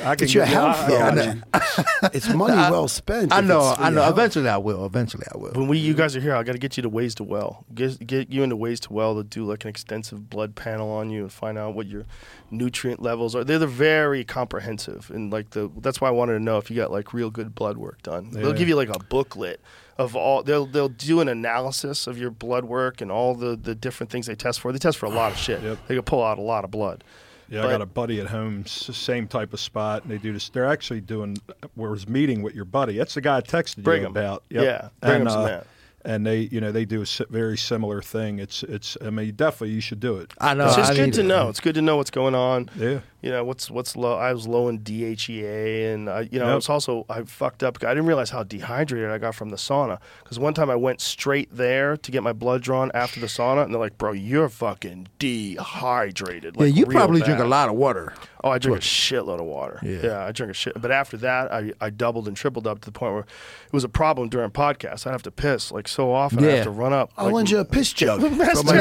S7: I can
S5: It's your
S7: get- I-
S5: health, though.
S7: I-
S5: man. it's money well spent.
S6: I
S5: if
S6: know.
S5: it's for
S6: I
S5: your
S6: know.
S5: health.
S6: Eventually, I will. Eventually, I will.
S4: When we you guys are here, I got to get you to Ways to Well. Get, get you into Ways to Well to do like an extensive blood panel on you and find out what your nutrient levels are. They're, they're very comprehensive and like the that's why I wanted to know if you got like real good blood work done. They'll
S7: Yeah.
S4: give you like a booklet of all they'll they'll do an analysis of your blood work and all the the different things they test for. They test for a lot of shit.
S7: Yep.
S4: They can pull out a lot of blood.
S7: Yeah,
S4: But-
S7: I got a buddy at home, s- same type of spot, and they do this. They're actually doing was meeting with your buddy. That's the guy I texted you
S4: Brigham.
S7: about. uh,
S4: Yeah, Brigham's the man.
S7: And they, you know, they do a s- very similar thing. It's, it's. I mean, definitely, you should do it.
S6: I know.
S4: it's just
S6: I um,
S4: good
S6: need
S4: to know. It's good to know what's going on.
S7: Yeah.
S4: You know what's what's low. I was low in DHEA, and I, you know I
S7: Yep.
S4: was also I fucked up. I didn't realize how dehydrated I got from the sauna because one time I went straight there to get my blood drawn after the sauna, and they're like, "Bro, you're fucking dehydrated."
S6: Yeah,
S4: Like,
S6: you
S4: real
S6: probably drink a
S4: bad."
S6: lot of water.
S4: Oh, I drink a shitload of water. Yeah.
S6: Yeah.
S4: I drink a shit. But after that, I, I doubled and tripled up to the point where it was a problem during podcasts. I'd have to piss like so often. I
S6: Yeah.
S4: have to run up.
S5: I'll
S4: like,
S5: lend you a piss jug. from my-
S4: piss jug.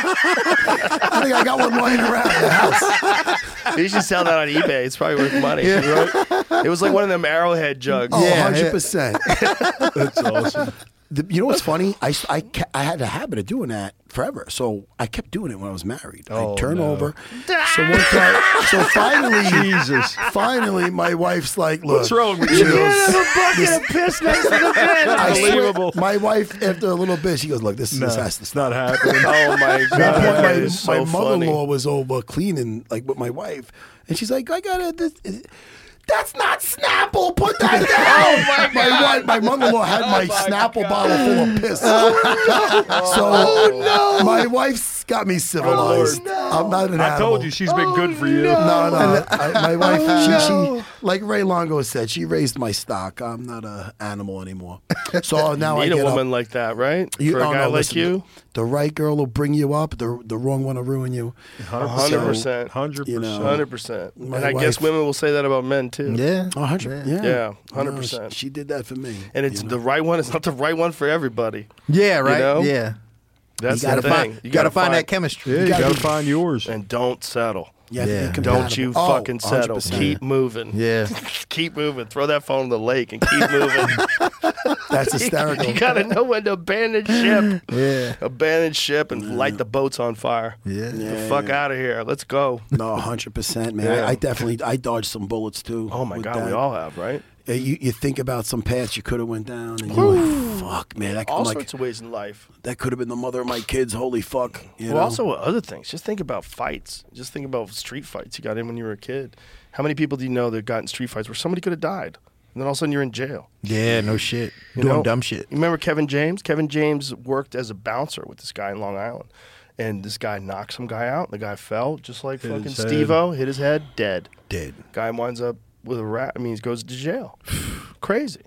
S5: I think I got one lying around the house.
S4: You should sell that on eBay. It's probably worth money. right? It was like one of them arrowhead jugs.
S5: Oh,
S6: Yeah,
S5: 100%.
S7: That's awesome.
S5: The- you know what's funny? I, s- I ca- I had a habit of doing that forever. So I kept doing it when I was married.
S7: Oh,
S5: I'd turn
S7: no.
S5: over. So, one time, so finally,
S7: Jesus.
S5: finally, my wife's like, look.
S7: What's wrong with
S5: she
S7: you?
S5: goes, I swear-
S4: Unbelievable.
S5: my wife, after a little bit, she goes, look, this, is this has to
S7: it's
S5: stop.
S7: not happening.
S4: Oh my god.
S5: At one point,
S4: that is
S5: my,
S4: so
S5: my
S4: funny.
S5: mother-in-law was over cleaning like with my wife, and she's like, "I gotta." This, is- that's not Snapple. Put that down.
S7: Oh
S5: my wife, my mother-in-law had my, Snapple bottle full of piss.
S7: Oh
S5: so my wife's got me civilized. I'm not an
S7: Oh, I told
S5: animal.
S7: you she's been good for you.
S5: Oh, No,
S4: uh,
S5: no. I, my wife, she, she, like Ray Longo said, she raised my stock. I'm not an animal anymore. So now I
S4: Need
S5: get
S4: a
S5: up-
S4: woman like that, right? For a guy
S5: oh, no,
S4: like
S5: listen,
S4: you,
S5: the right girl will bring you up. The the wrong one will ruin you.
S7: Uh-huh.
S4: hundred percent,
S7: Hundred
S5: you know.
S7: percent.
S4: hundred percent. And
S5: My
S4: I guess
S5: wife-
S4: women will say that about men too.
S6: Yeah.
S5: A hundred. Yeah.
S4: Yeah,
S5: No,
S4: 100%.
S5: she, she did that for me.
S4: And it's the right one. It's not the right one for everybody.
S6: Yeah. Right.
S4: know?
S6: Yeah.
S4: That's
S6: you gotta
S4: the thing.
S6: find. You, gotta, find that chemistry.
S7: Yeah, you
S5: gotta
S7: gotta
S5: be-
S7: find yours.
S4: And don't settle.
S5: You have to be
S6: Yeah.
S5: compatible.
S4: Don't you
S5: Oh,
S4: fucking settle.
S5: 100%.
S4: Keep moving.
S6: Yeah.
S4: Keep moving. Throw that phone in the lake and keep moving.
S5: That's
S4: you
S5: hysterical.
S4: gotta know when to abandon ship.
S6: Yeah.
S4: abandon ship and light the boats on fire.
S6: Yeah.
S4: Get the fuck out of here. Let's go.
S5: No, hundred percent, man.
S4: Yeah.
S5: I, I definitely I dodged some bullets too.
S4: Oh my
S5: with
S4: god,
S5: that.
S4: we all have, right?
S5: Uh, You, you think about some paths you could have went down, and you're like, fuck, man. That,
S4: All
S5: I'm like,
S4: sorts of ways in life.
S5: that could have been the mother of my kids. Holy fuck. You
S4: Well,
S5: know?
S4: also other things. Just think about fights. Just think about street fights you got in when you were a kid. How many people do you know that got in street fights where somebody could have died, and then all of a sudden you're in jail?
S6: Yeah. No shit.
S4: You
S6: Doing
S4: know?
S6: dumb shit.
S4: You remember Kevin James? Kevin James worked as a bouncer with this guy in Long Island. And this guy knocked some guy out. The guy fell, just like
S7: Hit
S4: fucking
S7: his head.
S4: Steve O, hit his head, dead.
S6: Dead.
S4: Guy winds up with a rat. I mean, he goes to jail. Crazy.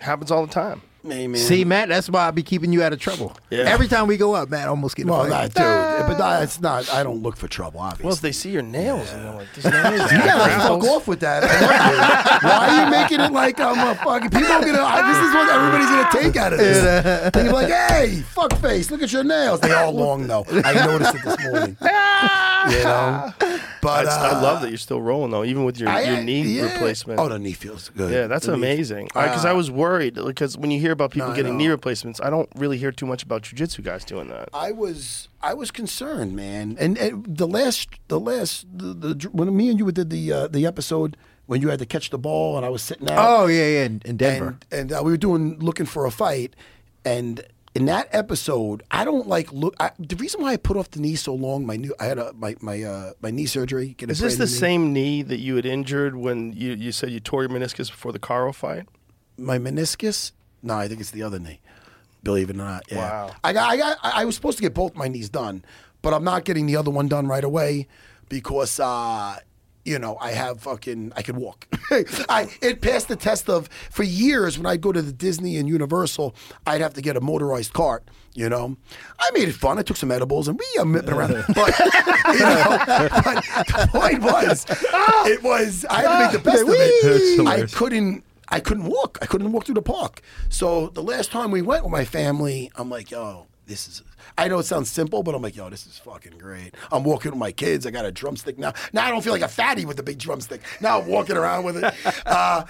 S4: Happens all the time.
S5: Hey, man.
S6: See, Matt, that's why I be keeping you out of trouble.
S4: Yeah.
S6: Every time we go up, Matt almost get in a
S5: well,
S6: fight.
S5: that dude, but that's not. I don't look for trouble, obviously.
S4: Well, if they see your nails, and they're like, this nail's
S5: You gotta
S4: apples.
S5: fuck off with that. Why are you making it like I'm a fucking? People are gonna. I- This is what everybody's gonna take out of this. People like, hey, fuck face, look at your nails. They all long though. I noticed it this morning. You know,
S4: I,
S5: but
S4: I
S5: uh,
S4: love that you're still rolling though, even with your,
S5: I-
S4: your knee
S5: yeah.
S4: replacement.
S5: Oh, the knee feels good.
S4: yeah, that's
S5: The knee- Ah.
S4: amazing. Because I was worried because when you hear about people
S5: No, I
S4: getting
S5: know.
S4: knee replacements, I don't really hear too much about jujitsu guys doing that.
S5: I was I was concerned, man. And, and the last the last the, the when me and you did the uh, the episode when you had to catch the ball and I was sitting out.
S6: Oh yeah, yeah, in, in Denver.
S5: and, and uh, we were doing looking for a fight, and in that episode, I don't like look. I, the reason why I put off the knee so long, my new, I had a my my uh, my knee surgery. get a
S4: Is this the
S5: brand new knee.
S4: same knee that you had injured when you, you said you tore your meniscus before the Caro fight?
S5: my meniscus. No, I think it's the other knee. Believe it or not, yeah.
S4: Wow.
S5: I got, I got, I I was supposed to get both my knees done, but I'm not getting the other one done right away because, uh, you know, I have fucking, I can walk. I it passed the test of for years when I go to the Disney and Universal, I'd have to get a motorized cart. You know, I made it fun. I took some edibles and we uh, mipping around. But you know, but the point was, it was I had to make the best of
S7: That's
S5: it. I
S7: hilarious.
S5: couldn't I couldn't walk. I couldn't walk through the park. So the last time we went with my family, I'm like, yo, this is I know it sounds simple, but I'm like, yo, this is fucking great. I'm walking with my kids. I got a drumstick now. Now I don't feel like a fatty with a big drumstick. Now I'm walking around with it. Uh,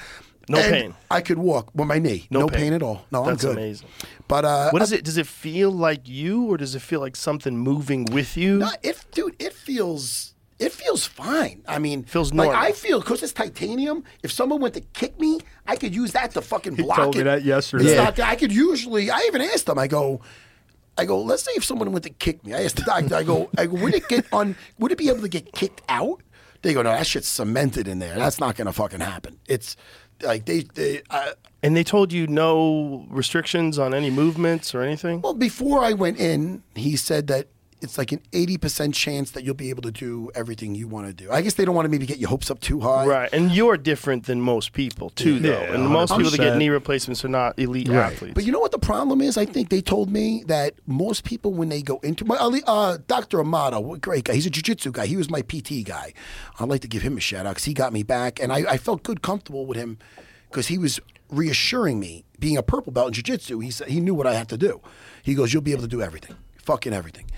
S4: No
S5: and
S4: pain.
S5: I could walk with my knee. No,
S4: No
S5: pain.
S4: pain.
S5: at all. No,
S4: That's
S5: I'm good.
S4: amazing.
S5: But uh,
S4: What is it? Does it feel like you, or does it feel like something moving with you?
S5: No, it, dude, it feels it feels fine. I mean,
S4: Feels
S5: like
S4: normal.
S5: I feel because it's titanium. If someone went to kick me, I could use that to fucking block
S7: told
S5: it.
S7: me that yesterday.
S5: It's
S7: Yeah.
S5: not- I could usually. I even asked them. I go. I go. Let's say if someone went to kick me. I asked the doctor. I go. I go. Would it get on? Would it be able to get kicked out? They go. No, that shit's cemented in there. That's not gonna fucking happen. It's like they. they I,
S4: and they told you no restrictions on any movements or anything.
S5: Well, before I went in, he said that it's like an 80% chance that you'll be able to do everything you want to do. I guess they don't want to maybe get your hopes up too high.
S4: Right, and you're different than most people too, though.
S7: Yeah,
S4: and most people that get
S7: 100%.
S4: knee replacements are not elite athletes.
S5: But you know what the problem is? I think they told me that most people, when they go into my Ali- uh, Dr. Amato, what a great guy. He's a jiu-jitsu guy. He was my PT guy. I'd like to give him a shout out because he got me back, and I, I felt good, comfortable with him because he was reassuring me. Being a purple belt in jiu-jitsu, he said he knew what I had to do. He goes, "You'll be able to do everything, fucking everything,"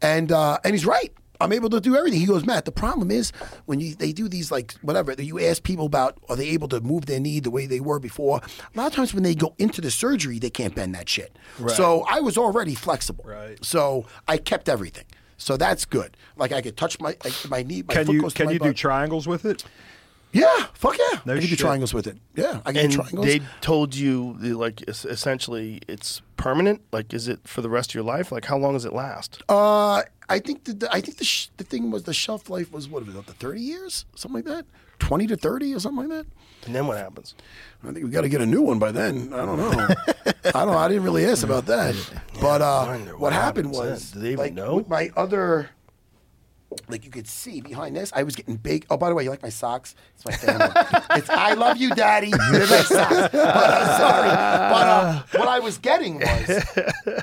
S5: and uh, and he's right. I'm able to do everything. He goes, Matt. The problem is when you they do these like whatever that you ask people about, are they able to move their knee the way they were before? A lot of times when they go into the surgery, they can't bend that shit. So I was already flexible.
S7: Right.
S5: So I kept everything. So that's good. Like I could touch my like, my knee. My
S7: Can
S5: foot
S7: you
S5: goes to
S7: can
S5: my
S7: you do
S5: butt.
S7: triangles with it?
S5: Yeah, fuck yeah.
S7: No
S5: I can do
S7: shit.
S5: triangles with it. Yeah, I can
S4: and
S5: do triangles.
S4: they told you like es- essentially it's permanent. Like, is it for the rest of your life? Like, how long does it last?
S5: Uh, I think the, the I think the sh- the thing was the shelf life was what was it up to thirty years, something like that, twenty to thirty or something like that.
S4: and then what happens?
S5: I think we got to get a new one by then. I don't know. I don't. I didn't really ask about that. But uh,
S4: wonder
S5: what,
S4: what
S5: happened
S4: happens
S5: was,
S4: then. Do they even
S5: like,
S4: know?
S5: with my other, like you could see behind this, I was getting big. Oh, by the way, you like my socks? It's my family. it's I love you, Daddy. They're my socks. But I'm sorry. But uh, what I was getting was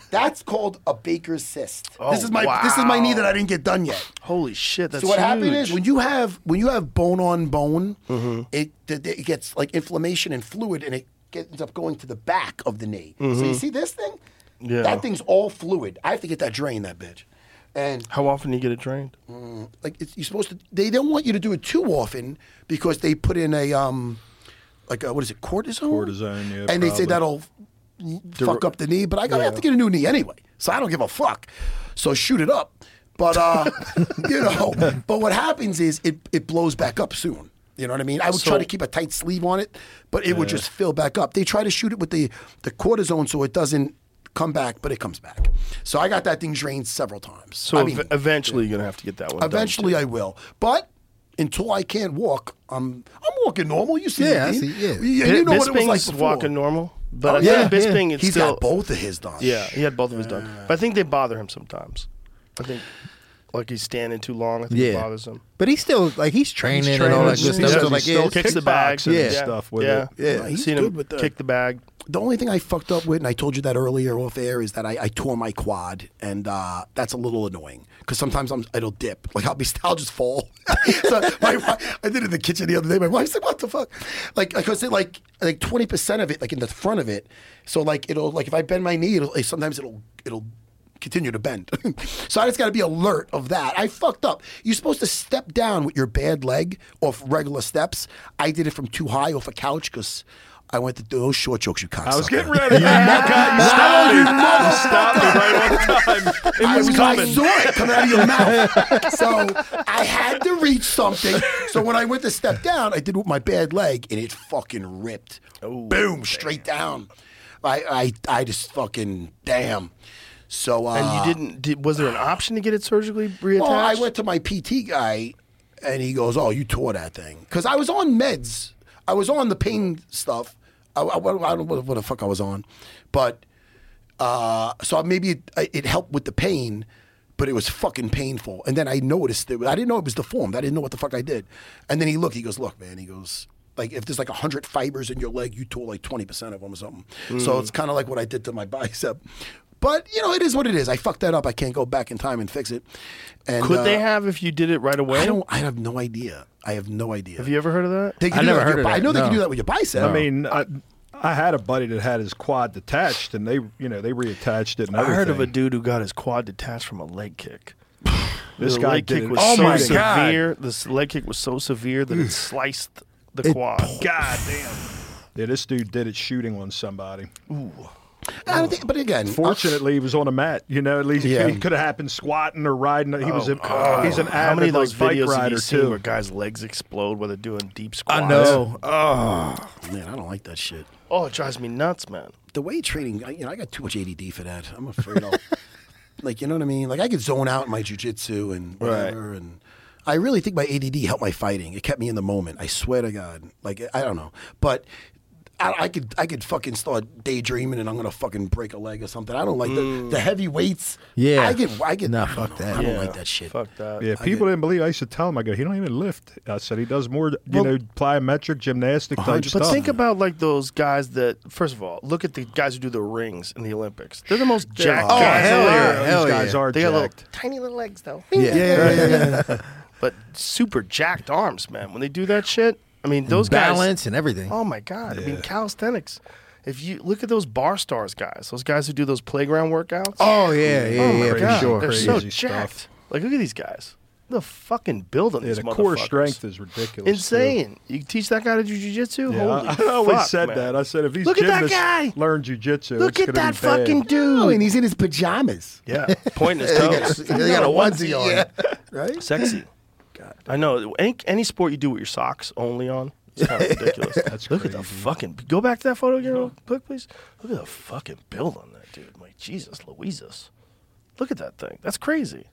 S5: that's called a baker's cyst.
S4: Oh,
S5: this is my this is my knee that I didn't get done yet
S4: Holy shit! That's
S5: so what happened
S4: huge. Mm-hmm.
S5: is when you have when you have bone on bone, it th- th- it gets like inflammation and fluid, and it get- ends up going to the back of the knee. So you see this thing?
S4: Mm-hmm. Yeah.
S5: That thing's all fluid. I have to get that drain, that bitch. And
S4: how often do you get it drained?
S5: Mm, like it's, you're supposed to, they don't want you to do it too often because they put in a um, like a, what is it, cortisone?
S7: Cortisone, yeah,
S5: And they say
S7: probably.
S5: that'll fuck up the knee, but I gotta have to get a new knee anyway, so I don't give a fuck. So shoot it up, but uh, you know, but what happens is it it blows back up soon. You know what I mean? I would try to keep a tight sleeve on it, but it would just fill back up. They try to shoot it with the the cortisone so it doesn't come back, but it comes back. So I got that thing drained several times.
S4: So
S5: I mean,
S4: ev- eventually you're gonna have to get that one. done, too.
S5: Eventually, I will. But until I can't walk, I'm I'm walking normal. You see,
S6: Yeah,
S5: me,
S6: I
S5: Dean.
S6: see, yeah.
S5: You, you know
S4: Bisping's
S5: what it was like before.
S4: walking normal, but
S5: Oh,
S4: I think
S6: yeah, yeah.
S4: Bisping is
S5: He's
S4: still
S5: got both of his done.
S4: Yeah, he had both of his done. But I think they bother him sometimes. I think like he's standing too long. I think it
S6: Yeah,
S4: bothers him.
S6: but he's still like he's training, and all that
S7: training.
S6: good
S7: He
S6: stuff. So
S7: does-
S6: like,
S7: he
S6: yeah,
S7: still
S6: it's-
S4: kicks the bag.
S7: kickboxing
S6: and
S7: stuff with
S4: yeah.
S7: it.
S4: Yeah,
S5: No, he's
S4: seen
S5: good
S4: him
S5: with the-
S4: kick the bag.
S5: The only thing I fucked up with, and I told you that earlier off air, is that I, I tore my quad, and uh, that's a little annoying because sometimes I'm it'll dip. Like I'll be, I'll just fall. so my, wi- I did it in the kitchen the other day. My wife's like, "What the fuck?" Like because it like like twenty percent of it, like in the front of it. So like it'll like if I bend my knee, it'll sometimes it'll it'll continue to bend. so I just got to be alert of that. I fucked up. You're supposed to step down with your bad leg off regular steps. I did it from too high off a couch because. I went to do those short jokes, you cocksucker.
S7: I was getting ready. God, you stopped me. You stopped me right on time.
S5: I
S7: It was
S5: was I
S7: coming.
S5: saw it coming out of your mouth. so I had to reach something. So when I went to step down, I did it with my bad leg, and it fucking ripped. Boom, straight down. I, I I just fucking damn. So uh,
S4: And you didn't did, was there an option to get it surgically reattached?
S5: Well, I went to my PT guy, and he goes, "Oh, you tore that thing," because I was on meds. I was on the pain stuff. I, I, I don't know what, what the fuck I was on, but uh, so maybe it, it helped with the pain, but it was fucking painful. And then I noticed that I didn't know it was deformed. I didn't know what the fuck I did. And then he looked. He goes, "Look, man." He goes. Like if there's like hundred fibers in your leg, you tore like twenty percent of them or something.
S4: Mm.
S5: So it's kind of like what I did to my bicep, but you know it is what it is. I fucked that up. I can't go back in time and fix it. And
S4: Could they
S5: uh,
S4: have if you did it right away?
S5: I don't. I have no idea. I have no idea.
S4: have you ever heard of that?
S5: They can
S6: I
S5: do
S6: never
S5: that with
S6: heard
S5: your
S6: of
S5: bi- I
S6: that,
S5: know they can
S6: no.
S5: do that with your bicep.
S7: I mean, I, I had a buddy that had his quad detached, and they, you know, they reattached it. And
S4: I heard of a
S7: everything.
S4: dude who got his quad detached from a leg kick.
S7: This
S4: the
S7: guy
S4: leg
S7: did
S4: kick
S7: it
S4: was
S7: so
S4: so
S7: sick.
S4: severe. This leg kick was so severe that it sliced the quad. God damn.
S7: Yeah, this dude did it shooting on somebody.
S5: I don't think, but again,
S7: Fortunately, he was on a mat. You know, at least
S5: Yeah.
S7: he could have happened squatting or riding. He was a, he's an
S4: Oh, How many
S7: avid
S4: of those
S7: like, bike
S4: videos have
S7: rider
S4: you seen
S7: too.
S4: where guys' legs explode while they're doing deep squats?
S6: I know.
S5: I'll- oh, man, I don't like that shit.
S4: Oh, it drives me nuts, man.
S5: The way training, I, you know, I got too much ADD for that. I'm afraid I'll, like, you know what I mean? Like, I could zone out in my jujitsu and whatever, and I really think my ADD helped my fighting. It kept me in the moment. I swear to God. Like, I don't know, but. I, I could I could fucking start daydreaming and I'm gonna fucking break a leg or something. I don't like the, the heavy weights.
S6: Mm. Yeah.
S5: I get I get
S6: Nah,
S5: I don't
S6: fuck
S5: know.
S6: that.
S5: I don't
S4: Yeah,
S5: like that shit.
S4: Fuck that.
S7: Yeah, people didn't believe. I used to tell him, I go, he don't even lift. I said he does more, you know, plyometric, gymnastic type
S4: But
S7: stuff.
S4: think about like those guys that. First of all, look at the guys who do the rings in the Olympics. They're the most jacked
S6: Oh,
S4: guys.
S6: hell
S4: in the
S6: yeah,
S4: world.
S6: hell
S7: These
S6: yeah.
S7: guys are
S4: They got little
S7: jacked.
S4: tiny little legs though.
S6: Yeah. Yeah, yeah,
S4: But super jacked arms, man. When they do that shit, I mean, those guys.
S6: Balance and everything.
S4: Oh my god! I mean, calisthenics. If you look at those bar stars guys, those guys who do those playground workouts.
S6: Oh yeah, yeah,
S4: Oh
S6: yeah,
S4: my
S6: for
S4: god,
S6: sure.
S4: they're
S7: Crazy
S4: so
S7: stuff.
S4: jacked. Like, look at these guys. The fucking build on
S7: Yeah,
S4: these
S7: the core
S4: motherfuckers.
S7: strength is ridiculous. too.
S4: Insane. You teach that guy to do jujitsu?
S7: Yeah,
S4: Holy
S7: I, I always
S4: fuck,
S7: said
S4: man.
S7: that. I said if these
S4: Look at that
S7: gymnasts
S4: guy.
S7: learn jujitsu,
S4: Look
S7: it's
S4: at
S7: gonna
S4: that
S7: be
S4: fucking
S7: bad.
S4: dude.
S5: Oh, and he's in his pajamas.
S4: yeah, pointing his toes.
S5: They got a onesie on. Right?
S4: Sexy. God. I know. Any, any sport you do with your socks only on, it's kind of ridiculous.
S7: That's
S4: Look at the
S7: crazy. Mm-hmm.
S4: fucking. Go back to that photo again, real quick, please. Look at the fucking build on that dude. My Jesus, Louises. Look at that thing. That's crazy.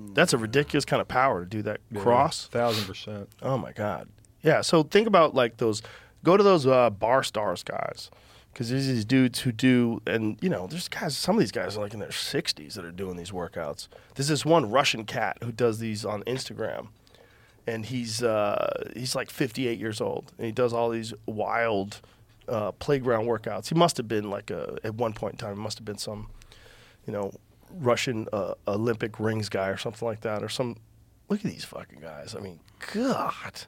S4: That's a ridiculous kind of power to do that
S7: Mm, Yeah,
S4: cross.
S7: thousand percent.
S4: Oh my god. Yeah. So think about like those. Go to those uh, bar stars guys, because there's these dudes who do, and you know, there's guys. Some of these guys are like in their 60s that are doing these workouts. There's this one Russian cat who does these on Instagram, and he's uh, he's like 58 years old, and he does all these wild uh, playground workouts. He must have been like a at one point in time, he must have been some, you know, Russian uh, Olympic rings guy or something like that, or some. Look at these fucking guys. I mean, God,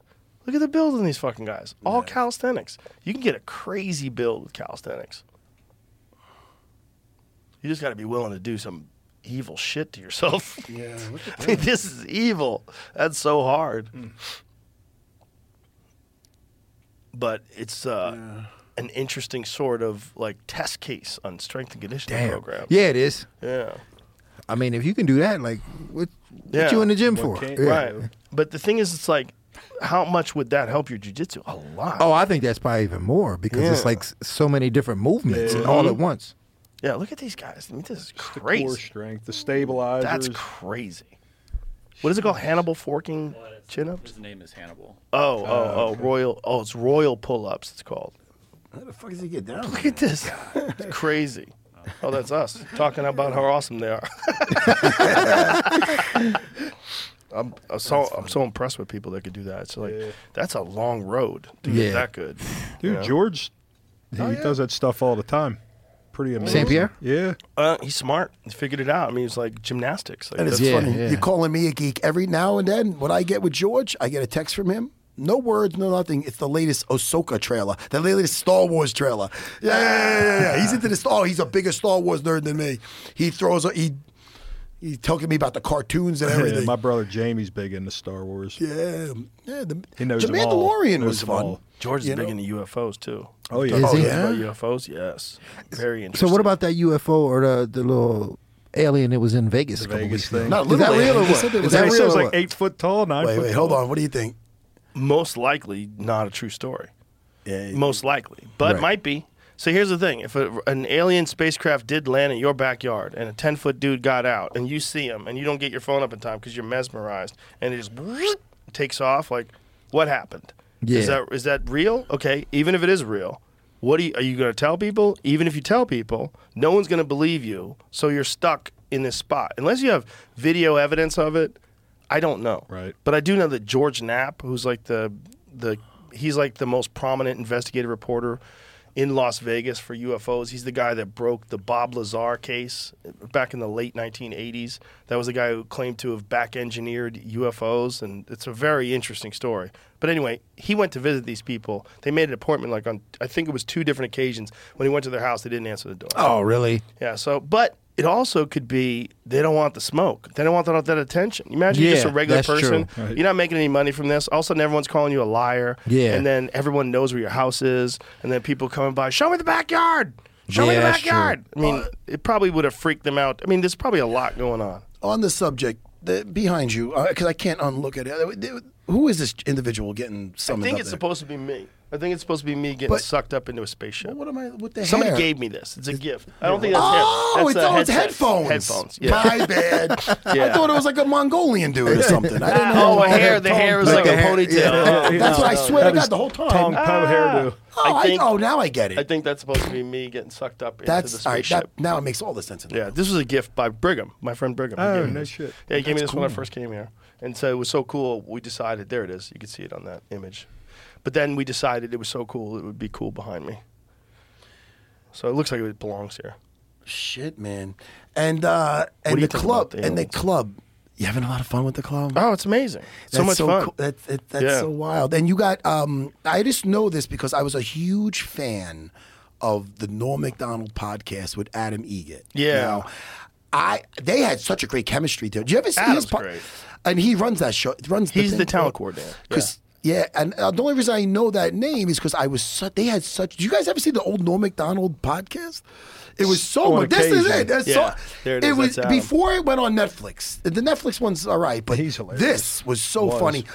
S4: look at the build on these fucking guys. All calisthenics. You can get a crazy build with calisthenics. You just got to be willing to do some evil shit to yourself.
S5: Yeah. what the-
S4: I mean, this is evil. That's so hard. But it's uh, an interesting sort of like test case on strength and conditioning
S6: Damn.
S4: program.
S6: Yeah, it is.
S4: Yeah.
S6: I mean, if you can do that, like, what,
S4: Yeah.
S6: what you in the gym for?
S7: What can't-
S6: Yeah.
S4: Right. But the thing is, it's like, how much would that help your jujitsu? A lot.
S6: Oh, I think that's probably even more because
S4: Yeah.
S6: it's like s- so many different movements and all at once.
S4: yeah. Look at these guys. I mean, this is
S7: The core
S4: crazy.
S7: strength, the stabilizers.
S4: That's crazy. What is it called? Hannibal forking
S9: But it's-
S4: chin ups?
S9: His name is Hannibal.
S4: Oh,
S7: Uh,
S4: oh, oh, royal. Oh, it's royal pull ups. It's called.
S5: How the fuck does he get down?
S4: Look at this. It's crazy. Oh, that's us talking about how awesome they are. I'm, I'm so I'm so impressed with people that could do that. It's like that's a long road to get
S6: Yeah.
S4: that good.
S7: dude. George, he
S4: Oh, yeah.
S7: does that stuff all the time. Pretty amazing.
S6: Saint Pierre?
S7: Yeah.
S4: Uh, he's smart. He figured it out. I mean, it's like gymnastics. Like,
S5: And it's
S4: that's
S6: Yeah,
S5: funny.
S6: yeah.
S5: You're calling me a geek every now and then. What I get with George, I get a text from him. No words, no nothing. It's the latest Ahsoka trailer, the latest Star Wars trailer. Yeah, yeah, yeah, yeah. yeah. He's into the Star. He's a bigger Star Wars nerd than me. He throws. A, he he's talking to me about the cartoons and
S7: yeah.
S5: everything.
S7: My brother Jamie's big into Star Wars.
S5: Yeah, yeah. The,
S7: He knows
S5: the
S7: them all.
S5: Mandalorian
S7: Knows
S5: was
S7: them
S5: fun.
S7: all.
S4: George is
S5: You
S4: big
S5: know?
S4: into UFOs too.
S7: Oh yeah.
S6: Is
S4: Oh,
S6: he?
S4: yeah. About UFOs, yes. Very
S6: So
S4: interesting.
S6: what about that UFO or the, the little alien that was in Vegas? a couple
S7: Vegas
S6: weeks
S7: thing.
S6: ago?
S5: Not
S6: Is that
S5: literally.
S6: real or
S5: He said
S6: what?
S5: there
S6: Is
S5: was
S7: He
S6: that
S5: a-
S6: real?
S7: says
S6: or
S7: like
S6: what?
S7: eight foot tall, nine
S5: Wait,
S7: foot
S5: wait,
S7: tall.
S5: hold on. What do you think?
S4: most likely not a true story?
S5: Yeah,
S4: Most likely, but
S6: Right.
S4: might be. So here's the thing: if a, an alien spacecraft did land in your backyard and a ten foot dude got out and you see him and you don't get your phone up in time because you're mesmerized and it just whoop, takes off, like what happened?
S6: Yeah.
S4: Is that is that real? Okay, even if it is real, What do you, are you going to tell people? Even if you tell people, no one's going to believe you. So you're stuck in this spot. Unless you have video evidence of it, I don't know.
S7: Right.
S4: But I do know that George Knapp, who's like the the he's like the most prominent investigative reporter in Las Vegas for UFOs. He's the guy that broke the Bob Lazar case back in the late 1980s. That was the guy who claimed to have back engineered UFOs, and it's a very interesting story. But anyway, he went to visit these people. They made an appointment, like on I think it was two different occasions. When he went to their house, they didn't answer the door.
S6: Oh, really?
S4: Yeah. So, but it also could be they don't want the smoke. They don't want that, that attention. Imagine you're
S6: Yeah,
S4: just a regular
S6: that's true.
S4: person.
S7: Right.
S4: You're not making any money from this. All of a sudden, everyone's calling you a liar.
S6: Yeah.
S4: And then everyone knows where your house is. And then people coming by, show me the backyard. Show
S6: Yeah,
S4: me the
S6: that's true.
S4: backyard. I mean, it probably would have freaked them out. I mean, there's probably a lot going on.
S5: on the subject the, behind you because I can't unlook it. Uh, Who is this individual getting
S4: I
S5: summoned?
S4: think
S5: up
S4: it's
S5: there?
S4: supposed to be me. I think it's supposed to be me getting
S5: But-
S4: sucked up into a spaceship.
S5: What am I? What the
S4: Somebody
S5: hair?
S4: gave me this. It's a gift. I don't think that's
S5: Oh,
S4: him.
S5: it's,
S4: That's, uh,
S5: oh it's
S4: headsets.
S5: headphones.
S4: Headphones. Yeah.
S5: My bad. I
S4: Yeah.
S5: thought it was like a Mongolian dude or something. I didn't know.
S4: oh, a hair. The hair is like,
S6: Like
S4: a
S6: the hair-
S4: ponytail.
S6: yeah.
S4: Oh.
S5: That's what I swear to
S7: That is
S5: God the whole time.
S7: Tong Po hairdo.
S5: oh,
S4: I
S5: I-
S4: think-
S5: oh, now I get it.
S4: I think that's supposed to be me getting sucked up into the
S5: That's all right,
S4: spaceship.
S5: that, now it makes all the sense. In the
S4: yeah, this was a gift by Brigham, my friend Brigham. He
S7: Oh,
S4: gave me
S7: no
S4: this.
S7: shit.
S4: Yeah, he gave me this when I first came here, and so it was so cool. We decided there it is. You can see it on that image, but then we decided it was so cool it would be cool behind me. So it looks like it belongs here.
S5: Shit, man. And uh,
S4: What do
S5: and
S4: you
S5: the
S4: think
S5: club
S4: about the
S5: and the
S4: aliens?
S5: club. You having a lot of fun with the club?
S4: Oh, it's amazing! so
S5: That's
S4: much fun.
S5: cool. That, that- that's
S4: Yeah.
S5: so wild. And you got, um, I just know this because I was a huge fan of the Norm MacDonald podcast with Adam Egett.
S4: Yeah.
S5: Now, I they had such a great chemistry there. Did you ever see
S4: Adam's
S5: his po-
S4: great.
S5: And he runs that show. He Runs
S4: He's
S5: thing
S4: the talent
S5: called-
S4: coordinator.
S5: 'Cause- yeah, and uh, the only reason I know that name is because I was such. They had such. Do you guys ever see the old Norm Macdonald podcast? It was so
S7: On
S5: much. This is
S7: occasion.
S5: it. That's
S4: Yeah,
S5: so,
S4: there it is.
S5: was
S4: That's Adam.
S5: before it went on Netflix. The Netflix one's all right, but
S7: He's hilarious.
S5: this was so
S7: Was.
S5: funny,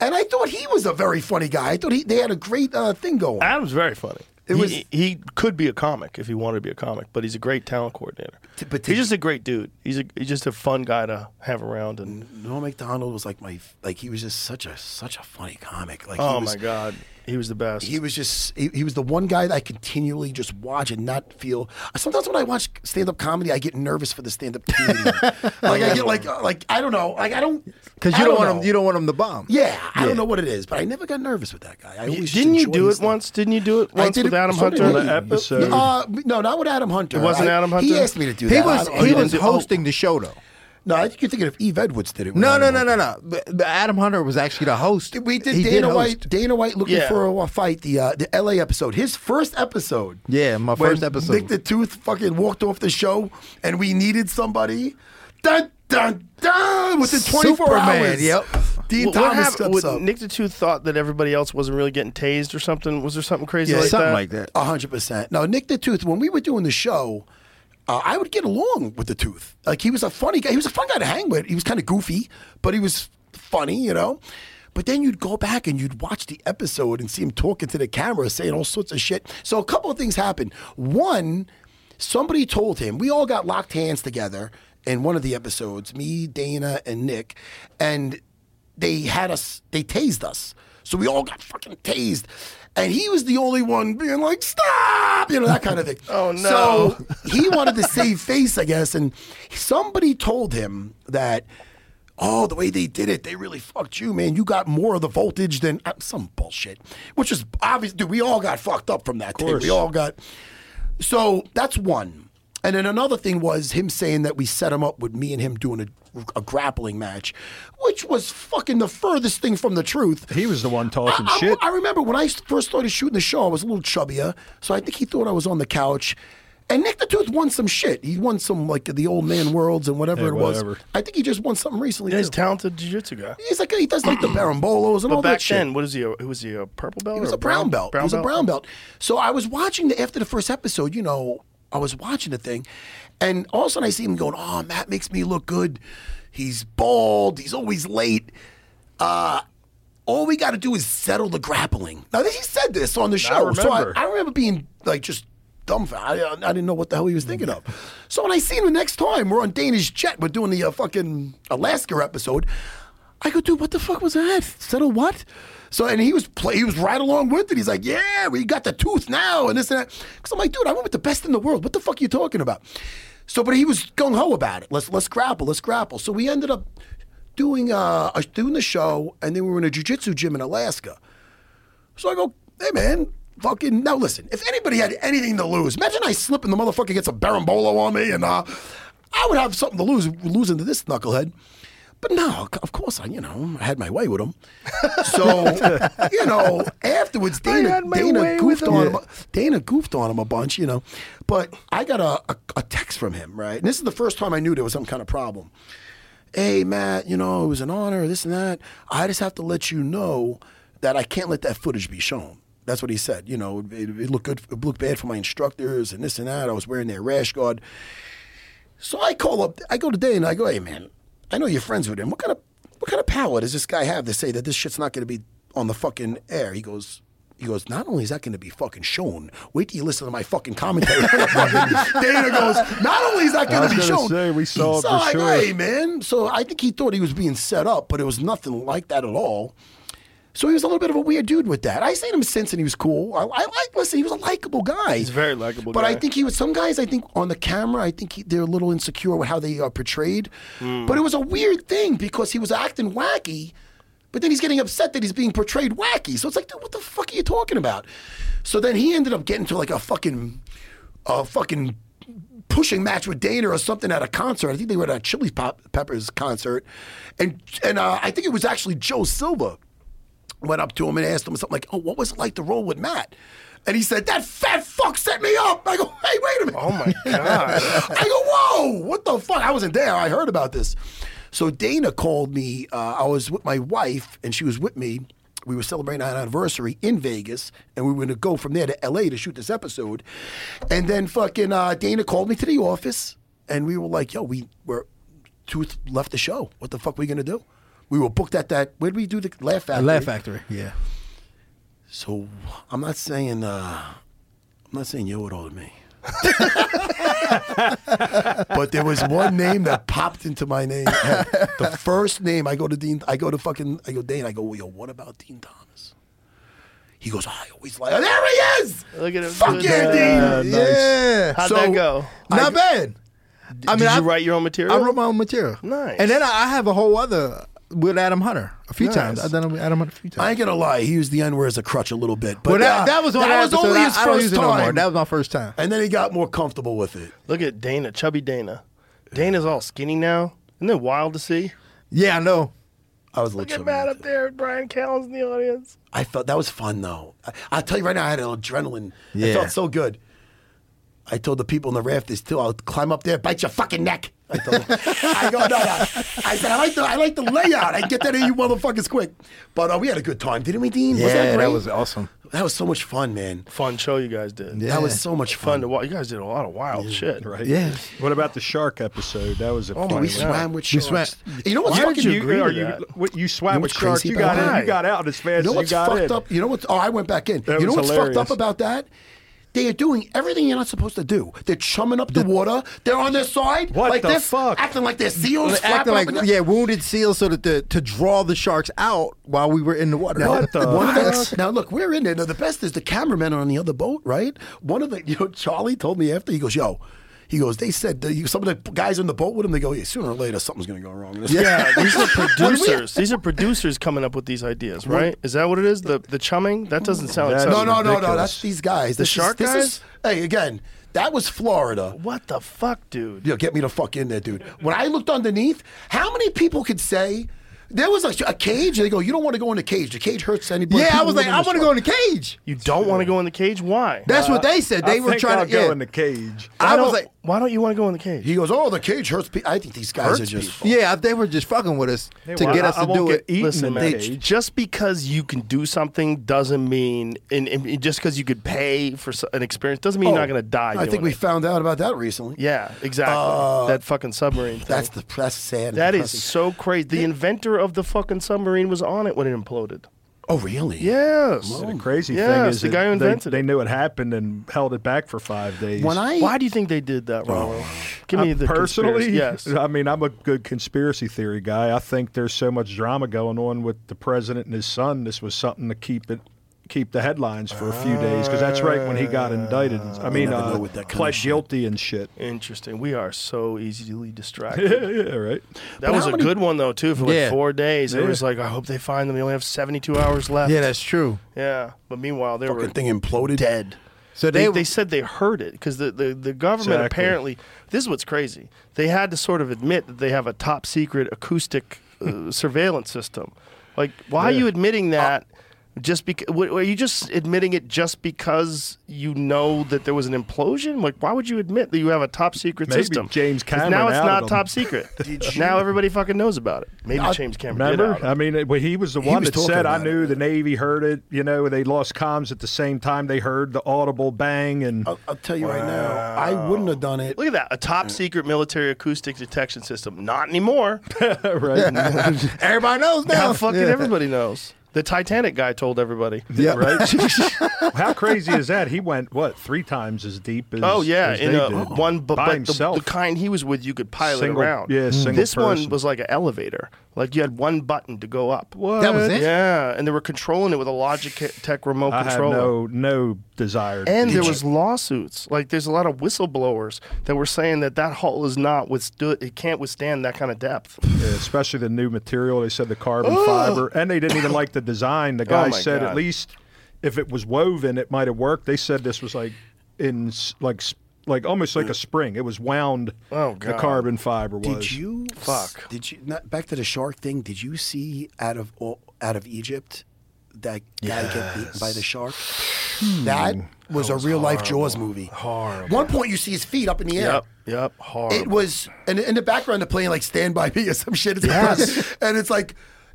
S5: and I thought he was a very funny guy. I thought he, they had a great uh, thing going.
S4: Adam's very funny.
S5: It
S4: he,
S5: was-
S4: he could be a comic if he wanted to be a comic, but he's a great talent coordinator.
S5: T- but
S4: he's
S5: to-
S4: just a great dude. He's a he's just a fun guy to have around and
S5: Norm Macdonald was like my like he was just such a such a funny comic. Like
S4: Oh
S5: he was,
S4: my God, he was the best.
S5: He was just he, he was the one guy that I continually just watch and not feel. Sometimes when I watch stand up comedy, I get nervous for the stand up comedian. like I get like like I don't know. Like I don't
S6: Because
S5: I
S6: you don't, want
S5: know.
S6: them. You don't want them to bomb.
S5: Yeah, I don't know what it is, but I never got nervous with that guy. I always
S4: Didn't you
S5: enjoyed
S4: do it
S5: his stuff.
S4: once? Didn't you do it
S5: I
S4: once
S5: did
S4: with
S5: it-
S4: Adam
S5: so did
S4: Hunter?
S5: he.
S7: The episode.
S5: Uh, no, not with Adam Hunter.
S4: It wasn't
S5: I-
S4: Adam
S5: He
S4: Hunter?
S5: asked me to do
S6: He
S5: that. I
S6: was
S5: don't-
S6: he oh.
S5: I
S6: was
S5: didn't do-
S6: hosting the show though.
S5: No, I think you're thinking of Eve Edwards did it. with
S6: No, no,
S5: Adam
S6: no, no,
S5: Hunter.
S6: no. But- but Adam Hunter was actually the host.
S5: We did
S6: He
S5: Dana
S6: host.
S5: White. Dana White looking
S4: Yeah.
S5: for a, fight. The uh, the L.A. episode. His first episode.
S6: Yeah, my
S5: when
S6: first episode.
S5: Nick the Tooth fucking walked off the show, and we needed somebody. Dun dun dun! Within twenty four
S6: Superman,
S5: hours.
S6: yep.
S5: Dean
S4: What- what
S5: Thomas
S4: happened-
S5: steps
S4: what-
S5: up.
S4: Nick the Tooth thought that everybody else wasn't really getting tased or something. Was there something crazy like
S6: something
S4: that?
S6: like that. Oh,
S5: A hundred percent. No, Nick the Tooth. When we were doing the show, uh, I would get along with the Tooth. Like he was a funny guy. He was a fun guy to hang with. He was kind of goofy, but he was funny, you know. But then you'd go back and you'd watch the episode and see him talking to the camera, saying all sorts of shit. So a couple of things happened. One, somebody told him we all got locked hands together in one of the episodes. Me, Dana, and Nick, and they had us, they tased us. So we all got fucking tased. And he was the only one being like, stop, you know, that kind of thing.
S4: Oh, no.
S5: So he wanted to save face, I guess. And somebody told him that, oh, the way they did it, they really fucked you, man. You got more of the voltage than uh, some bullshit, which is obvious. Dude, we all got fucked up from that day. We all got. So that's one. And then another thing was him saying that we set him up with me and him doing a, a grappling match, which was fucking the furthest thing from the truth.
S7: He was the one talking
S5: I, I-
S7: shit.
S5: I remember when I s- first started shooting the show, I was a little chubbier, so I think he thought I was on the couch. And Nick the Tooth won some shit. He won some like the old man worlds and whatever
S7: Yeah,
S5: it was.
S7: whatever.
S5: I think he just won something recently.
S4: Yeah, he's a
S5: too.
S4: talented jiu-jitsu guy.
S5: He's like he does like the barambolos and all
S4: But
S5: that
S4: back
S5: shit.
S4: then, what is he? A, who was he? A purple belt?
S5: He was
S4: or
S5: a brown belt.
S4: Brown
S5: he was
S4: belt?
S5: a brown belt. So I was watching the after the first episode, you know, I was watching the thing, and all of a sudden I see him going, Oh, Matt makes me look good. He's bald, he's always late. Uh all we gotta do is settle the grappling. Now he said this on the show. so I,
S7: remember.
S5: I remember being like just dumbfounded. I, I didn't know what the hell he was thinking of. So when I see him the next time, we're on Danish jet, we're doing the uh, fucking Alaska episode. I go, dude, what the fuck was that? Settle what? So and he was play, he was right along with it. He's like, yeah, we got the tooth now and this and that. Because I'm like, dude, I went with the best in the world. What the fuck are you talking about? So, but he was gung ho about it. Let's let's grapple, let's grapple. So we ended up doing uh a- doing the show, and then we were in a jujitsu gym in Alaska. So I go, hey man, fucking now listen, if anybody had anything to lose, imagine I slip and the motherfucker gets a barambolo on me and uh I would have something to lose losing to this knucklehead. But no, of course I, you know, I had my way with him. So, you know, afterwards Dana
S4: had my
S5: Dana
S4: way with
S5: goofed on
S4: him.
S5: him. Dana goofed on him a bunch, you know. But I got a, a, a text from him, right? And this is the first time I knew there was some kind of problem hey Matt, you know, it was an honor, this and that. I just have to let you know that I can't let that footage be shown. That's what he said. You know, it, it looked good, it looked bad for my instructors and this and that. I was wearing their rash guard. So I call up, I go to Dana, I go, hey man, I know you're friends with him. What kind of what kind of power does this guy have to say that this shit's not going to be on the fucking air? He goes. He goes, not only is that going to be fucking shown, wait till you listen to my fucking commentary. Dana goes, not only is that
S7: I
S5: going
S7: was
S5: to be
S7: gonna
S5: shown.
S7: say, we saw it
S5: so
S7: for
S5: I go,
S7: sure.
S5: hey, man. So I think he thought he was being set up, but it was nothing like that at all. So he was a little bit of a weird dude with that. I seen him since, and he was cool. I, I like listen. He was a likable guy.
S4: He's a very likable
S5: But I
S4: guy.
S5: think he was. Some guys, I think on the camera, I think he, they're a little insecure with how they are portrayed.
S4: Hmm.
S5: But it was a weird thing because he was acting wacky, but then he's getting upset that he's being portrayed wacky. So it's like, dude, what the fuck are you talking about? So then he ended up getting to like a fucking, a fucking pushing match with Dana or something at a concert. I think they were at a Chili Pop Peppers concert, and and uh, I think it was actually Joe Silva went up to him and asked him something like, "Oh, what was it like to roll with Matt?" And he said, "That fat fuck set me up." I go, "Hey, wait a minute."
S4: Oh my god.
S5: I go, whoa, what the fuck? I wasn't there. I heard about this. So Dana called me. Uh, I was with my wife, and she was with me. We were celebrating our anniversary in Vegas, and we were going to go from there to LA to shoot this episode. And then fucking uh, Dana called me to the office, and we were like, yo, we were, Tooth left the show. What the fuck we going to do? We were booked at that, where did we do the Laugh Factory?
S6: Laugh Factory. Yeah.
S5: So I'm not saying uh, I'm not saying you it all to me. but there was one name that popped into my name. head. The first name I go to Dean, I go to fucking, I go Dane, I go, well, yo, what about Dean Thomas? He goes, I always like, there he is.
S4: Look at him
S5: Fuck
S4: doing
S5: yeah,
S4: that.
S5: Dean.
S6: Yeah.
S4: How'd
S5: So-
S4: that go?
S6: Not bad. I mean,
S4: Did
S6: I,
S4: you write your own material?
S6: I wrote my own material.
S4: Nice.
S6: And then I, I have a whole other with Adam Hunter a few
S4: Nice.
S6: times. I've done it with Adam Hunter a few times.
S5: I ain't gonna lie, he used the N word as a crutch a little bit, but
S6: well, that,
S5: uh,
S6: that was on
S5: that was
S6: episode.
S5: only his
S6: I, I don't
S5: first
S6: use it no more.
S5: time.
S6: That was my first time.
S5: and then he got more comfortable with it.
S4: Look at Dana, chubby Dana. Dana's all skinny now. Isn't it wild to see?
S6: Yeah, I know.
S5: I was a
S4: Look at
S5: little
S4: Matt
S5: chubby.
S4: up there, Brian Callen's in the audience.
S5: I felt that was fun though. I, I'll tell you right now, I had an adrenaline.
S6: Yeah.
S5: It felt so good. I told the people in the rafters too. I'll climb up there, bite your fucking neck. I told them. I go, no, no. I said, I like the, I like the layout. I can get that in you motherfuckers quick. But uh, we had a good time, didn't we, Dean? was that, great?
S6: awesome.
S5: That was so much fun, man.
S4: Fun show you guys did.
S6: Yeah.
S5: That was so much
S4: Fun
S5: fun.
S4: to watch. You guys did a lot of wild shit.
S7: Right?
S6: Yeah.
S7: What about the shark episode? That was a
S4: Oh,
S7: funny
S5: we
S4: God.
S7: one.
S5: swam with
S6: We
S5: sharks.
S6: swam-
S5: You know what's
S4: Why did
S5: fucking
S4: you agree
S7: are
S4: to
S7: you,
S4: that?
S7: what- you
S5: You know
S7: swam with
S5: what's
S7: sharks.
S5: crazy
S7: You got
S5: about
S7: in.
S5: it?
S7: You got out as fast
S5: You know
S7: as
S5: what's
S7: you got
S5: fucked
S7: in.
S5: up? You know what's? Oh, I went back in.
S7: That
S5: you know
S7: was
S5: what's fucked
S7: hilarious.
S5: up about that? They are doing everything you're not supposed to do. They're chumming up the water. They're on their side.
S7: What
S5: like
S7: the
S5: this,
S7: fuck?
S5: Acting like they're seals.
S6: Acting
S5: flapping up
S6: like
S5: and down.
S6: yeah, wounded seals, so that the, to draw the sharks out while we were in the water.
S7: What the
S5: One of
S7: fuck?
S5: the, now look, we're in there. Now the best is the cameramen are on the other boat, right? One of the you know Charlie told me after he goes, "Yo," he goes, "They said that you, some of the guys on the boat with him. They go, yeah, sooner or later something's gonna go wrong." in this."
S4: Yeah, these are producers. these are producers coming up with these ideas, right? Is that what it is? The the chumming? That doesn't sound.
S7: That-
S4: sounds
S5: No, no, no, no.
S7: ridiculous.
S5: That's these guys. The
S4: shark
S5: is, this is- hey, again, that was Florida.
S4: What the fuck, dude?
S5: Yo, get me the fuck in there, dude. When I looked underneath, how many people could say there was a, a cage? They go, you don't want to go in the cage. The cage hurts anybody.
S6: yeah, I
S5: People
S6: was like,
S5: live
S6: I
S5: this
S6: want to
S5: fuck-
S6: go in the cage.
S4: You don't want to go in the cage? Why?
S6: That's what they said.
S7: I
S6: They were
S7: think
S6: trying
S7: I'll
S6: to
S7: go
S6: yeah.
S7: in the cage.
S4: Why
S6: I was
S4: don't-
S6: like,
S4: why don't you want to go in the cage?
S5: He goes, oh, the cage hurts. Pe-. I think these guys
S4: Hurts
S5: are just.
S6: yeah, they were just fucking with us to
S7: well,
S6: get
S7: I-
S6: us
S7: I
S6: to
S7: won't
S6: do
S7: get
S6: it.
S7: eaten
S4: Listen,
S7: in that
S4: they-
S7: cage.
S4: just because you can do something doesn't mean, and, and just because you could pay for s- an experience doesn't mean you're not going to die.
S5: Oh, I
S4: doing
S5: think we
S4: it.
S5: found out about that recently.
S4: yeah, exactly. that fucking submarine. Thing.
S5: That's the that's sad. and
S4: That is
S5: depressing.
S4: so crazy. The inventor of the fucking submarine was on it when it imploded.
S5: Oh, really?
S4: Yes.
S7: And the crazy thing
S4: Yes,
S7: is
S4: the
S7: that
S4: guy who
S7: they-
S4: invented
S7: they,
S4: it.
S7: knew it happened and held it back for five days.
S5: When I
S4: Why do you think they did that, Rollo? Give me
S7: I-
S4: the
S7: personally,
S4: conspiracy- Yes.
S7: I mean, I'm a good conspiracy theory guy. I think there's so much drama going on with the president and his son. This was something to keep it. Keep the headlines for a few days because that's right when he got indicted. I mean,
S5: never
S7: uh,
S5: know with that kind of
S7: pled
S5: shit.
S7: guilty and shit.
S4: Interesting. We are so easily distracted.
S7: yeah, right.
S4: That was
S5: how
S4: a
S5: many-
S4: good one though too for like
S6: Yeah.
S4: four days. It
S7: Yeah.
S4: was like I hope they find them. They only have seventy two hours left.
S6: Yeah, that's true.
S4: yeah. But meanwhile, they were
S5: fucking thing imploded?
S4: dead.
S6: So
S4: They,
S6: they,
S4: they said they heard it because the, the, the government
S7: Exactly.
S4: apparently this is what's crazy. They had to sort of admit that they have a top secret acoustic uh, surveillance system. Like, why are
S7: Yeah. Uh,
S4: you admitting that? just because are you just admitting it just because you know that there was an implosion? Like, why would you admit that you have a top secret
S7: Maybe
S4: system?
S7: James
S4: 'Cause
S7: Cameron
S4: Now it's
S7: outed
S4: not
S7: them.
S4: top secret. now everybody fucking knows about it. Maybe James Cameron did
S7: Remember?
S4: out
S7: I mean, it- well, he was the one
S5: was
S7: that
S5: talking
S7: said, "I
S5: about
S7: knew
S5: it.
S7: the Navy heard it." You know, they lost comms at the same time. They heard the audible bang, and
S5: I'll, I'll tell you right now, I wouldn't have done it.
S4: Look at that. A top secret military acoustic detection system. Not anymore.
S7: right,
S6: everybody knows now.
S4: Now fucking everybody knows. The Titanic guy told everybody.
S6: Yeah.
S7: right. How crazy is that? He went what three times as deep as
S4: Oh yeah,
S7: as
S4: in
S7: they
S4: a,
S7: did.
S4: one but,
S7: by
S4: but the,
S7: himself.
S4: the kind he was with, you could pilot
S7: Single-
S4: around.
S7: yeah, single
S4: this one
S7: person.
S4: was like an elevator. Like you had one button to go up.
S7: What?
S6: That was it?
S4: Yeah, and they were controlling it with a Logitech remote
S7: I had
S4: controller.
S7: no no desire. to
S4: and
S7: do
S4: there
S7: that.
S4: was lawsuits. Like there's a lot of whistleblowers that were saying that that hull is not withstood. It can't withstand that kind of depth.
S7: Yeah, especially the new material. They said the carbon
S5: Oh.
S7: fiber, and they didn't even like the design. The guy
S4: Oh my
S7: said
S4: God.
S7: at least if it was woven, it might have worked. They said this was like in s- like s- like almost like a spring. It was wound.
S4: Oh,
S7: the
S4: God.
S7: carbon fiber was.
S5: Did you
S4: Fuck.
S5: Did you not, back to the shark thing? Did you see out of all, out of Egypt that guy get bitten by the shark?
S6: Hmm.
S5: That was, a real life Jaws movie. Horrible. One point you see his feet up in the air.
S4: Yep, yep, hard.
S5: It was, and in the background, they're playing like "Stand by Me" or some shit. It's
S4: Yes.
S5: and it's like,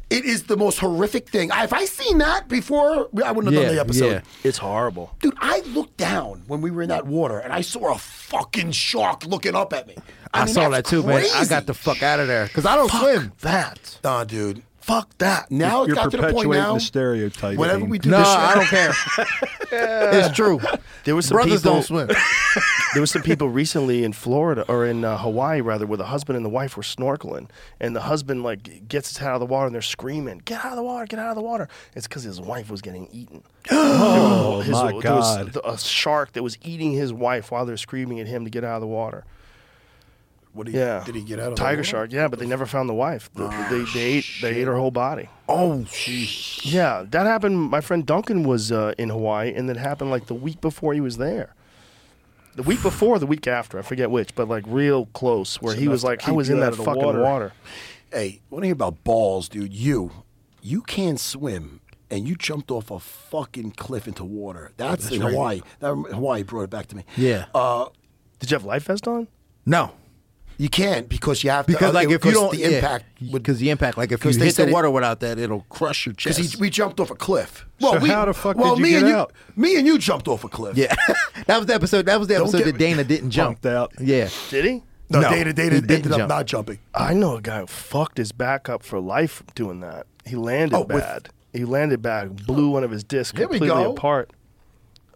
S5: it is the most horrific thing. I- If I seen that before, I wouldn't have
S6: Yeah,
S5: done the episode.
S6: yeah.
S4: it's horrible.
S5: Dude, I looked down when we were in that water, and I saw a fucking shark looking up at me.
S6: I,
S5: mean,
S6: saw that
S5: that's
S6: too, man. I
S5: crazy.
S6: got the fuck out of there because I don't swim.
S4: That.
S5: Nah, dude. Fuck that. Now
S7: You're
S5: Oh, it's got to the point
S7: perpetuating
S5: now.
S7: the stereotype.
S5: whenever
S7: Dean.
S5: we do
S6: No,
S5: this shit,
S6: I don't care. it's true.
S4: There was some
S6: Brothers
S4: people-
S6: don't swim.
S4: there was some people recently in Florida or in uh, Hawaii rather, where the husband and the wife were snorkeling, and the husband like gets his head out of the water and they're screaming, "Get out of the water! Get out of the water!" It's because his wife was getting eaten.
S7: oh
S4: His-
S7: my
S4: there was
S7: god,
S4: th- a shark that was eating his wife while they're screaming at him to get out of the water.
S5: What did he,
S4: Yeah,
S5: did he get out of the
S4: tiger
S5: water? Ah,
S4: shark? Yeah, but they never found the wife. The- they they ate they ate her whole body.
S6: Oh, shit.
S4: Yeah, that happened. My friend Duncan was uh, in Hawaii, and that happened like the week before he was there. The week before, the week after, I forget which, but like real close, where he
S7: enough
S4: was
S7: to
S4: like, "I
S7: keep
S4: was
S7: you
S4: in
S7: out
S4: that
S7: of the
S4: fucking water."
S7: water."
S5: Hey, want to hear about balls, dude? You, you can't swim, and you jumped off a fucking cliff into water. That's, in Hawaii. That, Hawaii brought it back to me.
S6: Yeah.
S5: Uh,
S4: Did you have life vest on?
S6: No.
S5: you can't because you have to
S6: Because
S5: uh,
S6: like if you
S5: because
S6: don't,
S5: the impact would
S6: because the impact, like if you
S5: 'cause they
S6: hit
S5: said
S6: the
S5: it-
S6: water without that, it'll crush your chest.
S5: because he we jumped off a cliff.
S7: So how the fuck
S5: well,
S7: did you
S5: me
S7: get
S5: and
S7: out?
S5: you, me and you jumped off a cliff.
S6: yeah, that was the episode. That was the episode
S5: get
S6: that
S5: me-
S6: Dana didn't jump.
S7: Punked out.
S6: Yeah,
S4: Did he?
S5: No,
S6: No,
S5: Dana,
S6: he
S5: Dana
S6: didn't
S5: ended
S6: jump.
S5: up not jumping.
S4: I know a guy who fucked his back up for life from doing that. He landed
S5: Oh, with-
S4: bad. he landed bad, blew one of his discs
S5: Here we
S4: completely
S5: go.
S4: apart.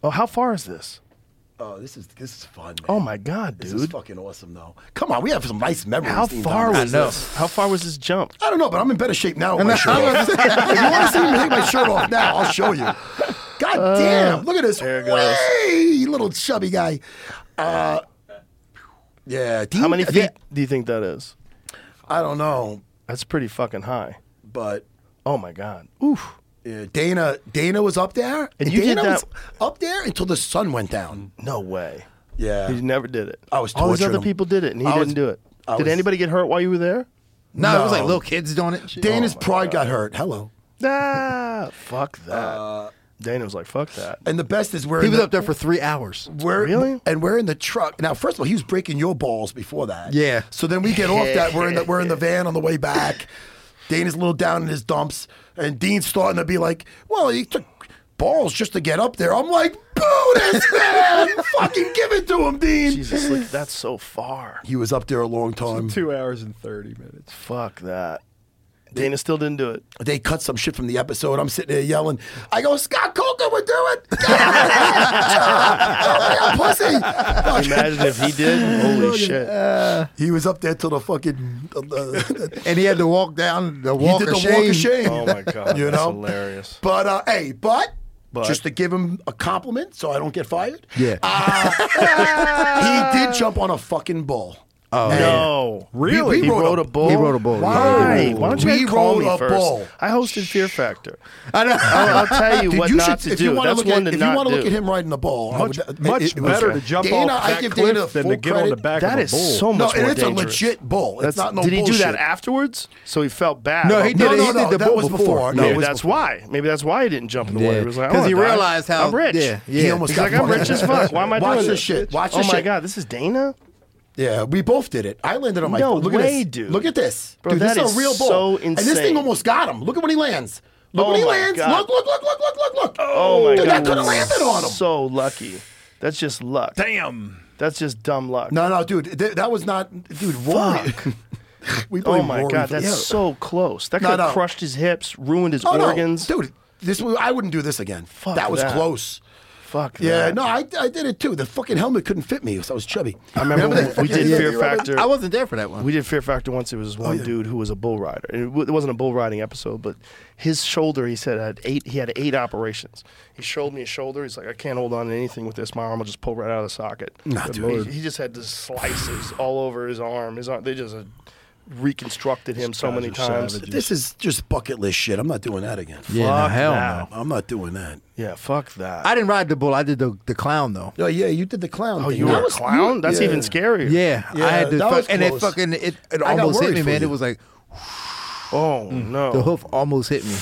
S4: Oh, how far is this?
S5: Oh, this is this is fun. Man.
S4: Oh my god,
S5: this is
S4: dude!
S5: fucking awesome though. Come on, we have some nice memories.
S4: How
S5: Dean
S4: far
S5: Donovan.
S4: was this? How far was this jump?
S5: I don't know, but I'm in better shape now with my shirt off. if you want to see me take my shirt off now, I'll show you. God damn! Look at this
S4: Uh, there it goes.
S5: way, little chubby guy. Uh, yeah. Dean-
S4: How many
S5: I
S4: feet
S5: think-
S4: do you think that is?
S5: I don't know,
S4: That's pretty fucking high.
S5: but
S4: Oh my god. Oof.
S5: yeah, Dana Dana was up there, and,
S4: you did
S5: Dana was
S4: that-
S5: up there until the sun went down.
S4: No way.
S5: Yeah.
S4: He never did it.
S5: I was
S4: All these
S5: torturing
S4: other
S5: him.
S4: people did it, and he
S5: I
S4: didn't
S5: was-
S4: do it.
S5: I
S4: did
S5: was-
S4: anybody get hurt while you were there?
S6: no, it was like
S5: No.
S6: little kids doing it. Shit.
S4: Oh
S5: Dana's pride got hurt. Hello.
S4: Ah, fuck that.
S5: Uh,
S4: Dana was like, "Fuck that."
S5: And the best is where
S6: he was up there for three hours.
S5: We're,
S4: Really?
S5: And we're in the truck. Now, first of all, he was breaking your balls before that.
S6: Yeah.
S5: So then we get off that. We're in the we're in the van on the way back. Dana's a little down in his dumps, and Dean's starting to be like, "Well, he took balls just to get up there." I'm like, "Boo this man! Fucking give it to him, Dean."
S4: Jesus, like that's so far.
S5: He was up there a long time.
S7: two hours and thirty minutes.
S4: Fuck that. Dana still didn't do it.
S5: They cut some shit from the episode. I'm sitting there yelling. I go, Scott Coker would do it. pussy.
S4: Imagine if he did. Holy shit.
S5: He was up there till the fucking. uh,
S6: And he had to walk down the walk,
S5: he did
S6: of,
S5: the
S6: shame.
S5: walk of shame.
S4: Oh my god.
S5: you
S4: that's
S5: know,
S4: hilarious.
S5: But uh, hey, but,
S4: But-
S5: just to give him a compliment, so I don't get fired.
S6: Yeah.
S5: Uh, he did jump on a fucking bull. Oh
S4: No,
S7: Really?
S4: He
S5: He
S4: wrote,
S5: wrote
S4: a,
S5: a-
S4: bull.
S6: he wrote a bull,
S4: Why?
S5: yeah.
S4: Why don't you
S5: We
S4: guys call
S5: wrote
S4: me
S5: a
S4: first?
S5: bull.
S4: I hosted Fear Factor.
S6: I know.
S4: I'll, I'll tell you what not to
S5: if
S4: do.
S5: You wanna
S4: That's
S5: look
S4: one
S5: at,
S4: to
S5: if you
S4: not
S5: want to
S4: do.
S5: look at him riding the ball, I
S7: Much,
S5: would-
S7: much
S5: Oh, it- it was-
S7: better to jump
S5: Dana,
S7: off
S5: I
S7: that
S5: give
S7: cliff
S5: Dana
S7: than
S5: full
S7: to get on the
S5: credit.
S7: back
S4: That
S7: of a
S4: is
S7: bull.
S4: so much
S5: No,
S4: more
S5: and it's a
S4: dangerous.
S5: legit bull. It's
S4: That's-
S5: not no
S4: Did he do
S5: bullshit.
S4: that afterwards? So he felt bad.
S6: No, he
S4: about
S6: did.
S5: No,
S6: it.
S5: no,
S6: he
S5: no,
S6: did the
S5: that
S6: bull
S5: was before. No,
S4: Maybe
S5: it was
S4: that's
S5: before.
S4: why. Maybe that's why he didn't jump in the water. He was like, I
S6: because he
S4: wanna die.
S6: realized how
S4: I'm rich.
S6: Yeah, yeah.
S5: He almost
S4: He's
S5: got
S4: like, I'm
S5: fucked.
S4: rich as fuck. Why am I
S5: Watch
S4: doing
S5: this shit. Watch
S4: oh
S5: this
S4: my
S5: shit.
S4: god, this is Dana.
S5: Yeah, we both did it. I landed on my
S4: No
S5: look at
S4: way,
S5: this.
S4: dude.
S5: Look at this.
S4: Bro,
S5: dude,
S4: that
S5: this
S4: is
S5: a real bull.
S4: so
S5: And this
S4: insane.
S5: thing almost got him. Look at when he lands. Look
S4: Oh
S5: when he
S4: my
S5: lands.
S4: God.
S5: Look, look, look, look, look, look, look.
S4: Oh my
S5: dude,
S4: god,
S5: that could have
S4: that's
S5: landed on him.
S4: So lucky. That's just luck.
S7: Damn.
S4: That's just dumb luck.
S5: no, no, dude, th- that was not, dude. Rory, we
S4: Oh
S5: blame
S4: my
S5: Rory
S4: god,
S5: for-
S4: that's
S5: yeah.
S4: so close. That
S5: No,
S4: could have
S5: no.
S4: crushed his hips, ruined his
S5: Oh, no.
S4: organs.
S5: dude. This I wouldn't do this again.
S4: Fuck
S5: that was
S4: that.
S5: close.
S4: Fuck.
S5: Yeah,
S4: that.
S5: no, I, I did it too. The fucking helmet couldn't fit me because I was chubby.
S4: I remember,
S5: Remember that
S4: when we did
S5: fucking- yeah,
S4: Fear
S5: you remember-
S4: Factor.
S6: I wasn't there for that one.
S4: we did Fear Factor once. It
S5: Oh,
S4: was one dude who was a bull rider. And It, w- it wasn't a bull riding episode, but his shoulder. He said had eight. He had eight operations. He showed me his shoulder. He's like, I can't hold on to anything with this. My arm will just pull right out of the socket.
S5: Nah,
S4: But
S5: dude.
S4: He, he just had just slices all over his arm. His arm. They just uh, reconstructed him so
S7: guys
S4: many
S7: are
S4: times.
S7: savages.
S5: This is just bucket list shit. I'm not doing that again.
S6: yeah, no,
S4: Fuck
S6: hell
S4: that.
S6: no.
S5: I'm not doing that.
S4: Yeah, fuck that.
S6: I didn't ride the bull. I did the the clown though.
S5: Oh yeah, you did the clown.
S4: oh,
S5: thing.
S4: you
S5: That
S4: were a
S5: was-
S4: clown. That's
S5: yeah.
S4: even scarier.
S6: Yeah,
S5: Yeah,
S6: I had to
S5: that
S6: fuck,
S5: was
S6: and it
S5: close.
S6: fucking it, it
S5: I got
S6: almost hit
S5: worried
S6: me,
S5: for
S6: man.
S5: you.
S6: It was like
S4: Oh
S5: Mm-hmm.
S4: no.
S6: the hoof almost hit me.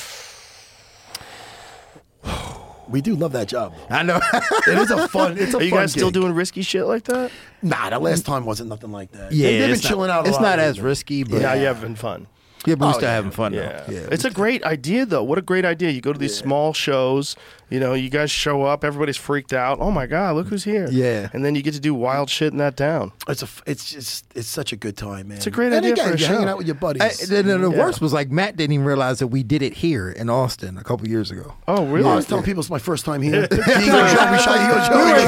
S5: We do love that job.
S6: I know.
S5: It is a fun. It's a
S4: Are you
S5: fun
S4: guys still
S5: gig.
S4: doing risky shit like that?
S5: Nah, the last time wasn't nothing like that.
S6: yeah,
S5: they, have been
S6: it's not-
S5: chilling out. A
S6: It's
S5: lot
S6: not as
S5: lately.
S6: risky, but
S4: Now
S6: yeah,
S4: you're having fun.
S6: but we're
S5: Oh,
S6: still
S5: yeah.
S6: having fun.
S4: Yeah.
S6: though. yeah.
S4: It's a great idea, though. What a great idea. You go to these small shows, you know, you guys show up, everybody's freaked out. Oh my God, look who's here.
S6: Yeah.
S4: And then you get to do wild shit in that town.
S5: It's a. f- It's just. It's such a good time, man. It's
S4: a great
S5: and
S4: idea
S5: Again,
S4: for a
S5: you're hanging
S4: show.
S5: out with your buddies.
S6: I, then the, the
S4: Yeah.
S6: worst was like Matt didn't even realize that we did it here in Austin a couple years ago.
S4: Oh,
S5: Oh,
S4: really?
S5: I was telling people it's my first time here. he goes, "Yeah, we shot, he goes, "Yeah, we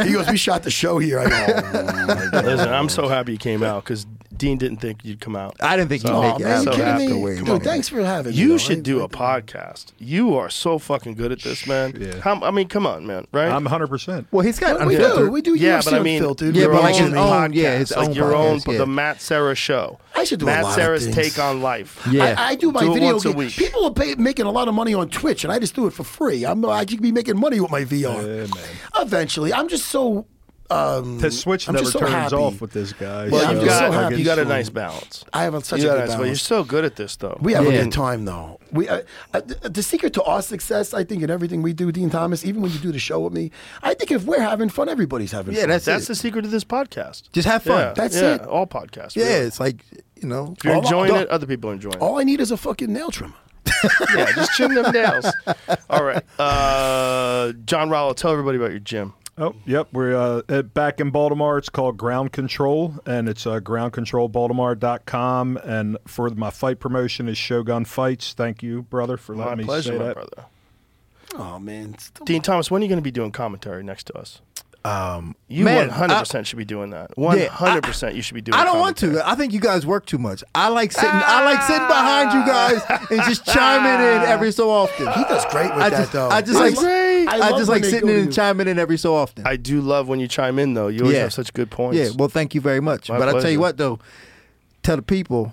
S5: shot- he goes, we shot the show here. I go, oh,
S4: Listen, I'm so happy you came out because Dean didn't think you'd come out.
S6: I didn't think you'd
S5: oh,
S6: make it.
S5: man,
S6: out.
S5: you
S4: so
S5: kidding me?
S6: afterwards.
S5: Dude,
S6: Come on.
S5: thanks for having me.
S4: You
S5: though.
S4: should
S5: I-
S4: do
S5: I-
S4: a podcast. You are so fucking good at this, man.
S7: Yeah.
S4: How, I mean, come on, man, right?
S7: I'm 100%.
S6: Well, he's got
S5: We
S6: unfiltered.
S5: do. We do.
S4: yeah,
S5: UFC
S4: but I mean,
S5: Unfiltered.
S6: Yeah,
S4: your
S6: but like
S4: own
S6: his own-
S4: podcast,
S6: yeah, his
S4: like
S6: own
S4: your own,
S6: podcast, yeah.
S4: the Matt Sarah show.
S5: I should do a
S4: Matt
S5: lot of
S4: Sarah's
S5: things.
S4: take on life.
S6: Yeah.
S5: I, I do my
S4: Do it
S5: video
S4: once a
S5: game-
S4: week.
S5: People are pay, making a lot of money on Twitch, and I just do it for free. I'm I could be making money with my VR.
S7: Yeah, man.
S5: Eventually, I'm just so. Um,
S7: The switch
S5: I'm
S7: never
S5: just so
S7: turns
S5: happy.
S7: off with this guy.
S5: Well,
S7: so-
S5: I'm
S4: you
S5: just so
S4: got,
S5: happy
S4: you got a
S5: for
S4: nice
S5: you.
S4: balance.
S5: I have such
S4: you
S5: a
S4: got
S5: good
S4: nice, but
S5: balance.
S4: You're so good at this, though.
S5: We have
S6: Yeah.
S5: a good time though. We uh, uh, the the secret to our success, I think, in everything we do, Dean Thomas. Even when you do the show with me, I think if we're having fun, everybody's having
S6: Yeah,
S5: fun.
S6: that's that's
S4: That's the secret of this podcast.
S6: Just have fun.
S4: Yeah,
S5: That's
S4: yeah,
S5: it.
S4: All podcasts.
S6: yeah.
S4: really.
S6: It's like you know.
S4: If you're
S5: All-
S4: enjoying
S5: all-
S4: it,
S6: Um,
S4: other people are enjoying
S5: all I need is a fucking nail trimmer.
S4: it. Yeah, just trim them nails. All right. Uh, John Rollo, tell everybody about your gym.
S7: Oh, yep. We're uh, at, back in Baltimore. It's called Ground Control, and it's uh, groundcontrolbaltimore.com. And for my fight promotion is Shogun Fights. Thank you, brother, for letting
S4: My
S7: me
S4: pleasure,
S7: say
S4: my
S7: that.
S4: brother.
S5: Oh man, still-
S4: Dean Thomas, when are you going to be doing commentary next to us? Um, you
S6: man,
S4: 100% should be doing that.
S6: I-
S4: 100% you should be doing
S6: I don't want
S4: commentary.
S6: to. I think you guys work too much. I like sitting. I like sitting behind you guys and just chiming in every so often.
S5: he does great with
S6: I
S5: that
S6: just,
S5: though.
S6: I just like,
S4: great.
S6: I,
S5: I love
S6: just
S5: when
S6: like
S5: they
S6: sitting
S5: go
S6: in
S5: to
S6: and
S5: you.
S6: chiming in every so often.
S4: I do love when you chime in, though. You always
S6: Yeah.
S4: have such good points.
S6: yeah, well, thank you very much.
S4: My
S6: but I tell
S4: pleasure.
S6: you what, though, tell the people,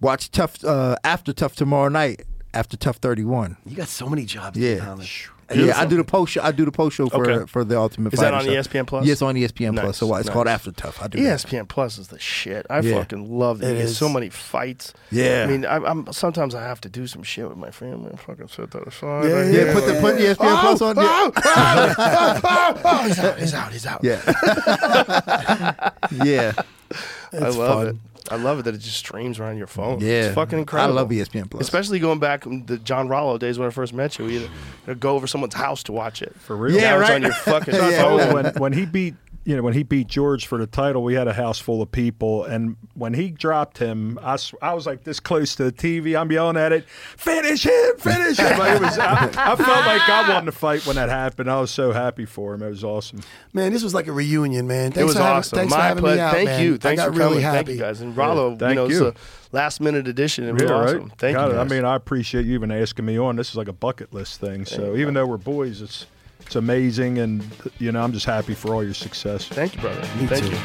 S6: watch Tough uh, after Tough tomorrow night after Tough Thirty One.
S5: you got so many jobs. Dean
S6: Yeah.
S5: Thomas.
S6: Yeah, I do the post show. I do the post show for
S4: Okay.
S6: for the Ultimate.
S4: Is that
S6: Fighter
S4: on E
S6: show.
S4: ESPN Plus?
S6: Yes, on E ESPN
S4: Nice,
S6: Plus. So it's
S4: nice.
S6: called After Tough. I do. that.
S4: ESPN Plus is the shit. I
S6: Yeah.
S4: fucking love that.
S5: It
S4: You get
S5: is.
S4: so many fights.
S6: Yeah.
S4: I mean, I, I'm sometimes I have to do some shit with my family. I fucking set that aside.
S5: Yeah,
S6: Yeah, put the E put ESPN
S4: Oh,
S6: Plus on. Yeah.
S4: he's out. He's out. He's out.
S6: Yeah. yeah.
S4: I love it. I love it that it just streams right on your phone.
S6: Yeah.
S4: it's fucking incredible.
S6: I love E ESPN Plus.
S4: Especially going back in the John Rollo days when I first met you, we either go over someone's house to watch it.
S7: For real.
S6: Yeah,
S4: Now it's
S6: right.
S4: on your fucking
S7: I
S4: phone.
S7: told him when, when he beat you know, when he beat George for the title, we had a house full of people. And when he dropped him, I, s- I was like this close to the TV. I'm yelling at it, finish him, finish him. Like, it was, I, I felt like I won the fight when that happened. I was so happy for him. It was awesome.
S5: Man, this was like a reunion, man. Thanks
S4: it was
S5: for having,
S4: awesome.
S5: Thanks
S4: My
S5: for having
S4: pleasure.
S5: me out,
S4: Thank
S5: man.
S4: you. Thanks
S5: I got
S4: for
S5: really
S4: coming.
S5: happy.
S4: Thank you guys. And Rollo,
S7: thank
S4: you know,
S7: you.
S4: it's a last minute addition. It was
S7: Yeah,
S4: awesome. Thank
S7: Got
S4: you.
S7: it.
S4: Guys.
S7: I mean, I appreciate you even asking me on. This is like a bucket list thing. So even though we're boys, it's it's amazing, and you know, I'm just happy for all your success.
S4: Thank you, brother. Thank you.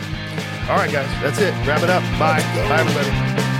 S4: All right, guys. That's it. Wrap it up. Bye. Bye, everybody.